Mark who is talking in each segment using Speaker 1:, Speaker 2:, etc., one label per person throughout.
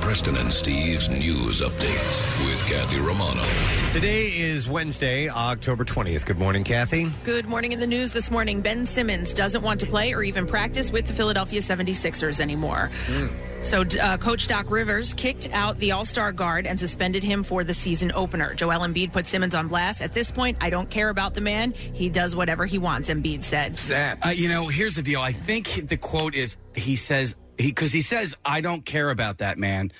Speaker 1: Preston and Steve's news update with Kathy Romano.
Speaker 2: Today is Wednesday, October 20th. Good morning, Kathy.
Speaker 3: Good morning in the news this morning. Ben Simmons doesn't want to play or even practice with the Philadelphia 76ers anymore.
Speaker 4: Mm.
Speaker 3: So, uh, Coach Doc Rivers kicked out the All Star guard and suspended him for the season opener. Joel Embiid put Simmons on blast. At this point, I don't care about the man. He does whatever he wants, Embiid said.
Speaker 5: Uh, you know, here's the deal. I think the quote is he says he because he says I don't care about that man.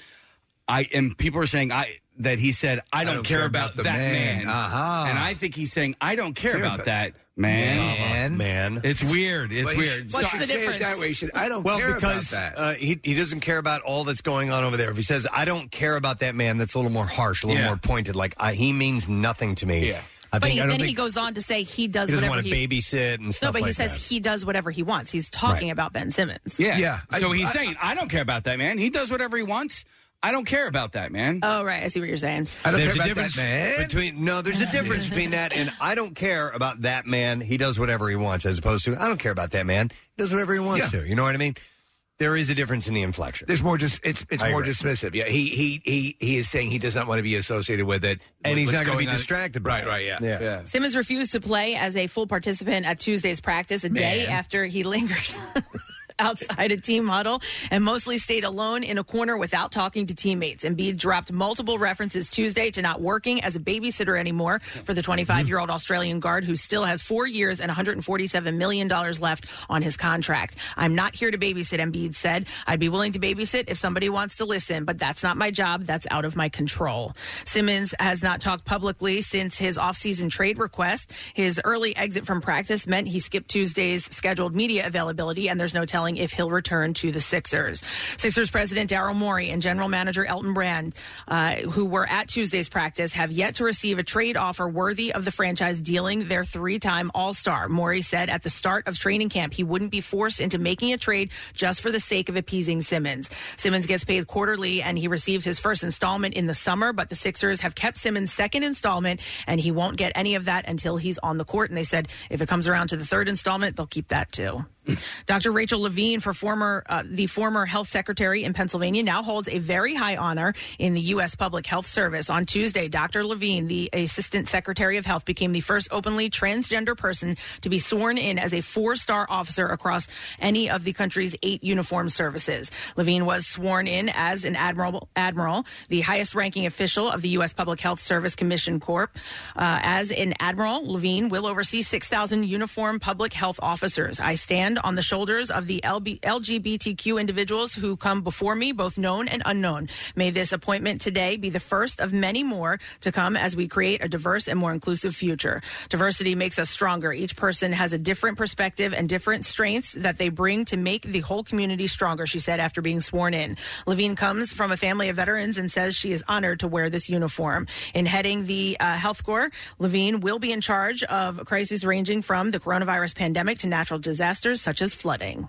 Speaker 5: I and people are saying I that he said I don't, care, about, that man.
Speaker 4: Uh-huh.
Speaker 5: And I think he's saying I don't care, about, that man.
Speaker 4: Man.
Speaker 2: Uh-huh. Man.
Speaker 5: It's weird. It's weird.
Speaker 4: But you
Speaker 5: So-
Speaker 4: should say it that way. You should, I don't
Speaker 2: well,
Speaker 4: care
Speaker 2: because
Speaker 4: about that.
Speaker 2: Uh, he, he doesn't care about all that's going on over there. If he says, I don't care about that man, that's a little more harsh, a little
Speaker 4: Yeah.
Speaker 2: more pointed. Like, I, he means nothing to me.
Speaker 4: Yeah.
Speaker 2: I
Speaker 3: but
Speaker 2: think,
Speaker 3: he,
Speaker 2: I
Speaker 3: then
Speaker 2: don't
Speaker 3: he
Speaker 2: think
Speaker 3: goes on to say he does
Speaker 2: he doesn't
Speaker 3: whatever
Speaker 2: want to
Speaker 3: he
Speaker 2: babysit and
Speaker 3: No,
Speaker 2: stuff
Speaker 3: but he
Speaker 2: like
Speaker 3: says
Speaker 2: that.
Speaker 3: he does whatever he wants. He's talking about Ben Simmons.
Speaker 5: yeah.
Speaker 4: Yeah.
Speaker 5: So
Speaker 4: I-
Speaker 5: he's
Speaker 4: I-
Speaker 5: saying I don't care about that man. He does whatever he wants. I don't care about that man.
Speaker 3: Oh, right. I see what you're saying.
Speaker 4: I don't
Speaker 2: There's
Speaker 4: care
Speaker 2: a
Speaker 4: about
Speaker 2: difference
Speaker 4: that man.
Speaker 2: between no. There's a difference between that and I don't care about that man. He does whatever he wants, as opposed to I don't care about that man. He does whatever he wants
Speaker 4: Yeah.
Speaker 2: to. You know what I mean? There is a difference in the inflection.
Speaker 4: There's more just it's it's
Speaker 2: I
Speaker 4: more
Speaker 2: agree.
Speaker 4: dismissive. Yeah, he he he he is saying he does not want to be associated with it,
Speaker 2: And he's
Speaker 4: What's
Speaker 2: not gonna be
Speaker 4: going on-
Speaker 2: distracted by
Speaker 4: Right,
Speaker 2: it.
Speaker 4: right, yeah,
Speaker 2: Yeah.
Speaker 3: Simmons refused to play as a full participant at Tuesday's practice a day
Speaker 4: Man.
Speaker 3: after he lingered outside a team huddle and mostly stayed alone in a corner without talking to teammates. Embiid dropped multiple references Tuesday to not working as a babysitter anymore for the 25 year old Australian guard who still has four years and $147 million left on his contract. I'm not here to babysit, Embiid said. I'd be willing to babysit if somebody wants to listen, but that's not my job. That's out of my control. Simmons has not talked publicly since his offseason trade request. His early exit from practice meant he skipped Tuesday's scheduled media availability, and there's no telling if he'll return to the Sixers. Sixers president Daryl Morey and general manager Elton Brand, uh, who were at Tuesday's practice, have yet to receive a trade offer worthy of the franchise dealing their three time All Star. Morey said at the start of training camp he wouldn't be forced into making a trade just for the sake of appeasing Simmons. Simmons gets paid quarterly, and he received his first installment in the summer, but the Sixers have kept Simmons' second installment, and he won't get any of that until he's on the court. And they said if it comes around to the third installment, they'll keep that too. Dr. Rachel Levine, for former uh, the former health secretary in Pennsylvania, now holds a very high honor in the U.S. Public Health Service. On Tuesday, Dr. Levine, the assistant secretary of health, became the first openly transgender person to be sworn in as a four-star officer across any of the country's eight uniformed services. Levine was sworn in as an admiral, admiral, the highest-ranking official of the U.S. Public Health Service Commission Corp. Uh, as an admiral, Levine will oversee 6,000 uniformed public health officers. I stand on the shoulders of the LB- LGBTQ individuals who come before me, both known and unknown. May this appointment today be the first of many more to come as we create a diverse and more inclusive future. Diversity makes us stronger. Each person has a different perspective and different strengths that they bring to make the whole community stronger, she said after being sworn in. Levine comes from a family of veterans and says she is honored to wear this uniform. In heading the uh, Health Corps, Levine will be in charge of crises ranging from the coronavirus pandemic to natural disasters such as flooding.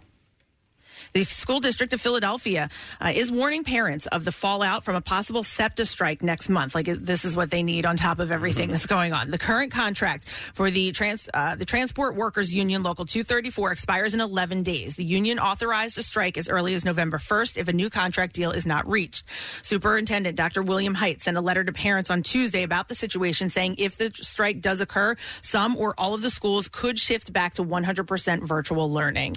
Speaker 3: The school district of Philadelphia uh, is warning parents of the fallout from a possible SEPTA strike next month. Like it- this is what they need on top of everything that's going on. The current contract for the trans uh, the Transport Workers Union Local 234 expires in 11 days. The union authorized a strike as early as November 1st if a new contract deal is not reached. Superintendent Dr. William Height sent a letter to parents on Tuesday about the situation, saying if the strike does occur, some or all of the schools could shift back to 100% virtual learning.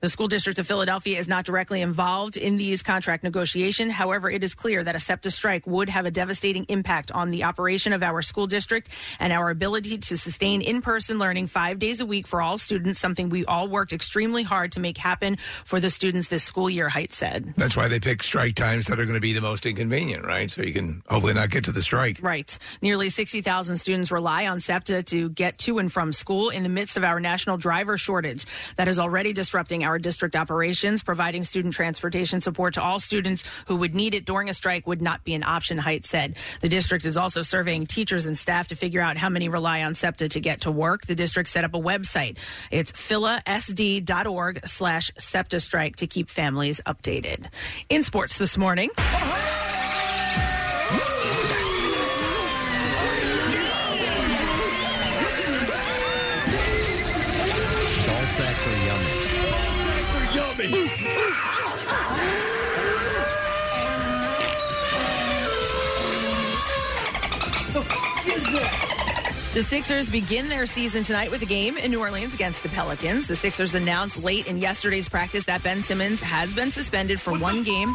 Speaker 3: The school district of Philadelphia is not directly involved in these contract negotiations. However, it is clear that a SEPTA strike would have a devastating impact on the operation of our school district and our ability to sustain in person learning five days a week for all students, something we all worked extremely hard to make happen for the students this school year, Height said.
Speaker 4: That's why they pick strike times that are going to be the most inconvenient, right? So you can hopefully not get to the strike.
Speaker 3: Right. Nearly 60,000 students rely on SEPTA to get to and from school in the midst of our national driver shortage that is already disrupting our district operations. Providing student transportation support to all students who would need it during a strike would not be an option, Height said. The district is also surveying teachers and staff to figure out how many rely on SEPTA to get to work. The district set up a website. It's philasd.org slash SEPTA strike to keep families updated. In sports this morning. The Sixers begin their season tonight with a game in New Orleans against the Pelicans. The Sixers announced late in yesterday's practice that Ben Simmons has been suspended for one game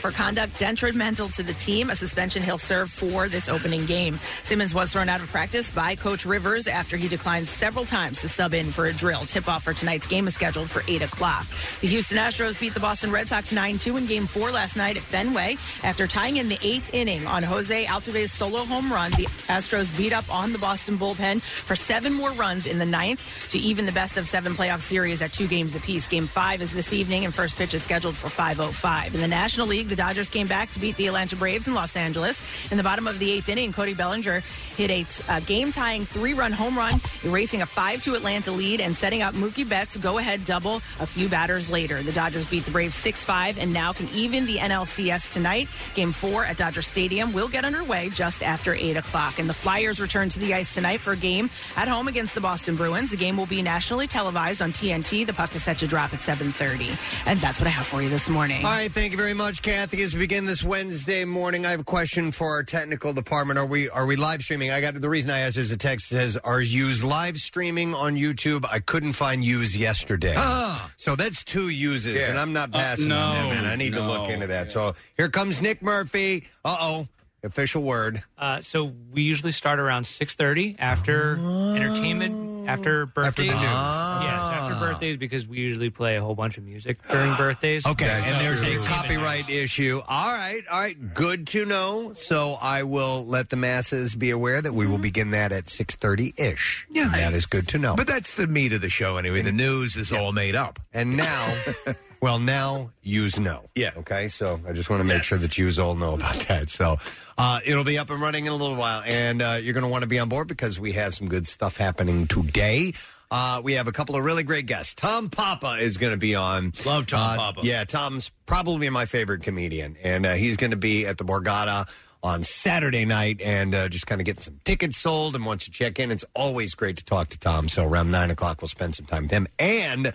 Speaker 3: for conduct detrimental to the team, a suspension he'll serve for this opening game. Simmons was thrown out of practice by Coach Rivers after he declined several times to sub in for a drill. Tip off for tonight's game is scheduled for 8 o'clock. The Houston Astros beat the Boston Red Sox 9 2 in game four last night at Fenway. After tying in the eighth inning on Jose Altuve's solo home run, the Astros beat up on the Boston bullpen for seven more runs in the ninth to even the best of seven playoff series at two games apiece. Game five is this evening, and first pitch is scheduled for 5.05. In the National League, the Dodgers came back to beat the Atlanta Braves in Los Angeles. In the bottom of the eighth inning, Cody Bellinger hit a t- uh, game-tying three-run home run, erasing a 5-2 Atlanta lead and setting up Mookie Betts' go-ahead double a few batters later. The Dodgers beat the Braves 6-5 and now can even the NLCS tonight. Game four at Dodger Stadium will get underway just after 8 o'clock. And the Flyers return to the ice tonight for a game at home against the Boston Bruins. The game will be nationally televised on TNT. The puck is set to drop at 7.30. And that's what I have for you this morning.
Speaker 2: All right, thank you very much, Kathy. As we begin this Wednesday morning, I have a question for our technical department. Are we are we live streaming? I got the reason I asked is a text that says, "Are yous live streaming on YouTube?" I couldn't find yous yesterday,
Speaker 6: Ah.
Speaker 2: so that's two uses,
Speaker 6: Yeah.
Speaker 2: and I'm not
Speaker 6: Uh,
Speaker 2: passing on that,
Speaker 6: no,
Speaker 2: man. I need to look
Speaker 6: no.
Speaker 2: into that. So here comes Nick Murphy. Uh oh, official word.
Speaker 7: Uh, so we usually start around six thirty after
Speaker 4: Ah.
Speaker 7: entertainment, after birthdays.
Speaker 2: news.
Speaker 7: Yes,
Speaker 4: Ah.
Speaker 7: after birthdays because we usually play a whole bunch of music during birthdays.
Speaker 2: Okay, and there's a
Speaker 7: Entertainment.
Speaker 2: copyright issue. All right, all right, good to know. So I will let the masses be aware that we will begin that at six thirty ish. Yeah, that is good to know.
Speaker 4: But that's the meat of the show anyway. The news is all made up.
Speaker 2: And now, well, now yous know. Yeah. Okay. So I just want to make sure that yous all know about that. So uh, it'll be up and running in a little while, and uh, you're going to want to be on board because we have some good stuff happening today. Uh, we have a couple of really great guests. Tom Papa is going to be on. Love Tom Papa. Yeah, Tom's probably my favorite comedian, and uh, he's going to be at the Borgata on Saturday night and uh, just kind of getting some tickets sold. And once you check in, it's always great to talk to Tom. So around nine o'clock, we'll spend some time with him and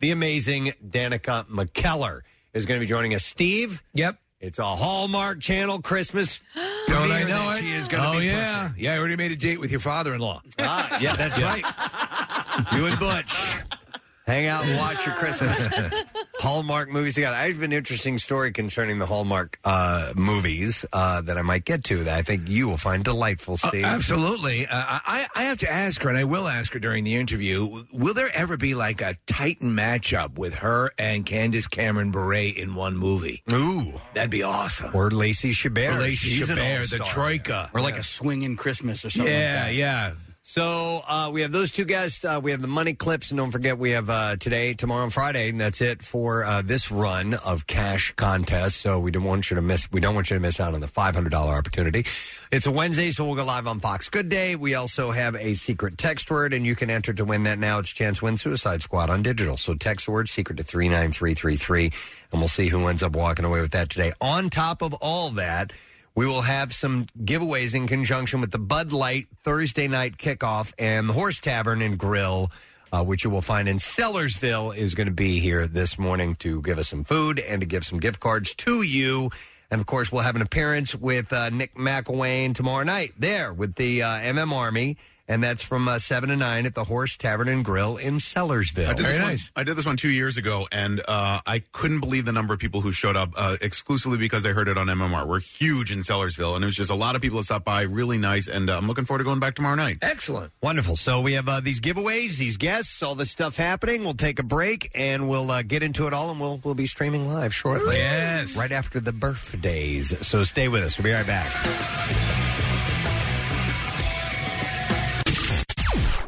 Speaker 2: the amazing Danica McKellar is going to be joining us. Steve.
Speaker 4: Yep.
Speaker 2: It's a Hallmark Channel Christmas.
Speaker 4: Don't I
Speaker 2: premiere
Speaker 4: know
Speaker 2: that
Speaker 4: it?
Speaker 2: She is going to
Speaker 4: oh,
Speaker 2: be
Speaker 4: yeah.
Speaker 2: pushing.
Speaker 4: Yeah, I already made a date with your father-in-law.
Speaker 2: Ah, yeah, that's right. You and Butch. Hang out and watch your Christmas Hallmark movies together. I have an interesting story concerning the Hallmark uh, movies uh, that I might get to that I think you will find delightful,
Speaker 4: Uh,
Speaker 2: Steve.
Speaker 4: absolutely. Uh, I, I have to ask her, and I will ask her during the interview will there ever be like a Titan matchup with her and Candace Cameron Bure in one movie?
Speaker 2: Ooh.
Speaker 4: That'd be awesome.
Speaker 2: Or Lacey Chabert.
Speaker 4: Or Lacey
Speaker 2: She's an
Speaker 4: Chabert, the
Speaker 2: all-star.
Speaker 4: Troika.
Speaker 5: Or like a swinging Christmas or something.
Speaker 2: Yeah,
Speaker 5: like that.
Speaker 4: yeah.
Speaker 2: So uh, we have those two guests. Uh, we have the money clips, and don't forget we have uh, today, tomorrow, and Friday, and that's it for uh, this run of cash contest. So we don't want you to miss. We don't want you to miss out on the five hundred dollar opportunity. It's a Wednesday, so we'll go live on Fox Good Day. We also have a secret text word, and you can enter to win that now. It's Chance Win Suicide Squad on digital. So text word secret to three nine three three three, and we'll see who ends up walking away with that today. On top of all that. We will have some giveaways in conjunction with the Bud Light Thursday night kickoff and the Horse Tavern and Grill, uh, which you will find in Sellersville, is going to be here this morning to give us some food and to give some gift cards to you. And of course, we'll have an appearance with uh, Nick McElwain tomorrow night there with the uh, MM Army. And that's from uh, 7 to 9 at the Horse Tavern and Grill in Sellersville.
Speaker 8: I did, this one, I did this one two years ago, and uh, I couldn't believe the number of people who showed up uh, exclusively because they heard it on MMR. We're huge in Sellersville, and it was just a lot of people that stopped by. Really nice, and uh, I'm looking forward to going back tomorrow night.
Speaker 4: Excellent.
Speaker 2: Wonderful. So we have uh, these giveaways, these guests, all this stuff happening. We'll take a break and we'll uh, get into it all, and we'll we'll be streaming live shortly.
Speaker 4: Yes.
Speaker 2: right after the birthdays. So stay with us. We'll be right back.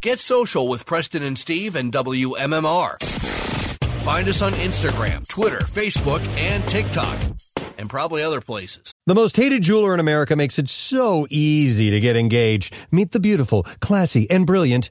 Speaker 9: Get social with Preston and Steve and WMMR. Find us on Instagram, Twitter, Facebook, and TikTok, and probably other places.
Speaker 2: The most hated jeweler in America makes it so easy to get engaged. Meet the beautiful, classy, and brilliant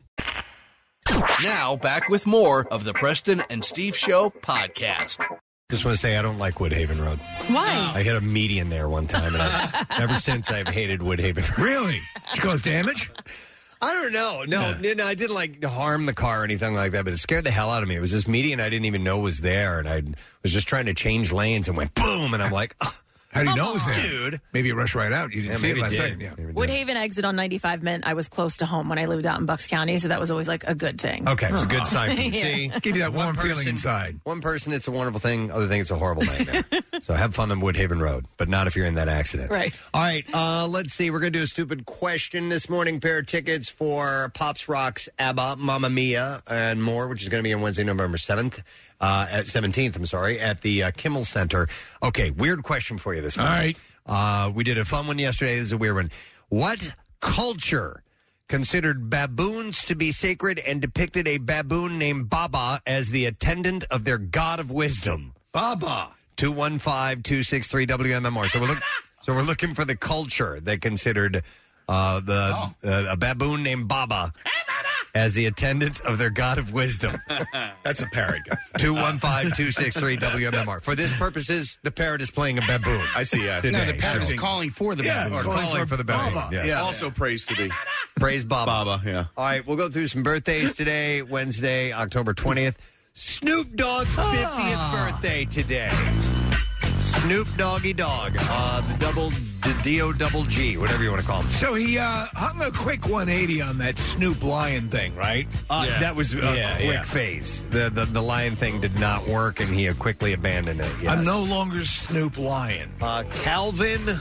Speaker 9: Now, back with more of the Preston and Steve Show podcast.
Speaker 2: Just want to say I don't like Woodhaven Road.
Speaker 3: Why?
Speaker 2: I hit a median there one time, and I've, ever since I've hated Woodhaven Road.
Speaker 4: Really? Did you cause damage?
Speaker 2: I don't know. No, no, I didn't like harm the car or anything like that, but it scared the hell out of me. It was this median I didn't even know was there, and I was just trying to change lanes and went boom, and I'm like,
Speaker 4: how do you know it was there?
Speaker 2: dude?
Speaker 4: Maybe you rushed right out. You didn't
Speaker 2: Yeah,
Speaker 4: see it
Speaker 2: maybe
Speaker 4: last
Speaker 2: did.
Speaker 4: second. Yeah.
Speaker 3: Woodhaven exit on 95 meant I was close to home when I lived out in Bucks County, so that was always like a good thing.
Speaker 2: Okay, it was a good sign for me.
Speaker 3: Yeah.
Speaker 2: See,
Speaker 4: Give you that
Speaker 2: One
Speaker 4: warm feeling
Speaker 2: person-
Speaker 4: inside.
Speaker 2: One person, it's a wonderful thing. Other thing, it's a horrible nightmare. so have fun on Woodhaven Road, but not if you're in that accident.
Speaker 3: Right.
Speaker 2: All right, uh, let's see. We're going to do a stupid question this morning. Pair of tickets for Pops Rocks, ABBA, Mamma Mia, and more, which is going to be on Wednesday, November 7th, uh, at 17th, I'm sorry, at the uh, Kimmel Center. Okay, weird question for you this morning.
Speaker 4: right.
Speaker 2: Uh, we did a fun one yesterday. This is a weird one. What culture considered baboons to be sacred and depicted a baboon named Baba as the attendant of their god of wisdom?
Speaker 4: Baba.
Speaker 2: 215-263 WMMR. So we're look, so we're looking for the culture that considered uh, the
Speaker 5: Oh.
Speaker 2: uh, a baboon named Baba as the attendant of their god of wisdom.
Speaker 8: That's a parrot.
Speaker 2: 215-263 WMMR. For this purposes, the parrot is playing a baboon.
Speaker 8: I see. Yeah.
Speaker 2: Today.
Speaker 5: No, the parrot is
Speaker 2: So-
Speaker 5: calling for the
Speaker 4: Yeah,
Speaker 5: baboon.
Speaker 2: Or
Speaker 4: calling
Speaker 2: calling
Speaker 4: for
Speaker 2: for the baboon.
Speaker 4: Baba.
Speaker 2: Yeah.
Speaker 8: Also, praise to the
Speaker 2: Praise Baba.
Speaker 8: Baba. Yeah.
Speaker 2: All right, we'll go through some birthdays today, Wednesday, October 20th. Snoop Dogg's 50th
Speaker 8: Ah.
Speaker 2: birthday today. Snoop Doggy Dog, uh, the double, the D-O double G, whatever you want to call him.
Speaker 4: So he uh, hung a quick 180 on that Snoop Lion thing, right?
Speaker 2: Uh, That was a
Speaker 4: Yeah,
Speaker 2: quick
Speaker 4: yeah.
Speaker 2: phase. The, the the lion thing did not work, and he quickly abandoned it. Yes.
Speaker 4: I'm no longer Snoop Lion.
Speaker 2: Uh, Calvin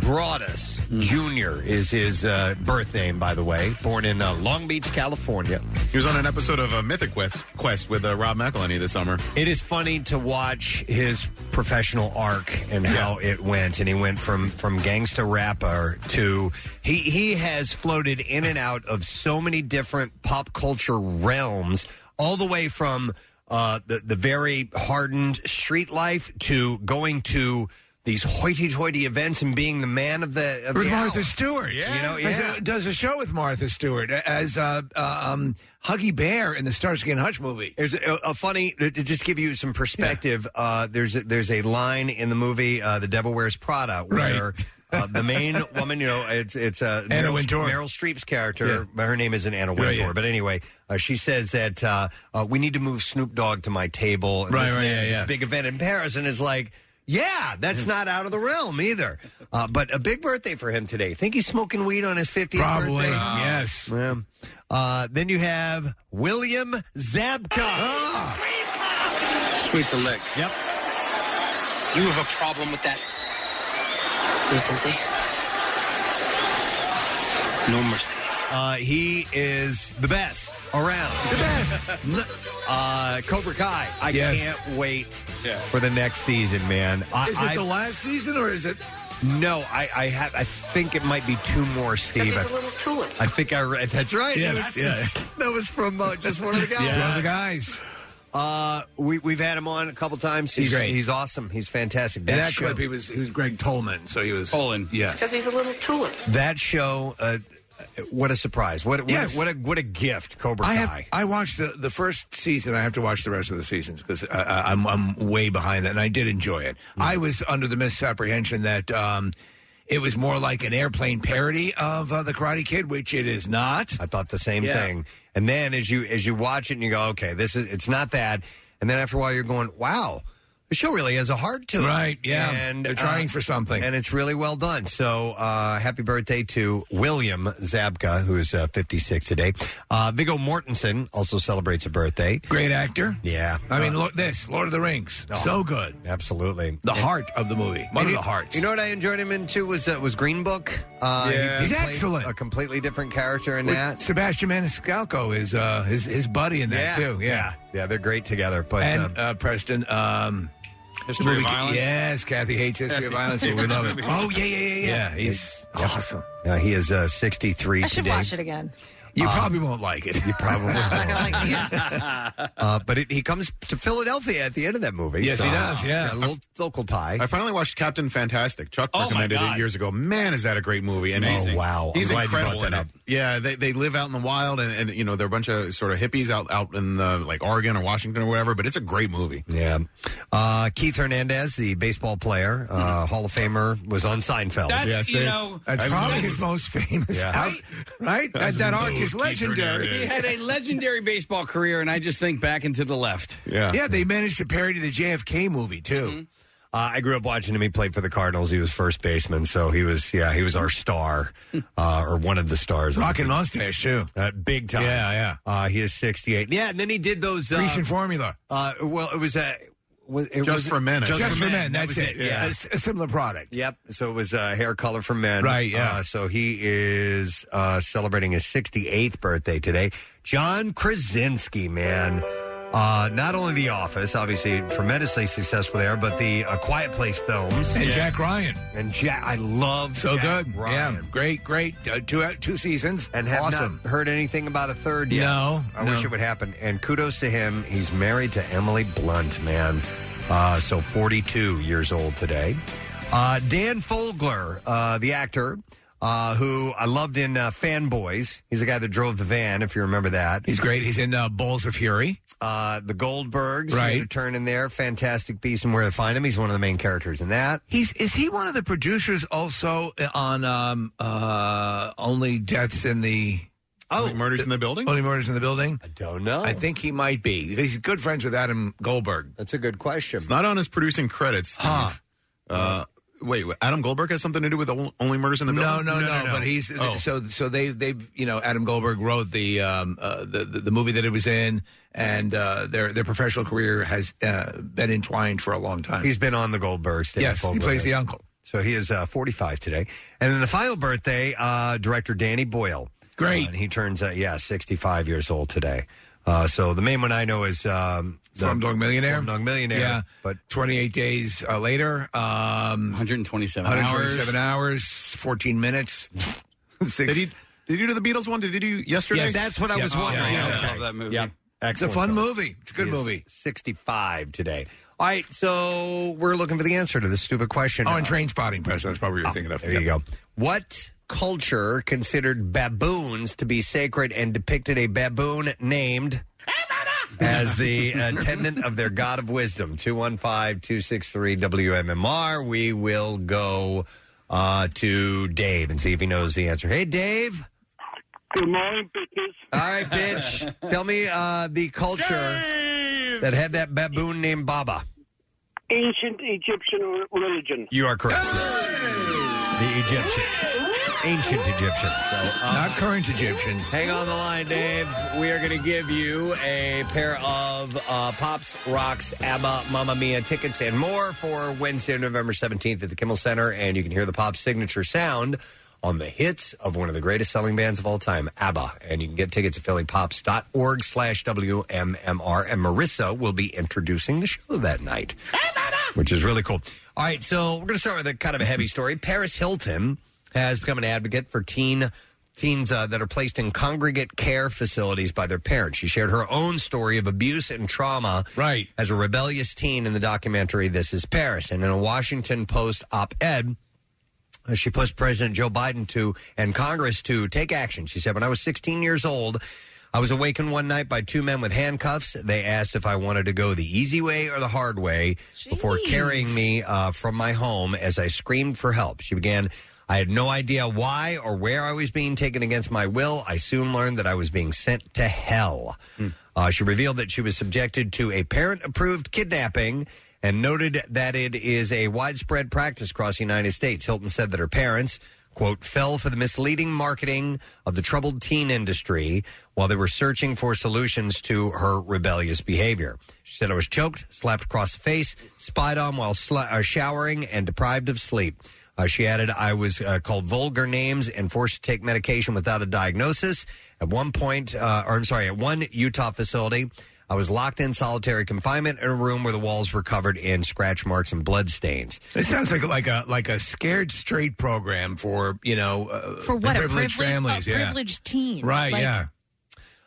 Speaker 2: Broadus
Speaker 8: Hmm.
Speaker 2: Jr. is his uh, birth name, by the way. Born in uh, Long Beach, California.
Speaker 8: He was on an episode of uh, Mythic Quest, Quest with uh, Rob McElhenney this summer.
Speaker 2: It is funny to watch his professional arc and how it went, and he went from from gangsta rapper to he he has floated in and out of so many different pop culture realms, all the way from uh, the the very hardened street life to going to these hoity-toity events and being the man of the. Of
Speaker 4: It was
Speaker 2: the
Speaker 4: Martha
Speaker 2: hour.
Speaker 4: Stewart.
Speaker 2: Yeah. You know,
Speaker 4: As a-
Speaker 2: yeah.
Speaker 4: does a show with Martha Stewart as uh, uh, um, Huggy Bear in the Starsky and Hutch movie.
Speaker 2: There's a, a funny to to just give you some perspective. Uh, there's a, there's a line in the movie uh, "The Devil Wears Prada" where uh, the main woman, you know, it's it's uh,
Speaker 4: Anna
Speaker 2: Meryl,
Speaker 4: Wintour.
Speaker 2: Meryl Streep's character. Her name isn't Anna
Speaker 4: Right,
Speaker 2: Wintour,
Speaker 4: yeah.
Speaker 2: but anyway, uh, she says that uh, uh, we need to move Snoop Dogg to my table. and
Speaker 4: Right,
Speaker 2: this and
Speaker 4: right,
Speaker 2: that,
Speaker 4: yeah,
Speaker 2: this
Speaker 4: yeah.
Speaker 2: Big event in Paris, and it's like. Yeah, that's not out of the realm either. Uh, but a big birthday for him today. Think he's smoking weed on his 50th
Speaker 4: Probably.
Speaker 2: birthday?
Speaker 4: Yes.
Speaker 2: Yeah. Uh, then you have William Zabka.
Speaker 4: Ah!
Speaker 6: Sweet the lick.
Speaker 2: Yep.
Speaker 6: You have a problem with that recency? No mercy.
Speaker 2: Uh, he is the best around. The best. uh, Cobra Kai. I
Speaker 4: Yes.
Speaker 2: can't wait for the next season, man. I,
Speaker 4: Is it
Speaker 2: I-
Speaker 4: the last season or is it?
Speaker 2: no, I, I have. I think it might be two more, Steve.
Speaker 10: There's a little tulip.
Speaker 2: I think I read. That's right.
Speaker 4: Yes,
Speaker 2: That was-
Speaker 4: yeah.
Speaker 2: That was from uh, just one of the guys.
Speaker 4: It's one of the guys.
Speaker 2: Uh, we we've had him on a couple times. He's,
Speaker 4: He's great.
Speaker 2: He's awesome. He's fantastic.
Speaker 4: In
Speaker 2: That
Speaker 4: that
Speaker 2: show-
Speaker 4: clip, he was he was Greg Tolman, so he was
Speaker 5: Tolan.
Speaker 4: Yeah.
Speaker 10: Because he's a little tulip.
Speaker 2: That show, uh, what a surprise! What what,
Speaker 4: Yes.
Speaker 2: what a what a gift, Cobra
Speaker 4: I have
Speaker 2: Kai.
Speaker 4: I watched the, the first season. I have to watch the rest of the seasons because I'm I'm way behind that, and I did enjoy it.
Speaker 2: Mm-hmm.
Speaker 4: I was under the misapprehension that um, it was more like an airplane parody of uh, the Karate Kid, which it is not.
Speaker 2: I thought the same
Speaker 4: Yeah.
Speaker 2: thing. And then as you as you watch it and you go, okay, this is it's not that. And then after a while you're going, wow, The show really has a heart to it. uh,
Speaker 4: Right, yeah. They're trying for something.
Speaker 2: And it's really well done. So uh, happy birthday to William Zabka, who is uh, 56 today. Uh, Viggo Mortensen also celebrates a birthday.
Speaker 4: Great actor.
Speaker 2: Yeah.
Speaker 4: I mean, look this Lord of the Rings,
Speaker 2: Uh. Oh.
Speaker 4: so good.
Speaker 2: Absolutely.
Speaker 4: The heart of the movie, one of
Speaker 2: And
Speaker 4: the
Speaker 2: you-
Speaker 4: hearts.
Speaker 2: You know what I enjoyed him in too was uh, was Green Book. Uh, he-
Speaker 4: Yeah.
Speaker 2: he
Speaker 4: He's
Speaker 2: played
Speaker 4: excellent.
Speaker 2: A completely different character in
Speaker 4: With
Speaker 2: that.
Speaker 4: Sebastian Maniscalco is uh, his his buddy in that
Speaker 2: Yeah.
Speaker 4: too.
Speaker 2: yeah,
Speaker 4: Yeah,
Speaker 2: yeah, they're great together. But
Speaker 4: and uh, Preston. Um,
Speaker 2: History
Speaker 4: the
Speaker 2: of Violence?
Speaker 4: Yes, Kathy hates History of Violence, but we love it. Oh yeah, yeah, yeah, yeah.
Speaker 2: Yeah,
Speaker 4: he's awesome.
Speaker 2: Uh, he is uh, 63
Speaker 3: I should
Speaker 2: today. Uh,
Speaker 3: watch it again.
Speaker 4: You probably won't like it.
Speaker 2: You probably
Speaker 3: I'm not
Speaker 2: won't.
Speaker 3: gonna like it.
Speaker 2: Uh, but it, he comes to Philadelphia at the end of that movie.
Speaker 8: Yes,
Speaker 2: so-
Speaker 8: he does, yeah.
Speaker 2: Got a little local tie.
Speaker 8: I finally watched Captain Fantastic. Chuck
Speaker 2: Oh, my
Speaker 8: recommended
Speaker 2: God.
Speaker 8: it years ago. Man, is that a great movie! Amazing.
Speaker 2: Oh, wow. I'm
Speaker 8: he's
Speaker 2: glad you
Speaker 8: incredible.
Speaker 2: brought that
Speaker 8: in it.
Speaker 2: up.
Speaker 8: Yeah, they, they live out in the wild, and, and you know they're a bunch of sort of hippies out out in the like Oregon or Washington or whatever. But it's a great movie.
Speaker 2: Yeah. Uh, Keith Hernandez, the baseball player, uh, Hall of Famer, was on Seinfeld.
Speaker 4: Mm-hmm. That's, Yes, you it- know, that's probably his most famous out- right? That- that arc is legendary.
Speaker 5: He had a legendary baseball career, and I just think back into the left. Mm-hmm.
Speaker 4: yeah. They managed to parody the JFK movie too.
Speaker 2: Uh, I grew up watching him. He played for the Cardinals. He was first baseman, so he was yeah he was our star uh, or one of the stars.
Speaker 4: Rockin' mustache too,
Speaker 2: uh, big time.
Speaker 4: Yeah, yeah.
Speaker 2: Uh, he is sixty eight. Yeah, and then he did those uh,
Speaker 4: Grecian formula.
Speaker 2: Uh, well, it was uh, was- it
Speaker 4: Just
Speaker 2: was-
Speaker 4: for men, I
Speaker 2: Just,
Speaker 4: think.
Speaker 2: for men.
Speaker 4: That
Speaker 2: That's
Speaker 4: was
Speaker 2: it.
Speaker 4: it, yeah. A s- a similar product.
Speaker 2: Yep. So it was uh, hair color for men.
Speaker 4: Right, yeah.
Speaker 2: Uh, so he is uh, celebrating his 68th birthday today. John Krasinski, man. Uh, not only The Office, obviously tremendously successful there, but the uh, Quiet Place films
Speaker 4: And Jack Ryan.
Speaker 2: and Jack. I love
Speaker 4: So
Speaker 2: Jack
Speaker 4: good.
Speaker 2: Ryan.
Speaker 4: Yeah, great, great. Uh, two uh, two seasons
Speaker 2: And have
Speaker 4: awesome.
Speaker 2: not heard anything about a third yet.
Speaker 4: No,
Speaker 2: I
Speaker 4: no.
Speaker 2: wish it would happen. And kudos to him. He's married to Emily Blunt, man. Uh, so 42 years old today. Uh, Dan Fogler, uh, the actor, uh, who I loved in uh, Fanboys. He's the guy that drove the van, if you remember that.
Speaker 4: He's great. He's in uh, Bulls of Fury.
Speaker 2: Uh, the Goldbergs, he had
Speaker 4: Right.
Speaker 2: a turn in there. Fantastic piece and where to find him. He's one of the main characters in that.
Speaker 4: He's is he one of the producers also on um, uh, Only Deaths in the
Speaker 2: Oh
Speaker 8: Murders in the Building?
Speaker 4: Only Murders in the Building? I
Speaker 2: don't know.
Speaker 4: I think he might be. He's good friends with Adam Goldberg.
Speaker 2: That's a good question. It's
Speaker 8: not on his producing credits. Steve. Uh, wait, wait, Adam Goldberg has something to do with the Only Murders in the
Speaker 4: No,
Speaker 8: Building?
Speaker 4: no, no, But he's
Speaker 8: Oh.
Speaker 4: so so. They they you know Adam Goldberg wrote the um uh, the, the the movie that it was in, and uh, their their professional career has uh, been entwined for a long time.
Speaker 2: He's been on the Goldbergs. Dan
Speaker 4: yes, he
Speaker 2: Fogler
Speaker 4: plays
Speaker 2: has.
Speaker 4: the uncle.
Speaker 2: So he is uh, 45 today. And then the final birthday, uh, director Danny Boyle. Great. he turns, uh, yeah, 65 years old today. Uh, so the main one I know is um, the-
Speaker 4: Slumdog Millionaire.
Speaker 2: Slumdog Millionaire.
Speaker 4: Yeah,
Speaker 2: But
Speaker 4: 28 days uh, later, um,
Speaker 5: 127,
Speaker 4: 127 hours. 14 minutes. Six.
Speaker 8: Did he? Did you do the Beatles one? Did you do yesterday?
Speaker 4: Yes, that's what I was wondering.
Speaker 8: yeah,
Speaker 4: Okay.
Speaker 8: yeah.
Speaker 4: Love that movie.
Speaker 2: Yep.
Speaker 4: It's a
Speaker 2: Excellent
Speaker 4: fun
Speaker 2: film.
Speaker 4: movie. It's a good
Speaker 2: He is
Speaker 4: movie.
Speaker 2: 65 today. All right, so we're looking for the answer to this stupid question.
Speaker 4: Oh, and Train Spotting, Preston. That's probably what you're thinking of.
Speaker 2: There you go. What culture considered baboons to be sacred and depicted a baboon named as the attendant of their god of wisdom? 215 263 WMMR. We will go uh, to Dave and see if he knows the answer. Hey, Dave.
Speaker 10: Good morning, bitches.
Speaker 2: All right, bitch. Tell me uh, the culture that had that baboon named Baba.
Speaker 10: Ancient Egyptian r- religion.
Speaker 2: You are correct. The Egyptians. Ancient Egyptians. So, uh,
Speaker 4: Not current Egyptians.
Speaker 2: Hang on the line, Dave. We are going to give you a pair of uh, Pops, Rocks, ABBA, Mamma Mia tickets and more for Wednesday, November 17th at the Kimmel Center. And you can hear the Pops signature sound on the hits of one of the greatest selling bands of all time, ABBA. And you can get tickets at phillypops.org slash WMMR. And Marissa will be introducing the show that night, which is really cool. All right, so we're going to start with a kind of a heavy story. Paris Hilton has become an advocate for teen teens uh, that are placed in congregate care facilities by their parents. She shared her own story of abuse and trauma right. as a rebellious teen in the documentary This is Paris. And in a Washington Post op ed, uh, she pushed President Joe Biden to and Congress to take action. She said, When I was 16 years old, I was awakened one night by two men with handcuffs. They asked if I wanted to go the easy way or the hard way before carrying me uh, from my home as I screamed for help. She began, I had no idea why or where I was being taken against my will. I soon learned that I was being sent to hell. Uh, she revealed that she was subjected to a parent approved kidnapping and noted that it is a widespread practice across the United States. Hilton said that her parents, quote, fell for the misleading marketing of the troubled teen industry while they were searching for solutions to her rebellious behavior. She said, I was choked, slapped across the face, spied on while sla- uh, showering, and deprived of sleep. Uh, she added, I was uh, called vulgar names and forced to take medication without a diagnosis. At one point, uh, or I'm sorry, at one Utah facility, I was locked in solitary confinement in a room where the walls were covered in scratch marks and blood stains.
Speaker 4: It sounds like like a like a scared straight program for you know uh,
Speaker 3: For what?
Speaker 4: privileged
Speaker 3: a privilege,
Speaker 4: families,
Speaker 3: a
Speaker 4: yeah,
Speaker 3: privileged teen.
Speaker 4: right,
Speaker 3: Like,
Speaker 4: yeah.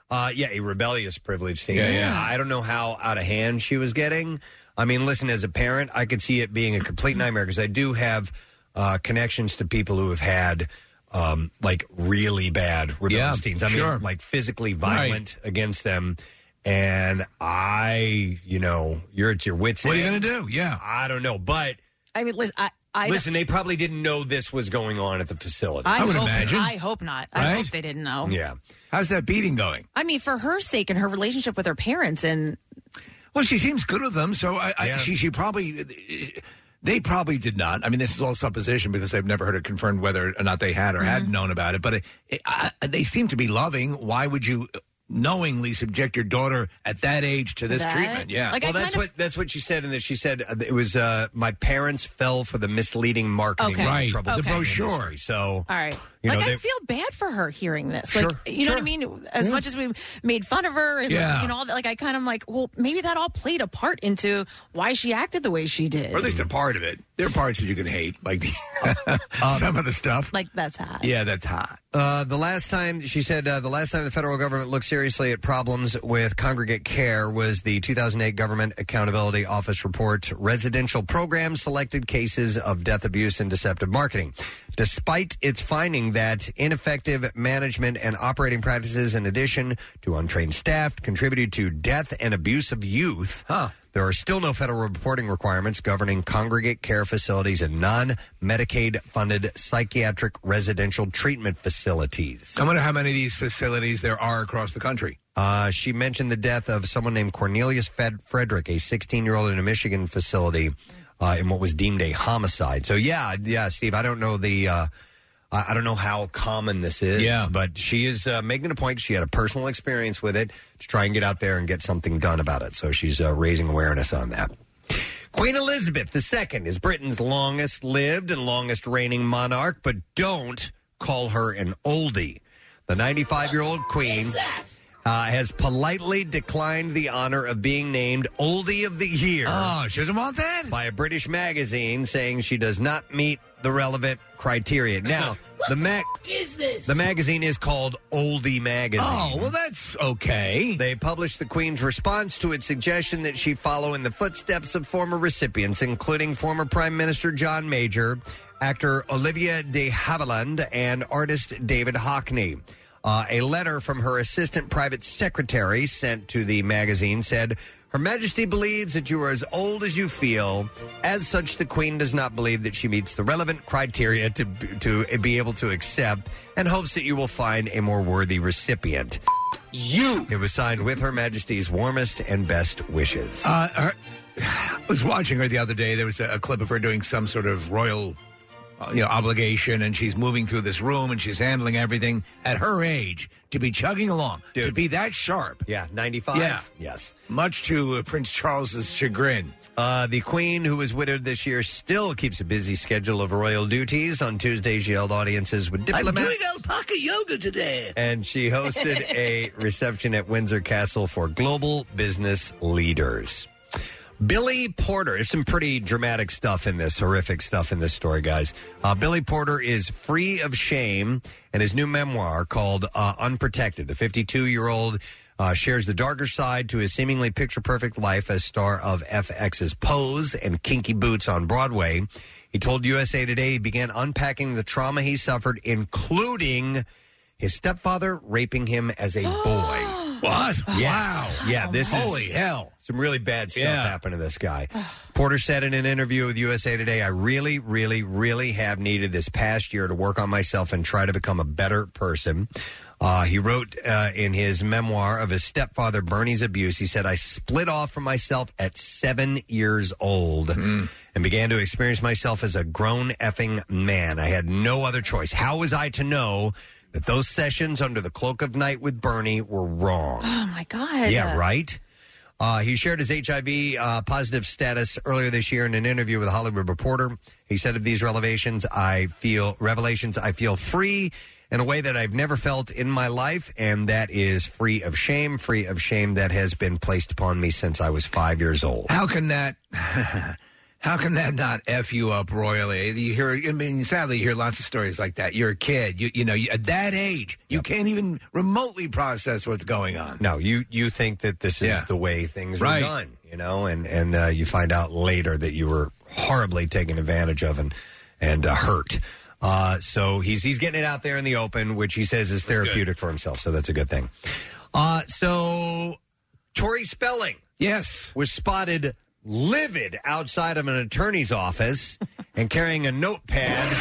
Speaker 2: Uh, yeah, a rebellious privilege thing.
Speaker 4: Yeah, yeah.
Speaker 2: I don't know how out of hand she was getting. I mean, listen, as a parent, I could see it being a complete nightmare because I do have uh, connections to people who have had um, like really bad rebellious
Speaker 4: Yeah,
Speaker 2: teens. I
Speaker 4: sure.
Speaker 2: mean, like physically violent against them. And I, you know, you're at your wits.
Speaker 4: What are you
Speaker 2: end.
Speaker 4: gonna do? Yeah.
Speaker 2: I don't know. But
Speaker 3: I mean, listen, I, I
Speaker 2: listen, they probably didn't know this was going on at the facility.
Speaker 3: I, hope, I hope not. I hope they didn't know.
Speaker 2: Yeah.
Speaker 4: How's that beating going?
Speaker 3: I mean, for her sake and her relationship with her parents, and
Speaker 4: Well, she seems good with them, so I, I, she she probably they probably did not. I mean, this is all supposition because I've never heard it confirmed whether or not they had or had known about it. But it, it, I, they seem to be loving. Why would you knowingly subject your daughter at that age to this treatment? Yeah,
Speaker 2: well, that's what that's what she said, and that she said uh, it was uh, my parents fell for the misleading marketing,
Speaker 3: Okay.
Speaker 2: of
Speaker 3: Right.
Speaker 2: Trouble
Speaker 3: The
Speaker 2: Teen
Speaker 4: brochure.
Speaker 2: industry. So,
Speaker 3: all right,
Speaker 2: You
Speaker 3: like
Speaker 2: know,
Speaker 3: I
Speaker 2: they-
Speaker 3: feel bad for her hearing this.
Speaker 2: Sure,
Speaker 3: like, you know what I mean? As much as we made fun of her, and
Speaker 4: Yeah.
Speaker 3: like, you know, all that, like I kind of like, well, maybe that all played a part into why she acted the way she did.
Speaker 4: or at least a part of it. There are parts that you can hate, like some of the stuff.
Speaker 3: like that's hot.
Speaker 4: Yeah, that's hot.
Speaker 2: Uh, the last time she said, uh, the last time the federal government looked seriously at problems with congregate care was the 2008 Government Accountability Office report. Residential programs selected cases of death abuse and deceptive marketing, despite its finding that ineffective management and operating practices, in addition to untrained staff, contributed to death and abuse of youth. There are still no federal reporting requirements governing congregate care facilities and non Medicaid funded psychiatric residential treatment facilities.
Speaker 4: I wonder how many of these facilities there are across the country.
Speaker 2: Uh, she mentioned the death of someone named Cornelius Fed- Frederick, a 16 year old in a Michigan facility, uh, in what was deemed a homicide. So, yeah, yeah, Steve, I don't know the. Uh, I I don't know how common this is,
Speaker 4: Yeah.
Speaker 2: but she is uh, making a point. She had a personal experience with it to try and get out there and get something done about it. So she's uh, raising awareness on that. Queen Elizabeth II is Britain's longest lived and longest reigning monarch, but don't call her an oldie. The 95 year old Queen uh, has politely declined the honor of being named Oldie of the Year.
Speaker 4: Oh, she doesn't want that?
Speaker 2: By a British magazine saying she does not meet the relevant criteria. Now, the, mag
Speaker 6: Is this?
Speaker 2: the magazine is called Oldie Magazine.
Speaker 4: Oh, well, that's okay.
Speaker 2: They published the Queen's response to its suggestion that she follow in the footsteps of former recipients, including former Prime Minister John Major, actor Olivia de Havilland, and artist David Hockney. Uh, a letter from her assistant private secretary sent to the magazine said, Her Majesty believes that you are as old as you feel. As such, the Queen does not believe that she meets the relevant criteria to, to be able to accept and hopes that you will find a more worthy recipient. You. It was signed with Her Majesty's warmest and best wishes.
Speaker 4: Uh, her, I was watching her the other day. There was a, a clip of her doing some sort of royal, uh, you know, obligation, and she's moving through this room and she's handling everything at her age to be chugging along, to be that sharp.
Speaker 2: Yeah, ninety-five.
Speaker 4: Yeah,
Speaker 2: yes.
Speaker 4: Much to uh, Prince Charles's chagrin.
Speaker 2: Uh, the Queen, who was widowed this year, still keeps a busy schedule of royal duties. On Tuesday, she held audiences with diplomats.
Speaker 4: alpaca yoga today.
Speaker 2: and she hosted a reception at Windsor Castle for global business leaders. Billy Porter, there's some pretty dramatic stuff in this, horrific stuff in this story, guys. Uh, Billy Porter is free of shame, and his new memoir called uh, Unprotected. The 52 year old uh, shares the darker side to his seemingly picture perfect life as star of FX's Pose and Kinky Boots on Broadway. He told USA Today he began unpacking the trauma he suffered, including his stepfather raping him as a boy.
Speaker 4: Was?
Speaker 2: Wow. Yeah, this is
Speaker 4: Holy hell.
Speaker 2: Some really bad stuff
Speaker 4: Yeah.
Speaker 2: happened to this guy. Porter said in an interview with USA Today, I really, really, really have needed this past year to work on myself and try to become a better person. Uh, he wrote uh, in his memoir of his stepfather Bernie's abuse, he said, I split off from myself at seven years old
Speaker 4: Hmm.
Speaker 2: and began to experience myself as a grown effing man. I had no other choice. How was I to know that those sessions under the cloak of night with Bernie were wrong?
Speaker 3: Oh my god.
Speaker 2: Yeah, right. Uh, he shared his HIV uh, positive status earlier this year in an interview with a Hollywood Reporter. He said of these revelations, I feel revelations, I feel free in a way that I've never felt in my life, and that is free of shame, free of shame that has been placed upon me since I was five years old.
Speaker 4: How can that? How can that not f you up royally? You hear, I mean, sadly, you hear lots of stories like that. You're a kid, you, you know, you, at that age, you can't even remotely process what's going on.
Speaker 2: No, you you think that this is
Speaker 4: Yeah.
Speaker 2: the way things
Speaker 4: Right.
Speaker 2: are done, you know, and and uh, you find out later that you were horribly taken advantage of and and uh, hurt. Uh, so he's he's getting it out there in the open, which he says is therapeutic for himself. So that's a good thing. Uh, so Tori Spelling,
Speaker 4: yes,
Speaker 2: was spotted livid outside of an attorney's office and carrying a notepad.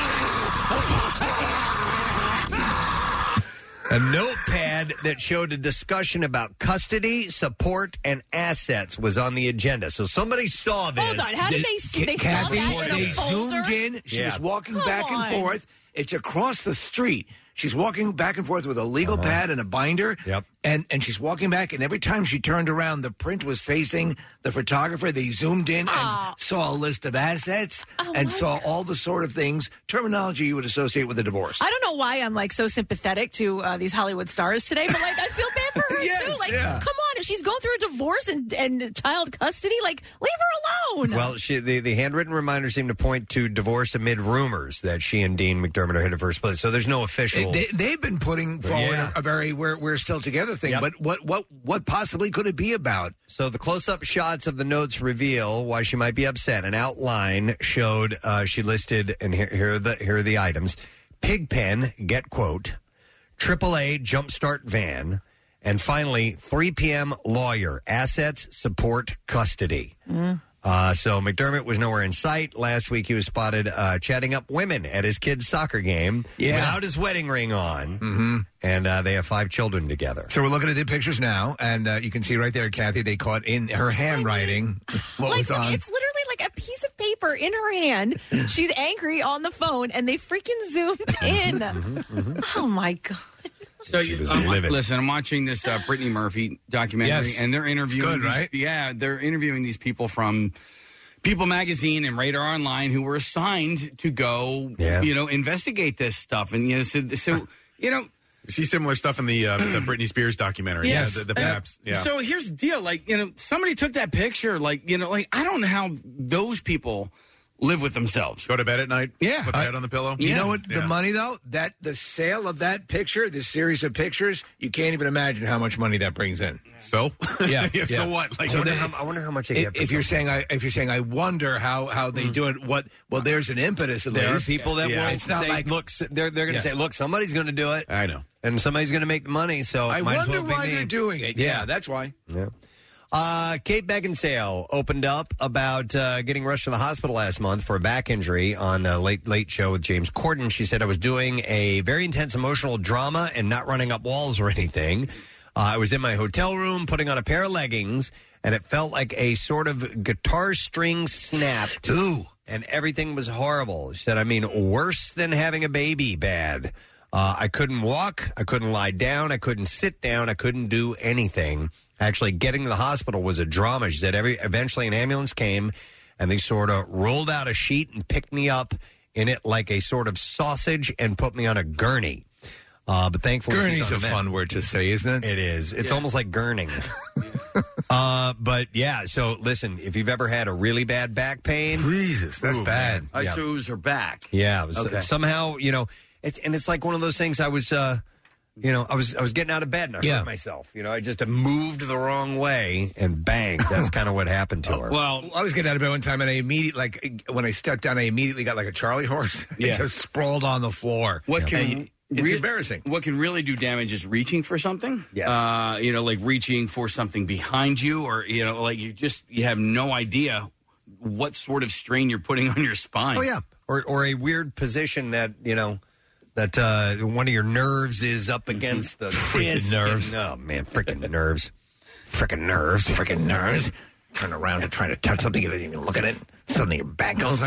Speaker 2: A notepad that showed a discussion about custody, support, and assets was on the agenda. So somebody saw this.
Speaker 3: Hold on, how did they see? They
Speaker 4: Kathy,
Speaker 3: saw that in
Speaker 4: they
Speaker 3: a folder?
Speaker 4: zoomed in. She
Speaker 2: Yeah.
Speaker 4: was walking
Speaker 3: Come
Speaker 4: back
Speaker 3: on.
Speaker 4: and forth. It's across the street. She's walking back and forth with a legal
Speaker 2: Uh-huh.
Speaker 4: pad and a binder. Yep. And and she's walking back, and every time she turned around, the print was facing the photographer. They zoomed in
Speaker 3: Ah.
Speaker 4: and saw a list of assets
Speaker 3: Oh
Speaker 4: and saw all the sort of things, terminology you would associate with a divorce.
Speaker 3: I don't know why I'm like so sympathetic to uh, these Hollywood stars today, but like I feel bad for her
Speaker 4: Yes,
Speaker 3: too. Like,
Speaker 4: yeah.
Speaker 3: come on, if she's going through a divorce and, and child custody, like leave her alone.
Speaker 2: Well, she, the, the handwritten reminder seemed to point to divorce amid rumors that she and Dean McDermott are headed for a split. So there's no official.
Speaker 4: They, they, have been putting forward
Speaker 2: Yeah.
Speaker 4: a very we're, we're still together thing,
Speaker 2: Yep.
Speaker 4: but what what what possibly could it be about?
Speaker 2: So the close-up shots of the notes reveal why she might be upset. An outline showed uh, she listed, and here, here are the here are the items: Pigpen, get quote, AAA Jumpstart van, and finally 3 p.m. lawyer, assets, support, custody. Uh, so McDermott was nowhere in sight. Last week, he was spotted uh, chatting up women at his kid's soccer game
Speaker 4: Yeah.
Speaker 2: without his wedding ring on, mm-hmm. and uh, they have five children together.
Speaker 4: So we're looking at the pictures now, and uh, you can see right there, Kathy. They caught in her handwriting what
Speaker 3: like,
Speaker 4: was
Speaker 3: look,
Speaker 4: on.
Speaker 3: it's literally like a piece of paper in her hand. She's angry on the phone, and they freaking zoomed
Speaker 4: Mm-hmm,
Speaker 3: in. Oh my god!
Speaker 5: So she was I'm,
Speaker 2: livid.
Speaker 5: Listen, I'm watching this uh, Brittany Murphy documentary,
Speaker 4: Yes.
Speaker 5: and they're interviewing.
Speaker 4: It's good,
Speaker 5: these,
Speaker 4: right?
Speaker 5: Yeah, they're interviewing these people from People Magazine and Radar Online who were assigned to go,
Speaker 2: Yeah.
Speaker 5: you know, investigate this stuff, and you know, so, so you know.
Speaker 8: See similar stuff in the uh, the Britney Spears documentary.
Speaker 5: Yes.
Speaker 8: Yeah, the, the
Speaker 5: And, uh,
Speaker 8: Paps. Yeah.
Speaker 5: So here's the deal: like you know, somebody took that picture. Like you know, like I don't know how those people live with themselves.
Speaker 8: Go to bed at night.
Speaker 5: Yeah.
Speaker 8: Put the head on the pillow.
Speaker 4: you
Speaker 5: Yeah.
Speaker 4: know what?
Speaker 8: Yeah.
Speaker 4: The money though that the sale of that picture, this series of pictures, you can't even imagine how much money that brings in.
Speaker 8: So?
Speaker 4: Yeah, yeah.
Speaker 8: So what? Like,
Speaker 2: I
Speaker 8: what
Speaker 2: wonder,
Speaker 8: the-
Speaker 2: how, I wonder how much they
Speaker 4: If,
Speaker 2: get. for
Speaker 4: if you're
Speaker 2: something. Mm.
Speaker 4: saying, I, if you're saying, I wonder how how they do it. What? Well, there's an impetus. At
Speaker 2: There are
Speaker 4: least.
Speaker 2: people that
Speaker 8: Yeah.
Speaker 2: will
Speaker 4: It's not
Speaker 2: say,
Speaker 4: like-
Speaker 2: look, s- they're, they're going
Speaker 4: Yeah.
Speaker 2: to say, look, somebody's going to do it,
Speaker 8: I know.
Speaker 2: and somebody's going to make the money. So
Speaker 4: I
Speaker 2: might as
Speaker 4: wonder
Speaker 2: well be
Speaker 4: why
Speaker 2: me.
Speaker 4: they're doing it. Yeah,
Speaker 2: Yeah.
Speaker 4: that's why.
Speaker 2: Yeah. Uh, Kate Beckinsale opened up about uh, getting rushed to the hospital last month for a back injury on a late late show with James Corden. She said, "I was doing a very intense emotional drama and not running up walls or anything. Uh, I was in my hotel room putting on a pair of leggings, and it felt like a sort of guitar string snapped. Ooh." And everything was horrible. She said, "I mean, worse than having a baby. Bad." Uh, I couldn't walk. I couldn't lie down. I couldn't sit down. I couldn't do anything. Actually, getting to the hospital was a drama. She said every eventually an ambulance came, and they sort of rolled out a sheet and picked me up in it like a sort of sausage and put me on a gurney. Uh, but thankfully, she's
Speaker 4: Gurney's
Speaker 2: on
Speaker 4: a
Speaker 2: mend.
Speaker 4: fun word to say, isn't it?
Speaker 2: It is. It's almost like gurning. uh, but yeah. So listen, if you've ever had a really bad back pain,
Speaker 4: Jesus, that's
Speaker 2: Ooh,
Speaker 4: bad.
Speaker 2: man.
Speaker 5: I
Speaker 2: Yeah.
Speaker 5: so it was her back.
Speaker 2: Yeah, it was-
Speaker 5: Okay.
Speaker 2: somehow you know, it's and it's like one of those things. I was, uh, you know, I was I was getting out of bed and I
Speaker 4: Yeah.
Speaker 2: hurt myself. You know, I just moved the wrong way and bang. That's kind of what happened to her.
Speaker 5: Well,
Speaker 4: I was getting out of bed one time, and I immediately, like, when I stepped down, I immediately got like a Charlie horse.
Speaker 5: Yeah.
Speaker 4: and just sprawled on the floor.
Speaker 5: What
Speaker 4: And
Speaker 5: can It's embarrassing. What can really do damage is reaching for something. Yes. Uh, you know, like reaching for something behind you, or you know, like you just you have no idea what sort of strain you're putting on your spine.
Speaker 2: Oh yeah, or or a weird position that you know that uh, one of your nerves is up against the
Speaker 4: Mm-hmm. Freaking
Speaker 2: disc.
Speaker 4: nerves.
Speaker 2: Oh man, freaking nerves, freaking nerves,
Speaker 4: freaking nerves. Turn around to try to touch something you didn't even look at it. Suddenly your back goes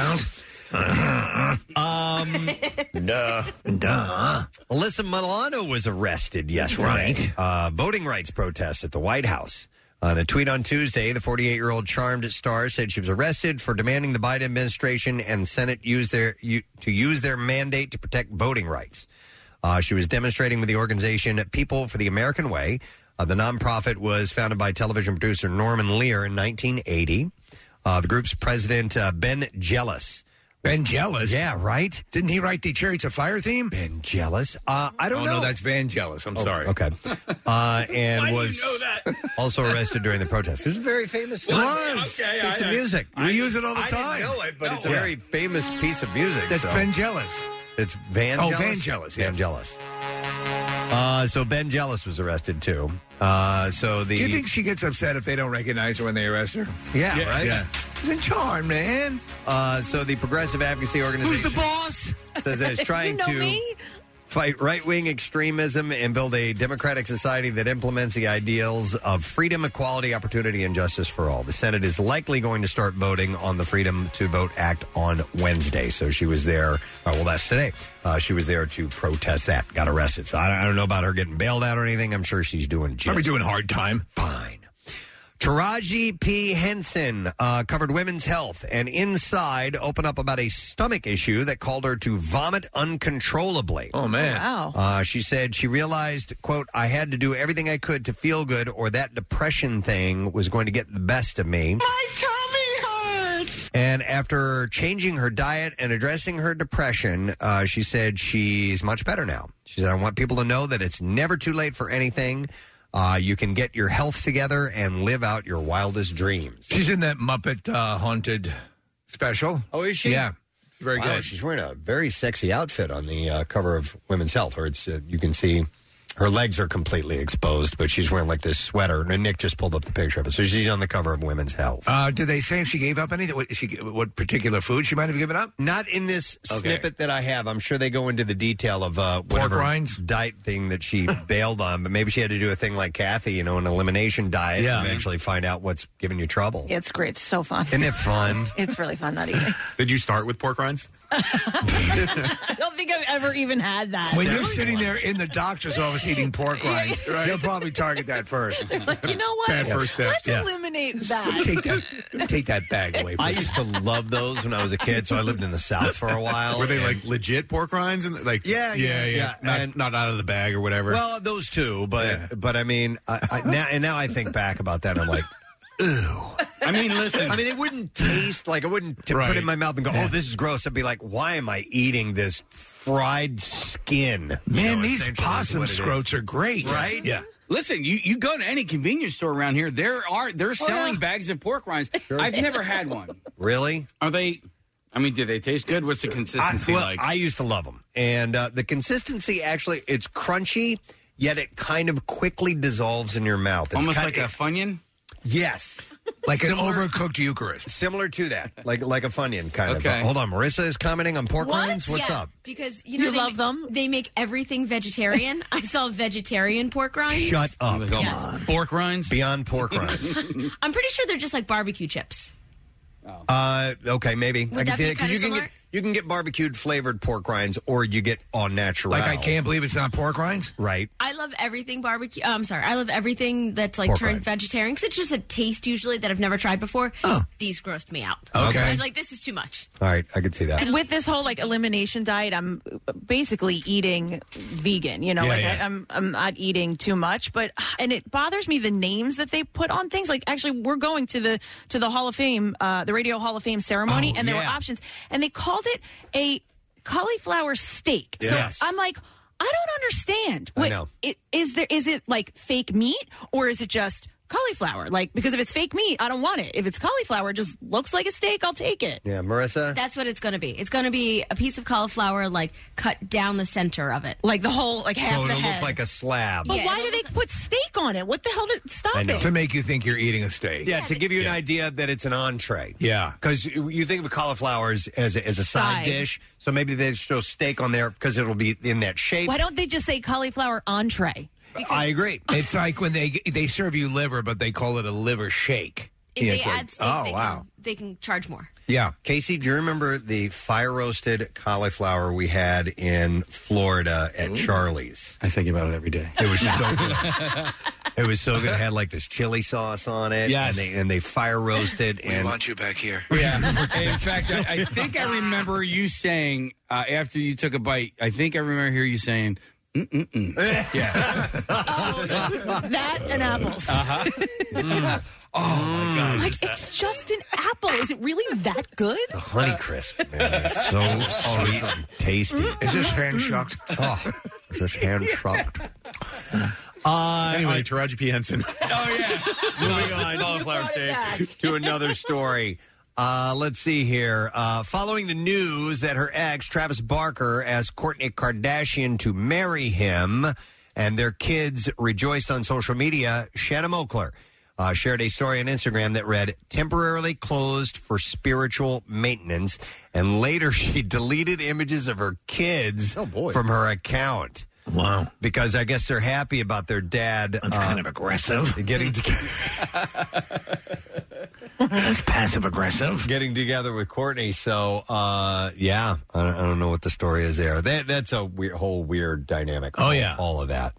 Speaker 4: out.
Speaker 2: Um, duh,
Speaker 4: duh.
Speaker 2: Alyssa Milano was arrested yesterday.
Speaker 4: Right.
Speaker 2: Uh, voting rights protests at the White House. On a tweet on Tuesday, the 48 year old charmed star said she was arrested for demanding the Biden administration and Senate use their u- to use their mandate to protect voting rights. Uh, she was demonstrating with the organization People for the American Way. Uh, the nonprofit was founded by television producer Norman Lear in 1980. Uh, the group's president, uh, Ben Jealous.
Speaker 4: Ben Jealous?
Speaker 2: Yeah, right?
Speaker 4: Didn't he write the Chariots of Fire theme?
Speaker 2: Ben Jealous? Uh, I don't
Speaker 4: oh,
Speaker 2: know.
Speaker 4: No, that's Van Jealous. I'm
Speaker 2: Oh,
Speaker 4: sorry.
Speaker 2: Okay. Uh, and
Speaker 4: Why do you
Speaker 2: was also arrested during the protest. It was a very famous
Speaker 4: What?
Speaker 2: piece
Speaker 4: Okay,
Speaker 2: of
Speaker 4: I- I-
Speaker 2: music.
Speaker 4: We use it all the
Speaker 2: I didn't
Speaker 4: time.
Speaker 2: know it, but it's a
Speaker 4: No.
Speaker 2: very famous piece of music.
Speaker 4: That's
Speaker 2: so.
Speaker 4: Ben Jealous.
Speaker 2: It's Van.
Speaker 4: Oh,
Speaker 2: Jealous?
Speaker 4: Van Jealous,
Speaker 2: Van Jealous. Uh, so Ben Jealous was arrested too. Uh, so the
Speaker 4: Do you think she gets upset if they don't recognize her when they arrest her?
Speaker 2: yeah, right.
Speaker 4: Yeah. She's in charm, man.
Speaker 2: Uh, so the Progressive Advocacy Organization.
Speaker 4: Who's the boss?
Speaker 2: Says that it's trying
Speaker 4: You know
Speaker 2: to
Speaker 4: me?
Speaker 2: fight right wing extremism and build a democratic society that implements the ideals of freedom, equality, opportunity, and justice for all. The Senate is likely going to start voting on the Freedom to Vote Act on Wednesday. So she was there. Uh, well, that's today. Uh, she was there to protest that. Got arrested. So I don't, I don't know about her getting bailed out or anything. I'm sure she's doing. Just
Speaker 4: Probably doing hard time.
Speaker 2: Fine. Taraji P. Henson uh, covered women's health and inside opened up about a stomach issue that called her to vomit uncontrollably.
Speaker 4: Oh, man. Wow.
Speaker 2: Uh, she said she realized, quote, I had to do everything I could to feel good or that depression thing was going to get the best of me.
Speaker 11: My tummy hurts.
Speaker 2: And after changing her diet and addressing her depression, uh, she said she's much better now. She said, I want people to know that it's never too late for anything. Uh, you can get your health together and live out your wildest dreams.
Speaker 4: She's in that Muppet uh, Haunted special.
Speaker 2: Oh, is she?
Speaker 4: Yeah. She's very
Speaker 2: Wow,
Speaker 4: good.
Speaker 2: She's wearing a very sexy outfit on the uh, cover of Women's Health. Or it's uh, you can see her legs are completely exposed, but she's wearing like this sweater. And Nick just pulled up the picture of it, so she's on the cover of Women's Health.
Speaker 4: Uh, did they say if she gave up any? What, she, what particular food she might have given up?
Speaker 2: Not in this
Speaker 4: Okay.
Speaker 2: snippet that I have. I'm sure they go into the detail of uh, whatever
Speaker 4: rinds?
Speaker 2: diet thing that she bailed on, but maybe she had to do a thing like Kathy, you know, an elimination diet,
Speaker 3: Yeah.
Speaker 2: and eventually find out what's giving you trouble.
Speaker 3: It's great. It's so fun.
Speaker 2: Isn't it fun?
Speaker 3: It's really fun not eating.
Speaker 8: Did you start with pork rinds?
Speaker 3: I don't think I've ever even had that.
Speaker 4: When you're sitting there in the doctor's office eating pork rinds, you'll probably target that first.
Speaker 3: It's like, you know what?
Speaker 4: Bad first step.
Speaker 3: Let's
Speaker 4: Yeah.
Speaker 3: eliminate that.
Speaker 4: Take that, take that bag away. From
Speaker 2: I used to love those when I was a kid, so I lived in the South for a while.
Speaker 8: Were they
Speaker 2: and-
Speaker 8: like legit pork rinds and like
Speaker 2: Yeah, yeah,
Speaker 8: yeah,
Speaker 2: yeah.
Speaker 8: Not, not out of the bag or whatever.
Speaker 2: Well, those two, but but I mean, I, I, now and now I think back about that, I'm like,
Speaker 5: I mean, listen.
Speaker 2: I mean, it wouldn't taste like I wouldn't to put it in my mouth and go, oh, this is gross. I'd be like, why am I eating this fried skin? You
Speaker 4: Man,
Speaker 2: know,
Speaker 4: these
Speaker 2: essentially is
Speaker 4: possum
Speaker 2: what it is.
Speaker 4: scroats are great.
Speaker 2: right?
Speaker 4: Yeah.
Speaker 5: Listen, you, you go to any convenience store around here, there are they're selling bags of pork rinds. I've never had one.
Speaker 2: Really?
Speaker 5: Are they? I mean, do they taste good? What's the consistency
Speaker 2: I, well,
Speaker 5: like?
Speaker 2: I used to love them, and uh, the consistency actually, it's crunchy, yet it kind of quickly dissolves in your mouth. It's
Speaker 5: Almost
Speaker 2: kind-
Speaker 5: like a funyun.
Speaker 2: Yes.
Speaker 4: Like an overcooked Eucharist.
Speaker 2: Similar to that, like like a funyun kind
Speaker 5: Okay.
Speaker 2: of. Hold on, Marissa is commenting on pork rinds. What's
Speaker 12: Yeah,
Speaker 2: up?
Speaker 12: Because you know
Speaker 3: You
Speaker 12: they
Speaker 3: love
Speaker 12: them. They make everything vegetarian. I saw vegetarian pork rinds.
Speaker 2: Shut up!
Speaker 5: Come
Speaker 12: Yes.
Speaker 5: on. Pork rinds.
Speaker 2: Beyond pork rinds.
Speaker 12: I'm pretty sure they're just like barbecue chips.
Speaker 2: Uh, okay, maybe I can
Speaker 12: that
Speaker 2: see
Speaker 12: be
Speaker 2: that because
Speaker 12: kinda
Speaker 2: you can
Speaker 12: similar?
Speaker 2: get you can get barbecued flavored pork rinds, or you get all natural.
Speaker 4: Like I can't believe it's not pork rinds.
Speaker 2: Right.
Speaker 12: I love everything barbecue. oh, I'm sorry. I love everything that's like
Speaker 2: Pork
Speaker 12: turned
Speaker 2: rind.
Speaker 12: vegetarian because it's just a taste usually that I've never tried before. These grossed me out.
Speaker 2: Okay.
Speaker 12: I was like, this is too much.
Speaker 2: All right, I can see that.
Speaker 3: And with this whole like elimination diet, I'm basically eating vegan. You know,
Speaker 2: Yeah,
Speaker 3: like
Speaker 2: yeah.
Speaker 3: I, I'm I'm not eating too much, but and it bothers me the names that they put on things. Like actually, we're going to the to the Hall of Fame, uh, the Radio Hall of Fame ceremony,
Speaker 2: Oh,
Speaker 3: and there were
Speaker 2: yeah.
Speaker 3: options, and they called it a cauliflower steak.
Speaker 2: Yes.
Speaker 3: So I'm like. I don't understand.
Speaker 2: I know.
Speaker 3: It, is there? Is it like fake meat, or is it just cauliflower. Like, because if it's fake meat, I don't want it. If it's cauliflower, it just looks like a steak, I'll take it.
Speaker 2: Yeah, Marissa.
Speaker 12: That's what it's going to be. It's going to be a piece of cauliflower, like cut down the center of it,
Speaker 3: like the whole, like half
Speaker 2: so
Speaker 3: the
Speaker 2: it'll
Speaker 3: head.
Speaker 2: look like a slab.
Speaker 3: but why do they put steak on it? What the hell? Did, stop it.
Speaker 4: To make you think you're eating a steak.
Speaker 2: Yeah, to give you an idea that it's an entree.
Speaker 4: Yeah.
Speaker 2: Because you think of cauliflower as, as, a, as a side,
Speaker 3: Side.
Speaker 2: dish, so maybe they just throw steak on there because it'll be in that shape.
Speaker 3: Why don't they just say cauliflower entree?
Speaker 2: I agree.
Speaker 4: It's like when they they serve you liver, but they call it a liver shake.
Speaker 12: If
Speaker 4: Yeah,
Speaker 12: they
Speaker 4: it's like,
Speaker 12: add steak,
Speaker 4: oh
Speaker 12: they,
Speaker 4: wow.
Speaker 12: can, they can charge more.
Speaker 4: Yeah.
Speaker 2: Casey, do you remember the fire roasted cauliflower we had in Florida at Charlie's?
Speaker 5: I think about it every day.
Speaker 2: It was so good. it was so good. It had like this chili sauce on it. And
Speaker 5: Yes.
Speaker 2: they, and they fire roasted.
Speaker 5: We
Speaker 2: and
Speaker 5: want
Speaker 4: you back here.
Speaker 5: Yeah. In fact, I, I think I remember you saying uh, after you took a bite. I think I remember hear you saying, "Mm-mm-mm." Yeah.
Speaker 3: that and apples.
Speaker 5: Uh-huh.
Speaker 2: Mm.
Speaker 3: Oh
Speaker 2: my God.
Speaker 3: Like it's just an apple. Is it really that good? Uh, The
Speaker 2: Honey crisp, man, is so sweet and tasty.
Speaker 4: Is this hand shocked?
Speaker 2: Oh, is this hand shocked?
Speaker 8: anyway, Taraji P. Henson.
Speaker 5: Oh yeah.
Speaker 2: Moving on.
Speaker 5: Cauliflower
Speaker 2: steak. to another story. Uh, let's see here. Uh, following the news that her ex, Travis Barker, asked Courtney Kardashian to marry him, and their kids rejoiced on social media, Shannon Mokler uh, shared a story on Instagram that read, temporarily closed for spiritual maintenance, and later she deleted images of her kids from her account.
Speaker 4: Oh, Wow.
Speaker 2: Because I guess they're happy about their dad. That's
Speaker 4: kind of aggressive.
Speaker 2: Getting together.
Speaker 4: That's passive aggressive.
Speaker 2: Getting together with Courtney. So, uh, yeah, I don't, I don't know what the story is there. That, that's a weir- whole weird dynamic.
Speaker 4: Oh,
Speaker 2: all,
Speaker 4: yeah.
Speaker 2: All of that.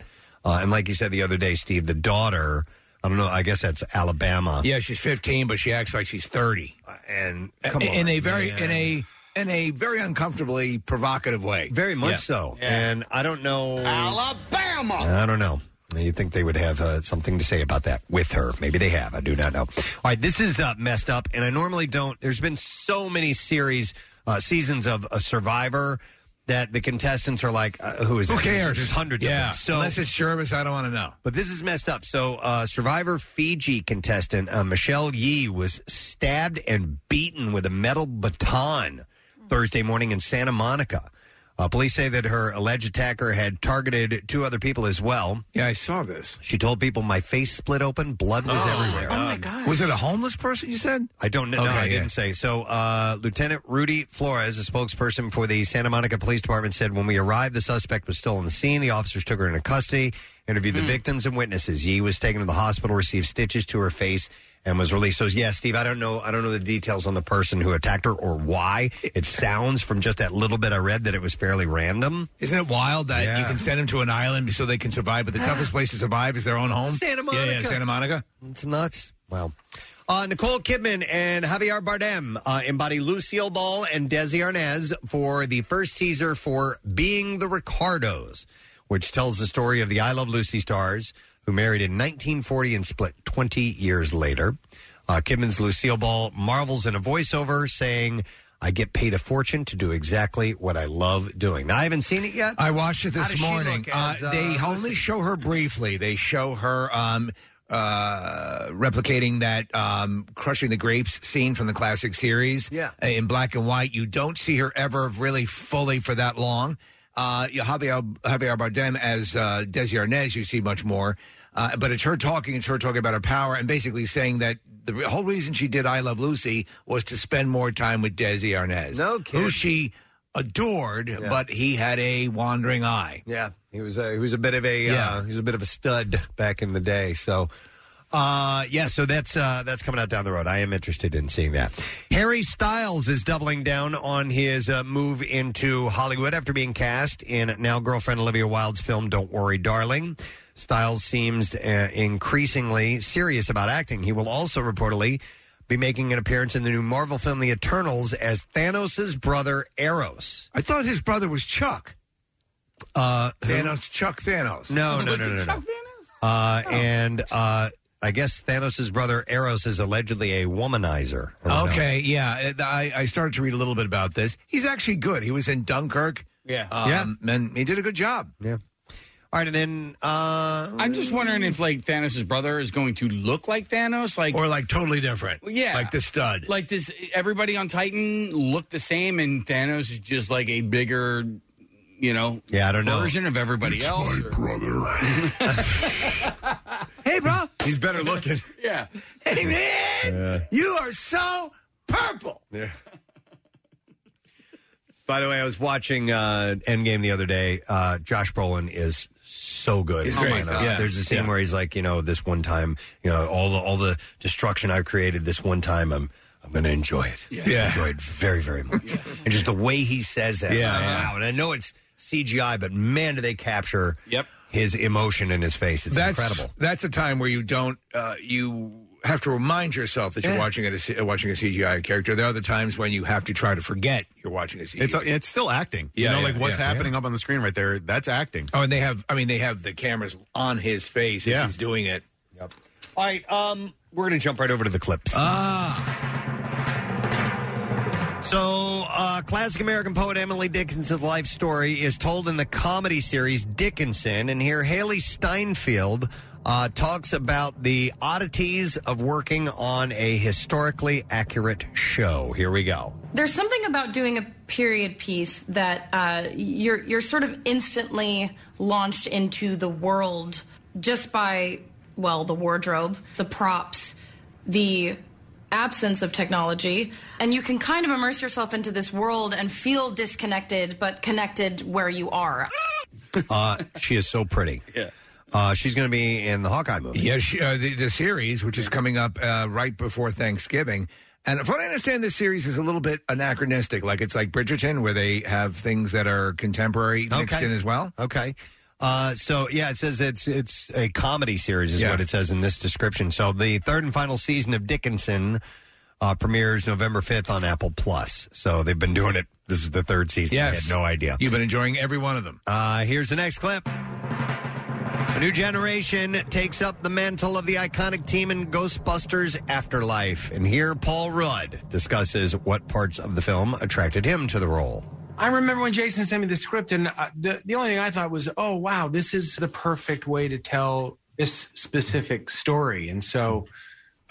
Speaker 2: Uh, and like you said the other day, Steve, the daughter, I don't know, I guess that's Alabama.
Speaker 4: Yeah, she's 15, but she acts like she's 30.
Speaker 2: Uh, And
Speaker 4: in,
Speaker 2: come on,
Speaker 4: a very
Speaker 2: man.
Speaker 4: in a in a very uncomfortably provocative way.
Speaker 2: Very much so. And I don't know.
Speaker 11: Alabama.
Speaker 2: I don't know. You think they would have uh, something to say about that with her? Maybe they have. I do not know. All right, this is uh, messed up, and I normally don't. There's been so many series, uh, seasons of a Survivor that the contestants are like, uh, "Who is
Speaker 4: Who
Speaker 2: that?
Speaker 4: cares?
Speaker 2: There's hundreds of
Speaker 4: Yeah.
Speaker 2: them. So
Speaker 4: Unless it's Jervis, I don't want to know.
Speaker 2: but this is messed up. So, uh, Survivor Fiji contestant uh, Michelle Yee was stabbed and beaten with a metal baton Thursday morning in Santa Monica. Uh, police say that her alleged attacker had targeted two other people as well.
Speaker 4: Yeah, I saw this. Oh,
Speaker 2: She told people, "My face split open, blood was everywhere." Um,
Speaker 4: Was it a homeless person you said?
Speaker 2: I don't know.
Speaker 4: Okay,
Speaker 2: no, I
Speaker 4: yeah.
Speaker 2: didn't say. So, uh, Lieutenant Rudy Flores, a spokesperson for the Santa Monica Police Department, said when we arrived, the suspect was still on the scene. The officers took her into custody, interviewed the victims and witnesses. Yee was taken to the hospital, received stitches to her face, and was released. So, yeah, Steve, I don't know. I don't know the details on the person who attacked her or why. It sounds from just that little bit I read that it was fairly random.
Speaker 4: Isn't it wild that you can send them to an island so they can survive? But the toughest place to survive is their own home.
Speaker 2: Santa
Speaker 4: Yeah, yeah
Speaker 2: Monica.
Speaker 4: Santa Monica.
Speaker 2: It's nuts. Wow. Uh, Nicole Kidman and Javier Bardem uh, embody Lucille Ball and Desi Arnaz for the first teaser for Being the Ricardos, which tells the story of the I Love Lucy stars who married in 1940 and split 20 years later. Uh, Kidman's Lucille Ball marvels in a voiceover saying, I get paid a fortune to do exactly what I love doing. Now, I haven't seen it yet.
Speaker 4: I watched it
Speaker 2: How does
Speaker 4: this
Speaker 2: she look
Speaker 4: morning.
Speaker 2: as,
Speaker 4: uh, they
Speaker 2: uh,
Speaker 4: only show her briefly. They show her um, uh, replicating that um, crushing the grapes scene from the classic series. Yeah. in black and white. You don't see her ever really fully for that long. Uh, you- Javier, Javier Bardem as uh, Desi Arnaz, you see much more. Uh, but it's her talking. It's her talking about her power and basically saying that the re- whole reason she did I Love Lucy was to spend more time with Desi Arnaz, no who she adored, but he had a wandering eye.
Speaker 2: Yeah, he was a, he was a bit of a uh, he was a bit of a stud back in the day. So, uh, yeah, so that's uh, that's coming out down the road. I am interested in seeing that. Harry Styles is doubling down on his uh, move into Hollywood after being cast in now girlfriend Olivia Wilde's film "Don't Worry, Darling." Styles seems uh, increasingly serious about acting. He will also reportedly be making an appearance in the new Marvel film The Eternals as Thanos' brother Eros.
Speaker 4: I thought his brother was Chuck.
Speaker 2: Uh, who-
Speaker 4: Thanos, Chuck Thanos.
Speaker 2: No, no, no, no, no. no. Uh, And uh, I guess Thanos' brother Eros is allegedly a womanizer.
Speaker 4: Okay, yeah. uh, I, I started to read a little bit about this. He's actually good. He was in Dunkirk.
Speaker 5: Yeah.
Speaker 4: Um, And he did a good job.
Speaker 2: Yeah. All right, and then uh,
Speaker 5: I'm just wondering if like Thanos' brother is going to look like Thanos, like
Speaker 4: or like totally different.
Speaker 5: yeah,
Speaker 4: like the stud.
Speaker 5: Like this, everybody on Titan looked the same, and Thanos is just like a bigger, you know,
Speaker 2: yeah, I don't know.
Speaker 5: version of everybody else.
Speaker 4: Hey, bro.
Speaker 2: He's better looking.
Speaker 5: yeah.
Speaker 4: Hey, man. You are so purple.
Speaker 2: Yeah. By the way, I was watching uh, Endgame the other day. Uh, Josh Brolin is so good.
Speaker 4: He's
Speaker 2: as
Speaker 4: great.
Speaker 2: Thanos.
Speaker 4: Yeah.
Speaker 2: There's a scene
Speaker 4: Yeah.
Speaker 2: where he's like, you know, this one time, you know, all the all the destruction I've created, this one time, I'm I'm going to enjoy it.
Speaker 4: Yeah. Yeah.
Speaker 2: enjoy it very very much. And just the way he says that,
Speaker 4: Yeah.
Speaker 2: wow. And I know it's CGI, but man, do they capture
Speaker 5: yep.
Speaker 2: his emotion in his face. It's
Speaker 4: that's
Speaker 2: incredible.
Speaker 4: That's a time where you don't uh, you have to remind yourself that you're
Speaker 2: Yeah.
Speaker 4: watching a C- uh, watching a CGI character. There are other times when you have to try to forget you're watching a CGI.
Speaker 2: uh,
Speaker 8: It's it's still acting.
Speaker 4: Yeah,
Speaker 8: you know,
Speaker 4: yeah,
Speaker 8: like what's
Speaker 4: yeah,
Speaker 8: happening up on the screen right there. That's acting.
Speaker 4: oh, and they have I mean they have the cameras on his face
Speaker 8: Yeah.
Speaker 4: as he's doing it.
Speaker 2: Yep. All right, um, we're going to jump right over to the clips.
Speaker 4: Ah.
Speaker 2: So, uh, classic American poet Emily Dickinson's life story is told in the comedy series Dickinson, and here Haley Steinfeld uh, talks about the oddities of working on a historically accurate show. Here we go.
Speaker 13: There's something about doing a period piece that uh, you're you're sort of instantly launched into the world just by well the wardrobe, the props, the absence of technology, and you can kind of immerse yourself into this world and feel disconnected but connected where you are.
Speaker 2: Uh, she is so pretty.
Speaker 5: Yeah.
Speaker 2: Uh, she's going to be in the Hawkeye movie.
Speaker 4: Yes, she- uh, the, the series, which is coming up uh, right before Thanksgiving. And if I understand, this series is a little bit anachronistic. Like it's like Bridgerton, where they have things that are contemporary mixed
Speaker 2: Okay.
Speaker 4: in as well.
Speaker 2: Okay. Uh, so yeah, it says it's it's a comedy series is
Speaker 4: Yeah.
Speaker 2: what it says in this description. So the third and final season of Dickinson uh, premieres November fifth on Apple Plus. So they've been doing it. This is the third season.
Speaker 4: Yes.
Speaker 2: I had no idea.
Speaker 4: You've been enjoying every one of them.
Speaker 2: Uh, here's the next clip. A new generation takes up the mantle of the iconic team in Ghostbusters Afterlife, and here Paul Rudd discusses what parts of the film attracted him to the role.
Speaker 14: I remember when Jason sent me the script, and uh, the, the only thing I thought was, oh, wow, this is the perfect way to tell this specific story. And so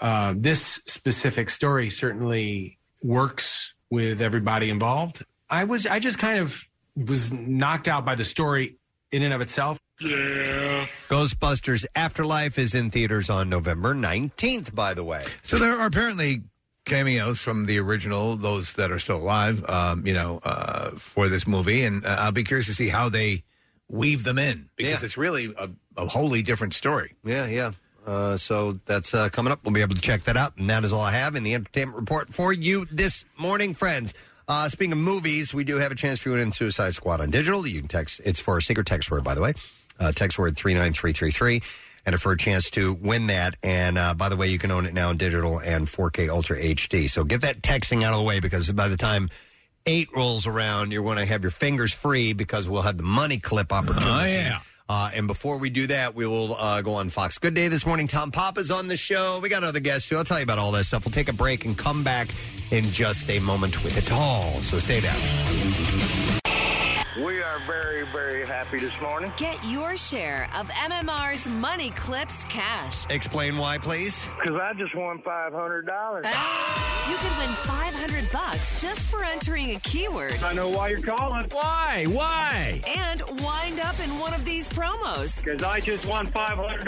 Speaker 14: uh, this specific story certainly works with everybody involved. I was, I just kind of was knocked out by the story in and of itself. Yeah.
Speaker 2: Ghostbusters Afterlife is in theaters on November 19th, by the way.
Speaker 4: So there are apparently cameos from the original, those that are still alive, um, you know, uh, for this movie, and uh, I'll be curious to see how they weave them in because it's really a, a wholly different story.
Speaker 2: Yeah, yeah. Uh, so that's uh, coming up. We'll be able to check that out. And that is all I have in the entertainment report for you this morning, friends. Uh, speaking of movies, we do have a chance for you in Suicide Squad on digital. You can text, it's for a secret text word, by the way. Uh, text word 39333. And for a chance to win that. And uh, by the way, you can own it now in digital and 4K Ultra HD. So get that texting out of the way because by the time eight rolls around, you're going to have your fingers free because we'll have the money clip opportunity.
Speaker 4: yeah.
Speaker 2: Uh, and before we do that, we will uh, go on Fox Good Day this morning. Tom Papa's on the show. We got other guests too. I'll tell you about all that stuff. We'll take a break and come back in just a moment with it all. So stay down.
Speaker 15: We are very, very happy this morning.
Speaker 16: Get your share of MMR's Money Clips cash.
Speaker 2: Explain why, please.
Speaker 15: Because I just won $500.
Speaker 16: You could win 500 bucks just for entering a keyword.
Speaker 15: I know why you're calling.
Speaker 16: Why? Why? And wind up in one of these promos.
Speaker 15: Because I just won $500.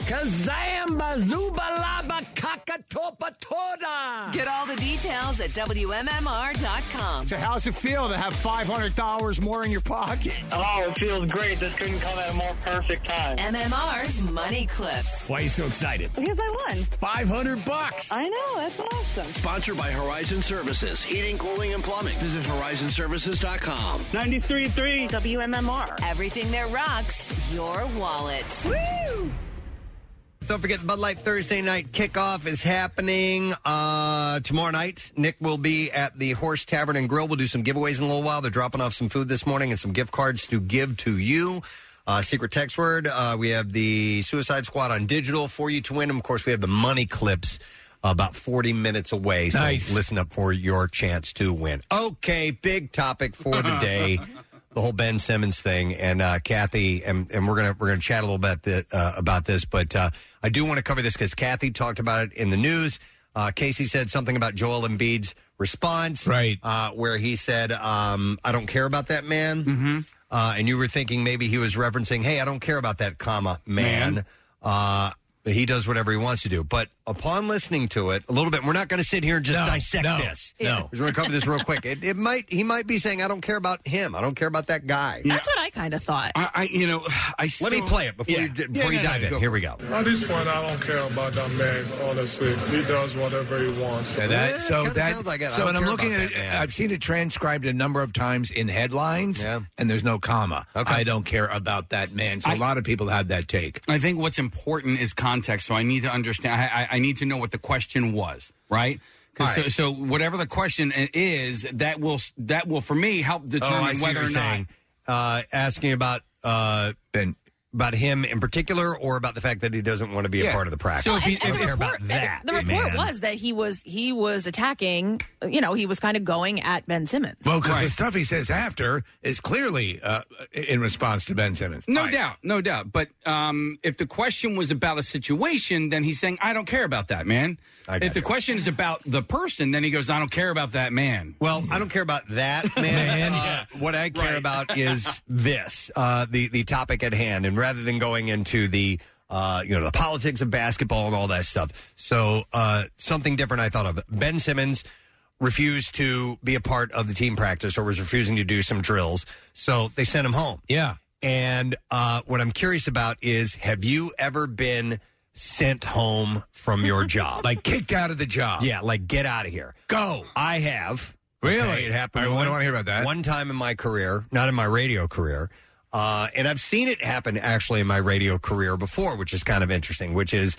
Speaker 16: Kazam bazubalaba kakatopa toda. Get all the details at WMMR.com.
Speaker 17: So how's it feel to have five hundred dollars more in your pocket?
Speaker 15: Oh, it feels great. This couldn't come at a more perfect time.
Speaker 16: MMR's Money Clips.
Speaker 17: Why are you so excited?
Speaker 16: Because I won.
Speaker 17: 500 bucks.
Speaker 16: I know, that's awesome.
Speaker 9: Sponsored by Horizon Services, heating, cooling, and plumbing. Visit horizonservices.com.
Speaker 16: 93.3 WMMR. Everything that rocks your wallet. Woo!
Speaker 2: Don't forget, the Bud Light Thursday night kickoff is happening uh, tomorrow night. Nick will be at the Horse Tavern and Grill. We'll do some giveaways in a little while. They're dropping off some food this morning and some gift cards to give to you. Uh, secret text word. Uh, we have the Suicide Squad on digital for you to win. And of course, we have the money clips about 40 minutes away. So
Speaker 4: Nice.
Speaker 2: listen up for your chance to win. Okay, big topic for the day. the whole Ben Simmons thing, and uh, Kathy, and, and we're gonna we're gonna chat a little bit the, uh, about this, but uh, I do want to cover this because Kathy talked about it in the news. Uh, Casey said something about Joel Embiid's response, right? Uh, where he said, um, "I don't care about that man," mm-hmm. uh, and you were thinking maybe he was referencing, "Hey, I don't care about that comma man."
Speaker 5: Man.
Speaker 2: Uh, he does whatever he wants to do, but upon listening to it a little bit, we're not going to sit here and just
Speaker 4: No,
Speaker 2: dissect
Speaker 4: no,
Speaker 2: this.
Speaker 4: no.
Speaker 2: we're going to cover this real quick. It, it might he might be saying, "I don't care about him. I don't care about that guy."
Speaker 3: That's what I kind of thought.
Speaker 5: I, I you know, I
Speaker 2: Let me play it before you d- before you dive in. Here we go.
Speaker 18: At this point, I don't care about that man, honestly. He does whatever he wants.
Speaker 4: Yeah, that so that so when I'm looking at it, I've seen it transcribed a number of times in headlines, and there's no comma. I don't care about that man. So a lot of people have that take.
Speaker 5: I think what's important is context. So I need to understand. I, I, I need to know what the question was, right? 'Cause
Speaker 2: All
Speaker 5: So,
Speaker 2: right.
Speaker 5: so whatever the question i- is, that will s- that will for me help
Speaker 2: Oh, I
Speaker 5: determine
Speaker 2: see what
Speaker 5: whether or
Speaker 2: you're saying.
Speaker 5: not.
Speaker 2: Uh, asking about uh, about him in particular, or about the fact that he doesn't want to be a
Speaker 5: Yeah.
Speaker 2: part of the practice.
Speaker 5: So if he-
Speaker 2: I don't
Speaker 5: if-
Speaker 2: care about
Speaker 5: report- and
Speaker 2: that,
Speaker 3: The report
Speaker 2: man.
Speaker 3: was that he was he was attacking. You know, he was kind of going at Ben Simmons.
Speaker 4: Well, because the stuff he says after is clearly uh, in response to Ben Simmons.
Speaker 5: No doubt, no doubt. But um, if the question was about a situation, then he's saying, "I don't care about that man." If the question is about the person, then he goes, "I don't care about that man."
Speaker 2: Well, I don't care about that man. Uh, what I care about is this uh, the the topic at hand, and rather than going into the uh, you know the politics of basketball and all that stuff, so uh, something different I thought of. Ben Simmons refused to be a part of the team practice, or was refusing to do some drills, so they sent him home.
Speaker 4: Yeah,
Speaker 2: and uh, what I'm curious about is, have you ever been sent home from your job,
Speaker 4: like kicked out of the job?
Speaker 2: Yeah, like get out of here.
Speaker 4: Go.
Speaker 2: I have.
Speaker 4: Really?
Speaker 2: Okay, it happened.
Speaker 4: I really
Speaker 2: one-
Speaker 4: don't want to hear about that.
Speaker 2: One time in my career, not in my radio career, uh, and I've seen it happen actually in my radio career before, which is kind of interesting. Which is,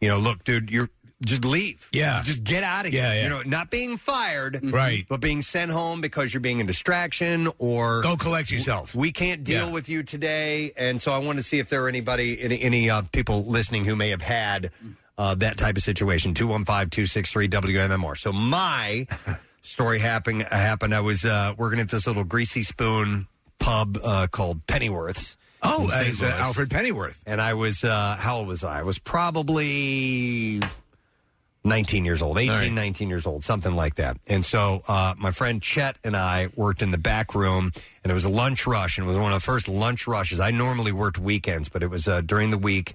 Speaker 2: you know, look, dude, you're just leave.
Speaker 4: Yeah.
Speaker 2: just get out of here.
Speaker 4: Yeah, yeah.
Speaker 2: You know, not being fired,
Speaker 4: Right.
Speaker 2: but being sent home because you're being a distraction or
Speaker 4: Go collect yourself.
Speaker 2: We can't deal
Speaker 4: Yeah.
Speaker 2: with you today, and so I want to see if there are anybody, any, any uh, people listening who may have had uh, that type of situation. 215-263-WMMR. So my story happened. Happened. I was uh, working at this little greasy spoon pub uh, called Pennyworth's.
Speaker 4: Oh,
Speaker 2: in St.
Speaker 4: as uh,
Speaker 2: Louis.
Speaker 4: Alfred Pennyworth.
Speaker 2: And I was, uh, how old was I? I was probably 19 years old, 18, 19 years old, something like that. And so uh, my friend Chet and I worked in the back room, and it was a lunch rush, and it was one of the first lunch rushes. I normally worked weekends, but it was uh, during the week.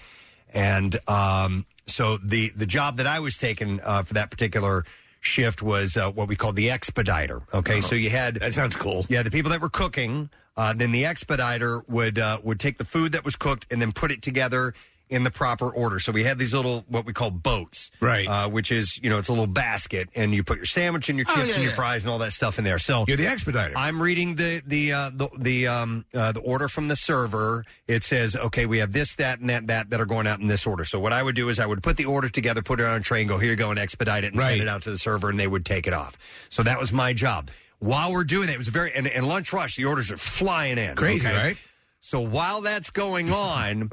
Speaker 2: And um, so the, the job that I was taking uh, for that particular shift was uh, what we called the expediter. Okay, so you had
Speaker 4: Oh, that sounds cool.
Speaker 2: Yeah, the people that were cooking, uh, then the expediter would uh, would take the food that was cooked and then put it together in the proper order. So we had these little what we call boats,
Speaker 4: Right.
Speaker 2: Uh, which is you know it's a little basket and you put your sandwich and your
Speaker 4: Oh,
Speaker 2: chips
Speaker 4: yeah,
Speaker 2: and your
Speaker 4: yeah.
Speaker 2: fries and all that stuff in there. So
Speaker 4: You're the expediter.
Speaker 2: I'm reading the the uh, the the, um, uh, the order from the server. It says, okay, we have this, that, and that, that that are going out in this order. So what I would do is I would put the order together, put it on a tray, and go here you go, and expedite it, and send it out to the server, and they would take it off. So that was my job. While we're doing that, it was very and, and lunch rush. The orders are flying in,
Speaker 4: Crazy, right?
Speaker 2: So while that's going on,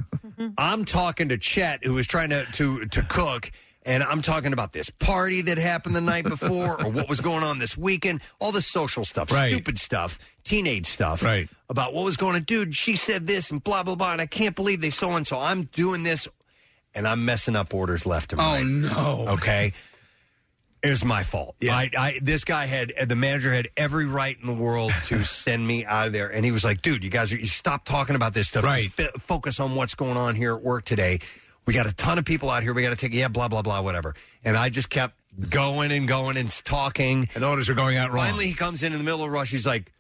Speaker 2: I'm talking to Chet, who was trying to to to cook. And I'm talking about this party that happened the night before, or what was going on this weekend, all the social stuff,
Speaker 4: Right.
Speaker 2: stupid stuff, teenage stuff,
Speaker 4: Right.
Speaker 2: About what was going on, dude. She said this and blah blah blah, and I can't believe they so and so. I'm doing this, and I'm messing up orders left and right.
Speaker 4: Oh, no.
Speaker 2: Okay, it was my fault. I, I this guy had the manager had every right in the world to send me out of there, and he was like, "Dude, you guys, are, you stop talking about this stuff. Just f- focus on what's going on here at work today. We got a ton of people out here. We got to take yeah, blah blah blah, whatever." And I just kept going and going and talking.
Speaker 4: And orders are going out wrong.
Speaker 2: Finally, he comes in in the middle of the rush. He's like,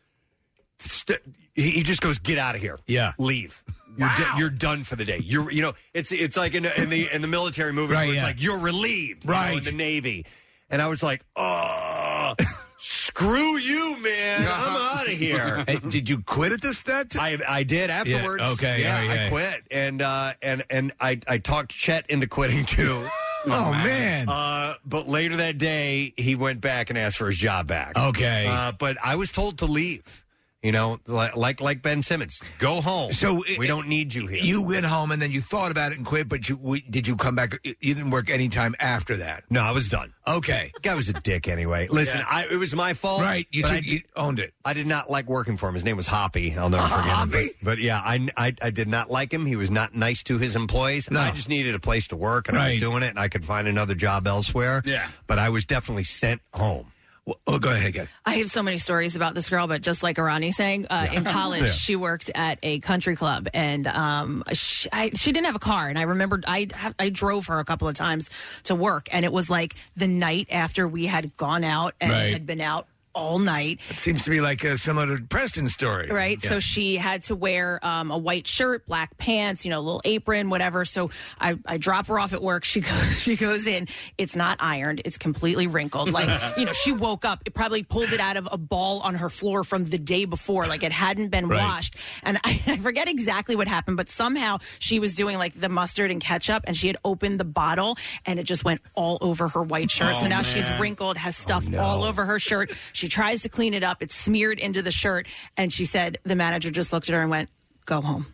Speaker 2: st- he he just goes, "Get out of here.
Speaker 4: Yeah.
Speaker 2: leave." You're, do- you're done for the day. You're, you know, it's it's like in, in the in the military movies
Speaker 4: Right,
Speaker 2: where it's
Speaker 4: yeah.
Speaker 2: like you're relieved, you know,
Speaker 4: Right.
Speaker 2: in the Navy, and I was like, oh, screw you, man, I'm out of here.
Speaker 4: Uh-huh. Hey, did you quit at this that?
Speaker 2: I I did afterwards.
Speaker 4: Yeah, okay,
Speaker 2: yeah,
Speaker 4: all right,
Speaker 2: I
Speaker 4: yeah.
Speaker 2: quit, and uh, and and I I talked Chet into quitting too.
Speaker 4: Oh, man.
Speaker 2: Uh, but later that day, he went back and asked for his job back.
Speaker 4: Okay.
Speaker 2: Uh, but I was told to leave. You know, li- like like Ben Simmons, go home.
Speaker 4: So uh,
Speaker 2: we don't need you here.
Speaker 4: You went home and then you thought about it and quit, but you we, did you come back? You didn't work any time after that.
Speaker 2: No, I was done.
Speaker 4: Okay,
Speaker 2: guy was a dick anyway. Listen,
Speaker 4: Yeah.
Speaker 2: I, it was my fault.
Speaker 4: Right, you
Speaker 2: but
Speaker 4: took-
Speaker 2: I did-
Speaker 4: you owned it.
Speaker 2: I did not like working for him. His name was Hoppy. I'll never forget him. But, but yeah, I, I I did not like him. He was not nice to his employees. I just needed a place to work, and I was
Speaker 4: Right.
Speaker 2: doing it, and I could find another job elsewhere.
Speaker 4: Yeah.
Speaker 2: but I was definitely sent home.
Speaker 4: Well, oh, go ahead again.
Speaker 3: I have so many stories about this girl, but just like Arani saying, uh, in college
Speaker 2: Yeah.
Speaker 3: she worked at a country club, and um, she, I, she didn't have a car. And I remembered I I drove her a couple of times to work, and it was like the night after we had gone out and
Speaker 4: Right.
Speaker 3: had been out all night,
Speaker 4: It seems to be like a similar to Preston's story,
Speaker 3: Right.
Speaker 4: Yeah.
Speaker 3: So she had to wear um, a white shirt, black pants, you know, a little apron, whatever. So I, I drop her off at work. She goes, she goes in. It's not ironed. It's completely wrinkled. Like, you know, she woke up. It probably pulled it out of a ball on her floor from the day before. Like it hadn't been
Speaker 11: Right.
Speaker 3: washed. And I, I forget exactly what happened, but somehow she was doing like the mustard and ketchup and she had opened the bottle and it just went all over her white shirt.
Speaker 11: Oh,
Speaker 3: so now she's
Speaker 11: man.
Speaker 3: wrinkled wrinkled,
Speaker 2: Oh,
Speaker 3: has stuff all over her shirt. She tries to clean it up, it's smeared into the shirt, and she said the manager just looked at her and went, "Go home."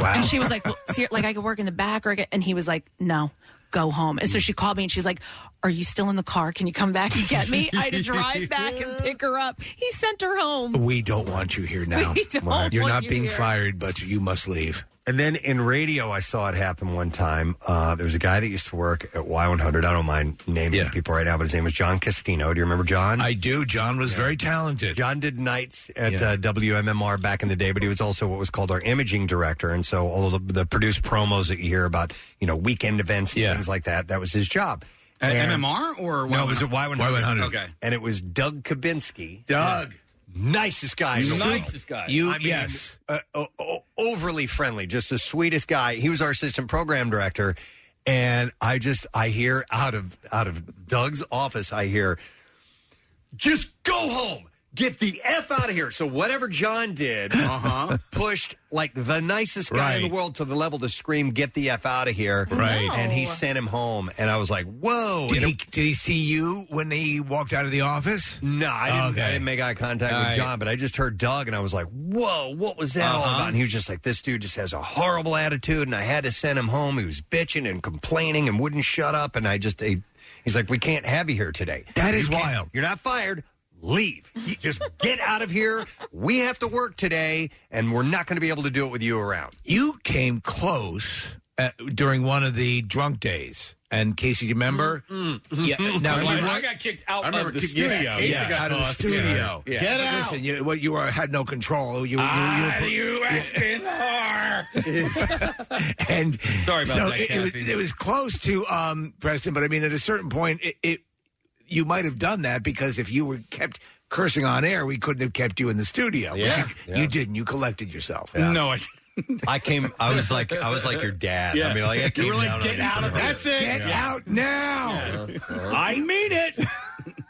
Speaker 11: Wow.
Speaker 3: And she was like, well, ser- "Like I could work in the back, or I could, and he was like, "No." Go home. And so she called me and she's like, Are you still in the car? Can you come back and get me? I had to drive back and pick her up. He sent her home.
Speaker 4: We don't want you here now.
Speaker 3: We don't Wow.
Speaker 4: You're
Speaker 3: want
Speaker 4: not
Speaker 3: you
Speaker 4: being
Speaker 3: here.
Speaker 4: fired, but you must leave.
Speaker 2: And then in radio, I saw it happen one time. Uh, there was a guy that used to work at Y100. I don't mind naming people right now, but his name was John Castino. Do you remember John?
Speaker 4: I do. John was very talented.
Speaker 2: John did nights at
Speaker 4: Yeah.
Speaker 2: uh, WMMR back in the day, but he was also what was called our imaging director. And so all of the, the produced promos that you hear about, you know, weekend events and things like that, that was his job.
Speaker 5: At
Speaker 2: And-
Speaker 5: MMR or
Speaker 2: No, it was at
Speaker 5: Y100?
Speaker 2: Y100.
Speaker 5: Okay.
Speaker 2: And it was Doug Kabinski.
Speaker 4: Doug.
Speaker 2: Nicest guy. in the world.
Speaker 5: Nicest guy.
Speaker 2: I mean, uh, o- o- overly friendly, just the sweetest guy. He was our assistant program director, and I just I hear out of out of Doug's office, I hear, just go home. Get the F out of here. So, whatever John did
Speaker 4: Uh-huh.
Speaker 2: pushed like the nicest guy in the world to the level to scream, Get the F out of here.
Speaker 4: Right.
Speaker 2: And he sent him home. And I was like, Whoa.
Speaker 4: Did
Speaker 2: And
Speaker 4: he,
Speaker 2: it-
Speaker 4: did he see you when he walked out of the office?
Speaker 2: No, I didn't, I didn't make eye contact with John, but I just heard Doug and I was like, whoa, what was that all
Speaker 4: Uh-huh.
Speaker 2: about? And he was just like, this dude just has a horrible attitude and I had to send him home. He was bitching and complaining and wouldn't shut up. And I just, he- he's like, we can't have you here today.
Speaker 4: That
Speaker 2: You
Speaker 4: is
Speaker 2: can't-
Speaker 4: wild.
Speaker 2: You're not fired. Leave. You just get out of here. We have to work today and we're not going to be able to do it with you around.
Speaker 4: You came close uh during one of the drunk days. And Casey, do you remember? Yeah. Now,
Speaker 5: I,
Speaker 4: you
Speaker 5: remember,
Speaker 4: were-
Speaker 5: I got kicked Mm, out
Speaker 4: I remember
Speaker 5: of the
Speaker 4: kick-
Speaker 5: studio.
Speaker 4: Yeah, yeah, out of the studio.
Speaker 5: Yeah.
Speaker 4: But Listen, you, well, you were, had no control. You, you,
Speaker 5: Ah,
Speaker 4: you,
Speaker 5: you effing
Speaker 4: whore. and
Speaker 5: Sorry about
Speaker 4: so
Speaker 5: that,
Speaker 4: It, it, was,
Speaker 5: Kathy.
Speaker 4: it was close to um, Preston, but I mean, at a certain point, it, it you might have done that because if you were kept cursing on air, we couldn't have kept you in the studio. But
Speaker 2: Yeah.
Speaker 4: you,
Speaker 2: Yeah.
Speaker 4: you didn't. You collected yourself.
Speaker 5: No, I
Speaker 2: I came, I was like, I was like your dad. I mean, like, I came down on you pretty hard.
Speaker 4: Get out now.
Speaker 5: I mean it.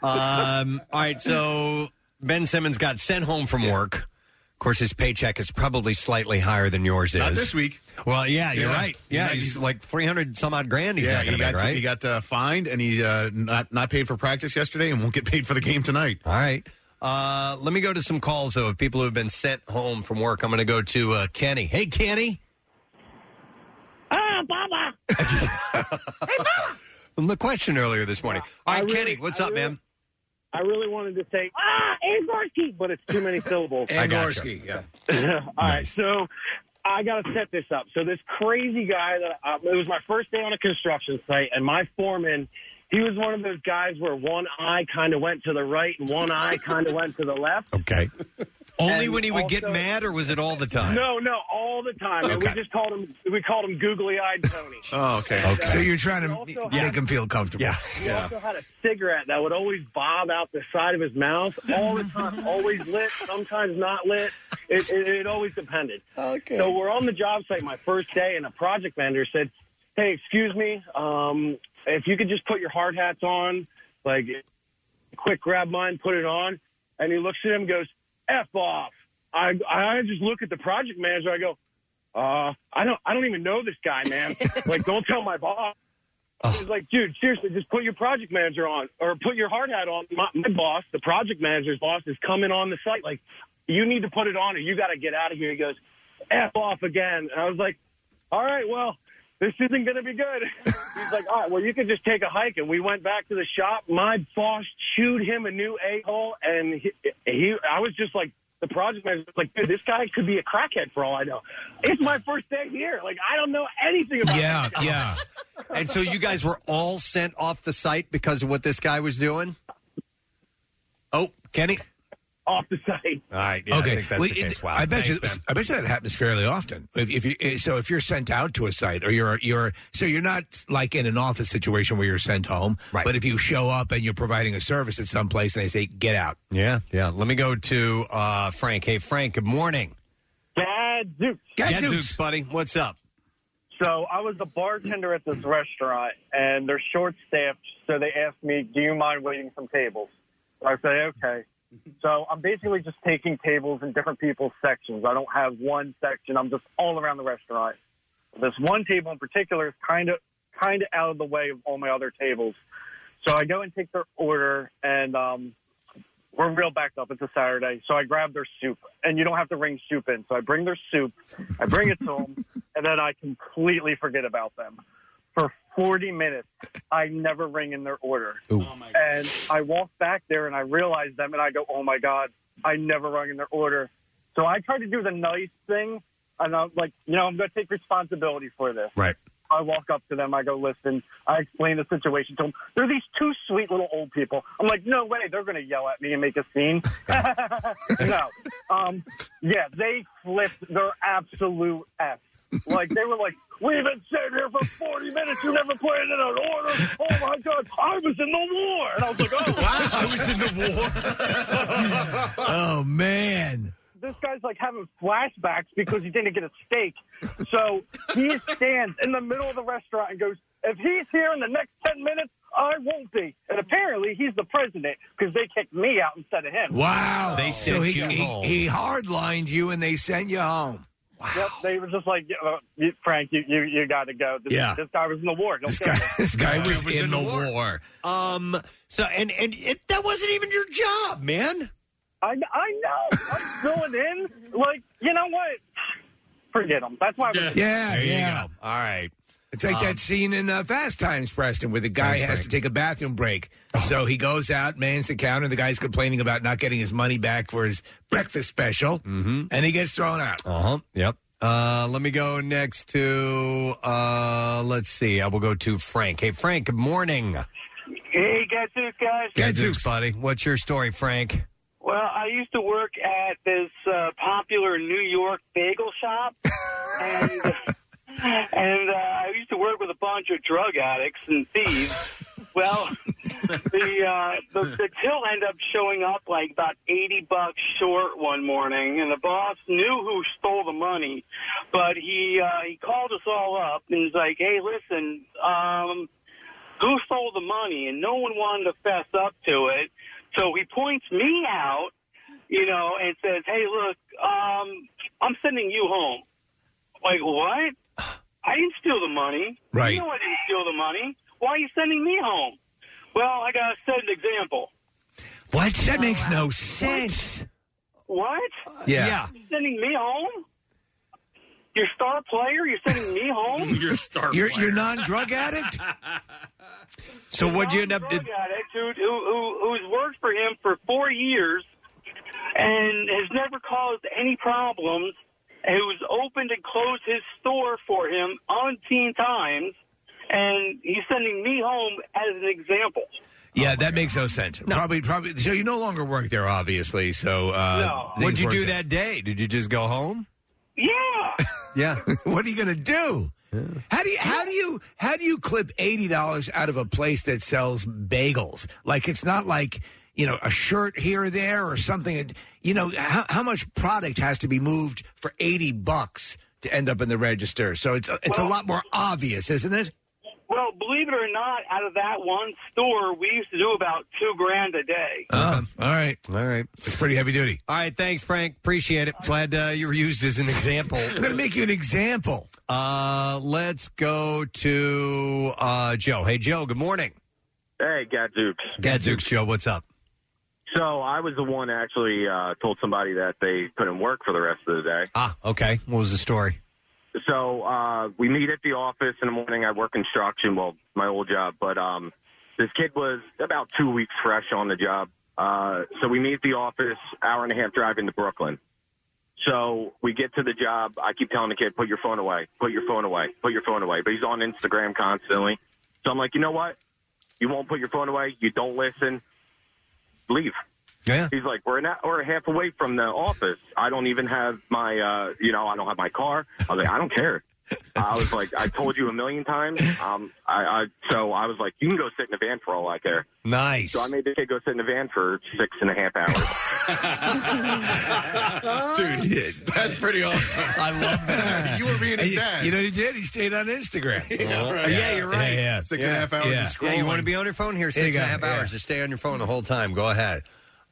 Speaker 2: Um, all right, so Ben Simmons got sent home from work. Of course, his paycheck is probably slightly higher than yours
Speaker 8: Not
Speaker 2: is.
Speaker 8: this week.
Speaker 2: Well, yeah, you're
Speaker 8: Yeah.
Speaker 2: right. Yeah,
Speaker 8: He's-
Speaker 2: he's, like 300 some odd grand he's
Speaker 8: yeah,
Speaker 2: not going
Speaker 8: he
Speaker 2: to
Speaker 8: got
Speaker 2: make, right?
Speaker 8: he got uh, fined and he uh, not not paid for practice yesterday and won't get paid for the game tonight.
Speaker 2: All right. Uh, let me go to some calls, though, of people who have been sent home from work. I'm going to go to uh, Kenny. Hey, Kenny.
Speaker 11: Ah, Baba.
Speaker 2: From the question earlier this morning. All right, Kenny, what's up, man?
Speaker 15: I really wanted to say, ah, Angorski, but it's too many syllables.
Speaker 2: I gotcha. Angorski,
Speaker 4: yeah.
Speaker 15: All right, so I got to set this up. So this crazy guy that uh, it was my first day on a construction site, and my foreman, he was one of those guys where one eye kind of went to the right and one eye kind of went to the left.
Speaker 2: Okay. Only
Speaker 15: And
Speaker 2: when he would get
Speaker 15: also-
Speaker 2: mad, or was it all the time?
Speaker 15: No, no, all the time. And we
Speaker 2: Okay.
Speaker 15: just called him. We called him Googly Eyed Tony.
Speaker 4: Oh,
Speaker 2: okay.
Speaker 15: Okay.
Speaker 4: So you're trying to
Speaker 15: also
Speaker 4: m-
Speaker 15: had-
Speaker 4: make him feel comfortable. Yeah.
Speaker 15: He also had a cigarette that would always bob out the side of his mouth all the time, always lit, sometimes not lit. It, it, it always depended.
Speaker 11: Okay.
Speaker 15: So we're on the job site my first day, and a project manager said, "Hey, excuse me, um, if you could just put your hard hats on, like, quick grab mine, put it on." And he looks at him, and goes, "F off." I I just look at the project manager. I go, uh, I don't I don't even know this guy, man. like, don't tell my boss. He's like, dude, seriously, just put your project manager on or put your hard hat on. My, my boss, the project manager's boss, is coming on the site. Like, you need to put it on or you got to get out of here. He goes, F off again. And I was like, all right, well, this isn't going to be good. He's like, all right, well, you could just take a hike. And we went back to the shop. My boss chewed him a new a-hole. And he, he I was just like, the project manager was like, dude, this guy could be a crackhead for all I know. It's my first day here. Like, I don't know anything about
Speaker 2: Yeah,
Speaker 15: this guy.
Speaker 2: yeah. and so you guys were all sent off the site because of what this guy was doing? Oh, Kenny?
Speaker 15: Off the site.
Speaker 2: All right. Yeah,
Speaker 4: okay.
Speaker 2: I think that's
Speaker 4: Well,
Speaker 2: the
Speaker 4: it-
Speaker 2: case. Wow.
Speaker 4: I bet
Speaker 2: Thanks,
Speaker 4: you.
Speaker 2: man.
Speaker 4: I bet you that happens fairly often. If, if you eh, so, if you're sent out to a site or you're you're so you're not like in an office situation where you're sent home. Right. But if you show up and you're providing a service at some place and they say get out,
Speaker 2: Yeah, yeah. Let me go to uh, Frank. Hey, Frank, good morning.
Speaker 19: Gadzooks.
Speaker 2: Gadzooks, buddy. What's up?
Speaker 19: So I was the bartender at this restaurant, and they're short staffed, so they asked me, "Do you mind waiting some tables?" I say, "Okay." So I'm basically just taking tables in different people's sections. I don't have one section. I'm just all around the restaurant. This one table in particular is kind of kind of out of the way of all my other tables. So I go and take their order, and um, we're real backed up. It's a Saturday, so I grab their soup, and you don't have to ring soup in. So I bring their soup, I bring it to them, and then I completely forget about them for 40 minutes. I never ring in their order, and I walk back there and I realize them, and I go, "Oh my god, I never rung in their order." So I try to do the nice thing, and I'm like, you know, I'm going to take responsibility for this.
Speaker 2: Right.
Speaker 19: I walk up to them. I go, listen, I explain the situation to them. They're these two sweet little old people. I'm like, no way. They're going to yell at me and make a scene. no. Um, yeah, they flipped their absolute F. Like, they were like, we've been sitting here for 40 minutes. You never put it in an order. Oh, my God. I was in the war. And I was like, oh, wow. I was in the war.
Speaker 4: oh man.
Speaker 19: this guy's like having flashbacks because he didn't get a steak. So he stands in the middle of the restaurant and goes, If he's here in the next 10 minutes, I won't be. And apparently he's the president because they kicked me out instead of him.
Speaker 4: Wow.
Speaker 19: They
Speaker 4: so
Speaker 19: sent
Speaker 4: he,
Speaker 19: you
Speaker 4: he,
Speaker 19: home.
Speaker 4: he hardlined you and they sent you home.
Speaker 19: Yep, they were just like, "Yeah, uh, you- Frank, you, you, you got to go. This,
Speaker 4: Yeah.
Speaker 19: this guy was in the war. Don't kill him."
Speaker 4: This guy was,
Speaker 19: was
Speaker 4: in,
Speaker 19: in
Speaker 4: the,
Speaker 19: the
Speaker 4: war.
Speaker 2: Um. So and and it, that wasn't even your job, man.
Speaker 19: I, I know. I'm going in. Like, you know what? Forget him. That's why I was
Speaker 4: Yeah,
Speaker 19: There you
Speaker 4: yeah.
Speaker 2: All right.
Speaker 4: It's like
Speaker 19: Um,
Speaker 4: that scene in uh, Fast Times, Preston, where the guy
Speaker 19: Thanks,
Speaker 4: has to take a bathroom break.
Speaker 2: Oh.
Speaker 4: So he goes out, mans the counter. The guy's complaining about not getting his money back for his breakfast special, mm-hmm. and he gets thrown out.
Speaker 2: Uh huh. Yep. Uh, let me go next to uh, let's see. I will go to Frank. Hey, Frank. Good morning.
Speaker 20: Hey, Gadzooks, guys.
Speaker 2: Gadzooks, buddy. What's your story, Frank?
Speaker 20: Well, I used to work at this uh, popular New York bagel shop, and and uh, I used to work with a bunch of drug addicts and thieves. Well, the, uh, the the till ended up showing up like about eighty bucks short one morning, and the boss knew who stole the money, but he uh, he called us all up and he's like, "Hey, listen, um, who stole the money?" And no one wanted to fess up to it, so he points me out, you know, and says, "Hey, look, um, I'm sending you home." Like what? I didn't steal the money.
Speaker 4: Right.
Speaker 20: You know I didn't steal the money. Why are you sending me home? Well, I gotta set an example.
Speaker 4: What? That makes no sense.
Speaker 20: What?
Speaker 4: Yeah. Yeah.
Speaker 20: You're sending me home? Your star player? You're sending me home?
Speaker 4: You're star You're- player. you're non-drug addict?
Speaker 2: So what'd you end up?
Speaker 20: Drug addict who, who, who, who's worked for him for four years and has never caused any problems, who's opened and closed his store for him umpteen times, and he's sending me home as an example.
Speaker 4: Yeah, that makes no sense. Probably, probably. So you no longer work there, obviously. So uh,
Speaker 20: No.
Speaker 4: things
Speaker 2: What'd you
Speaker 4: worked
Speaker 2: do
Speaker 4: out.
Speaker 2: that day? Did you just go home?
Speaker 20: Yeah.
Speaker 2: Yeah.
Speaker 4: what are you going to do? How do you how do you how do you clip eighty dollars out of a place that sells bagels? Like it's not like you know a shirt here or there or something. You know how, how much product has to be moved for eighty bucks to end up in the register? So it's it's a lot more obvious, isn't it?
Speaker 20: Well, believe it or not, out of that one store, we used to do about two grand a day.
Speaker 4: Uh, all right,
Speaker 2: Uh-huh. all right.
Speaker 4: It's pretty heavy duty.
Speaker 2: All right, thanks, Frank. Appreciate it. Glad uh, you were used as an example. I'm
Speaker 4: going to make you an example.
Speaker 2: Uh, let's go to uh, Joe. Hey, Joe, good morning.
Speaker 21: Hey, Gadzooks.
Speaker 2: Gadzooks, Joe, what's up?
Speaker 21: So I was the one actually uh, told somebody that they couldn't work for the rest of the day.
Speaker 2: Ah, okay. What was the story?
Speaker 21: So uh, we meet at the office in the morning. I work construction, well, my old job, but um, this kid was about two weeks fresh on the job. Uh, so we meet at the office, hour and a half drive into Brooklyn. So we get to the job. I keep telling the kid, put your phone away, put your phone away, put your phone away. But he's on Instagram constantly. So I'm like, you know what? You won't put your phone away. You don't listen. Leave.
Speaker 2: Yeah.
Speaker 21: He's like, we're an hou- we're half away from the office. I don't even have my, uh, you know, I don't have my car. I was like, I don't care. I was like, I told you a million times. Um, I, I so I was like, you can go sit in the van for all I care.
Speaker 2: Nice.
Speaker 21: So I made the kid go sit in the van for six and a half hours.
Speaker 11: Dude, that's pretty awesome.
Speaker 2: I love that.
Speaker 11: you were being his dad.
Speaker 4: You know, he did. He stayed on Instagram.
Speaker 2: Oh, Yeah, you're right.
Speaker 4: Yeah, yeah.
Speaker 2: Six and a half
Speaker 4: Yeah.
Speaker 2: Yeah, you want to be on your phone here
Speaker 4: There you
Speaker 2: six and a
Speaker 4: go.
Speaker 2: half
Speaker 4: Yeah.
Speaker 2: hours. Just stay on your phone the whole time. Go ahead.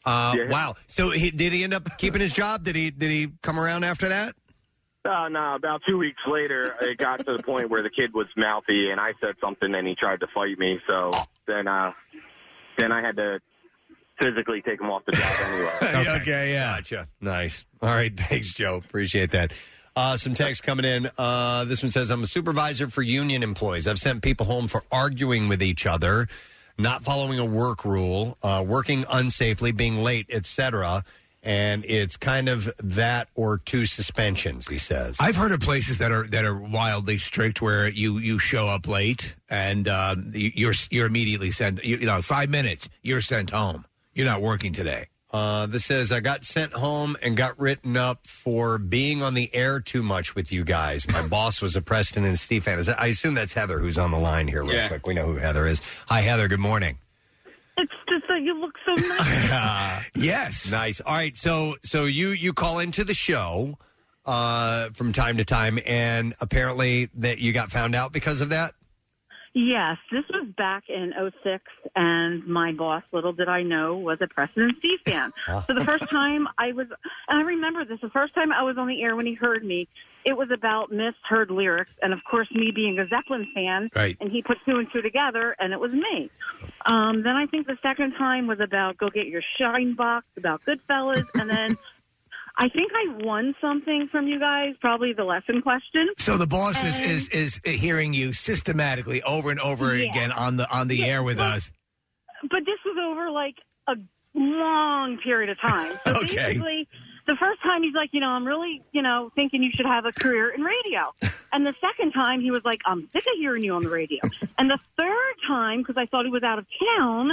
Speaker 2: Uh,
Speaker 21: Yeah.
Speaker 2: Wow. So he, did he end up keeping his job? Did he? Did he come around after that?
Speaker 21: Uh, no, about two weeks later, it got to the point where the kid was mouthy, and I said something, and he tried to fight me. So then, uh, then I had to physically take him off the job anyway.
Speaker 2: Okay. yeah. Gotcha. Nice. All right. Thanks, Joe. Appreciate that. Uh, some text coming in. Uh, this one says, I'm a supervisor for union employees. I've sent people home for arguing with each other, not following a work rule, uh, working unsafely, being late, etc. And it's kind of that or two suspensions, he says.
Speaker 4: I've heard of places that are that are wildly strict where you you show up late and um, you- you're you're immediately sent. You, you know, five minutes, you're sent home. You're not working today.
Speaker 2: Uh, this says, I got sent home and got written up for being on the air too much with you guys. My boss was a Preston and Steve fan. Is that- I assume that's Heather who's on the line here, real
Speaker 10: Yeah.
Speaker 2: quick. We know who Heather is. Hi, Heather. Good morning.
Speaker 10: It's just that you look so nice.
Speaker 4: yes.
Speaker 2: Nice. All right. So, so you you call into the show uh, from time to time, and apparently that you got found out because of that.
Speaker 17: Yes, this was back in '06, and my boss, little did I know, was a President Steve fan. so the first time I was, and I remember this, the first time I was on the air when he heard me, it was about misheard lyrics, and of course, me being a Zeppelin fan,
Speaker 10: Right.
Speaker 17: and he put two and two together, and it was me. Um, then I think the second time was about Go Get Your Shine Box, about Goodfellas, and then I think I won something from you guys, probably the lesson question.
Speaker 4: So the boss is, is is hearing you systematically over and over
Speaker 17: Yeah.
Speaker 4: again on the on the air with us.
Speaker 17: but this was over like a long period of time. So
Speaker 4: Okay.
Speaker 17: basically, the first time he's like, you know, I'm really, you know, thinking you should have a career in radio. And the second time he was like, I'm sick of hearing you on the radio. and the third time, because I thought he was out of town,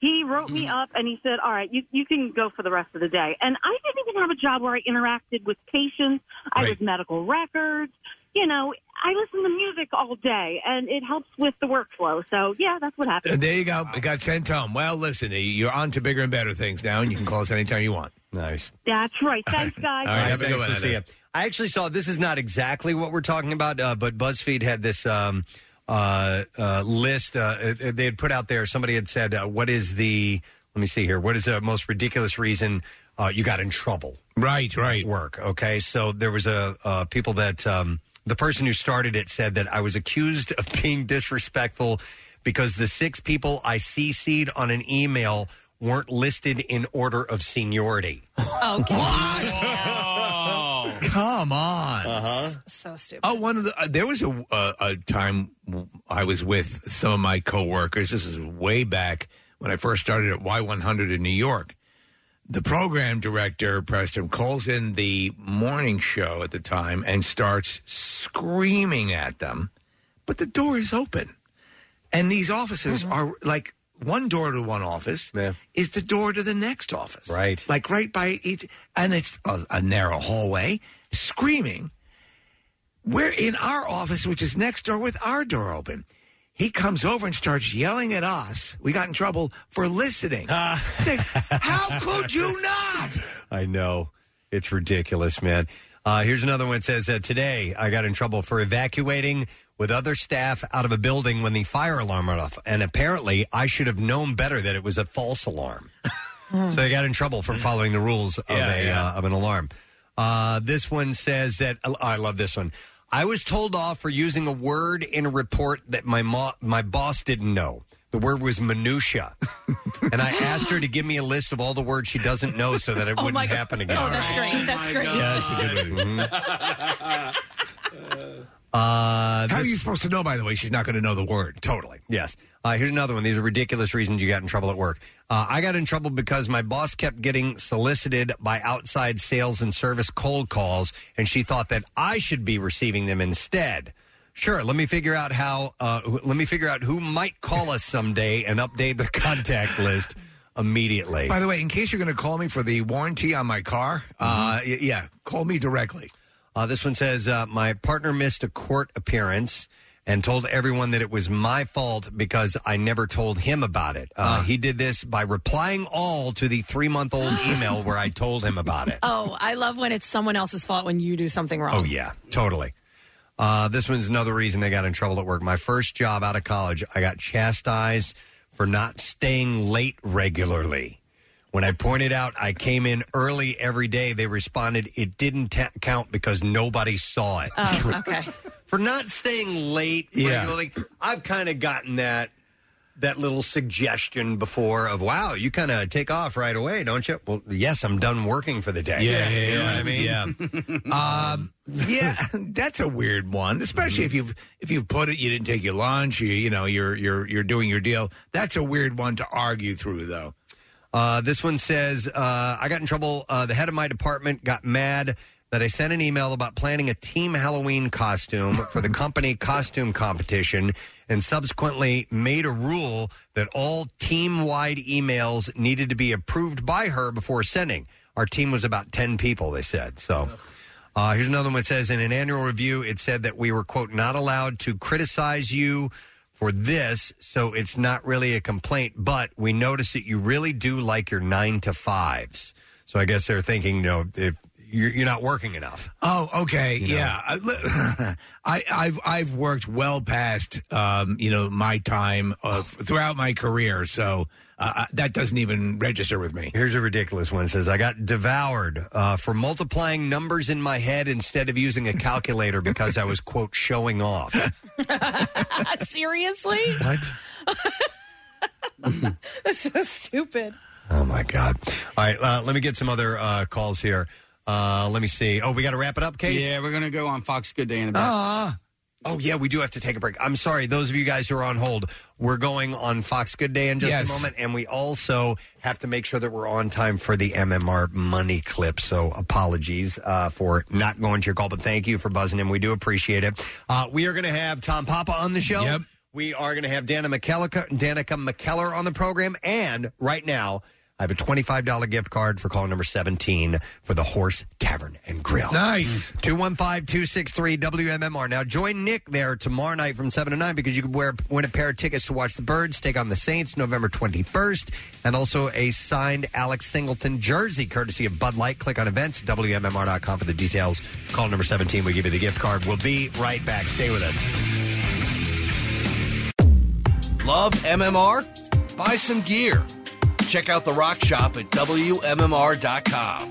Speaker 17: he wrote me
Speaker 4: Mm-hmm.
Speaker 17: up and he said, all right, you, you can go for the rest of the day. And I didn't even have a job where I interacted with patients. I was medical records. You know, I listen to music all day and it helps with the workflow. So, yeah, that's what happened.
Speaker 4: And there you go. It got sent home. Well, listen, you're on to bigger and better things now, and you can call us anytime you want.
Speaker 2: Nice.
Speaker 17: That's right. Thanks, guys.
Speaker 4: All right, have a good
Speaker 2: thanks.
Speaker 4: one,
Speaker 2: We'll see
Speaker 4: Heather.
Speaker 2: ya. I actually saw this is not exactly what we're talking about, uh, but BuzzFeed had this um, uh, uh, list uh, uh, they had put out there. Somebody had said, uh, "What is the? Let me see here. What is the most ridiculous reason uh, you got in trouble?"
Speaker 4: Right, right.
Speaker 2: Work. Okay, so there was a uh, people that um, the person who started it said that I was accused of being disrespectful because the six people I CC'd on an email weren't listed in order of seniority.
Speaker 3: Okay. Oh,
Speaker 4: Come on.
Speaker 2: Uh-huh.
Speaker 3: So stupid.
Speaker 4: Oh, one of the uh, there was a uh, a time w- I was with some of my coworkers. This is way back when I first started at Y100 in New York. The program director Preston calls in the morning show at the time and starts screaming at them, but the door is open, and these offices
Speaker 3: Mm-hmm.
Speaker 4: are like one door to one office is the door to the next office, right? Like right by each, and it's a, a narrow hallway. Screaming, we're in our office, which is next door, with our door open. He comes over and starts yelling at us. We got in trouble for listening.
Speaker 2: Uh.
Speaker 4: It's like, How could you not?
Speaker 2: I know. It's ridiculous, man. Uh, here's another one. It says, uh, Today I got in trouble for evacuating with other staff out of a building when the fire alarm went off. And apparently, I should have known better that it was a false alarm.
Speaker 3: Hmm.
Speaker 2: so I got in trouble for following the rules of,
Speaker 10: Yeah,
Speaker 2: a,
Speaker 10: yeah.
Speaker 2: Uh, of an alarm. Uh, this one says that, oh, I love this one. I was told off for using a word in a report that my, mo- my boss didn't know. The word was minutia. and I asked her to give me a list of all the words she doesn't know so that it
Speaker 3: Oh,
Speaker 2: wouldn't
Speaker 3: my God.
Speaker 2: happen again.
Speaker 3: Oh, that's great. That's great.
Speaker 2: Yeah, that's a good one. Uh,
Speaker 4: Mm-hmm. How are you supposed to know, by the way? She's not going to know the word.
Speaker 2: Totally. Yes. Uh, here's another one. These are ridiculous reasons you got in trouble at work. Uh, I got in trouble because my boss kept getting solicited by outside sales and service cold calls, and she thought that I should be receiving them instead. Sure, let me figure out how. Uh, wh- let me figure out who might call us someday and update the contact list immediately.
Speaker 4: By the way, in case you're going to call me for the warranty on my car, uh, y- yeah, call me directly.
Speaker 2: Mm-hmm. Uh, this one says, uh, My partner missed a court appearance and told everyone that it was my fault because I never told him about it. Uh, He did this by replying all to the three month old email where I told him about it.
Speaker 3: Oh, I love when it's someone else's fault when you do something wrong.
Speaker 2: Oh, yeah, totally. Uh, this one's another reason they got in trouble at work. My first job out of college, I got chastised for not staying late regularly. When I pointed out I came in early every day, they responded it didn't ta- count because nobody saw it.
Speaker 3: Oh, okay.
Speaker 2: for not staying late
Speaker 4: Yeah.
Speaker 2: regularly. I've kind of gotten that that little suggestion before of wow, you kind of take off right away, don't you? Well, yes, I'm done working for the day. you know what I mean.
Speaker 4: Yeah. um, yeah, that's a weird one, especially if you've if you've put it, you didn't take your lunch, you you know, you're you're you're doing your deal. That's a weird one to argue through, though.
Speaker 2: Uh, this one says, uh, I got in trouble. Uh, the head of my department got mad that I sent an email about planning a team Halloween costume for the company costume competition and subsequently made a rule that all team wide emails needed to be approved by her before sending. Our team was about 10 people, they said. So. Uh, here's another one that says in an annual review, it said that we were, quote, not allowed to criticize you for this, so it's not really a complaint, but we notice that you really do like your nine to fives. So I guess they're thinking, you know, if you're, you're not working enough.
Speaker 4: Oh, okay,
Speaker 2: You know.
Speaker 4: yeah. I, li- I, I've I've worked well past um, you know my time uh, throughout my career, so uh, I- that doesn't even register with me.
Speaker 2: Here's a ridiculous one. It says, I got devoured uh, for multiplying numbers in my head instead of using a calculator because I was, quote, showing off.
Speaker 3: Seriously?
Speaker 2: What?
Speaker 3: That's so stupid.
Speaker 2: Oh my God! All right, uh, let me get some other uh, calls here. Uh, let me see. Oh, we got to wrap it up, Case.
Speaker 5: Yeah, we're gonna go on Fox Good Day in a bit.
Speaker 2: oh yeah, we do have to take a break. I'm sorry, those of you guys who are on hold. We're going on Fox Good Day in just
Speaker 4: Yes.
Speaker 2: a moment, and we also have to make sure that we're on time for the MMR money clip. So apologies uh, for not going to your call, but thank you for buzzing in. We do appreciate it. Uh, we are going to have Tom Papa on the show. We are going to have Dana McKellica, Danica McKellar on the program. And right now, I have a $25 gift card for call number 17 for the Horse Tavern and Grill.
Speaker 4: Nice.
Speaker 2: 215 263 WMMR. Now, join Nick there tomorrow night from 7 to 9 because you can wear, win a pair of tickets to watch the Birds take on the Saints November 21st and also a signed Alex Singleton jersey courtesy of Bud Light. Click on events, WMMR.com for the details. Call number 17. We give you the gift card. We'll be right back. Stay with us.
Speaker 9: Love MMR? Buy some gear. Check out the rock shop at WMMR.com.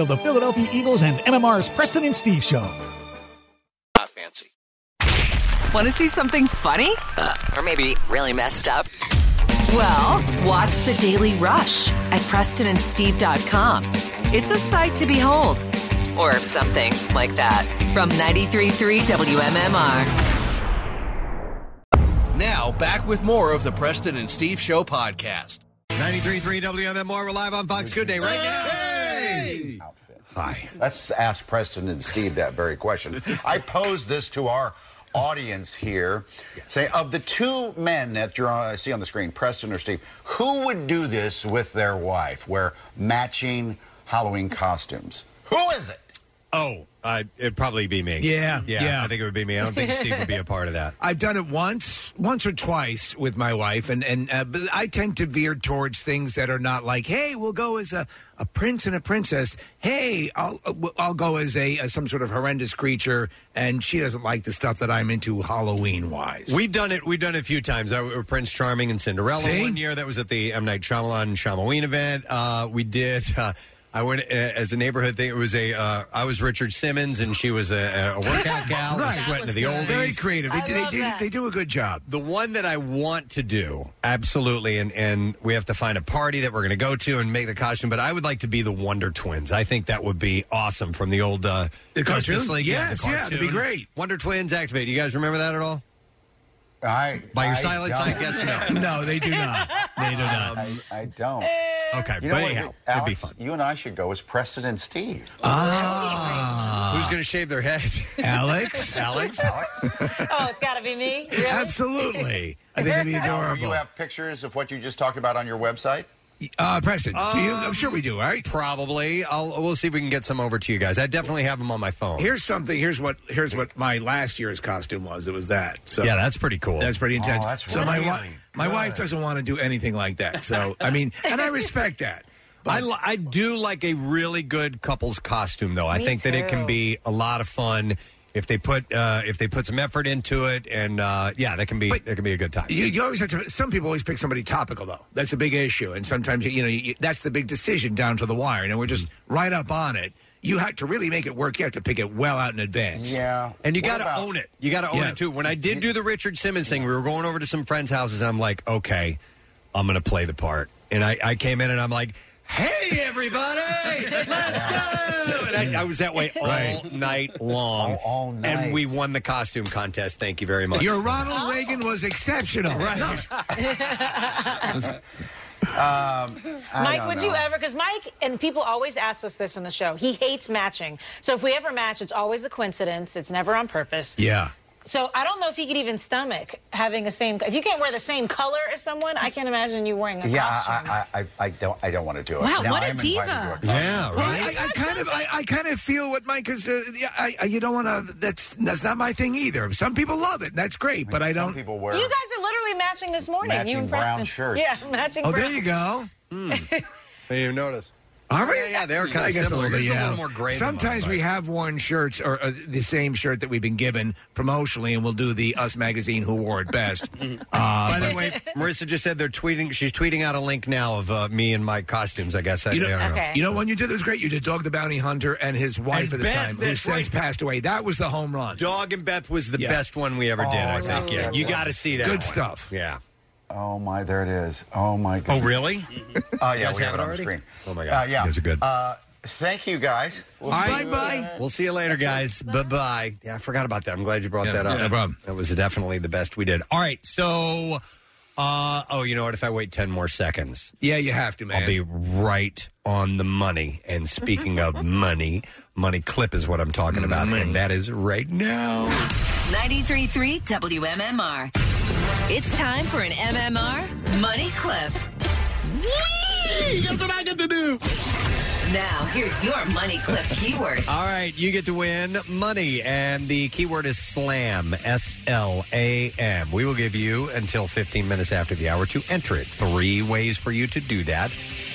Speaker 1: of the Philadelphia Eagles and MMR's Preston and Steve Show.
Speaker 9: not fancy.
Speaker 16: Want to see something funny? Uh, or maybe really messed up? Well, watch The Daily Rush at PrestonandSteve.com. It's a sight to behold, or something like that, from 93.3 WMMR.
Speaker 9: Now back with more of the Preston and Steve Show podcast.
Speaker 2: 93.3 WMMR. We're live on Fox Good Day right now.
Speaker 7: Hi. Let's ask Preston and Steve that very question. I posed this to our audience here. Say, of the two men that you uh, see on the screen, Preston or Steve, who would do this with their wife, wear matching Halloween costumes? Who is it?
Speaker 2: Oh, uh, it'd probably be me.
Speaker 4: Yeah,
Speaker 2: yeah,
Speaker 4: yeah.
Speaker 2: I think it would be me. I don't think Steve would be a part of that.
Speaker 4: I've done it once, once or twice with my wife, and and uh, but I tend to veer towards things that are not like, hey, we'll go as a, a prince and a princess. Hey, I'll uh, w- I'll go as a as some sort of horrendous creature, and she doesn't like the stuff that I'm into Halloween wise.
Speaker 2: We've done it. We've done it a few times. I, we were Prince Charming and Cinderella
Speaker 4: See?
Speaker 2: one year. That was at the M Night Shyamalan Shyamalan event. Uh, we did. Uh, I went uh, as a neighborhood thing. It was a. Uh, I was Richard Simmons and she was a, a workout gal,
Speaker 4: Right.
Speaker 2: sweating to the
Speaker 4: That
Speaker 2: oldies.
Speaker 4: was good. Very creative. They I do- they love do- that. they
Speaker 2: do a good job. The one that I want to do absolutely, and and we have to find a party that we're going to go to and make the costume. But I would like to be the Wonder Twins. I think that would be awesome from the old uh,
Speaker 4: The
Speaker 2: Justice
Speaker 4: cartoon?
Speaker 2: League.
Speaker 4: Yes,
Speaker 2: the
Speaker 4: yeah, that'd be
Speaker 2: cartoon.
Speaker 4: great.
Speaker 2: Wonder Twins activate. You guys remember that at all?
Speaker 7: I
Speaker 2: By your
Speaker 7: I
Speaker 2: silence, I
Speaker 7: don't.
Speaker 2: guess no.
Speaker 4: no, they do not. They do not.
Speaker 7: I, I don't.
Speaker 2: Okay,
Speaker 7: you know
Speaker 2: but
Speaker 7: what,
Speaker 2: anyhow, that'd
Speaker 7: Alex,
Speaker 2: be fun.
Speaker 7: You and I should go as Preston and Steve.
Speaker 4: Ah.
Speaker 2: Who's going to shave their head?
Speaker 4: Alex?
Speaker 2: Alex?
Speaker 6: Oh, it's got to be me. Really?
Speaker 4: Absolutely. I think it'd be
Speaker 7: Now, do you
Speaker 4: adorable.
Speaker 7: have pictures of what you just talked about on your website?
Speaker 4: Uh, Preston, do you? I'm sure we do. All right,
Speaker 2: Um, probably. I'll we'll see if we can get some over to you guys. I definitely have them on my phone.
Speaker 4: Here's something. Here's what. Here's what my last year's costume was. It was that. So
Speaker 2: Yeah, that's pretty cool.
Speaker 4: That's pretty intense.
Speaker 2: Oh, that's
Speaker 4: so my wi-
Speaker 2: really
Speaker 4: my wife doesn't want to do anything like that. So I mean, and I respect that.
Speaker 2: I, li- I do like a really good couple's costume though. I
Speaker 4: Me
Speaker 2: think that it can
Speaker 4: too.
Speaker 2: be a lot of fun if they put uh, if they put some effort into it, and uh, yeah, that can be that can be a good time.
Speaker 4: You, you always have to. Some people always pick somebody topical though. That's a big issue, and sometimes you know you, that's the big decision down to the wire. And we're just right up on it. You have to really make it work. You have to pick it well out in advance.
Speaker 7: Yeah,
Speaker 2: And you got to own it. You got to own it too. When I did do the Richard Simmons thing, we were going over to some friends' houses, and I'm like, okay, I'm going to play the part. And I, I came in and I'm like, hey, everybody, let's go. And I, I was that way all night long. All, night. And we won the costume contest. Thank you very much.
Speaker 4: Your Ronald Reagan was exceptional.
Speaker 2: Right.
Speaker 7: Um,
Speaker 6: Mike, would you ever? Because Mike and people always ask us this on the show. He hates matching. So if we ever match, it's always a coincidence. It's never on purpose.
Speaker 4: Yeah.
Speaker 6: So I don't know if he could even stomach having a same. If you can't wear the same color as someone, I can't imagine you wearing a
Speaker 7: Yeah,
Speaker 6: costume.
Speaker 7: I, I, I, I don't. I don't want to do it.
Speaker 6: Wow,
Speaker 7: Now
Speaker 6: what a
Speaker 7: I'm invited to
Speaker 6: diva.
Speaker 7: a costume.
Speaker 2: Yeah,
Speaker 4: Well, I, I kind of, I, I kind of feel what Mike is. Uh, yeah, I, I, you don't want to. That's that's not my thing either. Some people love it. and That's great, but I don't.
Speaker 7: people
Speaker 6: you guys are literally matching this morning. you
Speaker 4: Matching
Speaker 6: and
Speaker 4: brown
Speaker 6: Preston.
Speaker 4: shirts.
Speaker 6: Yeah, matching.
Speaker 4: Oh,
Speaker 6: brown.
Speaker 4: there you go.
Speaker 2: I didn't even Hmm. notice.
Speaker 4: Are we?
Speaker 2: Yeah, yeah, they are kinda
Speaker 4: I guess
Speaker 2: similar.
Speaker 4: A little, bit,
Speaker 2: There's a
Speaker 4: yeah.
Speaker 2: little more gray than
Speaker 4: Sometimes we have worn shirts or uh, the same shirt that we've been given promotionally, and we'll do the Us Magazine Who Wore It Best. Uh,
Speaker 2: By the way, Marissa just said they're tweeting. She's tweeting out a link now of uh, me and my costumes. I guess I,
Speaker 4: You know,
Speaker 2: I don't know.
Speaker 4: you know when you did this great? You did Dog the Bounty Hunter and his wife at the
Speaker 2: Beth,
Speaker 4: time, who
Speaker 2: that's
Speaker 4: since
Speaker 2: right.
Speaker 4: passed away. That was the home run.
Speaker 2: Dog and Beth was the
Speaker 4: Yeah.
Speaker 2: best one we ever did. I think. Yeah, you got to see that.
Speaker 4: Good
Speaker 2: one.
Speaker 4: stuff.
Speaker 2: Yeah.
Speaker 7: Oh my, there it is. Oh my god.
Speaker 2: Oh really?
Speaker 7: Oh
Speaker 2: You
Speaker 7: yeah,
Speaker 2: guys
Speaker 7: we
Speaker 2: have
Speaker 7: have it
Speaker 2: it
Speaker 7: on the
Speaker 2: already?
Speaker 7: screen.
Speaker 2: Oh,
Speaker 7: Uh,
Speaker 2: my God.
Speaker 7: yeah,
Speaker 2: You guys are good.
Speaker 7: Uh, thank you guys. We'll
Speaker 2: All
Speaker 7: see
Speaker 2: right,
Speaker 7: you-
Speaker 2: bye. We'll see you later, guys. Bye bye. Yeah, I forgot about that. I'm glad you brought that up.
Speaker 4: yeah, no problem.
Speaker 2: That was definitely the best we did. All right, so, uh, oh, you know what? If I wait 10 more seconds,
Speaker 4: Yeah, you have to, man.
Speaker 2: I'll be right on the money. And speaking of money, money clip is what I'm talking about. And that is right now.
Speaker 16: 93.3 WMMR. It's time for an MMR Money Clip. Whee! That's what I get to do. Now, here's your Money Clip keyword.
Speaker 2: All right, you get to win money, and the keyword is slam. S L A M. We will give you until 15 minutes after the hour to enter it. Three ways for you to do that.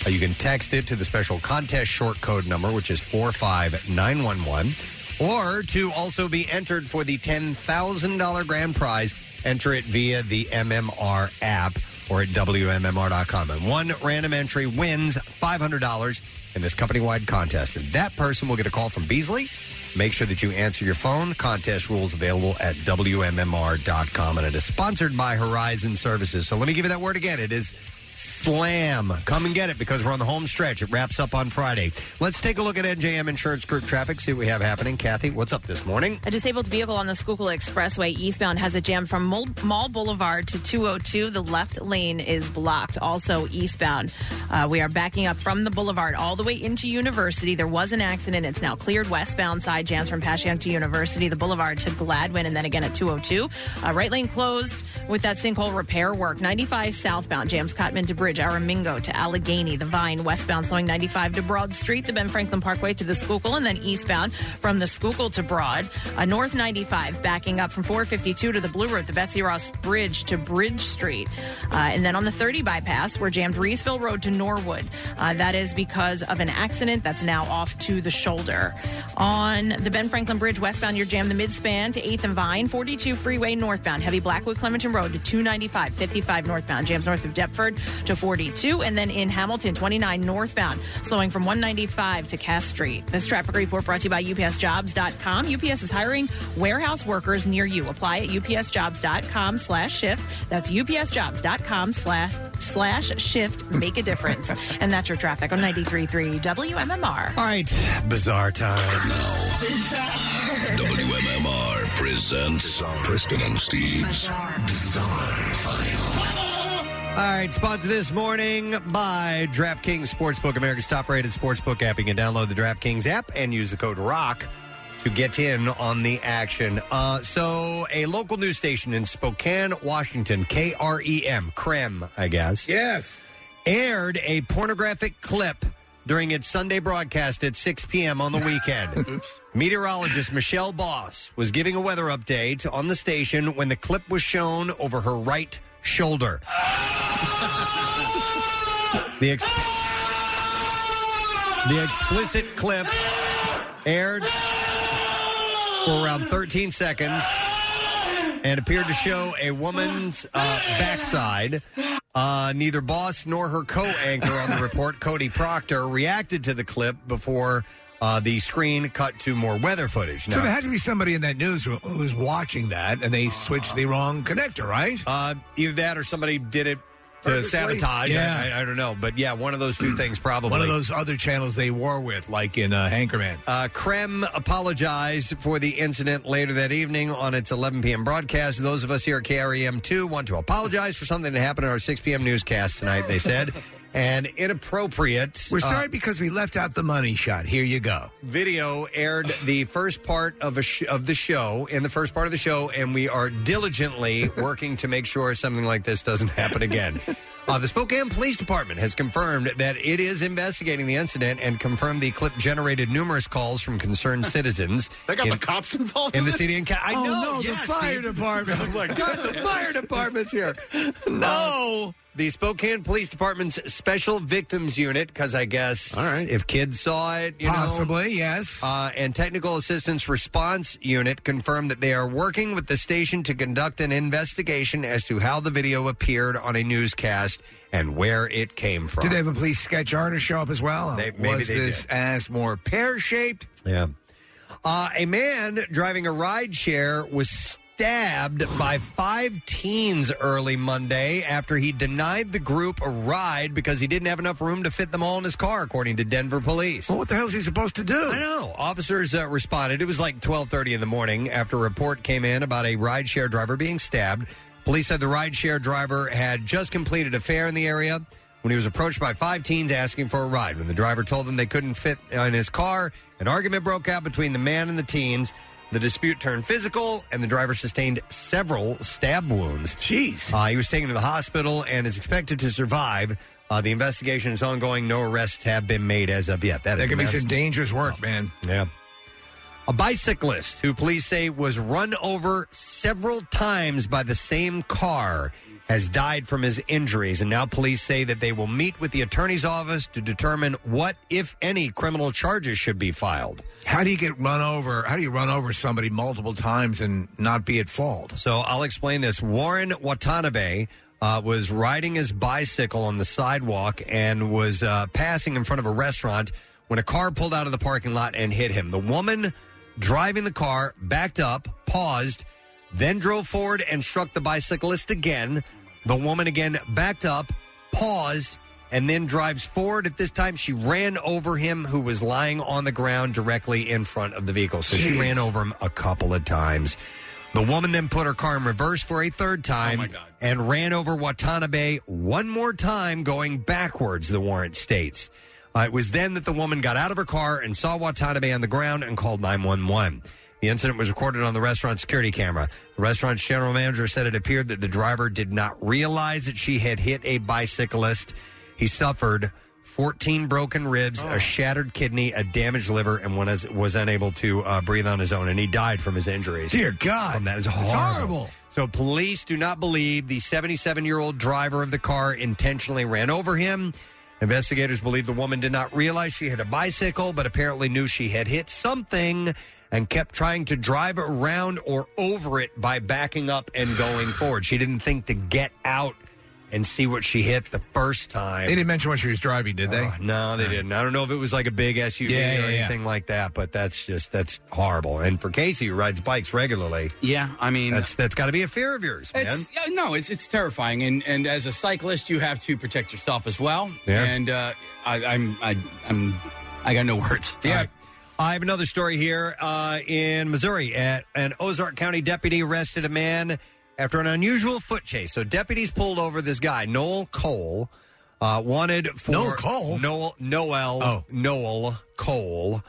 Speaker 2: Uh, you can text it to the special contest short code number, which is 45911, or to also be entered for the $10,000 grand prize, enter it via the MMR app or at WMMR.com. And one random entry wins $500 in this company wide contest. And that person will get a call from Beasley. Make sure that you answer your phone. Contest rules available at WMMR.com. And it is sponsored by Horizon Services. So let me give you that word again. It is slam. Come and get it because we're on the home stretch. It wraps up on Friday. Let's take a look at NJM Insurance Group traffic, see what we have happening. Kathy, what's up this morning?
Speaker 3: A disabled vehicle on the Schuylkill Expressway eastbound has a jam from Mall, Mall Boulevard to 202. The left lane is blocked, also eastbound. Uh, we are backing up from the boulevard all the way into University. There was an accident. It's now cleared westbound side jams from Passyunk to University, the boulevard to Gladwin, and then again oh at 202. Uh, right lane closed with that sinkhole repair work. 95 southbound jams Cotman to Bridge, Aramingo to Allegheny, the Vine, westbound slowing 95 to Broad Street, the Ben Franklin Parkway to the Schuylkill, and then eastbound from the Schuylkill to Broad, uh, North 95 backing up from 452 to the Blue Route, the Betsy Ross Bridge to Bridge Street, uh, and then on the 30 bypass, we're jammed Reesville Road to Norwood. Uh, that is because of an accident that's now off to the shoulder. On the Ben Franklin Bridge westbound, you're jammed the midspan to 8th and Vine, 42 freeway northbound, heavy Blackwood Clementon Road to 295, 55 northbound, jams north of Deptford to 42, and then in Hamilton, 29 northbound, slowing from 195 to Cass Street. This traffic report brought to you by UPSJobs.com. UPS is hiring warehouse workers near you. Apply at UPSJobs.com slash shift. That's UPSJobs.com slash slash shift. Make a difference. and that's your traffic on 93.3 WMMR.
Speaker 2: All right. Bizarre time.
Speaker 10: WMMR presents Preston and Steve's Bizarre, File.
Speaker 2: All right, sponsored this morning by DraftKings Sportsbook, America's top rated sportsbook app. You can download the DraftKings app and use the code ROCK to get in on the action. Uh, so, a local news station in Spokane, Washington, E KREM, CREM, I guess.
Speaker 4: Yes.
Speaker 2: Aired a pornographic clip during its Sunday broadcast at 6 p.m. on the weekend. Meteorologist Michelle Boss was giving a weather update on the station when the clip was shown over her right shoulder. The, ex- the explicit clip aired for around 13 seconds and appeared to show a woman's uh, backside. Uh, neither Boss nor her co anchor on the report, Cody Proctor, reacted to the clip before uh, the screen cut to more weather footage.
Speaker 4: So there had to be somebody in that newsroom who was watching that, and they switched the wrong connector, right?
Speaker 2: Uh, either that or somebody did it to sabotage. I-
Speaker 4: Yeah.
Speaker 2: I, I don't know. But yeah, one of those two things probably.
Speaker 4: One of those other channels they war with, like in uh, Hankerman.
Speaker 2: Uh, Krem apologized for the incident later that evening on its 11 p.m. broadcast. Those of us here at KREM2 want to apologize for something that happened in our 6 p.m. newscast tonight, they said. and inappropriate.
Speaker 4: We're
Speaker 2: uh,
Speaker 4: sorry because we left out the money shot. Here you go.
Speaker 2: video aired the first part of a sh- of the show in the first part of the show, and we are diligently working to make sure something like this doesn't happen again. Uh, the Spokane Police Department has confirmed that it is investigating the incident and confirmed the clip generated numerous calls from concerned citizens.
Speaker 8: They got
Speaker 2: in-
Speaker 8: the cops involved
Speaker 2: in the
Speaker 8: this?
Speaker 2: city and county. I
Speaker 8: Oh,
Speaker 2: know
Speaker 8: no, the
Speaker 2: yes,
Speaker 8: fire
Speaker 2: Steve.
Speaker 8: department.
Speaker 2: I'm like, God, the fire department's here. No. the Spokane Police Department's Special Victims Unit, because I guess All right. if kids saw it, you
Speaker 4: Possibly,
Speaker 2: know,
Speaker 4: yes.
Speaker 2: Uh, and Technical Assistance Response Unit confirmed that they are working with the station to conduct an investigation as to how the video appeared on a newscast and where it came from.
Speaker 4: Did they have a police sketch artist show up as well?
Speaker 2: They- maybe
Speaker 4: was
Speaker 2: they
Speaker 4: this ass more pear shaped?
Speaker 2: Yeah. Uh, a man driving a ride share was stabbed by five teens early Monday after he denied the group a ride because he didn't have enough room to fit them all in his car, according to Denver police. Well,
Speaker 4: what the hell is he supposed to do?
Speaker 2: I know. Officers uh, responded. It was like 12:30 in the morning after a report came in about a ride share driver being stabbed. Police said the ride share driver had just completed a fair in the area when he was approached by five teens asking for a ride. When the driver told them they couldn't fit in his car, an argument broke out between the man and the teens. The dispute turned physical, and the driver sustained several stab wounds.
Speaker 4: Jeez.
Speaker 2: Uh, he was taken to the hospital and is expected to survive. Uh, the investigation is ongoing. No arrests have been made as of yet. That
Speaker 4: There
Speaker 2: is
Speaker 4: could be
Speaker 2: massive.
Speaker 4: some dangerous work, man.
Speaker 2: Oh. Yeah. A bicyclist who police say was run over several times by the same car has died from his injuries. And now police say that they will meet with the attorney's office to determine what, if any, criminal charges should be filed.
Speaker 4: How do you get run over? How do you run over somebody multiple times and not be at fault?
Speaker 2: So I'll explain this. Warren Watanabe uh, was riding his bicycle on the sidewalk and was uh, passing in front of a restaurant when a car pulled out of the parking lot and hit him. The woman driving the car backed up, paused, then drove forward and struck the bicyclist again. The woman again backed up, paused, and then drives forward. At this time, she ran over him, who was lying on the ground directly in front of the vehicle. So she
Speaker 4: Jeez.
Speaker 2: ran over him a couple of times. The woman then put her car in reverse for a third time and ran over Watanabe one more time, going backwards, the warrant states. Uh, it was then that the woman got out of her car and saw Watanabe on the ground and called 911. The The incident was recorded on the restaurant security camera. The restaurant's general manager said it appeared that the driver did not realize that she had hit a bicyclist. He suffered 14 broken ribs,
Speaker 4: Oh.
Speaker 2: a shattered kidney, a damaged liver, and one is, was unable to uh, breathe on his own. And he died from his injuries.
Speaker 4: Dear God.
Speaker 2: From that is
Speaker 4: It's horrible.
Speaker 2: so police do not believe the 77 year old driver of the car intentionally ran over him. Investigators believe the woman did not realize she had a bicycle, but apparently knew she had hit something and kept trying to drive around or over it by backing up and going forward. She didn't think to get out and see what she hit the first time.
Speaker 4: They didn't mention when she was driving, did they?
Speaker 2: Oh, no, they didn't. I don't know if it was like a big SUV
Speaker 4: Yeah,
Speaker 2: or
Speaker 4: yeah, yeah.
Speaker 2: anything like that, but that's just that's horrible. And for Casey, who rides bikes regularly,
Speaker 5: yeah, I mean
Speaker 2: that's that's got to be a fear of yours, man.
Speaker 5: It's, yeah, no, it's it's terrifying, and and as a cyclist, you have to protect yourself as well.
Speaker 2: Yeah.
Speaker 5: And uh, I, I'm I, I'm I got no words.
Speaker 2: Yeah. I have another story here uh, in Missouri. At an Ozark County deputy arrested a man after an unusual foot chase. So deputies pulled over this guy, Noel Cole, uh, wanted for
Speaker 4: Noel Cole?
Speaker 2: Noel Noel Noel Cole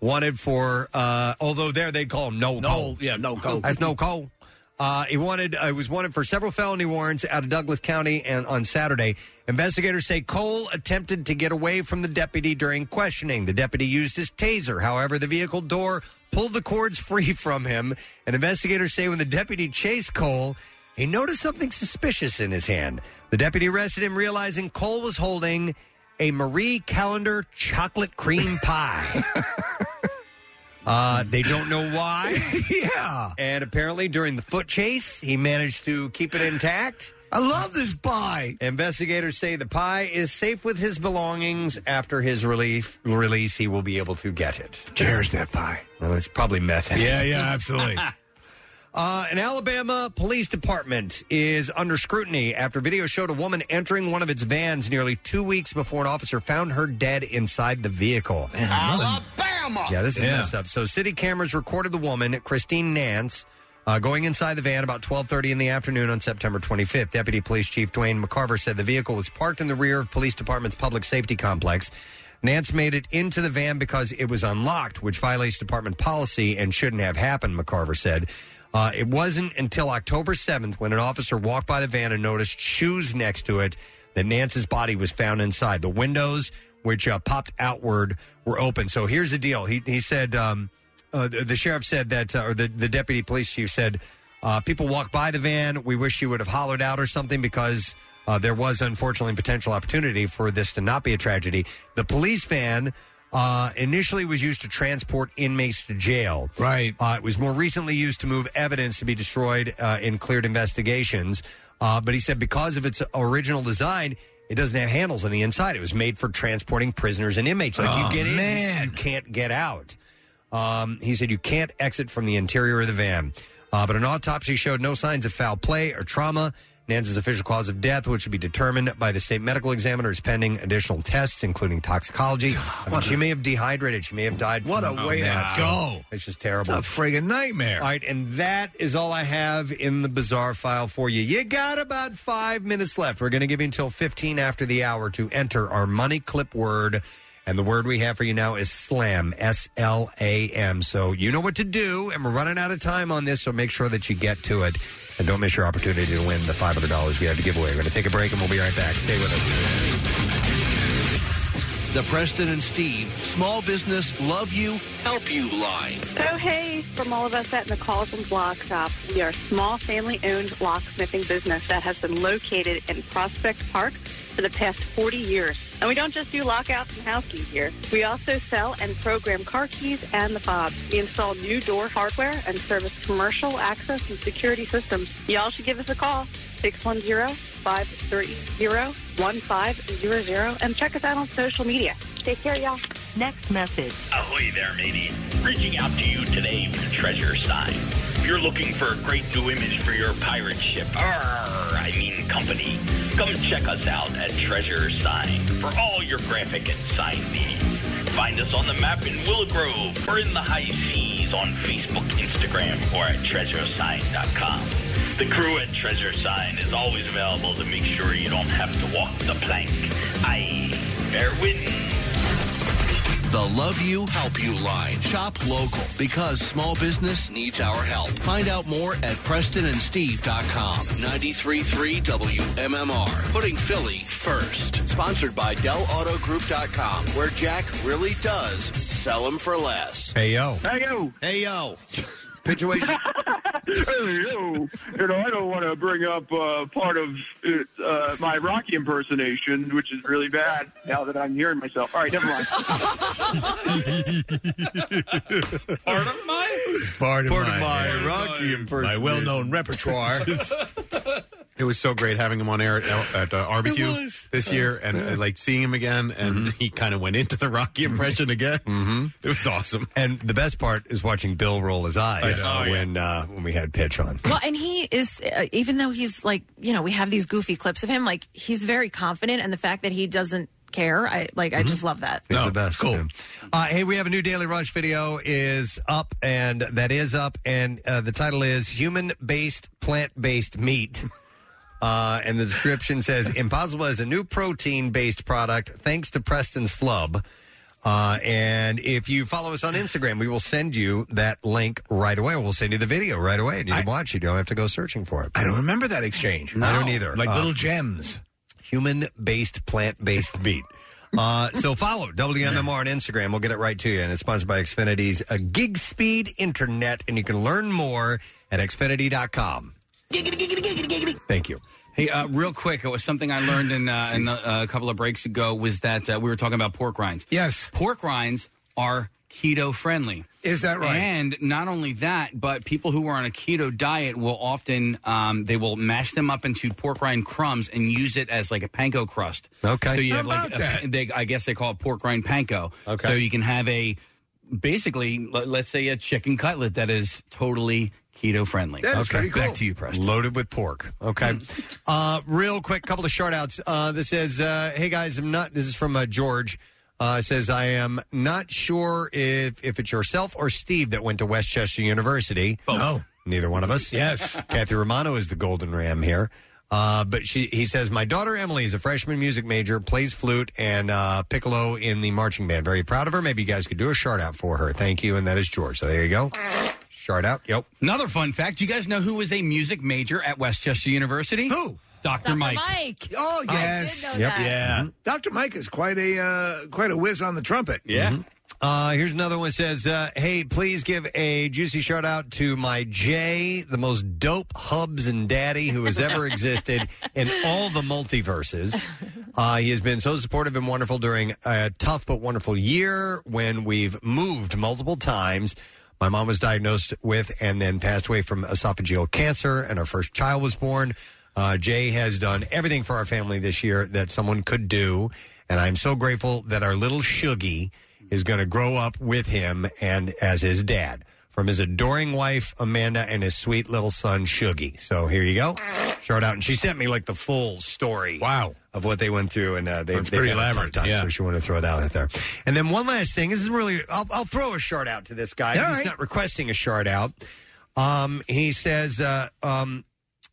Speaker 2: wanted for. Uh, although there they call him Noel. Cole.
Speaker 4: yeah, no
Speaker 2: Cole. That's no Cole. Uh, he wanted. Uh, was wanted for several felony warrants out of Douglas County, and on Saturday, investigators say Cole attempted to get away from the deputy during questioning. The deputy used his taser. However, the vehicle door pulled the cords free from him, and investigators say when the deputy chased Cole, he noticed something suspicious in his hand. The deputy arrested him, realizing Cole was holding a Marie Calendar chocolate cream pie. Uh, they don't know why.
Speaker 4: yeah.
Speaker 2: And apparently, during the foot chase, he managed to keep it intact.
Speaker 4: I love this pie.
Speaker 2: Investigators say the pie is safe with his belongings. After his relief release, he will be able to get it.
Speaker 4: Cheers, that pie.
Speaker 2: Well, it's probably meth.
Speaker 4: Yeah, yeah, absolutely.
Speaker 2: Uh, an Alabama police department is under scrutiny after video showed a woman entering one of its vans nearly two weeks before an officer found her dead inside the vehicle.
Speaker 10: Alabama.
Speaker 2: Yeah, this is messed up. So, city cameras recorded the woman, Christine Nance, uh, going inside the van about 12:30 in the afternoon on September 25th. Deputy Police Chief Dwayne McCarver said the vehicle was parked in the rear of Police Department's public safety complex. Nance made it into the van because it was unlocked, which violates department policy and shouldn't have happened. McCarver said. Uh, it wasn't until October 7th when an officer walked by the van and noticed shoes next to it that Nance's body was found inside. The windows, which uh, popped outward, were open. So here's the deal. He, he said, um, uh, the, the sheriff said that, uh, or the, the deputy police chief said, uh, people walked by the van. We wish you would have hollered out or something because uh, there was, unfortunately, potential opportunity for this to not be a tragedy. The police van uh, initially was used to transport inmates to jail. Right. Uh, it was more recently used to move evidence to be destroyed uh, in cleared investigations. Uh, but he said because of its original design, it doesn't have handles on the inside. It was made for transporting prisoners and inmates. Like
Speaker 4: Oh,
Speaker 2: you get in, you can't get out. Um, he said you can't exit from the interior of the van. Uh, but an autopsy showed no signs of foul play or trauma. Nance's official cause of death, which will be determined by the state medical examiner, is pending additional tests, including toxicology. I mean, she may have dehydrated. She may have died.
Speaker 4: What
Speaker 2: from
Speaker 4: a way to
Speaker 2: that.
Speaker 4: go.
Speaker 2: Oh, It's just terrible.
Speaker 4: It's a friggin' nightmare.
Speaker 2: All right, and that is all I have in the bizarre file for you. You got about five minutes left. We're going to give you until 15 after the hour to enter our money clip word. And the word we have for you now is slam, S L A M. So you know what to do, and we're running out of time on this, so make sure that you get to it. And don't miss your opportunity to win the $500 we have to give away. We're going to take a break, and we'll be right back. Stay with us.
Speaker 9: The Preston and Steve Small Business Love You, Help You line.
Speaker 22: So hey, from all of us at McCall's and Block Shop, we are a small family-owned locksmithing business that has been located in Prospect Park for the past 40 years. And we don't just do lockouts and house keys here. We also sell and program car keys and the fobs. We install new door hardware and service commercial access and security systems. Y'all should give us a call, 610-530-1500, and check us out on social media. Take care, y'all. Next message.
Speaker 12: Ahoy there, matey. Reaching out to you today from Treasure Sign. If you're looking for a great new image for your pirate ship, or I mean company, come check us out at Treasure Sign for all your graphic and sign needs. Find us on the map in Willow Grove or in the high seas on Facebook, Instagram, or at treasuresign.com. The crew at Treasure Sign is always available to make sure you don't have to walk the plank. Aye, fair wind.
Speaker 9: The Love You, Help You line. Shop local because small business needs our help. Find out more at PrestonandSteve.com. 93.3 WMMR. Putting Philly first. Sponsored by DellAutoGroup.com, where Jack really does sell them for less.
Speaker 2: Hey, yo.
Speaker 9: Hey, yo.
Speaker 2: Hey, yo. Situation.
Speaker 13: you know, I don't want to bring up uh, part of uh, my Rocky impersonation, which is really bad now that I'm hearing myself. All right, never mind.
Speaker 5: part of my
Speaker 4: Part of
Speaker 2: Part
Speaker 4: my,
Speaker 2: of my Rocky
Speaker 4: my
Speaker 2: impersonation. Mm-hmm.
Speaker 4: well-known repertoire.
Speaker 8: It was so great having him on air at, at uh, RBQ this year, and uh, like seeing him again, and
Speaker 2: Mm-hmm.
Speaker 8: he kind of went into the Rocky impression again. Mm-hmm. It was awesome.
Speaker 2: And the best part is watching Bill roll his eyes
Speaker 8: I know.
Speaker 2: uh,
Speaker 8: Oh, yeah.
Speaker 2: when uh, when we had pitch on.
Speaker 3: Well, and he is, uh, even though he's like, you know, we have these goofy clips of him, like, he's very confident. And the fact that he doesn't care, I like, I just love that.
Speaker 2: It's Mm-hmm. the best. Cool. Uh, hey, we have a new Daily Rush video is up, and that is up, and uh, the title is "Human Based Plant Based Meat." Uh, and the description says Impossible is a new protein based product thanks to Preston's Flub. Uh, and if you follow us on Instagram, we will send you that link right away. We'll send you the video right away and you can watch it. You don't have to go searching for it.
Speaker 4: I don't remember that exchange.
Speaker 2: I don't either.
Speaker 4: Like
Speaker 2: Uh,
Speaker 4: little gems.
Speaker 2: Human based, plant based meat. Uh, so follow WMMR on Instagram. We'll get it right to you. And it's sponsored by Xfinity's uh, Gig Speed Internet. And you can learn more at xfinity.com. Thank you.
Speaker 5: Hey, uh, real quick, it was something I learned in, uh, in uh, a couple of breaks ago was that uh, we were talking about pork rinds.
Speaker 4: Yes,
Speaker 5: pork rinds are keto friendly.
Speaker 4: Is that right?
Speaker 5: And not only that, but people who are on a keto diet will often um, they will mash them up into pork rind crumbs and use it as like a panko crust.
Speaker 2: Okay.
Speaker 5: so you
Speaker 2: How
Speaker 5: have like
Speaker 2: about
Speaker 5: a-
Speaker 2: that?
Speaker 5: they, I guess they call it pork rind panko. Okay, so you can have a basically let, let's say a chicken cutlet that is totally keto friendly. Back to you, Preston.
Speaker 2: Loaded with pork. Okay. uh, real quick, couple of shout outs. Uh, this says, uh, hey guys, I'm not, this is from uh, George. Uh, says, I am not sure if, if it's yourself or Steve that went to Westchester University. No. Neither one of us.
Speaker 4: Yes.
Speaker 2: Kathy Romano is the golden ram here. Uh, but she, he says, my daughter Emily is a freshman music major, plays flute and uh, piccolo in the marching band. Very proud of her. Maybe you guys could do a shout out for her. Thank you. And that is George. So there you go. Shout out. Yep.
Speaker 5: Another fun fact: Do you guys know who was a music major at Westchester University? Who? Dr. Mike.
Speaker 4: Oh
Speaker 5: I
Speaker 4: yes,
Speaker 5: did know Yep. that.
Speaker 4: yeah.
Speaker 2: Mm-hmm.
Speaker 4: Doctor Mike is quite a uh, quite a whiz on the trumpet.
Speaker 5: Yeah.
Speaker 2: Uh, here's another one says, uh, "Hey, please give a juicy shout out to my Jay, the most dope hubs and daddy who has ever existed in all the multiverses. Uh, he has been so supportive and wonderful during a tough but wonderful year when we've moved multiple times." My mom was diagnosed with and then passed away from esophageal cancer, and our first child was born. Uh, Jay has done everything for our family this year that someone could do, and I'm so grateful that our little Shuggy is going to grow up with him and as his dad. From his adoring wife Amanda and his sweet little son Shuggy. So here you go, shout out. And she sent me like the full story. Wow, of what they went through, and uh, they,
Speaker 4: That's
Speaker 2: they've
Speaker 4: pretty
Speaker 2: had a tough
Speaker 4: elaborate,
Speaker 2: Time,
Speaker 4: yeah.
Speaker 2: So she wanted to throw it out there. And then one last thing. This is really. I'll, I'll throw a shard out to this guy.
Speaker 4: All
Speaker 2: He's
Speaker 4: right.
Speaker 2: not requesting a shard out. Um, he says uh, um,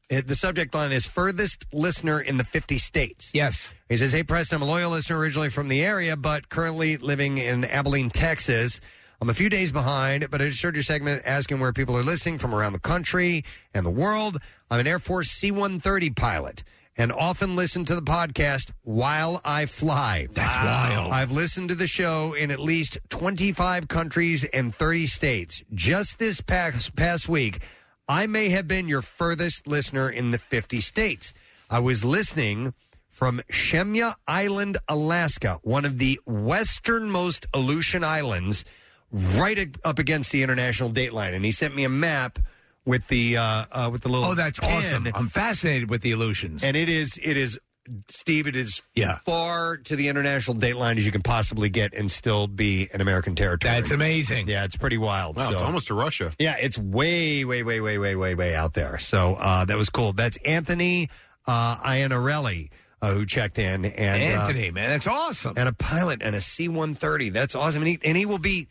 Speaker 2: it- the subject line is furthest listener in the 50 states.
Speaker 4: Yes.
Speaker 2: He says, Hey, Preston, I'm a loyal listener originally from the area, but currently living in Abilene, Texas. I'm a few days behind, but I just heard your segment asking where people are listening from around the country and the world. I'm an Air Force C 130 pilot and often listen to the podcast while I fly. That's wild. I've listened to the show in at least 25 countries and 30 states. Just this past, past week, I may have been your furthest listener in the 50 states. I was listening from Shemya Island, Alaska, one of the westernmost Aleutian Islands, right ag- up against the international dateline. And he sent me a map with the uh, uh, with the little.
Speaker 4: Oh, that's awesome. I'm fascinated with the illusions.
Speaker 2: And it is it is Steve. It is
Speaker 4: Yeah.
Speaker 2: far to the international dateline as you can possibly get and still be an American territory.
Speaker 4: That's amazing.
Speaker 2: Yeah, it's pretty wild.
Speaker 8: Wow, it's
Speaker 2: so-
Speaker 8: almost to Russia.
Speaker 2: yeah, it's way, way, way, way, way, way, way out there. So uh, that was cool. That's Anthony uh, Iannarelli uh, who checked in. And
Speaker 4: Anthony,
Speaker 2: uh,
Speaker 4: man, that's awesome.
Speaker 2: And a pilot and a C 130. That's awesome. And he, and he will be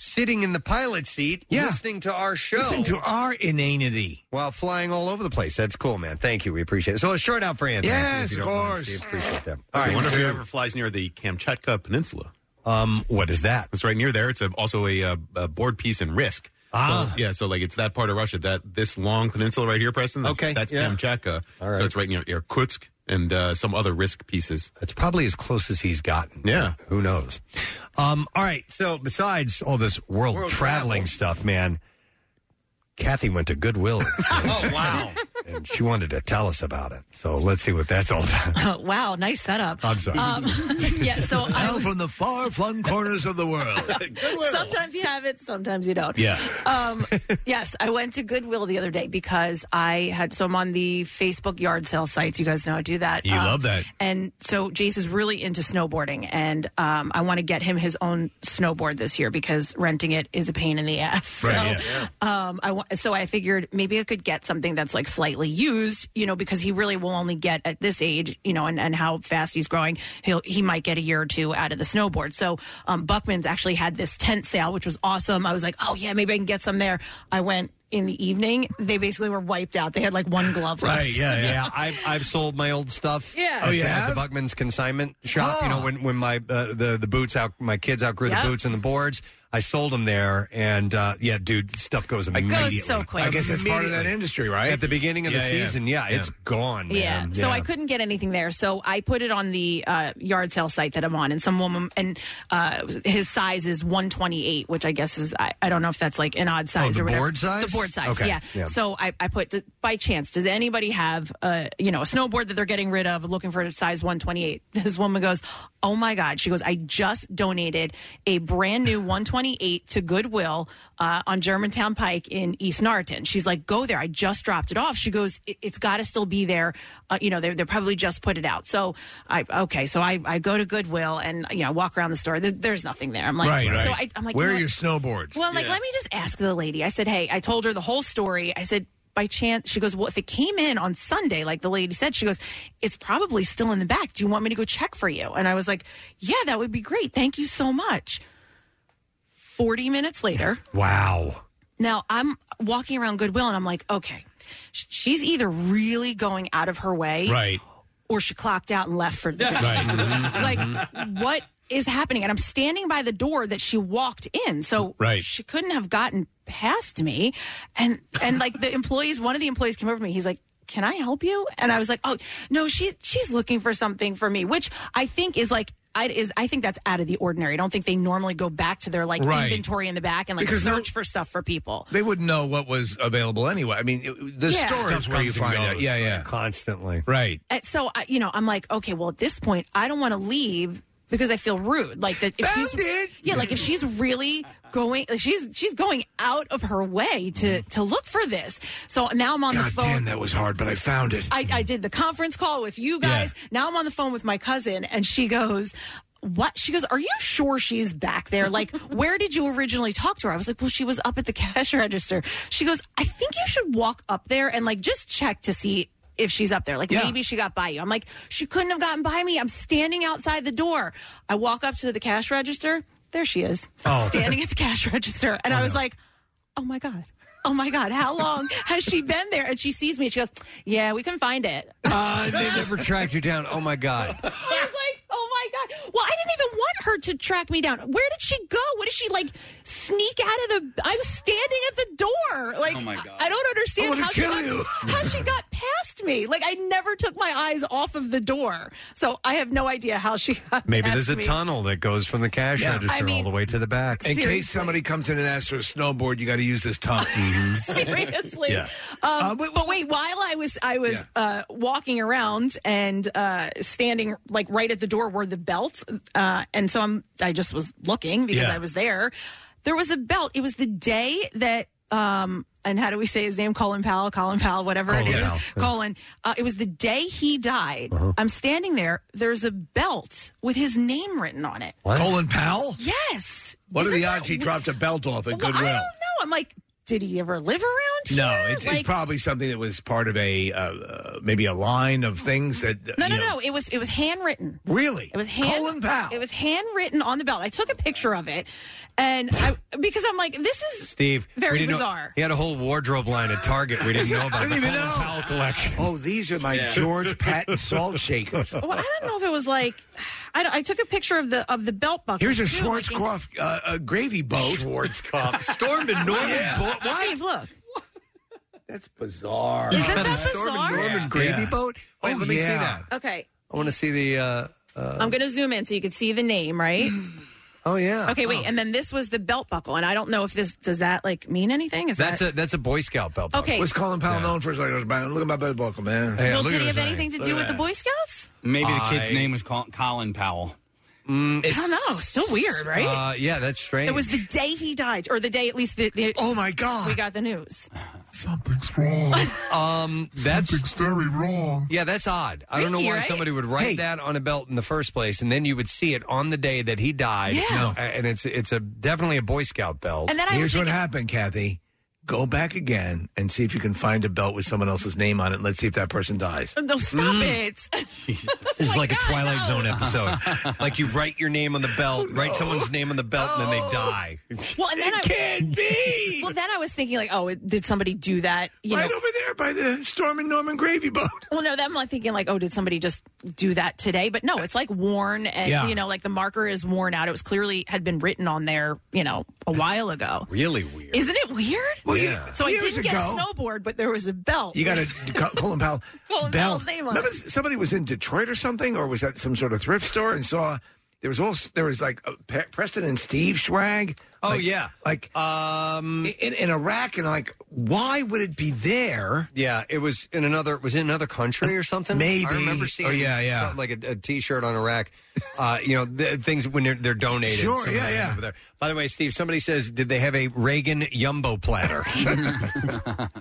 Speaker 2: sitting in the pilot seat listening to our show.
Speaker 4: Listen to our inanity.
Speaker 2: While flying all over the place. That's cool, man. Thank you. We appreciate it. So a short out for Anthony. if
Speaker 8: Yes,
Speaker 2: you
Speaker 8: of
Speaker 2: don't mind,
Speaker 8: course.
Speaker 2: Steve. appreciate that.
Speaker 8: I
Speaker 2: All right.
Speaker 8: wonder if he ever flies near the Kamchatka Peninsula.
Speaker 2: Um, what is that?
Speaker 8: It's right near there. It's a, also a, uh, a board piece in Risk. Ah, yeah. So like, it's that part of Russia that this long peninsula right here, Preston. That's, okay, that's Kamchatka. All right. So it's right near Irkutsk and uh, some other Risk pieces.
Speaker 2: That's probably as close as he's gotten.
Speaker 8: Yeah.
Speaker 2: Who knows? Um, all right. So besides all this world,
Speaker 8: World
Speaker 2: traveling stuff, man, Kathy went to Goodwill
Speaker 3: oh wow!
Speaker 2: and she wanted to tell us about it. So let's see what that's all about.
Speaker 3: Oh, wow, nice setup.
Speaker 2: I'm sorry. Oh,
Speaker 3: Um, yeah, so I
Speaker 2: Now from the far flung corners of the world.
Speaker 3: Sometimes you have it, sometimes you don't.
Speaker 2: Yeah.
Speaker 3: Um, yes, I went to Goodwill the other day because I had, so I'm on the Facebook yard sale sites. You guys know I do that.
Speaker 4: You
Speaker 3: Um,
Speaker 4: love that.
Speaker 3: And so Jace is really into snowboarding, and um, I want to get him his own snowboard this year because renting it is a pain in the ass.
Speaker 14: Right,
Speaker 3: so, um, I wa- so I figured maybe I could get something that's like slightly used, you know, because he really will only get at this age, you know, and, and how fast he's growing, he'll he might get a year or two out of the snowboard. So um, Buckman's actually had this tent sale, which was awesome. I was like, oh yeah, maybe I can get some there. I went in the evening. They basically were wiped out. They had like one glove left.
Speaker 2: I've, I've sold my old stuff.
Speaker 3: Yeah.
Speaker 2: At,
Speaker 3: Oh, you
Speaker 2: the- at
Speaker 3: have?
Speaker 2: the Buckman's consignment shop.
Speaker 4: Ah.
Speaker 2: You know, when when my uh, the the boots out, my kids outgrew
Speaker 4: Yeah.
Speaker 2: the boots and the boards. I sold them there, and uh, yeah, dude, stuff goes
Speaker 4: I- Goes
Speaker 2: immediately.
Speaker 4: so quick. I guess that's part of that
Speaker 2: Immediately.
Speaker 4: industry, right?
Speaker 2: At the beginning of the
Speaker 4: Yeah, yeah.
Speaker 2: season, yeah,
Speaker 4: Yeah.
Speaker 2: it's gone.
Speaker 3: Yeah.
Speaker 2: man.
Speaker 3: So I couldn't get anything there. So I put it on the uh, yard sale site that I'm on, and some woman, and uh, his size is 128, which I guess is I, I don't know if that's like an odd size
Speaker 17: Oh, the
Speaker 3: or whatever.
Speaker 17: board size?
Speaker 3: The board size.
Speaker 17: Okay.
Speaker 3: Yeah.
Speaker 17: Yeah.
Speaker 3: So I, I put d- by chance. Does anybody have a you know a snowboard that they're getting rid of, looking for a size 128? This woman goes, "Oh my god!" She goes, "I just donated a brand new 128 to Goodwill uh, on Germantown Pike in East Norriton." She's like, "Go there. I just dropped it off." She goes, it, "It's got to still be there. Uh, you know, they they probably just put it out." So I okay, so I, I go to Goodwill and you know I walk around the store. There, there's nothing there. I'm like,
Speaker 4: right, right.
Speaker 3: so I, I'm like,
Speaker 4: where
Speaker 3: you
Speaker 4: are
Speaker 3: know what?
Speaker 4: your snowboards?
Speaker 3: Well, like, let me just ask the lady. I said, hey, I told her the whole story. I said, by chance, she goes, well, if it came in on Sunday, like the lady said, she goes, it's probably still in the back. Do you want me to go check for you? And I was like, yeah, that would be great. Thank you so much. 40 minutes later,
Speaker 2: Wow.
Speaker 3: now I'm walking around Goodwill and I'm like, okay, sh- she's either really going out of her way
Speaker 4: Right.
Speaker 3: or she clocked out and left for the day.
Speaker 4: Mm-hmm.
Speaker 3: like what is happening and i'm standing by the door that she walked in so
Speaker 4: Right.
Speaker 3: she couldn't have gotten past me and and like the employees one of the employees came over to me he's like can i help you and i was like oh no she's she's looking for something for me which i think is like I, is I think that's out of the ordinary. I don't think they normally go back to their like
Speaker 4: Right.
Speaker 3: inventory in the back and like
Speaker 4: Because they're-
Speaker 3: search for stuff for people.
Speaker 4: They wouldn't know what was available anyway. I mean, it, the
Speaker 3: Yeah.
Speaker 4: store
Speaker 3: Stuff
Speaker 4: is where you
Speaker 2: comes and
Speaker 4: find out.
Speaker 2: goes,
Speaker 4: Yeah, yeah.
Speaker 2: Constantly.
Speaker 4: Right.
Speaker 3: And so I, you know, I'm like, okay, well, at this point, I don't want to leave because I feel rude. Like that, if she's yeah, like if she's really going, like, she's she's going out of her way to to look for this. So now I'm on the
Speaker 4: God
Speaker 3: phone.
Speaker 4: damn, that was hard, but I found it.
Speaker 3: I, I did the conference call with you guys. Now I'm on the phone with my cousin, and she goes, what she goes are you sure she's back there like where did you originally talk to her i was like well she was up at the cash register she goes i think you should walk up there and like just check to see if she's up there like
Speaker 17: Yeah.
Speaker 3: maybe she got by you i'm like she couldn't have gotten by me i'm standing outside the door i walk up to the cash register there she is
Speaker 17: Oh.
Speaker 3: standing at the cash register and i was like oh my god oh my god how long has she been there and she sees me and she goes yeah we couldn't find it
Speaker 2: Uh, they never tracked you down. Oh my god.
Speaker 3: I was like, oh my god. Well, I didn't even want her to track me down. Where did she go? What did she like sneak out of the? I was standing at the door. Like,
Speaker 17: Oh my God.
Speaker 3: I I don't
Speaker 17: I
Speaker 3: understand
Speaker 17: wanna
Speaker 3: how she
Speaker 17: kill
Speaker 3: got,
Speaker 17: you.
Speaker 3: how she got past me. Like, I never took my eyes off of the door, so I have no idea how she got.
Speaker 2: Maybe
Speaker 3: past
Speaker 2: there's a
Speaker 3: me.
Speaker 2: tunnel that goes from the cash
Speaker 4: Yeah.
Speaker 2: register
Speaker 4: I
Speaker 2: all
Speaker 4: mean,
Speaker 2: the way to the back.
Speaker 4: In case somebody comes in and asks for a snowboard, you got to use this tongue.
Speaker 2: Mm-hmm.
Speaker 3: Seriously.
Speaker 4: Yeah.
Speaker 3: Um, but wait, while I was I was uh, walking around and uh, standing like right at the door were the belts, uh, and so I'm I just was looking because
Speaker 17: Yeah.
Speaker 3: I was there. There was a belt. It was the day that. Um, and how do we say his name? Colin Powell, Colin Powell, whatever it
Speaker 17: Colin
Speaker 3: is.
Speaker 17: Powell. Uh-huh.
Speaker 3: Colin. Uh, it was the day he died. I'm standing there. There's a belt with his name written on it.
Speaker 4: Colin Powell?
Speaker 3: Yes.
Speaker 4: What are
Speaker 3: Isn't
Speaker 4: the
Speaker 3: that
Speaker 4: odds he
Speaker 3: wi-
Speaker 4: dropped a belt off at
Speaker 3: well, I don't
Speaker 4: Goodwill?
Speaker 3: know. I'm like, did he ever live around?
Speaker 4: No,
Speaker 3: here?
Speaker 4: it's,
Speaker 3: Like-
Speaker 4: it's probably something that was part of a uh, uh, maybe a line of things that. uh,
Speaker 3: No,
Speaker 4: you
Speaker 3: no,
Speaker 4: know-
Speaker 3: no. It was it was handwritten.
Speaker 4: Really?
Speaker 3: It was hand.
Speaker 4: Colin Powell.
Speaker 3: It was handwritten on the belt. I took a picture of it, and I because I'm like, this is
Speaker 2: Steve. we
Speaker 3: very
Speaker 2: didn't know-
Speaker 3: bizarre.
Speaker 2: he had a whole wardrobe line at Target we didn't know about.
Speaker 4: I didn't
Speaker 2: The
Speaker 4: even
Speaker 2: Colin
Speaker 4: know.
Speaker 2: Powell collection.
Speaker 4: Oh, these are my George Patton salt shakers.
Speaker 3: Well, I don't know if it was like, I, don't- I took a picture of the of the belt buckle.
Speaker 4: Here's a
Speaker 3: too, like, in-
Speaker 4: Schwarzkopf uh, a gravy boat.
Speaker 2: Schwarzkopf stormed a
Speaker 4: Norman
Speaker 2: boat.
Speaker 3: Steve, look.
Speaker 4: Bizarre.
Speaker 3: Isn't that bizarre?
Speaker 2: Norman gravy boat? Wait, let me see that.
Speaker 3: Okay,
Speaker 2: I want to see the. Uh, uh,
Speaker 3: I'm going to zoom in so you can see the name, right?
Speaker 2: oh yeah.
Speaker 3: Okay, wait.
Speaker 2: Oh.
Speaker 3: And then this was the belt buckle, and I don't know if this does that like mean anything. Is
Speaker 2: that's
Speaker 3: that
Speaker 2: a that's a Boy Scout belt. buckle.
Speaker 3: Okay.
Speaker 4: What's Colin Powell known for? His like, look at my belt buckle, man.
Speaker 3: well, did it have anything to do with the Boy Scouts?
Speaker 5: Maybe the kid's
Speaker 2: I- Mm,
Speaker 5: name was Col- Colin Powell.
Speaker 3: I don't know. Still weird, right?
Speaker 2: Uh, yeah, that's strange.
Speaker 3: it was the day he died, or the day at least the, the
Speaker 4: oh my god
Speaker 3: we got the news.
Speaker 2: Something's wrong. um, that's very wrong. Yeah, that's odd. I don't know
Speaker 3: Freaky,
Speaker 2: why
Speaker 3: right?
Speaker 2: somebody would write
Speaker 3: Hey.
Speaker 2: that on a belt in the first place, and then you would see it on the day that he died.
Speaker 3: Yeah. No.
Speaker 2: A- and it's it's a definitely a Boy Scout belt.
Speaker 3: And then I
Speaker 4: Here's
Speaker 3: was
Speaker 4: what
Speaker 3: thinking-
Speaker 4: happened, Kathy. Go back again and see if you can find a belt with someone else's name on it. And let's see if that person dies.
Speaker 3: No, stop
Speaker 2: mm.
Speaker 3: it.
Speaker 2: This is like a Twilight Zone
Speaker 3: Oh.
Speaker 2: episode. like you write your name on the belt, write someone's name on the belt, and then they die.
Speaker 3: Well, and then I
Speaker 4: can't be.
Speaker 3: Well, then I was thinking like, oh, did somebody do that? You
Speaker 4: right
Speaker 3: know,
Speaker 4: over there by the Storm and Norman gravy boat.
Speaker 3: Well, no, then I'm like thinking like, oh, did somebody just do that today? But no, it's like worn, and
Speaker 4: Yeah.
Speaker 3: you know, like the marker is worn out. It was clearly had been written on there, you know, a while ago.
Speaker 2: Really weird.
Speaker 3: Isn't it weird?
Speaker 4: Well, yeah.
Speaker 3: So I
Speaker 4: Years
Speaker 3: didn't get a
Speaker 4: ago-
Speaker 3: snowboard, but there was a belt.
Speaker 4: You got to Colin Powell.
Speaker 3: Colin
Speaker 4: Bell.
Speaker 3: Powell's name on
Speaker 4: Remember,
Speaker 3: it.
Speaker 4: somebody was in Detroit or something, or was at some sort of thrift store and saw there was all there was like a Pe- Preston and Steve swag.
Speaker 2: Oh,
Speaker 4: Like-
Speaker 2: yeah.
Speaker 4: like
Speaker 2: um
Speaker 4: in, in a rack, and like why would it be there?
Speaker 2: Yeah, it was in another. Was it another country or something?
Speaker 4: Maybe.
Speaker 2: I remember seeing.
Speaker 4: Oh, yeah, yeah.
Speaker 2: something Like a, a T-shirt on a rack. Uh, you know, th things when they're, they're donated.
Speaker 4: Sure,
Speaker 2: somehow
Speaker 4: yeah, yeah.
Speaker 2: Over there. By the way, Steve, somebody says, did they have a Reagan Yumbo platter?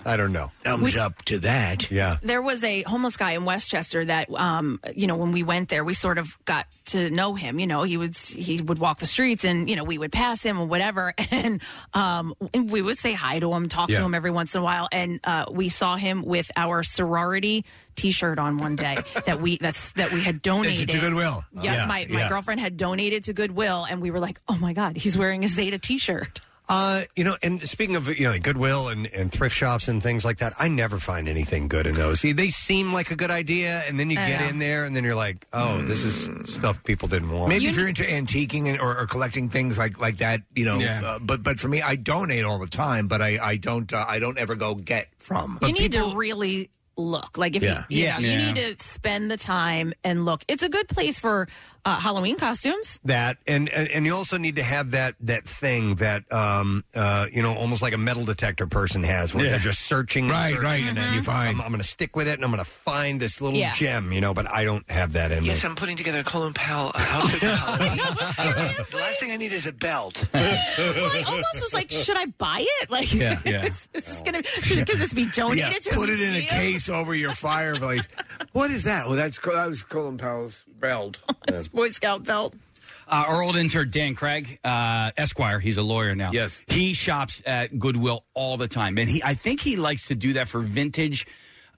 Speaker 2: I don't know.
Speaker 4: Thumbs up to that.
Speaker 2: Yeah.
Speaker 3: there was a homeless guy in Westchester that, um, you know, when we went there, we sort of got to know him. You know, he would he would walk the streets, and you know, we would pass him or whatever, and um, and we would say hi to him, talk
Speaker 14: Yeah.
Speaker 3: to him every once in a while, and uh, we saw him with our sorority T-shirt on one day that we that's that we had donated
Speaker 4: to Goodwill.
Speaker 3: Yeah,
Speaker 4: Yeah,
Speaker 3: my my
Speaker 4: yeah.
Speaker 3: girlfriend had donated to Goodwill, and we were like, oh my god, he's wearing a Zeta T-shirt.
Speaker 2: Uh, you know, and speaking of you know like Goodwill and, and thrift shops and things like that, I never find anything good in those. See, they seem like a good idea, and then you
Speaker 4: I
Speaker 2: get
Speaker 4: know.
Speaker 2: in there, and then you're like, oh, this is stuff people didn't want.
Speaker 4: Maybe if you're into antiquing and, or, or collecting things like like that, you know.
Speaker 2: Yeah.
Speaker 4: Uh, but but for me, I donate all the time, but I I don't uh, I don't ever go get from.
Speaker 3: you need to really look. Like if
Speaker 4: Yeah.
Speaker 3: you, you,
Speaker 4: Yeah.
Speaker 3: know, you
Speaker 4: Yeah.
Speaker 3: need to spend the time and look. It's a good place for uh, Halloween costumes.
Speaker 2: that and, and and you also need to have that that thing that um uh you know almost like a metal detector person has where
Speaker 4: Yeah.
Speaker 2: they're just searching and
Speaker 4: Right,
Speaker 2: searching,
Speaker 4: right,
Speaker 2: and then
Speaker 4: mhm.
Speaker 2: you find I'm, I'm gonna stick with it and I'm gonna find this little
Speaker 4: Yeah.
Speaker 2: gem you know but I don't have that in
Speaker 4: Yes,
Speaker 2: me
Speaker 4: I'm putting together a Colin Powell uh, outfit for Halloween. the last thing I need is a belt.
Speaker 3: Well, I almost was like, should I buy it? Like,
Speaker 4: Yeah, yeah.
Speaker 3: this, this is gonna could, could this be donated
Speaker 4: Yeah,
Speaker 3: to?
Speaker 4: put it in a
Speaker 3: museum?
Speaker 4: case over your fireplace. what is that? Well, that's Co- that was Colin Powell's belt.
Speaker 3: Boy Scout belt.
Speaker 5: Uh, our old intern Dan Craig uh, Esquire, he's a lawyer now. Yes, he shops at Goodwill all the time, and he I think he likes to do that for vintage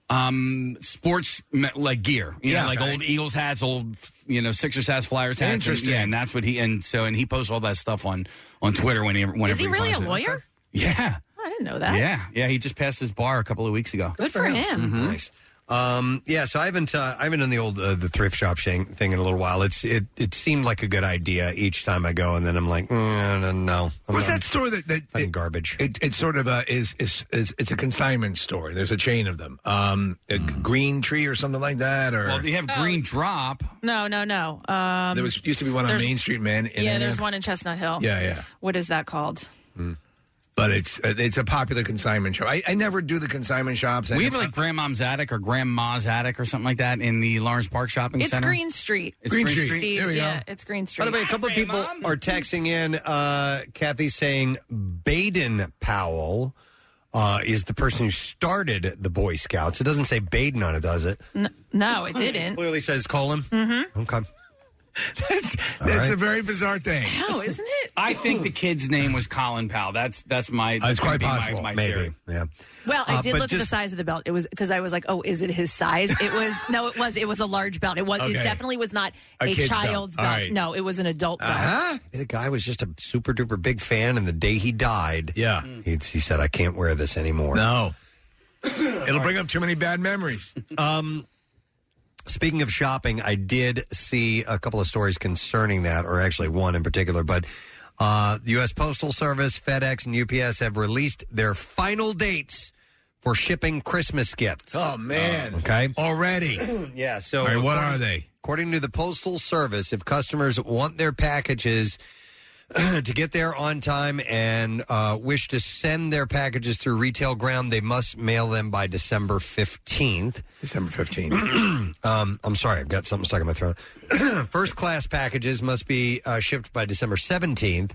Speaker 5: um, sports me- like gear. You
Speaker 4: Yeah.
Speaker 5: know, like old Eagles hats, old you know Sixers hats, Flyers hats. and-
Speaker 4: Interesting.
Speaker 5: yeah, and that's what he and so and he posts all that stuff on on Twitter whenever. whenever
Speaker 3: Is he really a
Speaker 5: finds it.
Speaker 3: lawyer? Oh,
Speaker 5: Yeah,
Speaker 3: I didn't know that.
Speaker 5: yeah, yeah. He just passed his bar a couple of weeks ago. Mm-hmm.
Speaker 3: Good for him.
Speaker 2: nice um yeah so I haven't uh, I haven't done the old uh, the thrift shop thing thing in a little while it's it it seemed like a good idea each time I go and then I'm like mm, no, no I'm
Speaker 4: What's
Speaker 2: done.
Speaker 4: that store that, that it,
Speaker 2: garbage?
Speaker 4: It, it's sort of a is, is is it's a consignment store. There's a chain of them. Um, a g- Green Tree or something like that, or
Speaker 5: Well, they have Green Drop.
Speaker 3: No, no, no. Oh. Um,
Speaker 4: Mm-hmm. there was used to be one on
Speaker 3: there's-
Speaker 4: Main Street, man. in
Speaker 3: yeah,
Speaker 4: Ann
Speaker 3: there's
Speaker 4: Arbor.
Speaker 3: one in Chestnut Hill.
Speaker 4: Yeah, yeah.
Speaker 3: What is that called?
Speaker 4: But it's uh, it's a popular consignment shop. I, I never do the consignment shops. I
Speaker 5: We have
Speaker 4: never-
Speaker 5: like Grandmom's attic or Grandma's attic or something like that in the Lawrence Park Shopping
Speaker 3: It's
Speaker 5: Center.
Speaker 3: Green Street.
Speaker 5: It's Green Street.
Speaker 3: Steve,
Speaker 5: There we
Speaker 3: yeah,
Speaker 5: go.
Speaker 3: it's Green Street.
Speaker 2: By the way, a couple of people are texting in. Uh, Kathy saying Baden Powell uh, is the person who started the Boy Scouts. It doesn't say Baden on it, does it?
Speaker 3: No, it didn't.
Speaker 2: Clearly says Colin.
Speaker 3: Mm-hmm.
Speaker 2: Okay.
Speaker 4: Hmm? That's that's a very bizarre thing.
Speaker 3: No, Oh, isn't it?
Speaker 5: I think the kid's name was Colin Powell. That's that's my.
Speaker 2: Uh, it's
Speaker 5: that's gonna
Speaker 2: quite
Speaker 5: be my-
Speaker 2: possible,
Speaker 5: my
Speaker 2: maybe.
Speaker 5: theory.
Speaker 2: Yeah.
Speaker 3: Well, I
Speaker 5: Uh,
Speaker 3: did
Speaker 5: but
Speaker 3: look at
Speaker 5: just-
Speaker 3: the size of the belt. It was because I was like, "Oh, is it his size?" It was no, it was. It was a large belt. It was.
Speaker 2: Okay.
Speaker 3: It definitely was not
Speaker 2: A
Speaker 3: a,
Speaker 2: kid's belt.
Speaker 3: child's
Speaker 2: All
Speaker 3: belt.
Speaker 2: right. Uh-huh.
Speaker 3: No, it was an adult belt.
Speaker 2: The guy was just a super duper big fan, and the day he died,
Speaker 4: yeah,
Speaker 2: he, he said, "I can't wear this anymore."
Speaker 4: No, it'll bring up too many bad memories.
Speaker 2: Um, Speaking of shopping, I did see a couple of stories concerning that, or actually one in particular, but uh, the U.S. Postal Service, FedEx, and UPS have released their final dates for shipping Christmas gifts.
Speaker 4: Oh man!
Speaker 2: okay,
Speaker 4: already.
Speaker 2: yeah. So,
Speaker 4: All right, what
Speaker 2: according-
Speaker 4: are they?
Speaker 2: According to the Postal Service, if customers want their packages to get there on time and uh, wish to send their packages through retail ground, they must mail them by December 15th.
Speaker 4: December 15th.
Speaker 2: um, I'm sorry, I've got something stuck in my throat. First class packages must be uh, shipped by December 17th,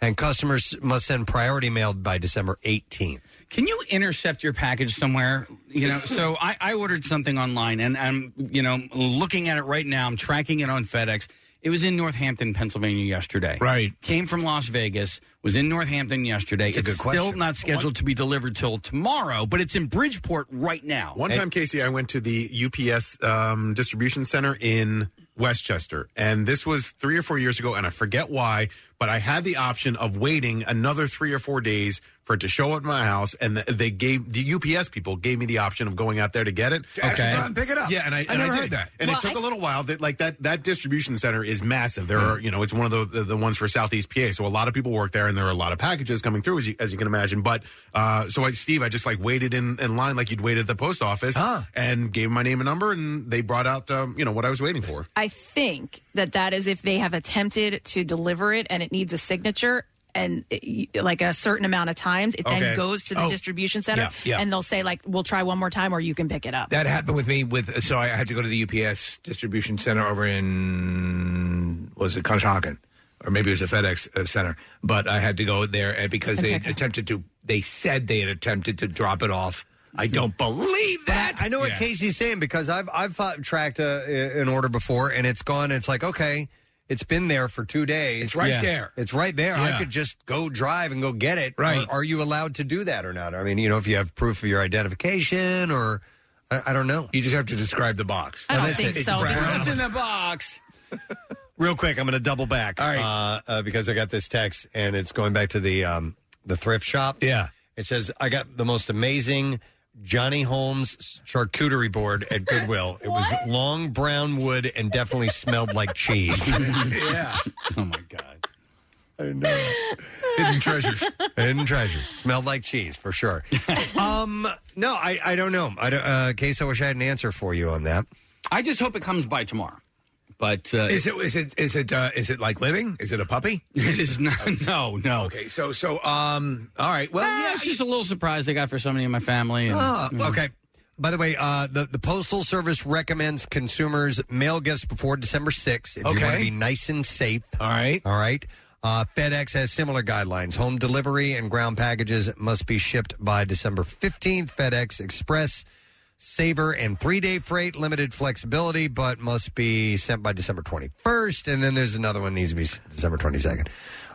Speaker 2: and customers must send priority mail by December 18th.
Speaker 5: Can you intercept your package somewhere? You know, so I, I ordered something online and I'm, you know, looking at it right now. I'm tracking it on FedEx. It was in Northampton, Pennsylvania yesterday.
Speaker 4: Right.
Speaker 5: Came from Las Vegas, was in Northampton yesterday.
Speaker 8: It's a good
Speaker 5: still
Speaker 8: question.
Speaker 5: not scheduled to be delivered till tomorrow, but it's in Bridgeport right now.
Speaker 8: One time, Casey, I went to the UPS um, distribution center in Westchester, and this was three or four years ago, and I forget why, but I had the option of waiting another three or four days for it to show up at my house, and th- they gave the UPS people gave me the option of going out there to get it.
Speaker 4: To actually Okay. go out and pick it up.
Speaker 8: Yeah, and I,
Speaker 4: I
Speaker 8: and I
Speaker 4: never
Speaker 8: did.
Speaker 4: heard that.
Speaker 8: and
Speaker 4: Well,
Speaker 8: it took a
Speaker 4: I-
Speaker 8: little while. That like that that distribution center is massive. There
Speaker 4: Mm.
Speaker 8: are you know it's one of the, the the ones for Southeast PA, so a lot of people work there, and there are a lot of packages coming through as you, as you can imagine. But uh, so I, Steve, I just like waited in, in line like you'd wait at the post office
Speaker 4: Ah.
Speaker 8: and gave my name and number, and they brought out um, you know what I was waiting for.
Speaker 3: I think that that is if they have attempted to deliver it and it needs a signature and it, like a certain amount of times it
Speaker 4: Okay.
Speaker 3: then goes to the
Speaker 4: Oh.
Speaker 3: distribution center
Speaker 4: Yeah, yeah.
Speaker 3: and they'll say like we'll try one more time or you can pick it up
Speaker 4: That happened with me. With so I had to go to the UPS distribution center over in was it Conshohocken, or maybe it was a FedEx uh, center. But I had to go there and because they
Speaker 2: Okay.
Speaker 4: attempted to. They said they had attempted to drop it off. I
Speaker 5: Hmm.
Speaker 4: don't believe that.
Speaker 2: I know what Casey's saying because I've I've uh, tracked a, a- an order before and it's gone. It's like okay, it's been there for two days. It's
Speaker 4: right Yeah. there.
Speaker 2: It's right there.
Speaker 4: Yeah.
Speaker 2: I could just go drive and go get it.
Speaker 4: Right.
Speaker 2: Are, are you allowed to do that or not? I mean, you know, if you have proof of your identification or I, I don't know.
Speaker 4: You just have to describe the box.
Speaker 5: I
Speaker 2: And
Speaker 5: don't
Speaker 2: that's
Speaker 5: think
Speaker 2: it.
Speaker 5: so.
Speaker 2: Brown.
Speaker 5: It's in the box.
Speaker 2: Real quick, I'm going to double back uh, uh, because I got this text and it's going back to the um, the thrift shop.
Speaker 4: Yeah,
Speaker 2: it says I got the most amazing Johnny Holmes charcuterie board at Goodwill. it was long brown wood and definitely smelled like cheese.
Speaker 4: yeah.
Speaker 5: Oh my god.
Speaker 2: I know.
Speaker 8: Hidden treasures.
Speaker 2: Hidden treasures. Smelled like cheese for sure. um, no, I, I don't know. I don't, uh, Case, I wish I had an answer for you on that.
Speaker 5: I just hope it comes by tomorrow. But uh,
Speaker 4: Is it is it is it uh, is it like living? Is it a puppy?
Speaker 5: It is not. No, no.
Speaker 4: Okay, so so um. All right. Well,
Speaker 5: yeah, it's just a little surprise I got for somebody in my family. And,
Speaker 4: Mm-hmm.
Speaker 5: you know.
Speaker 2: Oh, okay. By the way, uh, the, the Postal Service recommends consumers mail gifts before December 6th if you want
Speaker 4: Okay.
Speaker 2: to be nice and safe.
Speaker 4: All right.
Speaker 2: All right. Uh, FedEx has similar guidelines. Home delivery and ground packages must be shipped by December 15th. FedEx Express, Saver, and three day freight, limited flexibility, but must be sent by December 21st. And then there's another one needs to be s- December 22nd.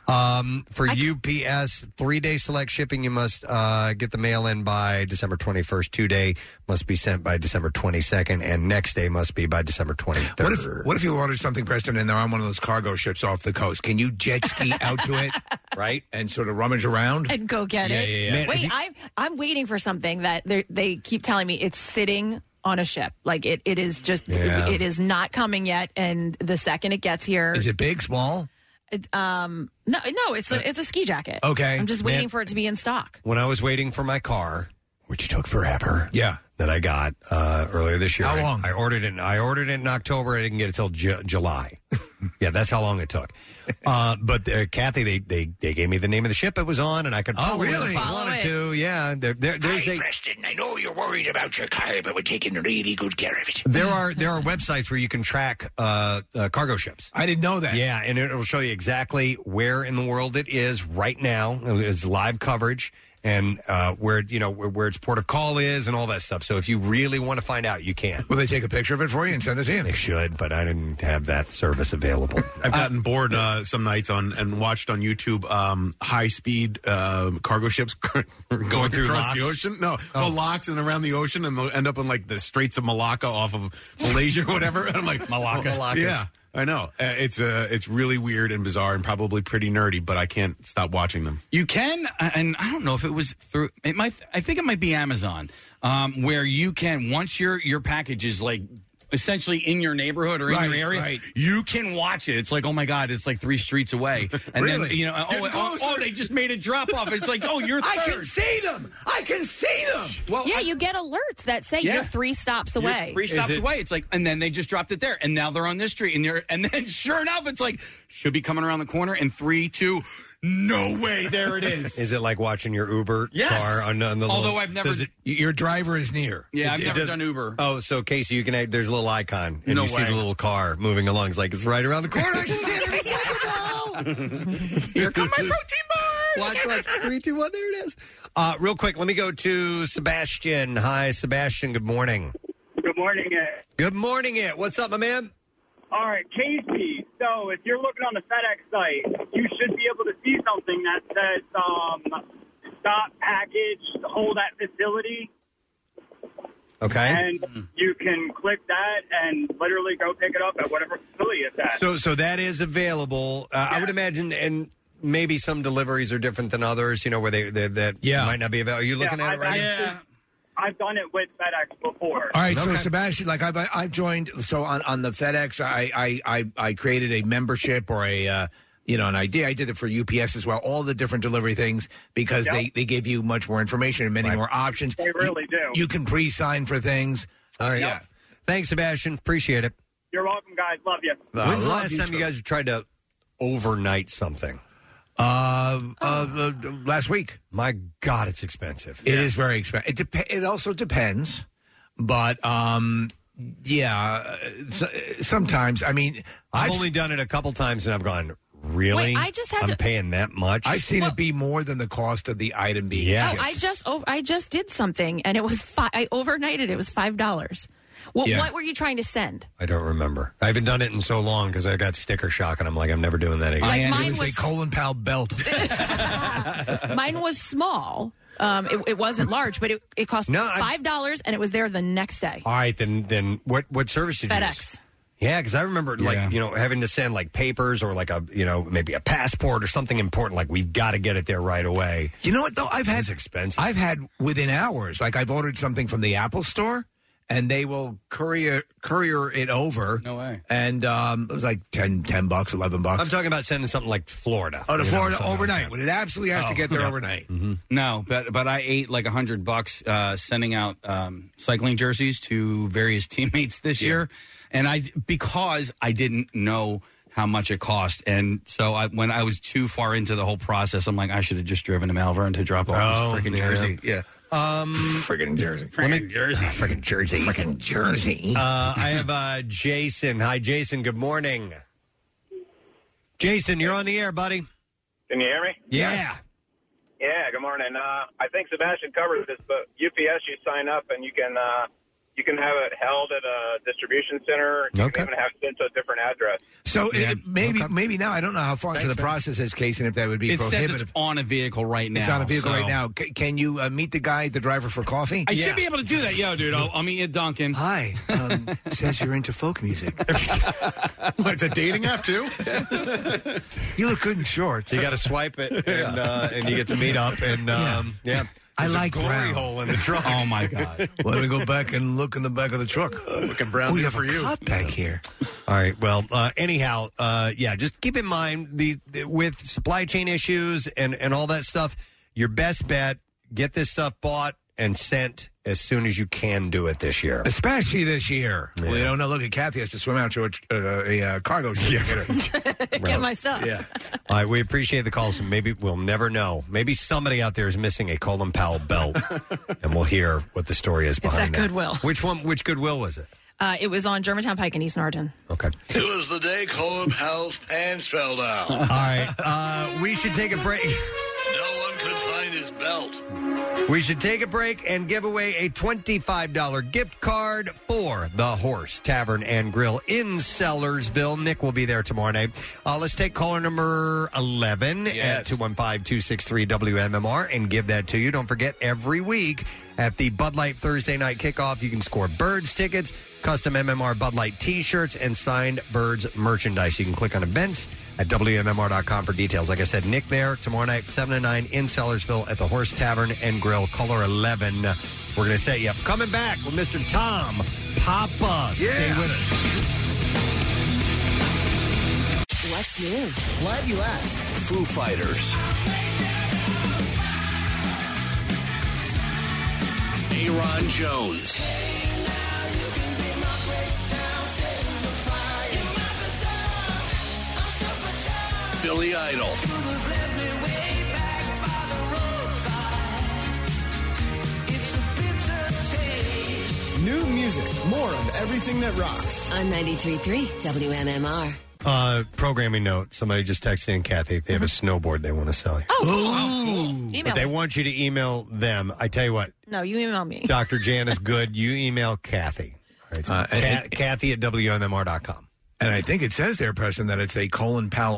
Speaker 2: Um, for UPS, three day select shipping, you must uh, get the mail in by December 21st. Two day must be sent by December 22nd, and next day must be by December 23rd.
Speaker 4: What if what if you ordered something, Preston, and they're on one of those cargo ships off the coast? Can you jet ski out to it,
Speaker 2: right,
Speaker 4: and sort of rummage around?
Speaker 3: and go get
Speaker 4: Yeah,
Speaker 3: it
Speaker 4: yeah, yeah. Man,
Speaker 3: wait
Speaker 4: if you-
Speaker 3: I'm I'm waiting for something that they're- they keep telling me it's sitting on a ship like it, it is just
Speaker 4: Yeah.
Speaker 3: it is not coming yet and the second it gets here
Speaker 4: Is it big, small?
Speaker 3: it, um no no it's a it's a ski jacket
Speaker 2: Okay.
Speaker 3: I'm just
Speaker 2: Man.
Speaker 3: waiting for it to be in stock
Speaker 2: when I was waiting for my car, which took forever.
Speaker 4: Yeah,
Speaker 2: that I got uh, earlier this year.
Speaker 4: How
Speaker 2: I-
Speaker 4: long?
Speaker 2: I, ordered it. in- I ordered it in October. I didn't get it till Ju- July. yeah, that's how long it took. Uh, but uh, Kathy, they, they they gave me the name of the ship it was on, and I could
Speaker 4: Oh,
Speaker 2: follow it
Speaker 4: really?
Speaker 2: if I
Speaker 4: Follow
Speaker 2: wanted
Speaker 4: it.
Speaker 2: to. Yeah, there, there, there's a.
Speaker 4: Preston, I know you're worried about your car, but we're taking really good care of it.
Speaker 2: There are there are websites where you can track uh, uh, cargo ships.
Speaker 4: I didn't know that.
Speaker 2: Yeah, and it'll show you exactly where in the world it is right now. It's live coverage, and uh, where you know where, where its port of call is and all that stuff. So if you really want to find out, you can.
Speaker 4: Will they take a picture of it for you and send us in?
Speaker 2: They should, but I didn't have that service available.
Speaker 8: I've gotten bored uh, some nights on and watched on YouTube um, high speed uh, cargo ships going Oh.
Speaker 4: through
Speaker 8: across the
Speaker 4: locks?
Speaker 8: ocean. No, well, locks and around the ocean, and they'll end up in like the Straits of Malacca off of Malaysia or whatever. And I'm like
Speaker 4: Malacca. Malaccas.
Speaker 8: Yeah, I know. Uh, It's uh, it's really weird and bizarre and probably pretty nerdy, but I can't stop watching them.
Speaker 5: You can, and I don't know if it was through. It might. I think it might be Amazon, um, where you can once your your package is like essentially in your neighborhood or in
Speaker 4: Right,
Speaker 5: your area,
Speaker 4: right.
Speaker 5: you can watch it. It's like, oh my god, it's like three streets away, and
Speaker 4: Really?
Speaker 5: then you know,
Speaker 4: It's
Speaker 5: oh,
Speaker 4: getting
Speaker 5: oh, oh, they just made a drop off. It's like, oh, you're. Third.
Speaker 4: I can see them. I can see them.
Speaker 5: Well,
Speaker 3: yeah, you get alerts that say
Speaker 5: Yeah.
Speaker 3: you're three stops
Speaker 5: You're
Speaker 3: away.
Speaker 5: Three stops
Speaker 8: it-
Speaker 5: away. It's like, and then they just dropped it there, and now they're on this street, and you're, and then sure enough, it's like should be coming around the corner, and three, two, no way, there it is.
Speaker 2: Is it like watching your Uber
Speaker 5: Yes.
Speaker 2: car on, on the?
Speaker 5: Although
Speaker 2: little-
Speaker 5: I've never-
Speaker 2: does
Speaker 4: your driver is near.
Speaker 5: Yeah,
Speaker 2: It-
Speaker 5: I've
Speaker 2: it
Speaker 5: never
Speaker 2: does-
Speaker 5: done Uber.
Speaker 2: Oh, so Casey, you can there's a little icon and
Speaker 5: No
Speaker 2: you see
Speaker 5: way.
Speaker 2: the little car moving along. It's like it's right around the corner. I just see it.
Speaker 4: oh,
Speaker 5: Here come my protein
Speaker 2: bars. Watch, watch. Three, two, one. There it is. Uh, real quick, let me go to Sebastian. Hi, Sebastian. Good morning.
Speaker 14: Good morning. Ed.
Speaker 2: Good morning, it. What's up, my man?
Speaker 14: All right, Casey. So if you're looking on the FedEx site, you should be able to see something that says um, "Stop package, hold at facility,"
Speaker 2: Okay.
Speaker 14: and you can click that and literally go pick it up at whatever facility it's at.
Speaker 2: So, so that is available. Uh, I would imagine, and maybe some deliveries are different than others. You know, where they, they that
Speaker 4: Yeah.
Speaker 2: might not be available. Are you looking
Speaker 14: yeah,
Speaker 2: at it
Speaker 14: I've
Speaker 2: right? now?
Speaker 14: actually- I've done it with FedEx before.
Speaker 4: All right, so Sebastian, like I've I've joined so on on the FedEx, I I I, I created a membership or a. Uh, you know, an idea. I did it for UPS as well. All the different delivery things because they, they give you much more information and many more options. They
Speaker 14: really
Speaker 4: you, do. You can pre-sign for things.
Speaker 2: All right.
Speaker 4: Yeah.
Speaker 2: Thanks, Sebastian. Appreciate it.
Speaker 14: You're welcome, guys. Love you.
Speaker 2: When's the last time you guys tried to overnight something?
Speaker 4: Uh, uh, uh, last week.
Speaker 2: My God, it's expensive.
Speaker 4: It is very expensive. It dep- It also depends, but um, yeah. uh, so- sometimes, I mean,
Speaker 2: I've,
Speaker 4: I've
Speaker 2: only done it a couple times, and I've gone really.
Speaker 3: Wait, I just had
Speaker 2: I'm
Speaker 3: to-
Speaker 2: paying that much.
Speaker 4: I've seen it be more than the cost of the item being.
Speaker 2: Yeah.
Speaker 3: Oh, I just oh, I just did something and it was fi- I overnighted it. It was five dollars. Well,
Speaker 2: Yeah.
Speaker 3: What were you trying to send?
Speaker 2: I don't remember. I haven't done it in so long because I got sticker shock, and I'm like, I'm never doing that again.
Speaker 3: Like, mine
Speaker 4: it was,
Speaker 3: was-
Speaker 4: a Colin Powell belt.
Speaker 3: Mine was small. Um, it, it wasn't large, but it, it cost
Speaker 2: No, I-
Speaker 3: five dollars and it was there the next day.
Speaker 2: All right, then, then what? What service did you use?
Speaker 3: FedEx.
Speaker 2: Yeah, because I remember like you know having to send like papers or like a you know maybe a passport or something important. Like we've got to get it there right away.
Speaker 4: You know what though? I've had
Speaker 2: expensive.
Speaker 4: I've had within hours. Like I've ordered something from the Apple Store, and they will courier courier it over. No way. And um, it was like 10, 10 bucks, eleven bucks.
Speaker 2: I'm talking about sending something like Florida.
Speaker 4: Oh, to
Speaker 2: you know,
Speaker 4: Florida
Speaker 2: something like
Speaker 4: overnight.
Speaker 2: that.
Speaker 4: when it absolutely has to
Speaker 5: Oh,
Speaker 4: get there
Speaker 5: yeah.
Speaker 4: overnight.
Speaker 5: No, but but I ate like a hundred bucks uh, sending out um, cycling jerseys to various teammates this year, and I because I didn't know how much it cost, and so I, when I was too far into the whole process, I'm like I should have just driven to Malvern to drop off
Speaker 2: Oh,
Speaker 5: this freaking
Speaker 2: yeah.
Speaker 5: jersey. Yeah,
Speaker 2: Um,
Speaker 4: friggin' Jersey,
Speaker 5: freaking Jersey,
Speaker 2: freaking Jersey,
Speaker 4: freaking Jersey.
Speaker 2: Uh, I have uh, Jason. Hi, Jason. Good morning. Jason, you're on the air, buddy.
Speaker 17: Can you hear me?
Speaker 2: Yeah.
Speaker 17: Yeah. Good morning. Uh, I think Sebastian covered this, but UPS, you sign up and you can uh, you can have it held at a distribution center. You
Speaker 4: Okay.
Speaker 17: can even have it sent to a different address.
Speaker 4: So it, maybe maybe now I don't know how far into the process is, Case, and if that would be
Speaker 5: it says
Speaker 4: prohibitive.
Speaker 5: it's on a vehicle right now.
Speaker 4: It's on a vehicle
Speaker 5: so-
Speaker 4: right now. C- can you uh, meet the guy, the driver, for coffee?
Speaker 5: I should be able to do that, yo, dude. I'll, I'll meet you at Dunkin'.
Speaker 4: Hi. Um, says you're into folk music.
Speaker 8: It's a dating app too.
Speaker 4: you look good in shorts.
Speaker 2: You got to swipe it, and, uh, and you get to meet up. And um, yeah.
Speaker 4: I
Speaker 2: There's a
Speaker 4: like
Speaker 2: glory
Speaker 4: brown.
Speaker 2: hole in the truck.
Speaker 5: Oh my god!
Speaker 4: Let me go back and look in the back of the truck. Looking
Speaker 8: brown
Speaker 4: we
Speaker 8: there
Speaker 4: have
Speaker 8: for
Speaker 4: a
Speaker 8: you.
Speaker 4: cop back here.
Speaker 2: All right. Well, uh, anyhow, uh, yeah. Just keep in mind the, the- with supply chain issues and and all that stuff. Your best bet: get this stuff bought and sent as soon as you can do it this year.
Speaker 4: Especially this year. We don't know. Look at Kathy has to swim out to a, uh, a uh, cargo ship. to get her.
Speaker 3: Get my stuff.
Speaker 4: Yeah.
Speaker 2: All right, we appreciate the calls, and maybe we'll never know. Maybe somebody out there is missing a Colin Powell belt, and we'll hear what the story is behind
Speaker 3: at Goodwill.
Speaker 2: Which one? Which Goodwill was it?
Speaker 3: Uh, it was on Germantown Pike in East Norton.
Speaker 2: Okay.
Speaker 10: It was the day Colin Powell's pants fell down.
Speaker 2: All right, uh, we should take a break.
Speaker 10: No one untie his belt.
Speaker 2: We should take a break and give away a $25 gift card for the Horse Tavern and Grill in Sellersville. Nick will be there tomorrow night. Uh, let's take caller number 11 at 215 263 WMMR and give that to you. Don't forget, every week at the Bud Light Thursday night kickoff, you can score Birds tickets, custom MMR Bud Light t shirts, and signed Birds merchandise. You can click on events at WMMR.com for details. Like I said, Nick there tomorrow night, 7 to 9 in Sellersville at the Horse Tavern and Grill, color 11. We're going to set you up. Coming back with Mr. Tom Papa. Stay with us.
Speaker 9: What's new? Glad you asked. Foo Fighters. Aaron Jones. Billy Idol.
Speaker 15: New music, more of everything that rocks.
Speaker 16: On 93.3 WMMR.
Speaker 2: Uh, programming note. Somebody just texted in, Kathy. They have a snowboard they want to sell you.
Speaker 3: Mm-hmm. Email
Speaker 2: But they
Speaker 3: me.
Speaker 2: want you to email them. I tell you what,
Speaker 3: No, you email me.
Speaker 2: Dr. Jan is good. You email Kathy. All right. Ca-
Speaker 4: Uh, and-
Speaker 2: Kathy at WMMR.com.
Speaker 4: And I think it says there, Preston, that it's a Colin Powell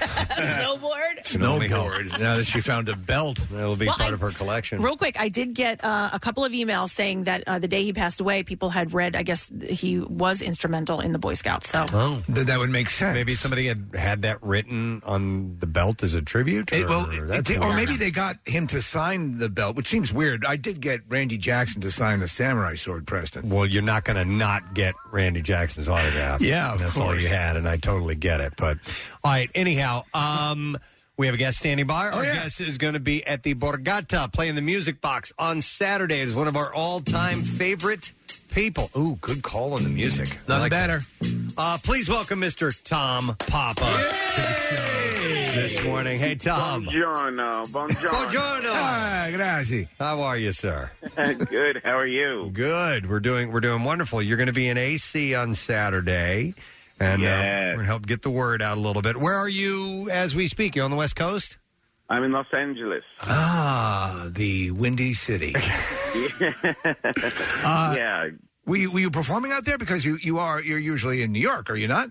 Speaker 3: Snowboard.
Speaker 4: snowboard. now that she found a belt,
Speaker 2: that'll
Speaker 3: be Well, part I- of her
Speaker 2: collection.
Speaker 3: Real quick, I did get uh, a couple of emails saying that uh, the day he passed away, people had read. I guess he was instrumental in the Boy Scouts. So
Speaker 2: Oh,
Speaker 4: that, that would make sense.
Speaker 2: Maybe somebody had had that written on the belt as a tribute.
Speaker 4: It-
Speaker 2: or-
Speaker 4: well,
Speaker 2: that's
Speaker 4: it- or
Speaker 2: weird.
Speaker 4: maybe they got him to sign the belt, which seems weird. I did get Randy Jackson to sign the samurai sword, Preston.
Speaker 2: Well, you're not going to not get Randy Jackson's autograph.
Speaker 4: Yeah, of
Speaker 2: that's all
Speaker 4: course.
Speaker 2: you had, and I totally get it. But all right, anyhow, um, we have a guest standing by.
Speaker 4: Oh,
Speaker 2: Our guest is going to be at the Borgata playing the music box on Saturday. Is one of our all-time favorite people. Ooh, good call on the music. I
Speaker 4: Nothing
Speaker 2: like that.
Speaker 4: better.
Speaker 2: Uh, please welcome Mr. Tom Papa to the show this morning. Hey, Tom.
Speaker 18: Buongiorno.
Speaker 2: Buongiorno.
Speaker 18: Buongiorno.
Speaker 4: Ah, grazie.
Speaker 2: How are you, sir?
Speaker 18: Good. How are you?
Speaker 2: Good. We're doing we're doing wonderful. You're going to be in AC on Saturday, and uh, we're going to help get the word out a little bit. Where are you as we speak? You on the West Coast?
Speaker 18: I'm in Los Angeles.
Speaker 4: Ah, the Windy City. Uh,
Speaker 18: yeah.
Speaker 4: Were you, were you performing out there? Because you, you are you're usually in New York, are you not?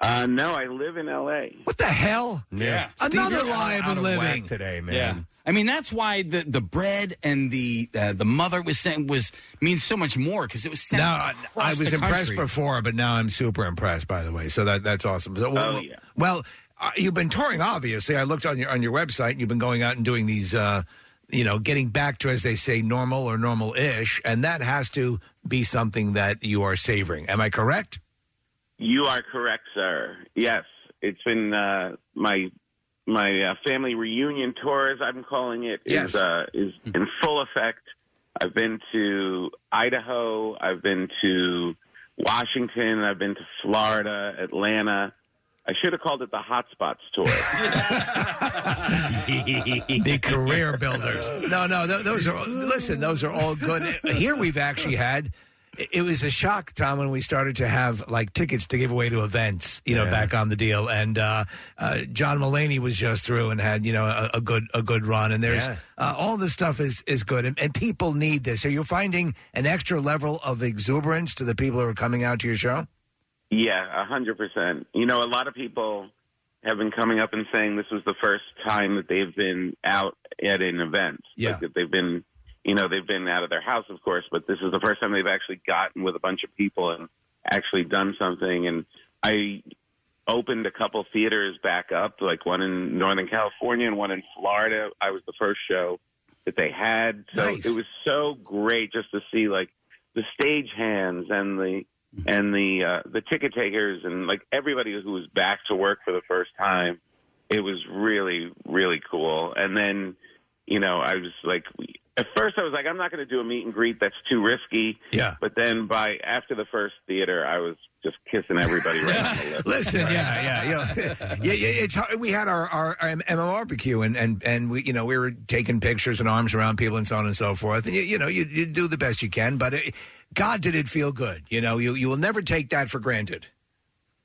Speaker 18: Uh, no, I live in L.A.
Speaker 4: What the hell?
Speaker 5: Yeah.
Speaker 4: Another
Speaker 5: Steve, you're
Speaker 4: lie I've
Speaker 5: out
Speaker 4: been
Speaker 5: of whack
Speaker 4: living
Speaker 2: today,
Speaker 5: I mean that's why the, the bread and the uh, the mother was saying was means so much more because it was sent
Speaker 4: No, I, I
Speaker 5: across
Speaker 4: was
Speaker 5: the
Speaker 4: impressed
Speaker 5: country.
Speaker 4: before, but now I'm super impressed. By the way, so that that's awesome. So, well,
Speaker 18: Oh, yeah.
Speaker 4: well, uh, you've been touring, obviously. I looked on your on your website, and you've been going out and doing these, uh, you know, getting back to as they say, normal or normal-ish, and that has to be something that you are savoring. Am I correct?
Speaker 18: You are correct, sir. Yes, it's been uh, my my uh, family reunion tour, as I'm calling it, is
Speaker 4: Yes.
Speaker 18: uh, is in full effect. I've been to Idaho. I've been to Washington. I've been to Florida, Atlanta. I should have called it the Hotspots tour.
Speaker 4: the career builders. No, no, th- those are listen. Those are all good. Here we've actually had. it- It was a shock, Tom, when we started to have like tickets to give away to events, you know,
Speaker 23: Yeah.
Speaker 4: back on the deal. And uh, uh, John Mulaney was just through and had you know a, a good a good run. And there's
Speaker 23: Yeah.
Speaker 4: uh, all this stuff is is good, and, and people need this. Are you finding an extra level of exuberance to the people who are coming out to your show?
Speaker 18: yeah, a hundred percent. You know, a lot of people have been coming up and saying this was the first time that they've been out at an event.
Speaker 4: Yeah.
Speaker 18: Like that they've been, you know, they've been out of their house, of course, but this is the first time they've actually gotten with a bunch of people and actually done something. And I opened a couple theaters back up, like one in Northern California and one in Florida. I was the first show that they had. So
Speaker 23: Nice.
Speaker 18: it was so great just to see like the stage hands and the and the uh, the ticket takers and like everybody who was back to work for the first time. It was really really cool. And then you know I was like at first I was like I'm not going to do a meet and greet that's too risky.
Speaker 4: Yeah.
Speaker 18: But then by after the first theater I was just kissing everybody right on the lips.
Speaker 4: Listen, yeah, yeah, yeah, yeah, yeah. It's hard. we had our our um, MMRBQ and and and we you know we were taking pictures and arms around people and so on and so forth. And you, you know you, you do the best you can, but it, God did it feel good. You know you you will never take that for granted.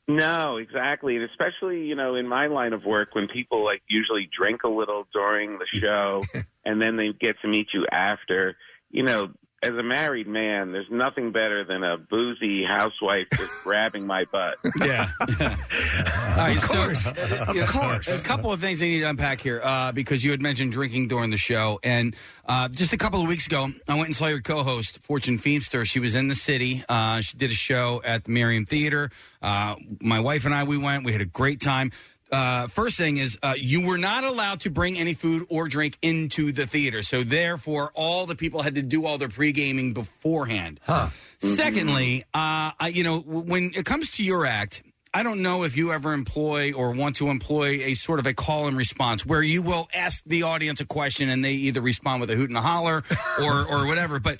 Speaker 18: No, exactly. And especially, you know, in my line of work, when people like usually drink a little during the show and then they get to meet you after, you know, as a married man, there's nothing better than a boozy housewife just grabbing my butt.
Speaker 5: Yeah. All right, so, uh,
Speaker 18: Of
Speaker 5: yeah,
Speaker 18: course.
Speaker 5: A couple of things I need to unpack here uh, because you had mentioned drinking during the show. And uh, just a couple of weeks ago, I went and saw your co host, Fortune Feemster. She was in the city. Uh, she did a show at the Merriam Theater. Uh, my wife and I, we went. We had a great time. Uh, first thing is, uh, you were not allowed to bring any food or drink into the theater. So, therefore, all the people had to do all their pre gaming beforehand. Huh. Secondly, uh, I- you know, w- when it comes to your act, I don't know if you ever employ or want to employ a sort of a call and response where you will ask the audience a question and they either respond with a hoot and a holler or or whatever. But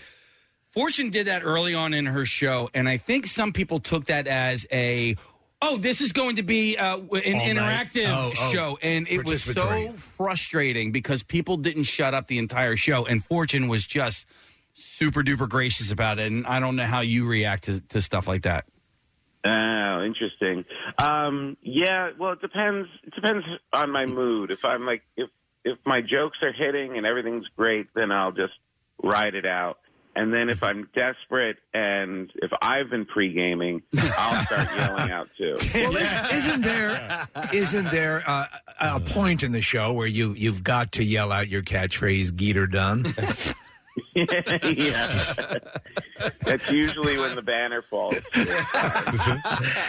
Speaker 5: Fortune did that early on in her show, and I think some people took that as a oh, this is going to be uh, w- an
Speaker 4: All night.
Speaker 5: interactive
Speaker 4: Oh, oh.
Speaker 5: show, and it was so
Speaker 4: Participatory.
Speaker 5: frustrating because people didn't shut up the entire show, and Fortune was just super duper gracious about it. And I don't know how you react to, to stuff like that.
Speaker 18: Oh, interesting. Um, yeah, well, it depends. It depends on my mood. If I'm like, if if my jokes are hitting and everything's great, then I'll just ride it out. And then if I'm desperate and if I've been pre gaming, I'll start yelling out too.
Speaker 4: Well, is isn't there isn't there uh, a a point in the show where you you've got to yell out your catchphrase "Geet or done"?
Speaker 18: yeah, that's usually when the banner falls.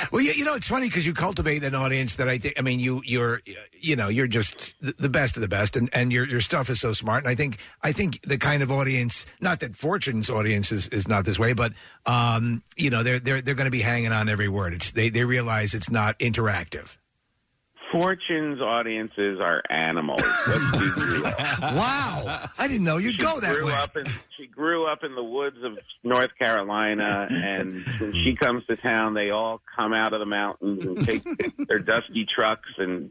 Speaker 4: well, you, you know, it's funny because you cultivate an audience that I think. I mean, you you're you know you're just th- the best of the best, and, and your your stuff is so smart. And I think I think the kind of audience, not that Fortune's audience is, is not this way, but um, you know, they're they're they're going to be hanging on every word. It's they they realize it's not interactive.
Speaker 18: Fortune's audiences are animals.
Speaker 4: wow, I didn't know you'd go that
Speaker 18: grew
Speaker 4: way.
Speaker 18: up in she grew up in the woods of North Carolina, and when she
Speaker 4: Hmm.
Speaker 18: comes to town, they all come out of the mountains and take their dusty trucks, and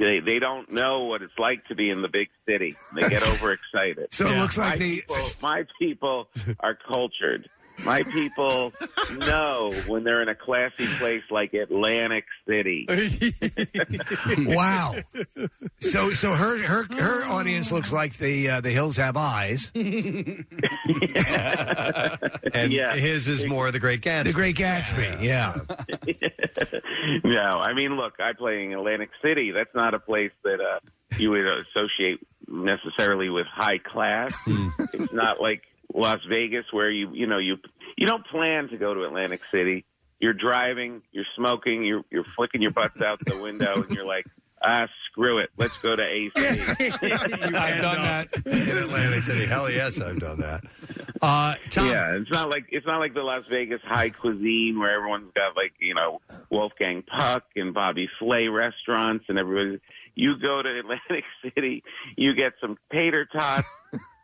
Speaker 18: they they don't know what it's like to be in the big city. They get overexcited.
Speaker 4: So it looks like
Speaker 18: my
Speaker 4: they-
Speaker 18: people, my people are cultured. My people know when they're in a classy place like Atlantic City.
Speaker 4: wow. So so her her her audience looks like the uh, the hills have eyes.
Speaker 2: and his is more the Great Gatsby.
Speaker 4: The Great Gatsby, yeah.
Speaker 18: no, I mean, look, I play in Atlantic City. That's not a place that uh, you would associate necessarily with high class.
Speaker 2: Hmm.
Speaker 18: it's not like Las Vegas where you you know you you don't plan to go to Atlantic City. You're driving, you're smoking, you're you're flicking your butts out the window, and you're like, ah, screw it, let's go to AC.
Speaker 2: I've done that in Atlantic City. Hell yes, I've done that. Uh,
Speaker 18: Yeah, it's not like it's not like the Las Vegas high cuisine where everyone's got like you know Wolfgang Puck and Bobby Flay restaurants and everybody. You go to Atlantic City, you get some tater tots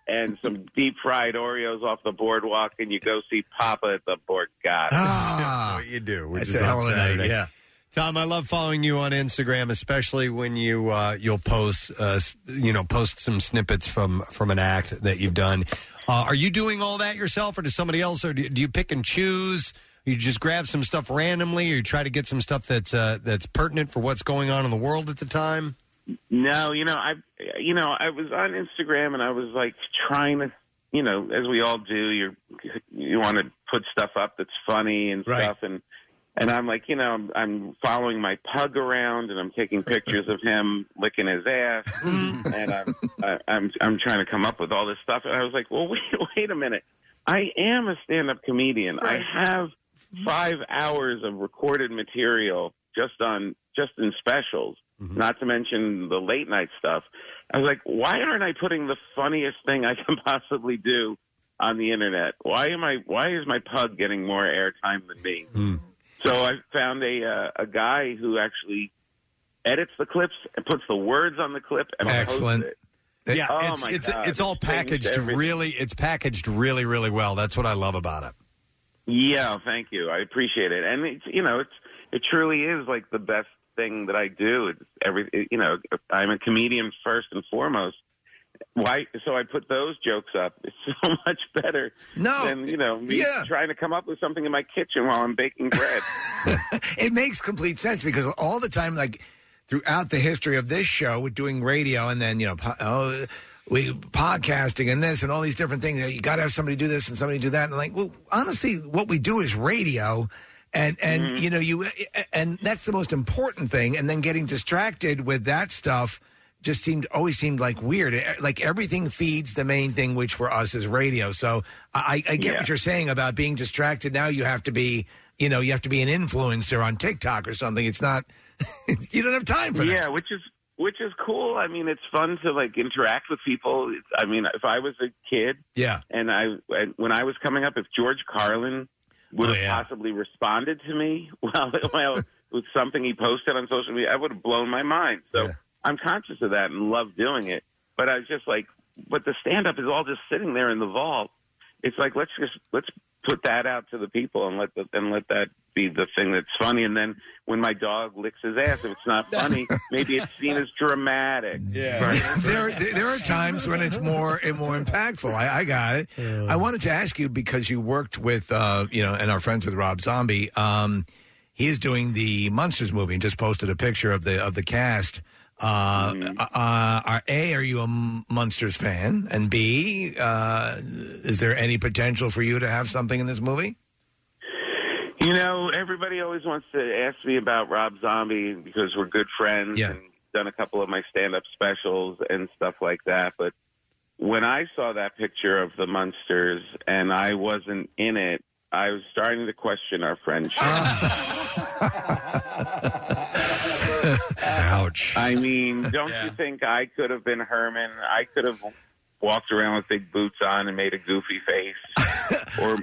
Speaker 18: and some deep fried Oreos off the boardwalk, and you go see Papa at the Borgata.
Speaker 2: Ah, you do. Which is
Speaker 18: That's a
Speaker 2: on
Speaker 18: hell of an
Speaker 2: Saturday.
Speaker 18: idea.
Speaker 2: Tom, I love following you on Instagram, especially when you uh, you'll post uh, s- you know post some snippets from from an act that you've done. Uh, are you doing all that yourself, or does somebody else, or do, do you pick and choose? You just grab some stuff randomly, or you try to get some stuff that's uh, that's pertinent for what's going on in the world at the time.
Speaker 18: No, you know, I you know, I was on Instagram and I was like trying to, you know, as we all do, you're you want to put stuff up that's funny and stuff and and I'm like, you know, I'm, I'm following my pug around and I'm taking pictures of him licking his ass and I'm I, I'm I'm trying to come up with all this stuff and I was like, well, wait wait a minute. I am a stand-up comedian. I have 5 hours of recorded material just on just in specials not to mention the late night stuff. I was like, why aren't I putting the funniest thing I can possibly do on the internet? Why am I? Why is my pug getting more airtime than me? So I found a uh, a guy who actually edits the clips and puts the words on the clip and posts
Speaker 4: Excellent.
Speaker 18: it.
Speaker 2: yeah,
Speaker 18: Oh,
Speaker 2: it's
Speaker 18: my
Speaker 2: it's
Speaker 18: God.
Speaker 2: it's all
Speaker 18: It's changed
Speaker 2: packaged
Speaker 18: everything.
Speaker 2: really. It's packaged really really well. That's what I love about it.
Speaker 18: Yeah, thank you. I appreciate it. And it's you know, it's it truly is like the best thing that I do. It's every you know, I'm a comedian first and foremost, Why? So I put those jokes up. It's so much better no, than you know me trying to come up with something in my kitchen while I'm baking bread.
Speaker 4: it makes complete sense because all the time, like throughout the history of this show, with doing radio and then you know, po- oh, we podcasting and this and all these different things. You, know, you got to have somebody do this and somebody do that. And like, well, honestly, what we do is radio. And and you know you and that's the most important thing. And then getting distracted with that stuff just seemed always seemed like weird. Eh, Like everything feeds the main thing, which for us is radio. So I, I get
Speaker 18: Yeah.
Speaker 4: what you're saying about being distracted. Now you have to be, you know, you have to be an influencer on TikTok or something. It's not, you don't have time for that.
Speaker 18: Yeah, which is which is cool. I mean, it's fun to like interact with people. It's- I mean, if I was a kid,
Speaker 4: Yeah.
Speaker 18: and I and when I was coming up, if George Carlin would have possibly responded to me, well, well, with something he posted on social media, I would have blown my mind. So I'm conscious of that and love doing it. But I was just like, but the stand up is all just sitting there in the vault. It's like let's just let's put that out to the people and let the, and let that be the thing that's funny. And then when my dog licks his ass, if it's not funny, maybe it's seen as dramatic. Yeah.
Speaker 4: there, there there are times when it's more and more impactful. I, I got it. I wanted to ask you because you worked with, uh, you know, and our friends with Rob Zombie. Um, he is doing the Monsters movie and just posted a picture of the of the cast. Uh, uh, are, a, are you a M- Monsters fan? And B, uh, is there any potential for you to have something in this movie?
Speaker 18: You know, everybody always wants to ask me about Rob Zombie because we're good friends and done a couple of my stand up specials and stuff like that. But when I saw that picture of the Munsters and I wasn't in it, I was starting to question our friendship.
Speaker 2: Ouch.
Speaker 18: I mean, don't you think I could have been Herman? I could have walked around with big boots on and made a goofy face. or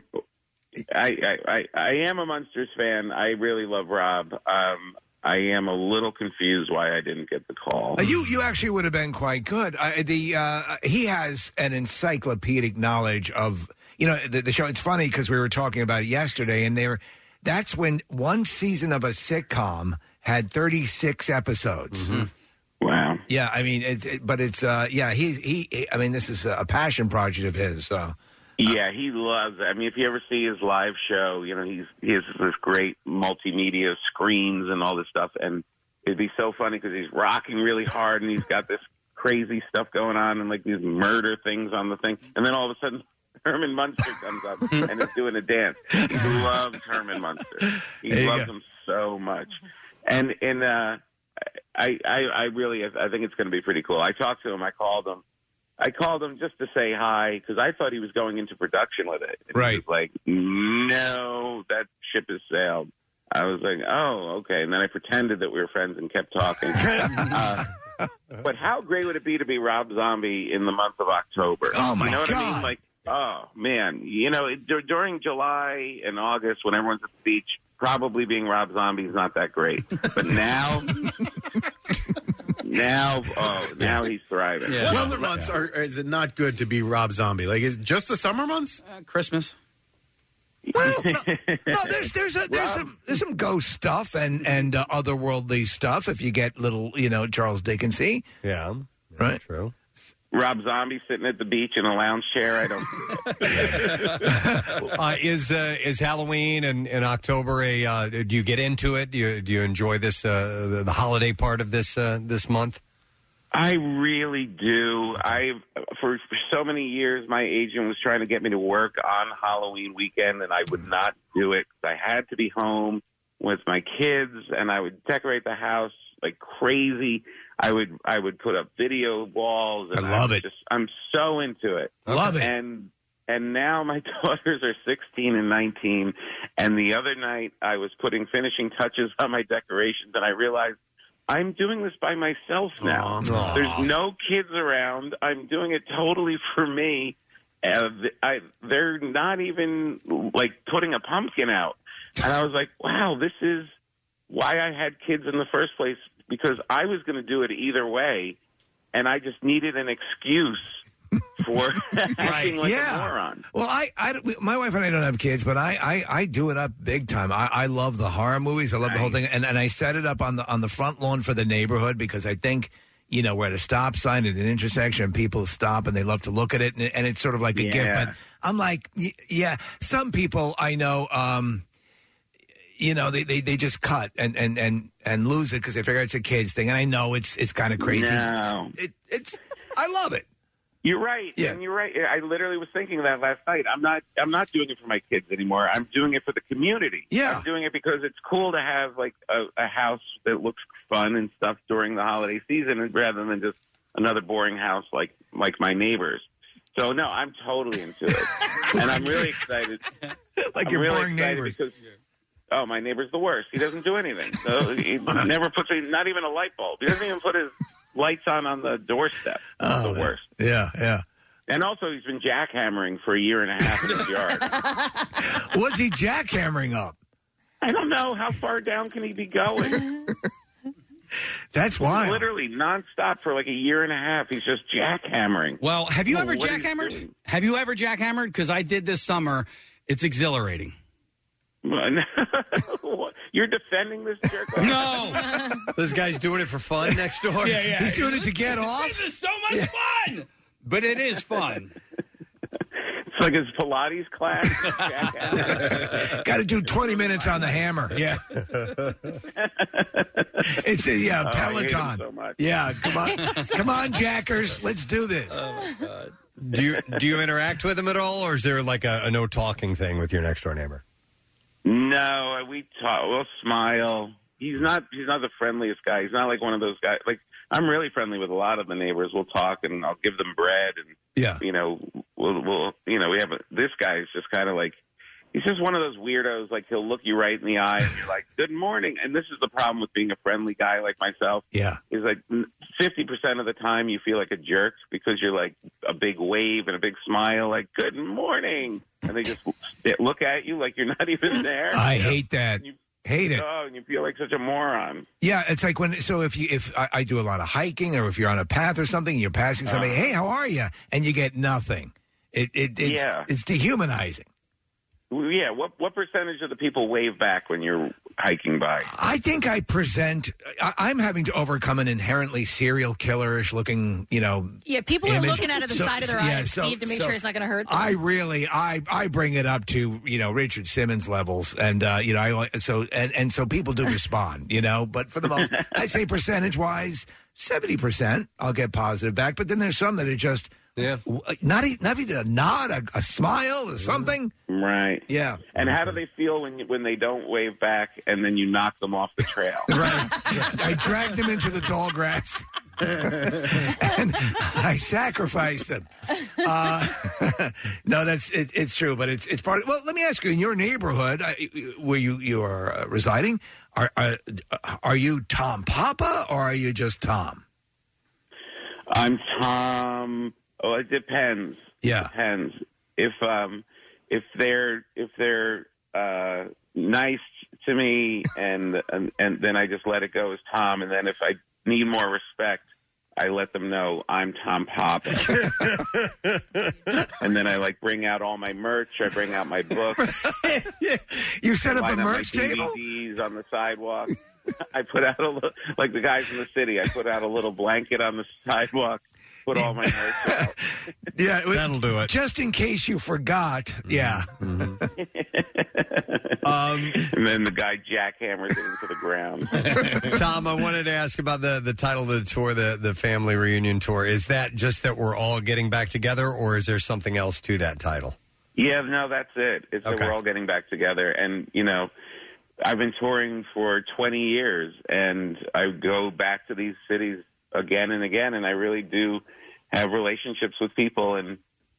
Speaker 18: I, I, I, I am a Munsters fan. I really love Rob. Um, I am a little confused why I didn't get the call.
Speaker 4: Uh, You you actually would have been quite good. Uh, the uh, he has an encyclopedic knowledge of you know the, the show. It's funny because we were talking about it yesterday, and they were, that's when one season of a sitcom had thirty six episodes.
Speaker 18: Wow.
Speaker 4: Yeah, I mean, it, it- but it's uh, yeah. He, he he. I mean, this is a passion project of his. So
Speaker 18: Yeah, he loves. It. I mean, if you ever see his live show, you know he's he has this great multimedia screens and all this stuff, and it'd be so funny because he's rocking really hard and he's got this crazy stuff going on and like these murder things on the thing, and then all of a sudden Herman Munster comes up and is doing a dance. He loves Herman Munster. He
Speaker 4: There you
Speaker 18: loves
Speaker 4: go.
Speaker 18: him so much, and and uh, I, I I really I think it's going to be pretty cool. I talked to him. I called him. I called him just to say hi because I thought he was going into production with it. And He was like, no, that ship has sailed. I was like, oh, okay. And then I pretended that we were friends and kept talking. uh, but how great would it be to be Rob Zombie in the month of October?
Speaker 4: Oh, my
Speaker 18: You know what I
Speaker 4: God.
Speaker 18: mean? Like,
Speaker 21: Uh,
Speaker 18: oh, man. You know, it, dur- during July and August when everyone's at the beach, probably being Rob Zombie is not that great. But now, now, oh, now he's thriving.
Speaker 8: What other months are is it not good to be Rob Zombie? Like is just the summer months? Uh, Christmas.
Speaker 4: Well, no, no, there's there's a, there's some there's some ghost stuff and and uh, otherworldly stuff. If you get little, you know, Charles Dickensy.
Speaker 2: Yeah,
Speaker 4: right.
Speaker 2: True.
Speaker 18: Rob Zombie sitting at the beach in a lounge chair. I don't.
Speaker 2: uh, is uh, is Halloween and, and October a? Uh, do you get into it? Do you, do you enjoy this uh, the, the holiday part of this uh, this month?
Speaker 18: I really do. I for, for so many years, my agent was trying to get me to work on Halloween weekend, and I
Speaker 4: Mm-hmm.
Speaker 18: would not do it. I had to be home with my kids, and I would decorate the house like crazy. I would I would put up video walls. And
Speaker 4: I love
Speaker 18: I'm
Speaker 4: it.
Speaker 18: Just, I'm so into it.
Speaker 4: I love it.
Speaker 18: And and now my daughters are 16 and 19. And the other night, I was putting finishing touches on my decorations, and I realized. I'm doing this by myself now.
Speaker 19: Aw.
Speaker 18: There's no kids around. I'm doing it totally for me. Uh, th- I, they're not even like putting a pumpkin out. And I was like, wow, this is why I had kids in the first place because I was going to do it either way. And I just needed an excuse for acting like
Speaker 4: yeah.
Speaker 18: a moron.
Speaker 4: Well, I, I, don't- my wife and I don't have kids, but I, I, I do it up big time. I, I love the horror movies. I love the whole thing, and and I set it up on the on the front lawn for the neighborhood because I think you know, we're at a stop sign at an intersection, and people stop and they love to look at it, and, and it's sort of like a gift.
Speaker 21: Yeah.
Speaker 4: But I'm like, y- yeah, some people I know, um, you know, they, they, they just cut and and and and lose it because they figure it's a kids thing, and I know it's it's kind of crazy.
Speaker 18: No.
Speaker 4: It, it's I love it.
Speaker 18: You're right.
Speaker 4: Yeah.
Speaker 18: And you're right. I literally was thinking of that last night. I'm not I'm not doing it for my kids anymore. I'm doing it for the community.
Speaker 4: Yeah.
Speaker 18: I'm doing it because it's cool to have like a, a house that looks fun and stuff during the holiday season and rather than just another boring house like like my neighbors. So no, I'm totally into it. and I'm really excited.
Speaker 4: Like
Speaker 18: I'm
Speaker 4: your
Speaker 18: really
Speaker 4: boring
Speaker 18: excited
Speaker 4: neighbors.
Speaker 18: Because, Oh, my neighbor's the worst. He doesn't do anything. So he never puts a, not even a light bulb. He doesn't even put his lights on on the doorstep.
Speaker 5: Oh,
Speaker 18: the worst.
Speaker 4: Yeah, yeah.
Speaker 18: And also, he's been jackhammering for a year and a half in his yard.
Speaker 4: What's he jackhammering up?
Speaker 18: I don't know how far down can he be going.
Speaker 4: That's why.
Speaker 18: Literally nonstop for like a year and a half. He's just jackhammering.
Speaker 5: Well, have you
Speaker 18: Oh,
Speaker 5: ever
Speaker 18: what are you
Speaker 5: jackhammered? Have you ever jackhammered? Because I did this summer. It's exhilarating.
Speaker 18: You're defending this jerk.
Speaker 5: no,
Speaker 2: this guy's doing it for fun next door.
Speaker 5: Yeah, yeah.
Speaker 2: He's doing it to get off.
Speaker 5: This is so much fun. But it is fun.
Speaker 18: It's like his Pilates class. Jackhammer.
Speaker 4: Got to do 20 minutes on the hammer. Yeah. It's a, yeah,
Speaker 18: Oh, I hate him
Speaker 4: Peloton.
Speaker 18: so much.
Speaker 4: Yeah, come on. come on, Jackers. Let's do this.
Speaker 2: Do you do you interact with him at all, or is there like a, a no talking thing with your next door neighbor?
Speaker 18: No, we talk. We'll smile. He's not. He's not the friendliest guy. He's not like one of those guys. Like I'm really friendly with a lot of the neighbors. We'll talk, and I'll give them bread, and
Speaker 4: yeah,
Speaker 18: you know, we'll, we'll you know, we have a, this guy's just kind of like. He's just one of those weirdos. Like he'll look you right in the eye, and you're like, "Good morning." And this is the problem with being a friendly guy like myself.
Speaker 4: Yeah.
Speaker 18: is like fifty percent of the time you feel like a jerk because you're like a big wave and a big smile, like "Good morning," and they just look at you like you're not even there.
Speaker 4: I hate that. Hate it.
Speaker 18: Oh, and you feel like such a moron.
Speaker 4: Yeah, it's like when so if you if I, I do a lot of hiking or if you're on a path or something, and you're passing somebody,
Speaker 18: Uh.
Speaker 4: hey, how are you? And you get nothing. It it it's,
Speaker 18: Yeah.
Speaker 4: it's dehumanizing.
Speaker 18: Yeah, what what percentage of the people wave back when you're hiking by?
Speaker 4: I think I present. I, I'm having to overcome an inherently serial killerish looking, you know.
Speaker 3: Yeah, people are
Speaker 4: image.
Speaker 3: looking out of the
Speaker 4: So-
Speaker 3: side of their
Speaker 4: yeah,
Speaker 3: eyes,
Speaker 4: so-
Speaker 3: Steve, to make
Speaker 4: so
Speaker 3: sure it's not going to hurt them.
Speaker 4: I really, I, I bring it up to you know Richard Simmons levels, and uh, you know I like- so and, and so people do respond, you know. But for the most, I say percentage wise, seventy percent I'll get positive back. But then there's some that are just yeah, not e- not even a nod, a, a smile, or something.
Speaker 18: Right.
Speaker 4: Yeah.
Speaker 18: And how do they feel when when they don't wave back and then you knock them off the trail?
Speaker 4: I dragged them into the tall grass. and I sacrificed them. Uh, no, that's it, it's true, but it's it's part. Of, well, let me ask you: in your neighborhood uh, where you you are uh, residing, are, are uh, are you Tom Papa or are you just Tom?
Speaker 18: I'm Tom. Oh, it depends.
Speaker 4: Yeah.
Speaker 18: depends. If um if they're if they're uh nice to me and and, and then I just let it go as Tom and then if I need more respect I let them know I'm Tom Pop. and then I like bring out all my merch. I bring out my books.
Speaker 4: You set up
Speaker 18: Line
Speaker 4: a
Speaker 18: my
Speaker 4: merch table.
Speaker 18: DVDs on the sidewalk. I put out a little, like the guys in the city. I put out a little blanket on the sidewalk. Put all my merch out.
Speaker 4: Yeah,
Speaker 2: that'll do it.
Speaker 4: Just in case you forgot. Yeah.
Speaker 2: Um,
Speaker 18: and then the guy jackhammers it into the ground.
Speaker 2: Tom, I wanted to ask about the the title of the tour, the the family reunion tour. Is that just that we're all getting back together, or is there something else to that title?
Speaker 18: Yeah, no, that's it. It's that we're all getting back together, and you know, I've been touring for 20 years, and I go back to these cities again and again, and I really do have relationships with people, and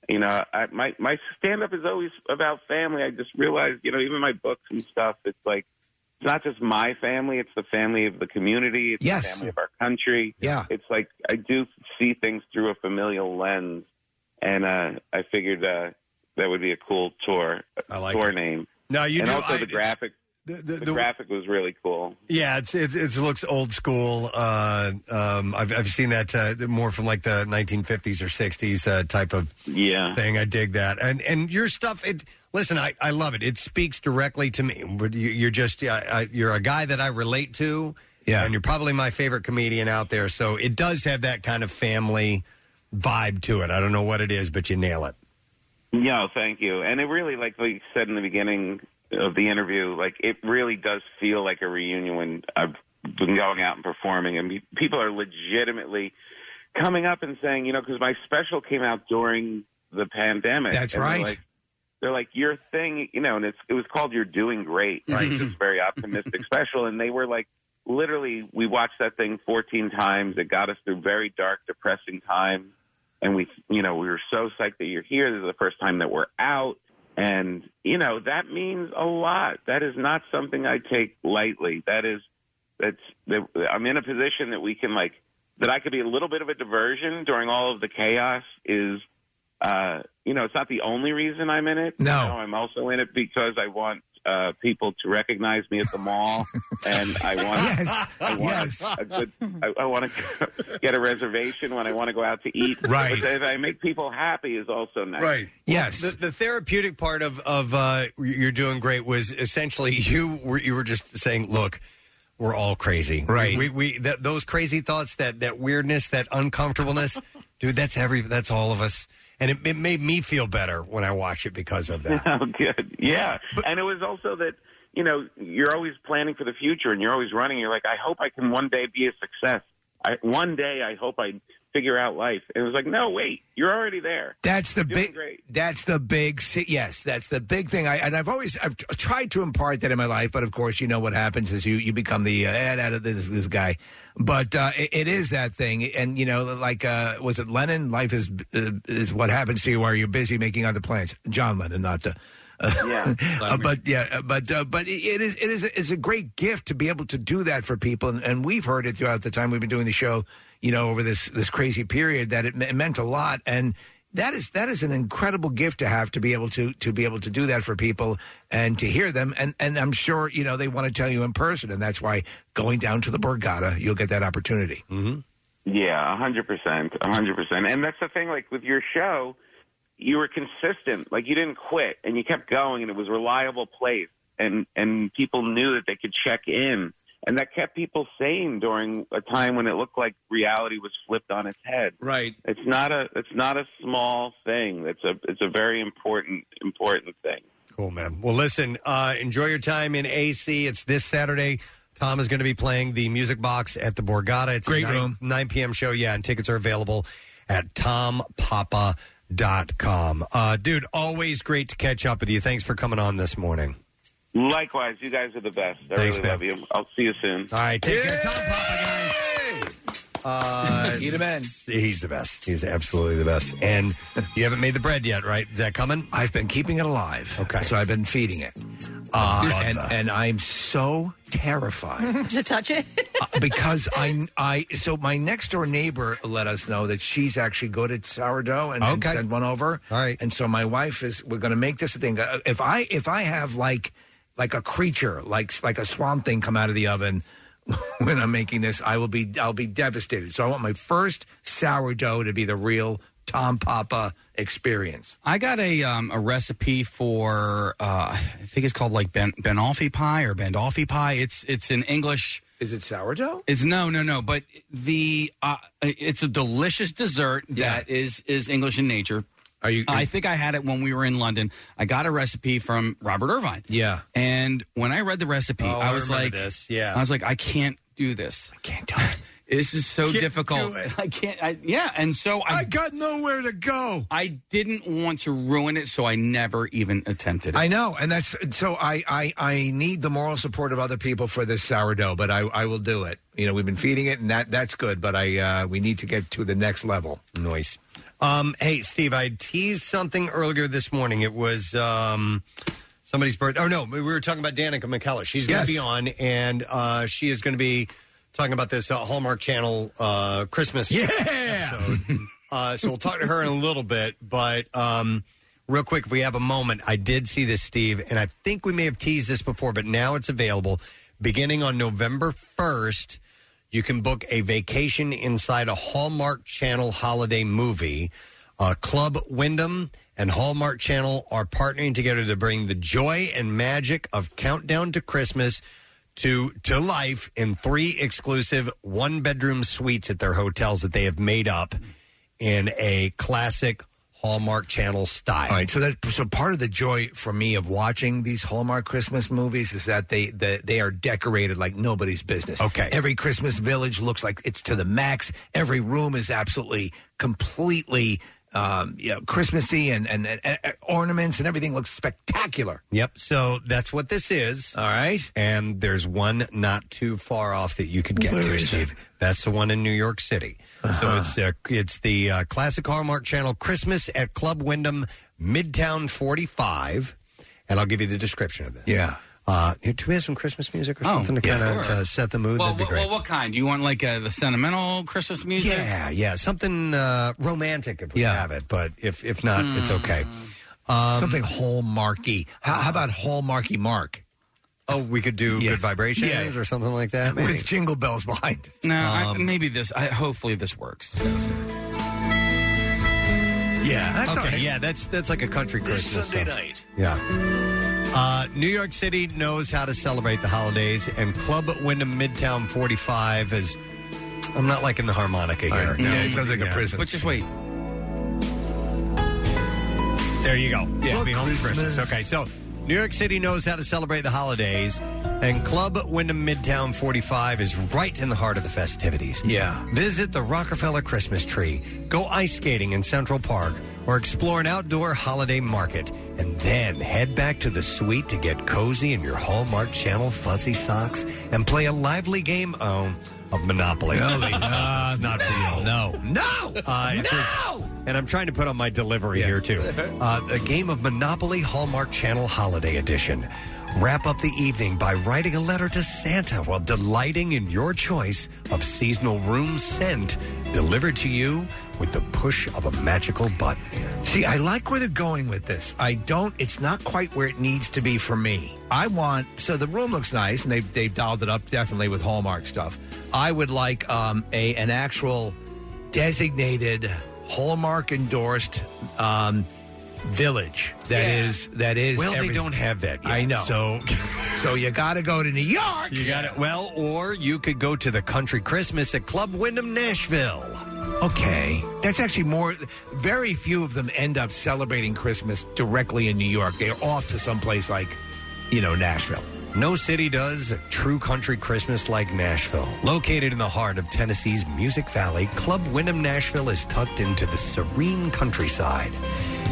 Speaker 18: you know, I, my my stand up is always about family. I just realized, you know, even my books and stuff, it's like. It's not just my family; it's the family of the community. It's
Speaker 4: Yes.
Speaker 18: the family of our country.
Speaker 4: Yeah.
Speaker 18: it's like I do see things through a familial lens, and uh, I figured uh, that would be a cool tour I like tour name.
Speaker 2: No, you
Speaker 18: and
Speaker 2: do-
Speaker 18: also
Speaker 2: I-
Speaker 18: the graphic.
Speaker 2: The,
Speaker 18: the graphic was really cool.
Speaker 2: Yeah, it's it, it looks old school. Uh, um, I've I've seen that uh, more from like the 1950s or 60s uh, type of
Speaker 18: yeah
Speaker 2: thing. I dig that, and and your stuff. It listen, I, I love it. It speaks directly to me. But you, you're just I, I, you're a guy that I relate to, Yeah. And you're probably my favorite comedian out there. So it does have that kind of family vibe to it. I don't know what it is, but you nail it.
Speaker 18: No, thank you. And it really, like we said in the beginning of the interview, like it really does feel like a reunion when I've been going out and performing, and pe- people are legitimately coming up and saying, you know, because my special came out during the pandemic.
Speaker 4: That's
Speaker 18: and they're
Speaker 4: right.
Speaker 18: like- they're like your thing, you know, and it's it was called "You're Doing Great," right? it's very optimistic special, and they were like, literally, we watched that thing 14 times. It got us through very dark, depressing times, and we, you know, we were so psyched that you're here. This is the first time that we're out, and you know that means a lot. That is not something I take lightly. That is, that's that I'm in a position that we can like that I could be a little bit of a diversion during all of the chaos is uh, you know, it's not the only reason I'm in it.
Speaker 4: No.
Speaker 18: You know, I'm also in it because I want uh, people to recognize me at the mall, and I want, I want a good, I, I want to get a reservation when I want to go out to eat.
Speaker 2: Right.
Speaker 18: But if I make people happy, is also nice.
Speaker 2: Yes. The, the therapeutic part of of uh, you're doing great was essentially you were you were just saying, look, we're all crazy,
Speaker 4: Right.
Speaker 2: We we th- those crazy thoughts, that that weirdness, that uncomfortableness, dude. That's every that's all of us, and it, it made me feel better when I watched it because of that.
Speaker 18: Oh, good. Yeah. and it was also that, you know, you're always planning for the future and you're always running. You're like, I hope I can one day be a success. I, one day I hope I figure out life. And it was like, no, wait, you're already there.
Speaker 4: That's the
Speaker 18: Doing
Speaker 4: big.
Speaker 18: great.
Speaker 4: That's the big. si- Yes, that's the big thing. I and I've always I've t- tried to impart that in my life, but of course, you know what happens is you you become the uh, eh, that- that- this this guy. But uh, it, it is that thing, and you know, like uh, was it Lennon? Life is uh, is what happens to you while you're busy making other plans. John Lennon, not. Uh, yeah, but yeah, uh, but uh, but it is it is it's a great gift to be able to do that for people, and, and we've heard it throughout the time we've been doing the show. You know, over this this crazy period, that it, me- it meant a lot, and that is that is an incredible gift to have to be able to to be able to do that for people and to hear them and and I'm sure you know they want to tell you in person and that's why going down to the Borgata you'll get that opportunity. Mm-hmm.
Speaker 18: Yeah, a hundred percent, a hundred percent. And that's the thing, like with your show, you were consistent. Like you didn't quit, and you kept going, and it was a reliable place, and and people knew that they could check in, and that kept people sane during a time when it looked like reality was flipped on its head.
Speaker 4: Right.
Speaker 18: It's not a it's not a small thing. It's a it's a very important important thing.
Speaker 2: Cool, man. Well, listen, uh, enjoy your time in AC. It's this Saturday. Tom is going to be playing the Music Box at the Borgata. It's
Speaker 4: Great
Speaker 2: a 9,
Speaker 4: room.
Speaker 2: 9 p.m. show. Yeah, and tickets are available at tompapa.com. Uh, dude, always great to catch up with you. Thanks for coming on this morning.
Speaker 18: Likewise, you guys are the best. I
Speaker 2: Thanks,
Speaker 18: really love you. I'll see you soon.
Speaker 2: All right, take care. Tom Papa, guys. Uh,
Speaker 4: Eat him in.
Speaker 2: He's the best. He's absolutely the best. And you haven't made the bread yet, right? Is that coming?
Speaker 4: I've been keeping it alive.
Speaker 2: Okay.
Speaker 4: So I've been feeding it. Uh, and and I'm so terrified
Speaker 3: to touch it.
Speaker 4: Uh, because I I so my next door neighbor let us know that she's actually good at sourdough and, and
Speaker 2: Okay.
Speaker 4: sent one over. All right. And so my wife is we're going to make this a thing. Uh, If I if I have like like a creature like like a swamp thing come out of the oven when I'm making this, I will be I'll be devastated. So I want my first sourdough to be the real Tom Papa experience.
Speaker 5: I got a um, a recipe for uh, I think it's called like ben Benolfi pie or Bandolfi pie. It's it's an English.
Speaker 4: Is it sourdough?
Speaker 5: It's no no no, but the uh, it's a delicious dessert that is is English in nature.
Speaker 4: Are you?
Speaker 5: I think I had it when we were in London. I got a recipe from Robert Irvine.
Speaker 4: Yeah.
Speaker 5: And when I read the recipe,
Speaker 2: Oh, I
Speaker 5: I was
Speaker 2: remember
Speaker 5: like,
Speaker 2: this, yeah.
Speaker 5: I was like, I can't do this. I
Speaker 4: can't do it.
Speaker 5: This is so
Speaker 4: Can't
Speaker 5: difficult.
Speaker 4: do it.
Speaker 5: I can't. I, yeah, and so I,
Speaker 4: got nowhere to go.
Speaker 5: I didn't want to ruin it, so I never even attempted it.
Speaker 4: I know, and that's so. I, I I need the moral support of other people for this sourdough, but I I will do it. You know, we've been feeding it, and that that's good. But I uh, we need to get to the next level.
Speaker 2: Noise. Um, hey, Steve, I teased something earlier this morning. It was um, somebody's birth. Oh no, we were talking about Danica McKellar. She's going
Speaker 4: Yes.
Speaker 2: to be on, and uh, she is going to be talking about this uh, Hallmark Channel uh, Christmas episode. Uh, so we'll talk to her in a little bit, but um, real quick, if we have a moment, I did see this, Steve, and I think we may have teased this before, but now it's available. Beginning on November first, you can book a vacation inside a Hallmark Channel holiday movie. Uh, Club Wyndham and Hallmark Channel are partnering together to bring the joy and magic of Countdown to Christmas to to life in three exclusive one bedroom suites at their hotels that they have made up in a classic Hallmark Channel style.
Speaker 4: All right, so that so part of the joy for me of watching these Hallmark Christmas movies is that they they, they are decorated like nobody's business.
Speaker 2: Okay.
Speaker 4: every Christmas village looks like it's to the max. Every room is absolutely completely um, you know, Christmassy, and, and and ornaments and everything looks spectacular.
Speaker 2: Yep. So that's what this is.
Speaker 4: All right.
Speaker 2: And there's one not too far off that you could get
Speaker 4: Where
Speaker 2: to,
Speaker 4: is it? Uh-huh.
Speaker 2: Steve. That's the one in New York City. So it's uh, it's the uh, classic Hallmark Channel Christmas at Club Wyndham, Midtown 45, and I'll give you the description of this.
Speaker 4: Yeah.
Speaker 2: Uh, do we have some Christmas music or
Speaker 5: Oh,
Speaker 2: something to
Speaker 5: yeah,
Speaker 2: kind of
Speaker 5: sure.
Speaker 2: to set the mood?
Speaker 5: Well,
Speaker 2: That'd be
Speaker 5: well,
Speaker 2: great.
Speaker 5: well, what kind? Do you want like uh, the sentimental Christmas music?
Speaker 2: Yeah, yeah, something uh, romantic if we have it, but if if not, it's okay.
Speaker 4: Hmm.
Speaker 2: Um,
Speaker 4: Something hallmarky. How, how about hallmarky Mark?
Speaker 2: Oh, we could do good vibrations or something like that. Maybe.
Speaker 4: With jingle bells behind. it.
Speaker 5: No, I,
Speaker 4: Um,
Speaker 5: maybe this. I, hopefully, this works.
Speaker 4: Yeah,
Speaker 5: that's
Speaker 2: okay.
Speaker 5: all right.
Speaker 2: Yeah, that's that's like a country
Speaker 5: This
Speaker 2: Christmas
Speaker 5: Sunday
Speaker 2: stuff.
Speaker 5: night.
Speaker 2: Yeah. Uh, New York City knows how to celebrate the holidays, and Club Wyndham Midtown 45 is. I'm not liking the harmonica here.
Speaker 4: right. Yeah, it sounds like a prison.
Speaker 5: But just wait.
Speaker 2: There you go.
Speaker 5: Yeah.
Speaker 2: We'll be home for
Speaker 5: Christmas.
Speaker 2: Christmas. Okay, so New York City knows how to celebrate the holidays, and Club Wyndham Midtown 45 is right in the heart of the festivities.
Speaker 4: Yeah.
Speaker 2: Visit the Rockefeller Christmas tree, go ice skating in Central Park, or explore an outdoor holiday market, and then head back to the suite to get cozy in your Hallmark Channel fuzzy socks and play a lively game um, of Monopoly.
Speaker 4: No, they-
Speaker 2: it's not for you.
Speaker 4: No, no,
Speaker 2: uh, if you're- and I'm trying to put on my delivery here too. Uh, a game of Monopoly Hallmark Channel Holiday Edition. Wrap up the evening by writing a letter to Santa while delighting in your choice of seasonal room scent delivered to you with the push of a magical button.
Speaker 4: See, I like where they're going with this. I don't. It's not quite where it needs to be for me. I want so the room looks nice, and they've they've dialed it up definitely with Hallmark stuff. I would like um, a an actual designated Hallmark endorsed um, village that
Speaker 2: Yeah.
Speaker 4: is that is.
Speaker 2: Well, they
Speaker 4: every-
Speaker 2: don't have that yet,
Speaker 4: I know.
Speaker 2: so-
Speaker 4: so you got to go to New York.
Speaker 2: You got it. Well, or you could go to the Country Christmas at Club Wyndham Nashville.
Speaker 4: Okay. That's actually more. Very few of them end up celebrating Christmas directly in New York. They're off to someplace like, you know, Nashville.
Speaker 2: No city does true country Christmas like Nashville. Located in the heart of Tennessee's Music Valley, Club Wyndham Nashville is tucked into the serene countryside.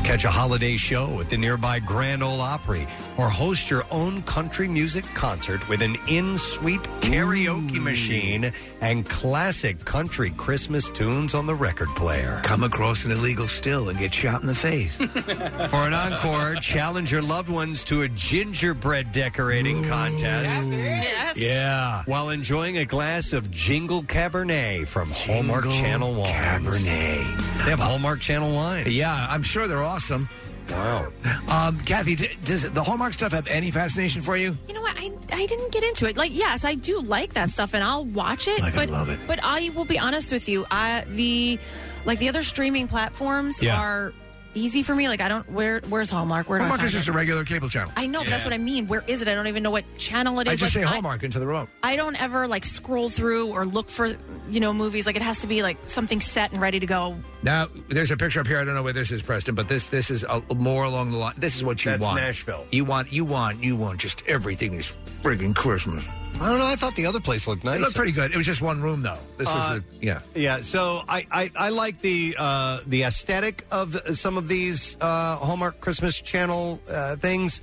Speaker 2: Catch a holiday show at the nearby Grand Ole Opry or host your own country music concert with an in suite karaoke machine and classic country Christmas tunes on the record player.
Speaker 4: Come across an illegal still and get shot in the face.
Speaker 2: For an encore, challenge your loved ones to a gingerbread decorating contest.
Speaker 3: Yes.
Speaker 4: Yeah.
Speaker 2: While enjoying a glass of Jingle Cabernet from Hallmark
Speaker 4: Jingle
Speaker 2: Channel Wines.
Speaker 4: Cabernet.
Speaker 2: They have Hallmark Channel Wines.
Speaker 4: yeah, I'm sure they're awesome.
Speaker 2: Wow.
Speaker 4: Um, Kathy, d- does the Hallmark stuff have any fascination for you?
Speaker 3: You know what? I, I didn't get into it. Like, yes, I do like that stuff, and I'll watch it.
Speaker 4: Like, I
Speaker 3: but
Speaker 4: love it.
Speaker 3: But I will be honest with you. I the like the other streaming platforms
Speaker 4: Yeah.
Speaker 3: are easy for me. Like, I don't where where's Hallmark? Where
Speaker 4: Hallmark
Speaker 3: do I
Speaker 4: is
Speaker 3: find
Speaker 4: just a
Speaker 3: it?
Speaker 4: regular cable channel.
Speaker 3: I know, but that's what I mean. Where is it? I don't even know what channel it is.
Speaker 4: I just
Speaker 3: Like,
Speaker 4: say Hallmark into the remote.
Speaker 3: I don't ever like scroll through or look for you know movies. Like, it has to be like something set and ready to go.
Speaker 4: Now, there's a picture up here. I don't know where this is, Preston, but this this is a, more along the line. This is what you
Speaker 2: That's
Speaker 4: want.
Speaker 2: Nashville.
Speaker 4: You want you want you want just everything is friggin' Christmas.
Speaker 2: I don't know. I thought the other place looked nice.
Speaker 4: It looked pretty good. It was just one room though. This
Speaker 2: Uh,
Speaker 4: is a, yeah.
Speaker 2: Yeah, so I, I, I like the uh, the aesthetic of some of these uh, Hallmark Christmas Channel uh, things,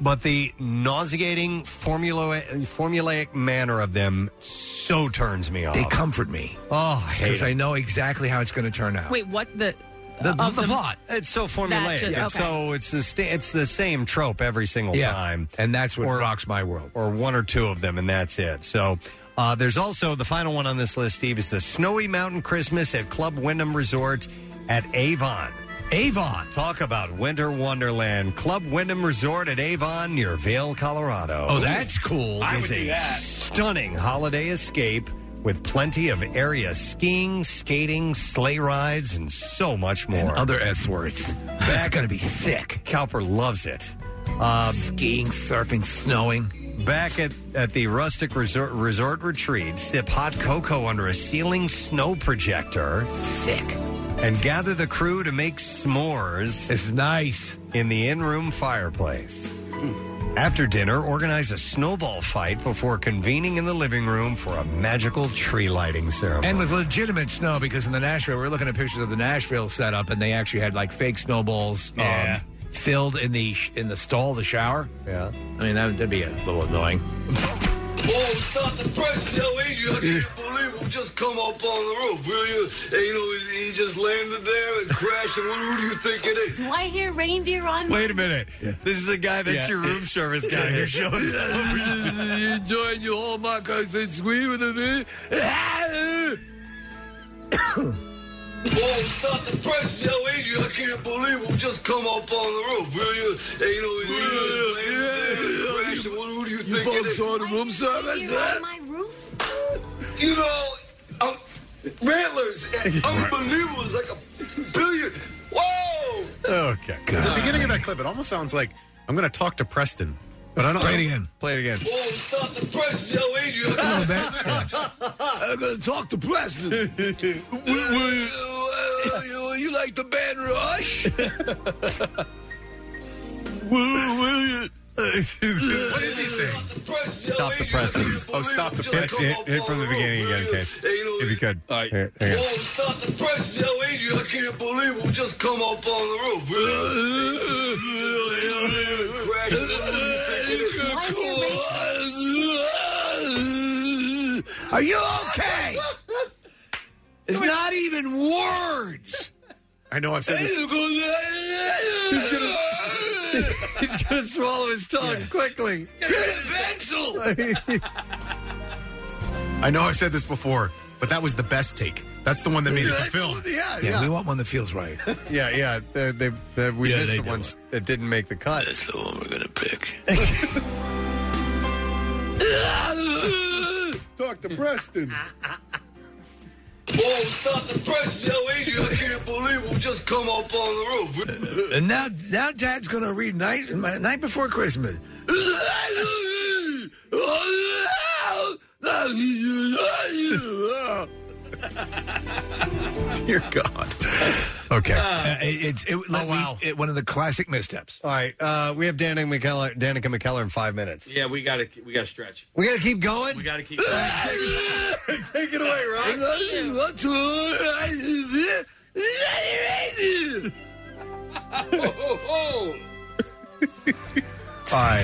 Speaker 2: but the nauseating formula, formulaic manner of them so turns me off.
Speaker 4: They comfort me.
Speaker 2: Oh, I hate
Speaker 4: because I
Speaker 2: it.
Speaker 4: know exactly how it's going to turn out.
Speaker 3: Wait, what the
Speaker 4: The-
Speaker 3: of
Speaker 4: the plot.
Speaker 2: It's so
Speaker 3: That
Speaker 2: formulaic.
Speaker 3: just-
Speaker 2: It's
Speaker 3: okay.
Speaker 2: so it's the sta- it's the same trope every single
Speaker 4: Yeah.
Speaker 2: time,
Speaker 4: and that's what
Speaker 2: Or-
Speaker 4: rocks my world.
Speaker 2: or one or two of them, and that's it. So. Uh, there's also the final one on this list, Steve, is the Snowy Mountain Christmas at Club Wyndham Resort at Avon.
Speaker 4: Avon.
Speaker 2: Talk about Winter Wonderland. Club Wyndham Resort at Avon near Vail, Colorado.
Speaker 4: Oh, that's cool.
Speaker 2: Is a stunning holiday escape with plenty of area skiing, skating, sleigh rides, and so much more.
Speaker 4: And other S words. That's going to be thick.
Speaker 2: Cowper loves it. Um,
Speaker 4: Skiing, surfing, snowing.
Speaker 2: Back at, at the rustic resort, resort retreat, sip hot cocoa under a ceiling snow projector. Thick. And gather the crew to make s'mores. This is nice. In the in room fireplace. After dinner, organize a snowball fight before convening in the living room for a magical tree lighting ceremony.
Speaker 4: And with legitimate snow, because in the Nashville, we are looking at pictures of the Nashville setup, and they actually had like fake snowballs
Speaker 2: Yeah.
Speaker 4: um, filled in the sh- in the stall, of the shower.
Speaker 2: Yeah,
Speaker 4: I mean that would that'd be a little annoying.
Speaker 11: Oh, stop the press, yo, Adrian. I can't believe we just come up on the roof, will you? And, you know, he, he just landed there and crashed. And what, what do you think it is?
Speaker 3: Do I hear reindeer on? my-
Speaker 11: Wait a minute.
Speaker 2: This is a guy
Speaker 11: that's your room
Speaker 2: service
Speaker 11: guy who
Speaker 2: shows
Speaker 11: up. Enjoying your whole oh my guys and screaming at me. Oh, stop the press, yo, Adrian. I can't believe we just come up on the roof, will you? And, you know, he, just landed there and crashed. And what, what do you, think it is? You folks on the room service? You know, um, Rattlers, uh, unbelievable. It's like a billion. Whoa!
Speaker 2: Okay.
Speaker 8: At the beginning of that clip, it almost sounds like I'm going to talk to Preston, but I don't.
Speaker 11: Play it
Speaker 8: again.
Speaker 2: Play it again.
Speaker 11: Whoa, stop the press, yo, Adrian. I'm gonna talk to Preston. Will- will you, will you like the band Rush? will, will you? what is he saying?
Speaker 2: Stop the presses.
Speaker 11: Oh, stop the
Speaker 2: Hit, hit, hit from the beginning again, Case. If you could. All right. Here, here you
Speaker 11: Whoa,
Speaker 2: go.
Speaker 11: stop the press, yo, Adrian. I can't believe we just come up on the roof.
Speaker 4: Are you okay? It's not even words.
Speaker 8: I know Oh, I've said this.
Speaker 11: He's
Speaker 2: gonna, he's gonna swallow his tongue quickly.
Speaker 11: Get a pencil.
Speaker 8: I know I've said this before, but that was the best take. That's the one that made it to film.
Speaker 2: Oh, Yeah, yeah.
Speaker 4: we want one that feels right.
Speaker 2: Yeah, yeah. They, they, they, we
Speaker 8: Yeah,
Speaker 2: missed
Speaker 8: they
Speaker 2: the
Speaker 8: do
Speaker 2: ones that didn't make the cut. That's
Speaker 11: the one we're gonna pick.
Speaker 8: Talk to Preston.
Speaker 11: Whoa, stop the press, yo, Adrian. I can't believe we just come up on the roof.
Speaker 4: Uh, And now, now Dad's going to read night my- night before Christmas.
Speaker 8: Dear God.
Speaker 2: Okay.
Speaker 4: Uh, it- it's it, oh, wow. one of the classic missteps.
Speaker 2: All right. Uh, we have Danica McKellar, Danica McKellar in five minutes.
Speaker 5: Yeah, we got to we got to stretch.
Speaker 2: We got to keep going?
Speaker 5: We got to keep. Take
Speaker 2: it away, All right. All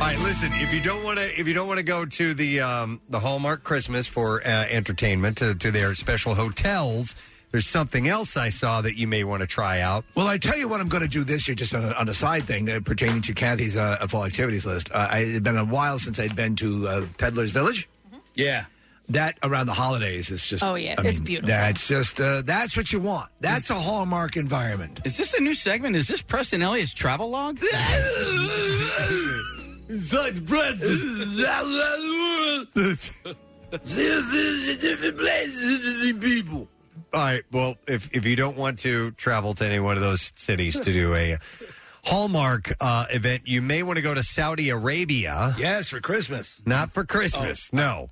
Speaker 2: right. Listen, if you don't want to, if you don't want to go to the um, the Hallmark Christmas for uh, entertainment to, to their special hotels, there's something else I saw that you may want to try out.
Speaker 4: Well, I tell you what I'm going to do this year, just on a, on a side thing uh, pertaining to Kathy's uh, fall activities list. Uh, I, it had been a while since I'd been to uh, Peddler's Village.
Speaker 5: Mm-hmm. Yeah.
Speaker 4: That around the holidays is just.
Speaker 24: Oh, yeah,
Speaker 4: I
Speaker 24: it's
Speaker 4: mean,
Speaker 24: beautiful.
Speaker 4: That's just uh, that's what you want. That's a hallmark environment.
Speaker 5: Is this a new segment? Is this Preston Elliott's travel log?
Speaker 11: Such breath. different places, different people.
Speaker 2: All right. Well, if if you don't want to travel to any one of those cities to do a Hallmark uh, event, you may want to go to Saudi Arabia.
Speaker 4: Yes, for Christmas.
Speaker 2: Not for Christmas. No.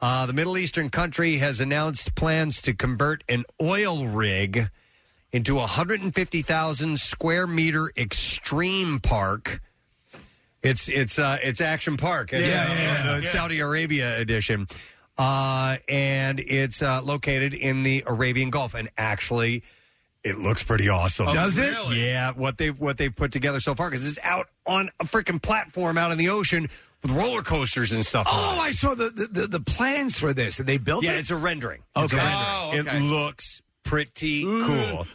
Speaker 2: Uh, the Middle Eastern country has announced plans to convert an oil rig into a 150,000 square meter extreme park. It's it's uh, it's Action Park, yeah, the Saudi Arabia edition, uh, and it's uh, located in the Arabian Gulf. And actually, it looks pretty awesome.
Speaker 4: Oh, Does it? really?
Speaker 2: Yeah, what they have what they've put together so far because it's out on a freaking platform out in the ocean with roller coasters and stuff. on it.
Speaker 4: Oh, I saw the the, the, the plans for this. They built
Speaker 2: yeah,
Speaker 4: it.
Speaker 2: it's a rendering. It's a
Speaker 4: Okay.
Speaker 2: rendering. It looks pretty cool.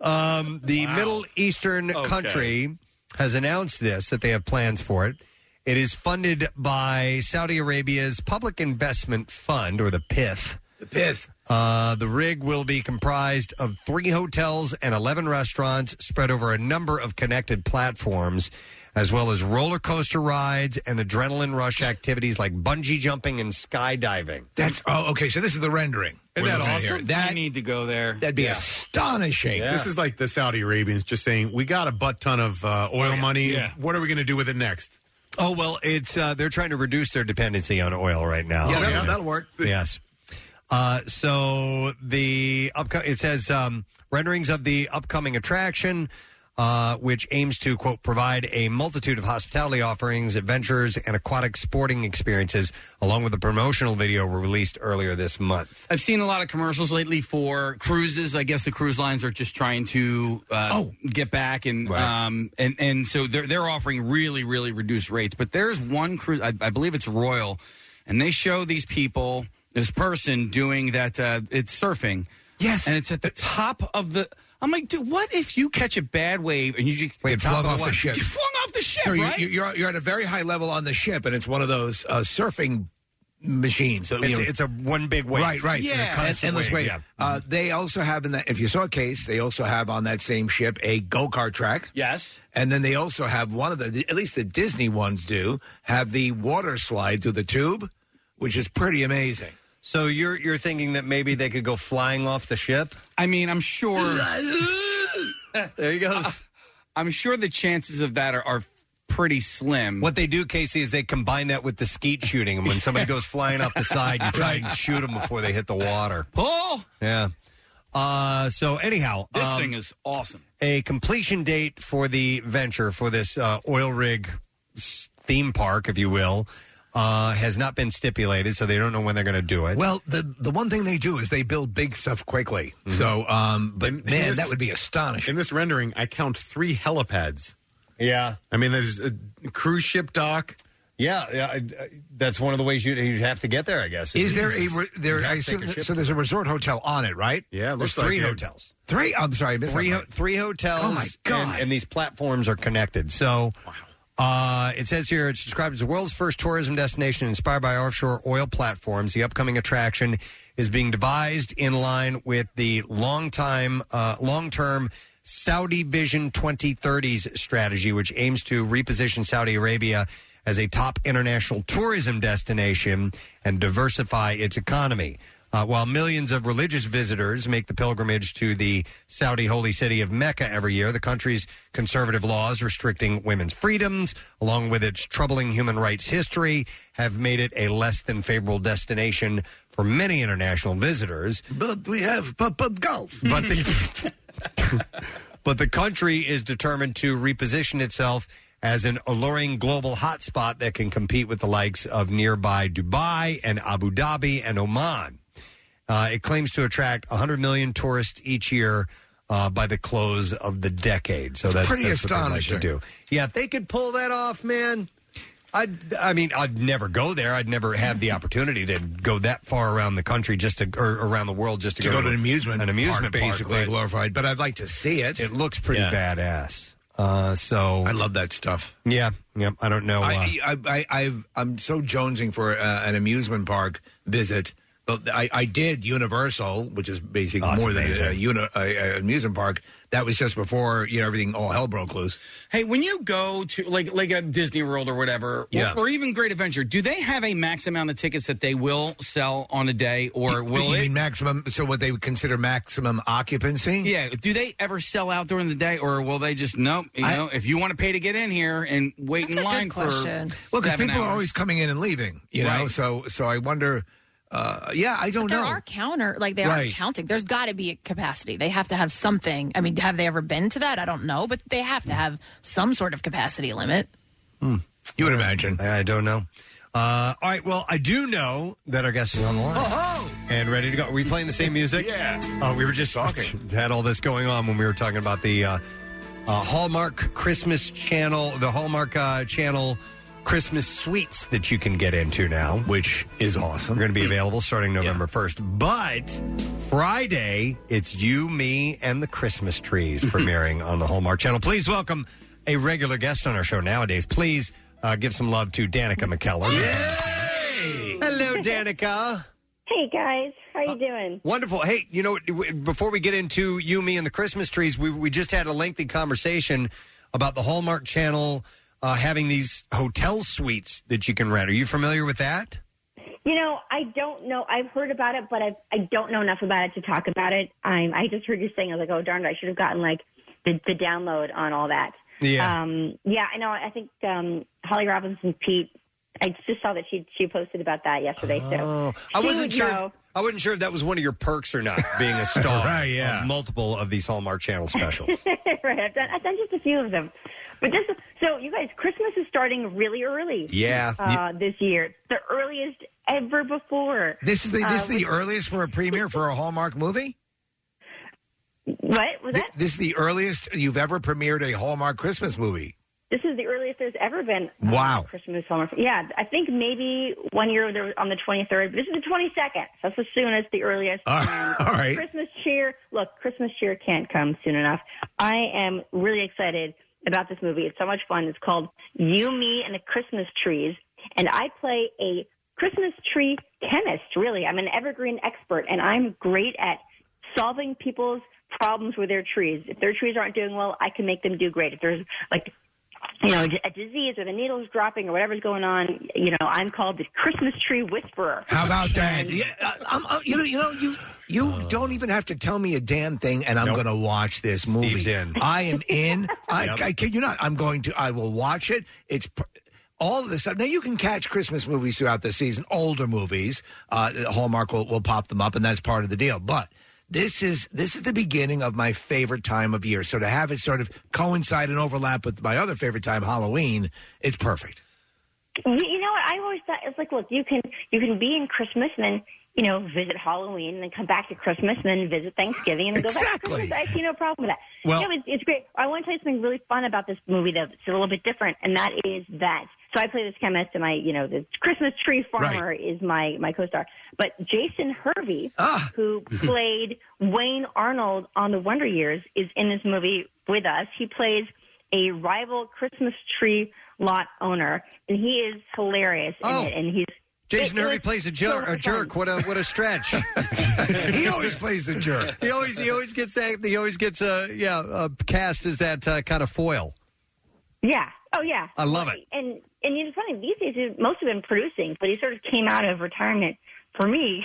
Speaker 2: Um, the Middle Eastern
Speaker 11: Okay.
Speaker 2: country has announced this that they have plans for it. It is funded by Saudi Arabia's Public Investment Fund, or the PIF.
Speaker 4: The PIF.
Speaker 2: Uh, the rig will be comprised of three hotels and 11 restaurants spread over a number of connected platforms, as well as roller coaster rides and adrenaline rush activities like bungee jumping and skydiving.
Speaker 4: That's oh, okay. So this is the rendering.
Speaker 2: Isn't
Speaker 4: We're
Speaker 2: that
Speaker 4: looking at
Speaker 2: awesome?
Speaker 4: here. That
Speaker 5: I need to go there.
Speaker 4: That'd be astonishing.
Speaker 8: This is like the Saudi Arabians just saying, we got a butt ton of uh, oil money.
Speaker 4: Oh, Yeah.
Speaker 8: What are we going to do with it next?
Speaker 2: Oh well, it's uh, they're trying to reduce their dependency on oil right now.
Speaker 4: Yeah, that'll- that'll work.
Speaker 2: Yes. Uh, so the upcoming it says um, renderings of the upcoming attraction. Uh, which aims to quote provide a multitude of hospitality offerings, adventures, and aquatic sporting experiences, along with a promotional video were released earlier this month.
Speaker 5: I've seen a lot of commercials lately for cruises. I guess the cruise lines are just trying to uh, get back and um, and and so they're they're offering really really reduced rates. But there's one cruise, I, I believe it's Royal, and they show these people this person doing that. Uh, it's surfing. Yes, and it's at the top of the. I'm like, dude, what if you catch a bad wave and you just
Speaker 4: Wait, Get flung top of off the what? ship.
Speaker 5: You flung off the ship,
Speaker 4: so
Speaker 5: right?
Speaker 4: you're, you're you're at a very high level on the ship, and it's one of those uh, surfing machines. So, you
Speaker 2: It's-
Speaker 4: know-
Speaker 2: it's a one big wave.
Speaker 4: right? Right.
Speaker 2: Yeah.
Speaker 4: And a
Speaker 2: Constant
Speaker 4: endless
Speaker 2: wave,
Speaker 4: wave.
Speaker 2: yeah.
Speaker 4: Uh, they also have in that. If you saw a case, they also have on that same ship a go kart track.
Speaker 5: Yes.
Speaker 4: And then they also have one of the, the- at least the Disney ones do have the water slide through the tube, which is pretty amazing.
Speaker 2: So you're you're thinking that maybe they could go flying off the ship?
Speaker 5: I mean, I'm sure.
Speaker 2: there you go.
Speaker 5: I'm sure the chances of that are, are pretty slim.
Speaker 2: What they do, Casey, is they combine that with the skeet shooting. And when somebody goes flying off the side, you try and shoot them before they hit the water.
Speaker 5: Pull.
Speaker 2: Yeah. Uh, so anyhow,
Speaker 5: This
Speaker 2: um,
Speaker 5: thing is awesome.
Speaker 2: a completion date for the venture for this uh, oil rig s- theme park, if you will, uh, has not been stipulated, so they don't know when they're going to do it.
Speaker 4: Well, the the one thing they do is they build big stuff quickly. So, um, but man, that would be astonishing.
Speaker 8: In this rendering, I count three helipads.
Speaker 2: Yeah,
Speaker 8: I mean, there's a cruise ship dock.
Speaker 2: Yeah, yeah, I- I- that's one of the ways you'd, you'd have to get there, I guess.
Speaker 4: Is there a re-
Speaker 2: You'd
Speaker 4: there?
Speaker 2: have
Speaker 4: I
Speaker 2: to take
Speaker 4: assume,
Speaker 2: a ship.
Speaker 4: so there's a resort hotel on it, right?
Speaker 8: Yeah,
Speaker 2: There's three hotels.
Speaker 4: Three. I'm sorry, I missed
Speaker 2: three
Speaker 4: that
Speaker 2: ho-
Speaker 4: part.
Speaker 2: three hotels.
Speaker 4: Oh, my God.
Speaker 2: And, and these platforms are connected. So. Uh, it says here it's described as the world's first tourism destination inspired by offshore oil platforms. The upcoming attraction is being devised in line with the long time, uh, long term Saudi Vision 2030s strategy, which aims to reposition Saudi Arabia as a top international tourism destination and diversify its economy. Uh, while millions of religious visitors make the pilgrimage to the Saudi holy city of Mecca every year, the country's conservative laws restricting women's freedoms, along with its troubling human rights history, have made it a less than favorable destination for many international visitors.
Speaker 4: But we have but, but golf.
Speaker 2: But the, but the country is determined to reposition itself as an alluring global hotspot that can compete with the likes of nearby Dubai and Abu Dhabi and Oman. Uh, it claims to attract 100 million tourists each year uh, by the close of the decade. So that's
Speaker 4: Pretty
Speaker 2: that's
Speaker 4: astonishing.
Speaker 2: What they'd like to do. Yeah, if they could pull that off, man. I'd, I mean, I'd never go there. I'd never have the opportunity to go that far around the country just to, or around the world just to,
Speaker 4: to go to an
Speaker 2: a-
Speaker 4: amusement
Speaker 2: an amusement
Speaker 4: park,
Speaker 2: park,
Speaker 4: basically
Speaker 2: but-
Speaker 4: glorified. But I'd like to see it. It
Speaker 2: looks pretty badass. Uh, so
Speaker 4: I love that stuff.
Speaker 2: Yeah, yeah. I don't know. uh,
Speaker 4: I, e, I, I, I've, I'm so jonesing for uh, an amusement park visit. But I, I did Universal, which is basically
Speaker 2: Oh, it's
Speaker 4: more than a,
Speaker 2: amazing.
Speaker 4: uni, a, a amusement park. That was just before you know everything all hell broke loose.
Speaker 5: Hey, when you go to like like a Disney World or whatever, or-
Speaker 4: Yeah.
Speaker 5: or, even Great Adventure, do they have a max amount of tickets that they will sell on a day, or will
Speaker 4: you
Speaker 5: it?
Speaker 4: mean maximum? So what they would consider maximum occupancy?
Speaker 5: yeah, do they ever sell out during the day, or will they just nope? You know, if you want to pay to get in here and wait in line for
Speaker 4: well, because
Speaker 5: seven
Speaker 4: people are
Speaker 5: hours.
Speaker 4: always coming in and leaving. You know,
Speaker 5: Right.
Speaker 4: so so I wonder. Uh, yeah, I don't
Speaker 3: there
Speaker 4: know.
Speaker 3: are counter like they
Speaker 4: Right.
Speaker 3: are counting. There's got to be a capacity. They have to have something. I mean, have they ever been to that? I don't know, but they have to have some sort of capacity limit.
Speaker 4: You would imagine.
Speaker 2: I, I don't know. Uh, all right. Well, I do know that our guest is on the
Speaker 4: Oh,
Speaker 2: line and ready to go. Are we playing the same music? yeah. Uh, we were just talking. had all this going on when we were talking about the uh, uh, Hallmark Christmas Channel, the Hallmark uh, Channel Christmas suites that you can get into now,
Speaker 4: which is awesome.
Speaker 2: They're going to be available starting November first. But Friday, it's you, me, and the Christmas trees premiering on the Hallmark Channel. Please welcome a regular guest on our show nowadays. Please uh, give some love to Danica McKellar. Hello, Danica.
Speaker 1: Hey guys, how you doing?
Speaker 2: Wonderful. Hey, you know, w- before we get into you, me, and the Christmas trees, we, we just had a lengthy conversation about the Hallmark Channel uh, having these hotel suites that you can rent. Are you familiar with that?
Speaker 1: You know, I don't know. I've heard about it, but I I don't know enough about it to talk about it. I I just heard you saying. I was like, oh darn it, I should have gotten like the the download on all that.
Speaker 2: Yeah.
Speaker 1: Um, yeah, I know. I think um, Holly Robinson Pete. I just saw that she she posted about that yesterday.
Speaker 2: Oh,
Speaker 1: so
Speaker 2: I
Speaker 1: she
Speaker 2: wasn't
Speaker 1: would
Speaker 2: sure.
Speaker 1: know.
Speaker 2: If, I wasn't sure if that was one of your perks or not, being a star of multiple of these Hallmark Channel specials.
Speaker 1: right, I've done I've done just a few of them, but just so you guys, Christmas is starting really early.
Speaker 4: Yeah.
Speaker 1: uh, this year It's the earliest ever before.
Speaker 4: This is the
Speaker 1: Uh,
Speaker 4: this is the
Speaker 1: which-
Speaker 4: earliest for a premiere for a Hallmark movie.
Speaker 1: What was that?
Speaker 4: This is the earliest you've ever premiered a Hallmark Christmas movie.
Speaker 1: This is the earliest there's ever been. uh,
Speaker 4: Wow.
Speaker 1: Christmas Hallmark. Yeah, I think maybe one year there was on the 23rd. This is the 22nd. That's as soon as the earliest.
Speaker 4: All right. All right.
Speaker 1: Christmas cheer. Look, Christmas cheer can't come soon enough. I am really excited about this movie. It's so much fun. It's called You, Me, and the Christmas Trees. And I play a Christmas tree chemist, really. I'm an evergreen expert, and I'm great at solving people's problems with their trees. If their trees aren't doing well, I can make them do great. If there's like you know, a disease or the needle's dropping or whatever's going on, you know, I'm called the Christmas tree whisperer.
Speaker 4: How about that? Uh. Yeah, I, I'm, I, you know, you know, you you don't even have to tell me a damn thing, and I'm going to watch this movie.
Speaker 2: in.
Speaker 4: I am in. I,
Speaker 2: Yep.
Speaker 4: I kid you not. I'm going to. I will watch it. It's. pr- All of this stuff. Now you can catch Christmas movies throughout the season. Older movies, uh, Hallmark will, will pop them up, and that's part of the deal. But this is this is the beginning of my favorite time of year. So to have it sort of coincide and overlap with my other favorite time, Halloween, it's perfect.
Speaker 1: You, you know what? I always thought it's like, look, you can you can be in Christmas and then you know visit Halloween and then come back to Christmas and then visit Thanksgiving and then go back to Christmas. I see no problem with that.
Speaker 6: Well-
Speaker 1: yeah, it's, it's great. I want to tell you something really fun about this movie though. It's a little bit different, and that is that. So I play this chemist, and my you know the Christmas tree farmer is my my co-star, but Jason Hervey,
Speaker 2: Ah.
Speaker 1: who played Wayne Arnold on The Wonder Years, is in this movie with us. He plays a rival Christmas tree lot owner, and he is hilarious.
Speaker 2: Oh.
Speaker 1: in it, and he's
Speaker 2: Jason
Speaker 1: it- it
Speaker 2: Hervey
Speaker 1: was
Speaker 2: plays a,
Speaker 1: so
Speaker 2: jer-
Speaker 1: much
Speaker 2: a
Speaker 1: fun.
Speaker 2: jerk. What a what a stretch.
Speaker 4: he always plays the jerk.
Speaker 2: He always he always gets that. He always gets uh, yeah uh, cast as that uh, kind of foil.
Speaker 1: Yeah. Oh yeah.
Speaker 2: I love it.
Speaker 1: And and you know, it's funny these days he's mostly been producing, but he sort of came out of retirement for me.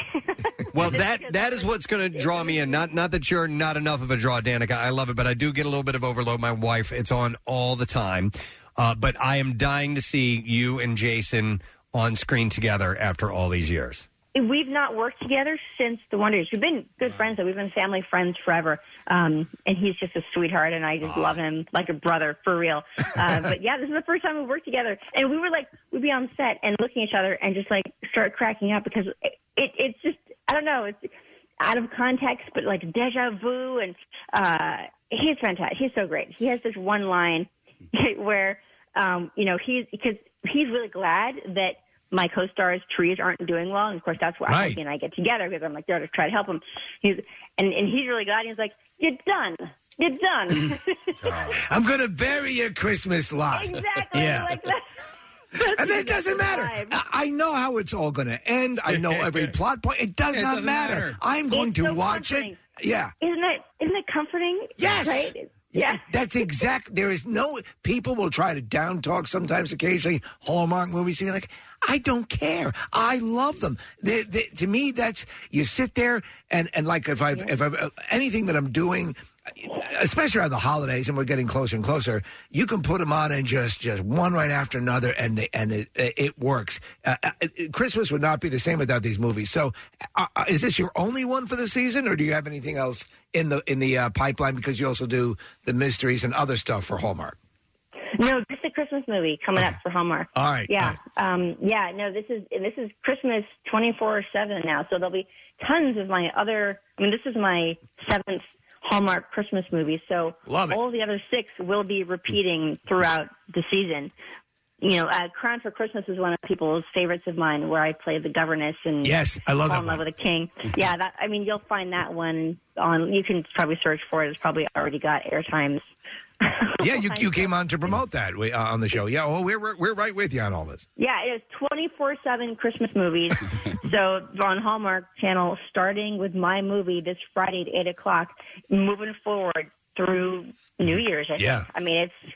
Speaker 2: Well, that that is what's going to draw me in. Not not that you're not enough of a draw, Danica. I love it, but I do get a little bit of overload. My wife, it's on all the time, uh, but I am dying to see you and Jason on screen together after all these years.
Speaker 1: We've not worked together since the Wonder Years. We've been good friends, though. We've been family friends forever. Um, and he's just a sweetheart, and I just love him like a brother, for real. Uh, but yeah, this is the first time we've worked together. And we were like, we'd be on set and looking at each other and just like start cracking up because it, it, it's just, I don't know, it's out of context, but like deja vu. And uh, he's fantastic. He's so great. He has this one line where, um, you know, he's, because he's really glad that my co-star's trees aren't doing well, and of course that's where
Speaker 11: Right.
Speaker 1: Ivy and I get together because I'm like there to try to help him. He's and, and he's really glad. He's like, "You're done. You're done."
Speaker 4: I'm going to bury your Christmas lot. Exactly. Yeah. and it doesn't matter. I I know how it's all going to end. I know every plot point. It does
Speaker 1: It
Speaker 4: not
Speaker 1: doesn't
Speaker 4: matter.
Speaker 1: matter.
Speaker 4: I'm going
Speaker 1: It's
Speaker 4: to
Speaker 1: so
Speaker 4: watch
Speaker 1: comforting.
Speaker 4: it. Yeah.
Speaker 1: Isn't that isn't that comforting?
Speaker 4: Yes.
Speaker 1: Right.
Speaker 4: Yeah, that's exact. There is no people will try to down talk sometimes, occasionally Hallmark movies. And you're like, I don't care. I love them. They, they, to me, that's you sit there and and like if I've if I've uh, anything that I'm doing, especially around the holidays, and we're getting closer and closer. You can put them on and just just one right after another, and they, and it it works. Uh, uh, Christmas would not be the same without these movies. So, uh, uh, is this your only one for the season, or do you have anything else in the in the uh, pipeline? Because you also do the mysteries and other stuff for Hallmark.
Speaker 1: No, this is a Christmas movie coming up for Hallmark.
Speaker 4: All right,
Speaker 1: Yeah. Um, yeah. No, this is this is Christmas twenty four seven now. So there'll be tons of my other. I mean, this is my seventh Hallmark Christmas movie. So all the other six will be repeating throughout the season. You know, uh, Crown for Christmas is one of people's favorites of mine, where I play the governess and
Speaker 4: Yes, I love
Speaker 1: fall
Speaker 4: that
Speaker 1: in love with a king. yeah, that I mean, you'll find that one on. You can probably search for it. It's probably already got airtime.
Speaker 4: Uh, Yeah, you you came on to promote that uh, on the show. Yeah, oh, we're, we're we're right with you on all this.
Speaker 1: Yeah, it is 24 7 Christmas movies. so on Hallmark Channel, starting with my movie this Friday at 8 o'clock, moving forward through New Year's. I think.
Speaker 4: Yeah.
Speaker 1: I mean, it's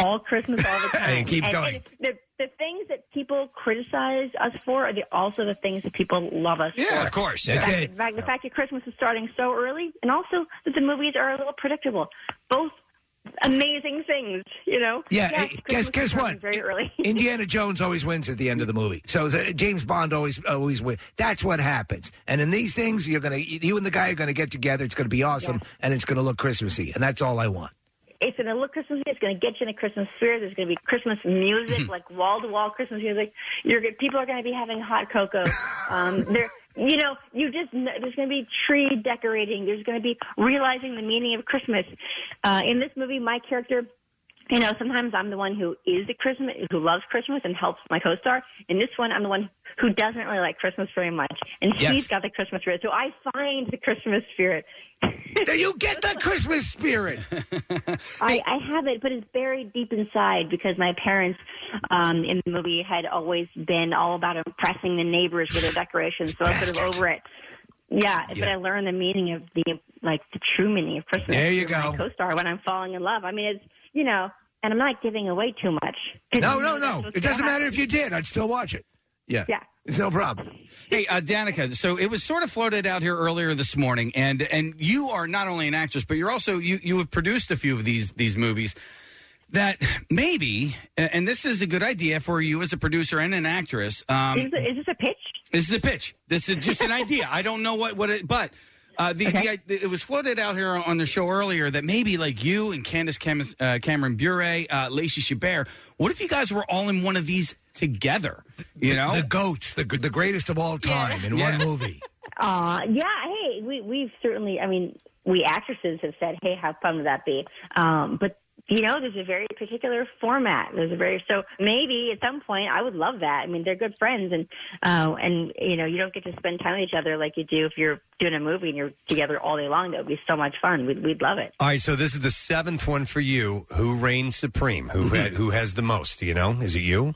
Speaker 1: all Christmas all the time.
Speaker 4: Hey, keep
Speaker 1: and,
Speaker 4: going.
Speaker 1: and the, the things that people criticize us for are the, also the things that people love us for.
Speaker 4: Yeah, of course.
Speaker 1: The
Speaker 4: That's
Speaker 1: fact-
Speaker 4: it.
Speaker 1: The fact, the fact that Christmas is starting so early, and also that the movies are a little predictable. Both amazing things, you know?
Speaker 4: Yeah,
Speaker 1: Yes,
Speaker 4: eh, guess
Speaker 1: Christmas
Speaker 4: guess
Speaker 1: is
Speaker 4: what?
Speaker 1: coming Very early.
Speaker 4: Indiana Jones always wins at the end of the movie. So uh, James Bond always always wins. That's what happens. And in these things, you're gonna you and the guy are gonna get together. It's gonna be awesome, and it's gonna look Christmassy. And that's all I want.
Speaker 1: It's going to look Christmassy. It's going to get you in a Christmas spirit. There's going to be Christmas music, like wall to wall Christmas music. You're gonna- people are going to be having hot cocoa. Um, there, you know, you just kn- there's going to be tree decorating. There's going to be realizing the meaning of Christmas. Uh, in this movie, my character. You know, sometimes I'm the one who is at Christmas, who loves Christmas and helps my co-star. In this one, I'm the one who doesn't really like Christmas very much, and
Speaker 4: Yes.
Speaker 1: he's got the Christmas spirit. So I find the Christmas spirit.
Speaker 4: you get the Christmas spirit.
Speaker 1: I, I have it, but it's buried deep inside because my parents um, in the movie had always been all about impressing the neighbors with their decorations, so I was sort of over it. Yeah, but
Speaker 4: Yeah.
Speaker 1: I learned the meaning of the like the true meaning of Christmas.
Speaker 4: There you
Speaker 1: through my
Speaker 4: go.
Speaker 1: Co-star when I'm falling in love. I mean, it's you know, and I'm not giving away too much. 'Cause
Speaker 4: No, no,
Speaker 1: you know that's
Speaker 4: no.
Speaker 1: what's
Speaker 4: It
Speaker 1: gonna
Speaker 4: doesn't
Speaker 1: happen.
Speaker 4: matter if you did. I'd still watch it. Yeah.
Speaker 1: Yeah.
Speaker 4: It's no problem.
Speaker 5: Hey, uh, Danica. So it was sort of floated out here earlier this morning, and and you are not only an actress, but you're also you you have produced a few of these these movies. That maybe, a- and this is a good idea for you as a producer and an actress. Um,
Speaker 1: is, this, is this a pitch?
Speaker 5: This is a pitch. This is just an idea. I don't know what what it, but uh, the, the it was floated out here on the show earlier that maybe like you and Candace Cam- uh, Cameron Bure, uh, Lacey Chabert. What if you guys were all in one of these together? You know, the
Speaker 4: goats, the the greatest of all time in one movie.
Speaker 1: Aw, yeah. Hey, we we've certainly. I mean, we actresses have said, "Hey, how fun would that be?" Um, but you know, there's a very particular format. There's a very so maybe at some point I would love that. I mean, they're good friends, and uh, and you know, you don't get to spend time with each other like you do if you're doing a movie and you're together all day long. That would be so much fun. We'd we'd love it.
Speaker 2: All right, so this is the seventh one for you. Who reigns supreme? Who who has the most? You know, is it you?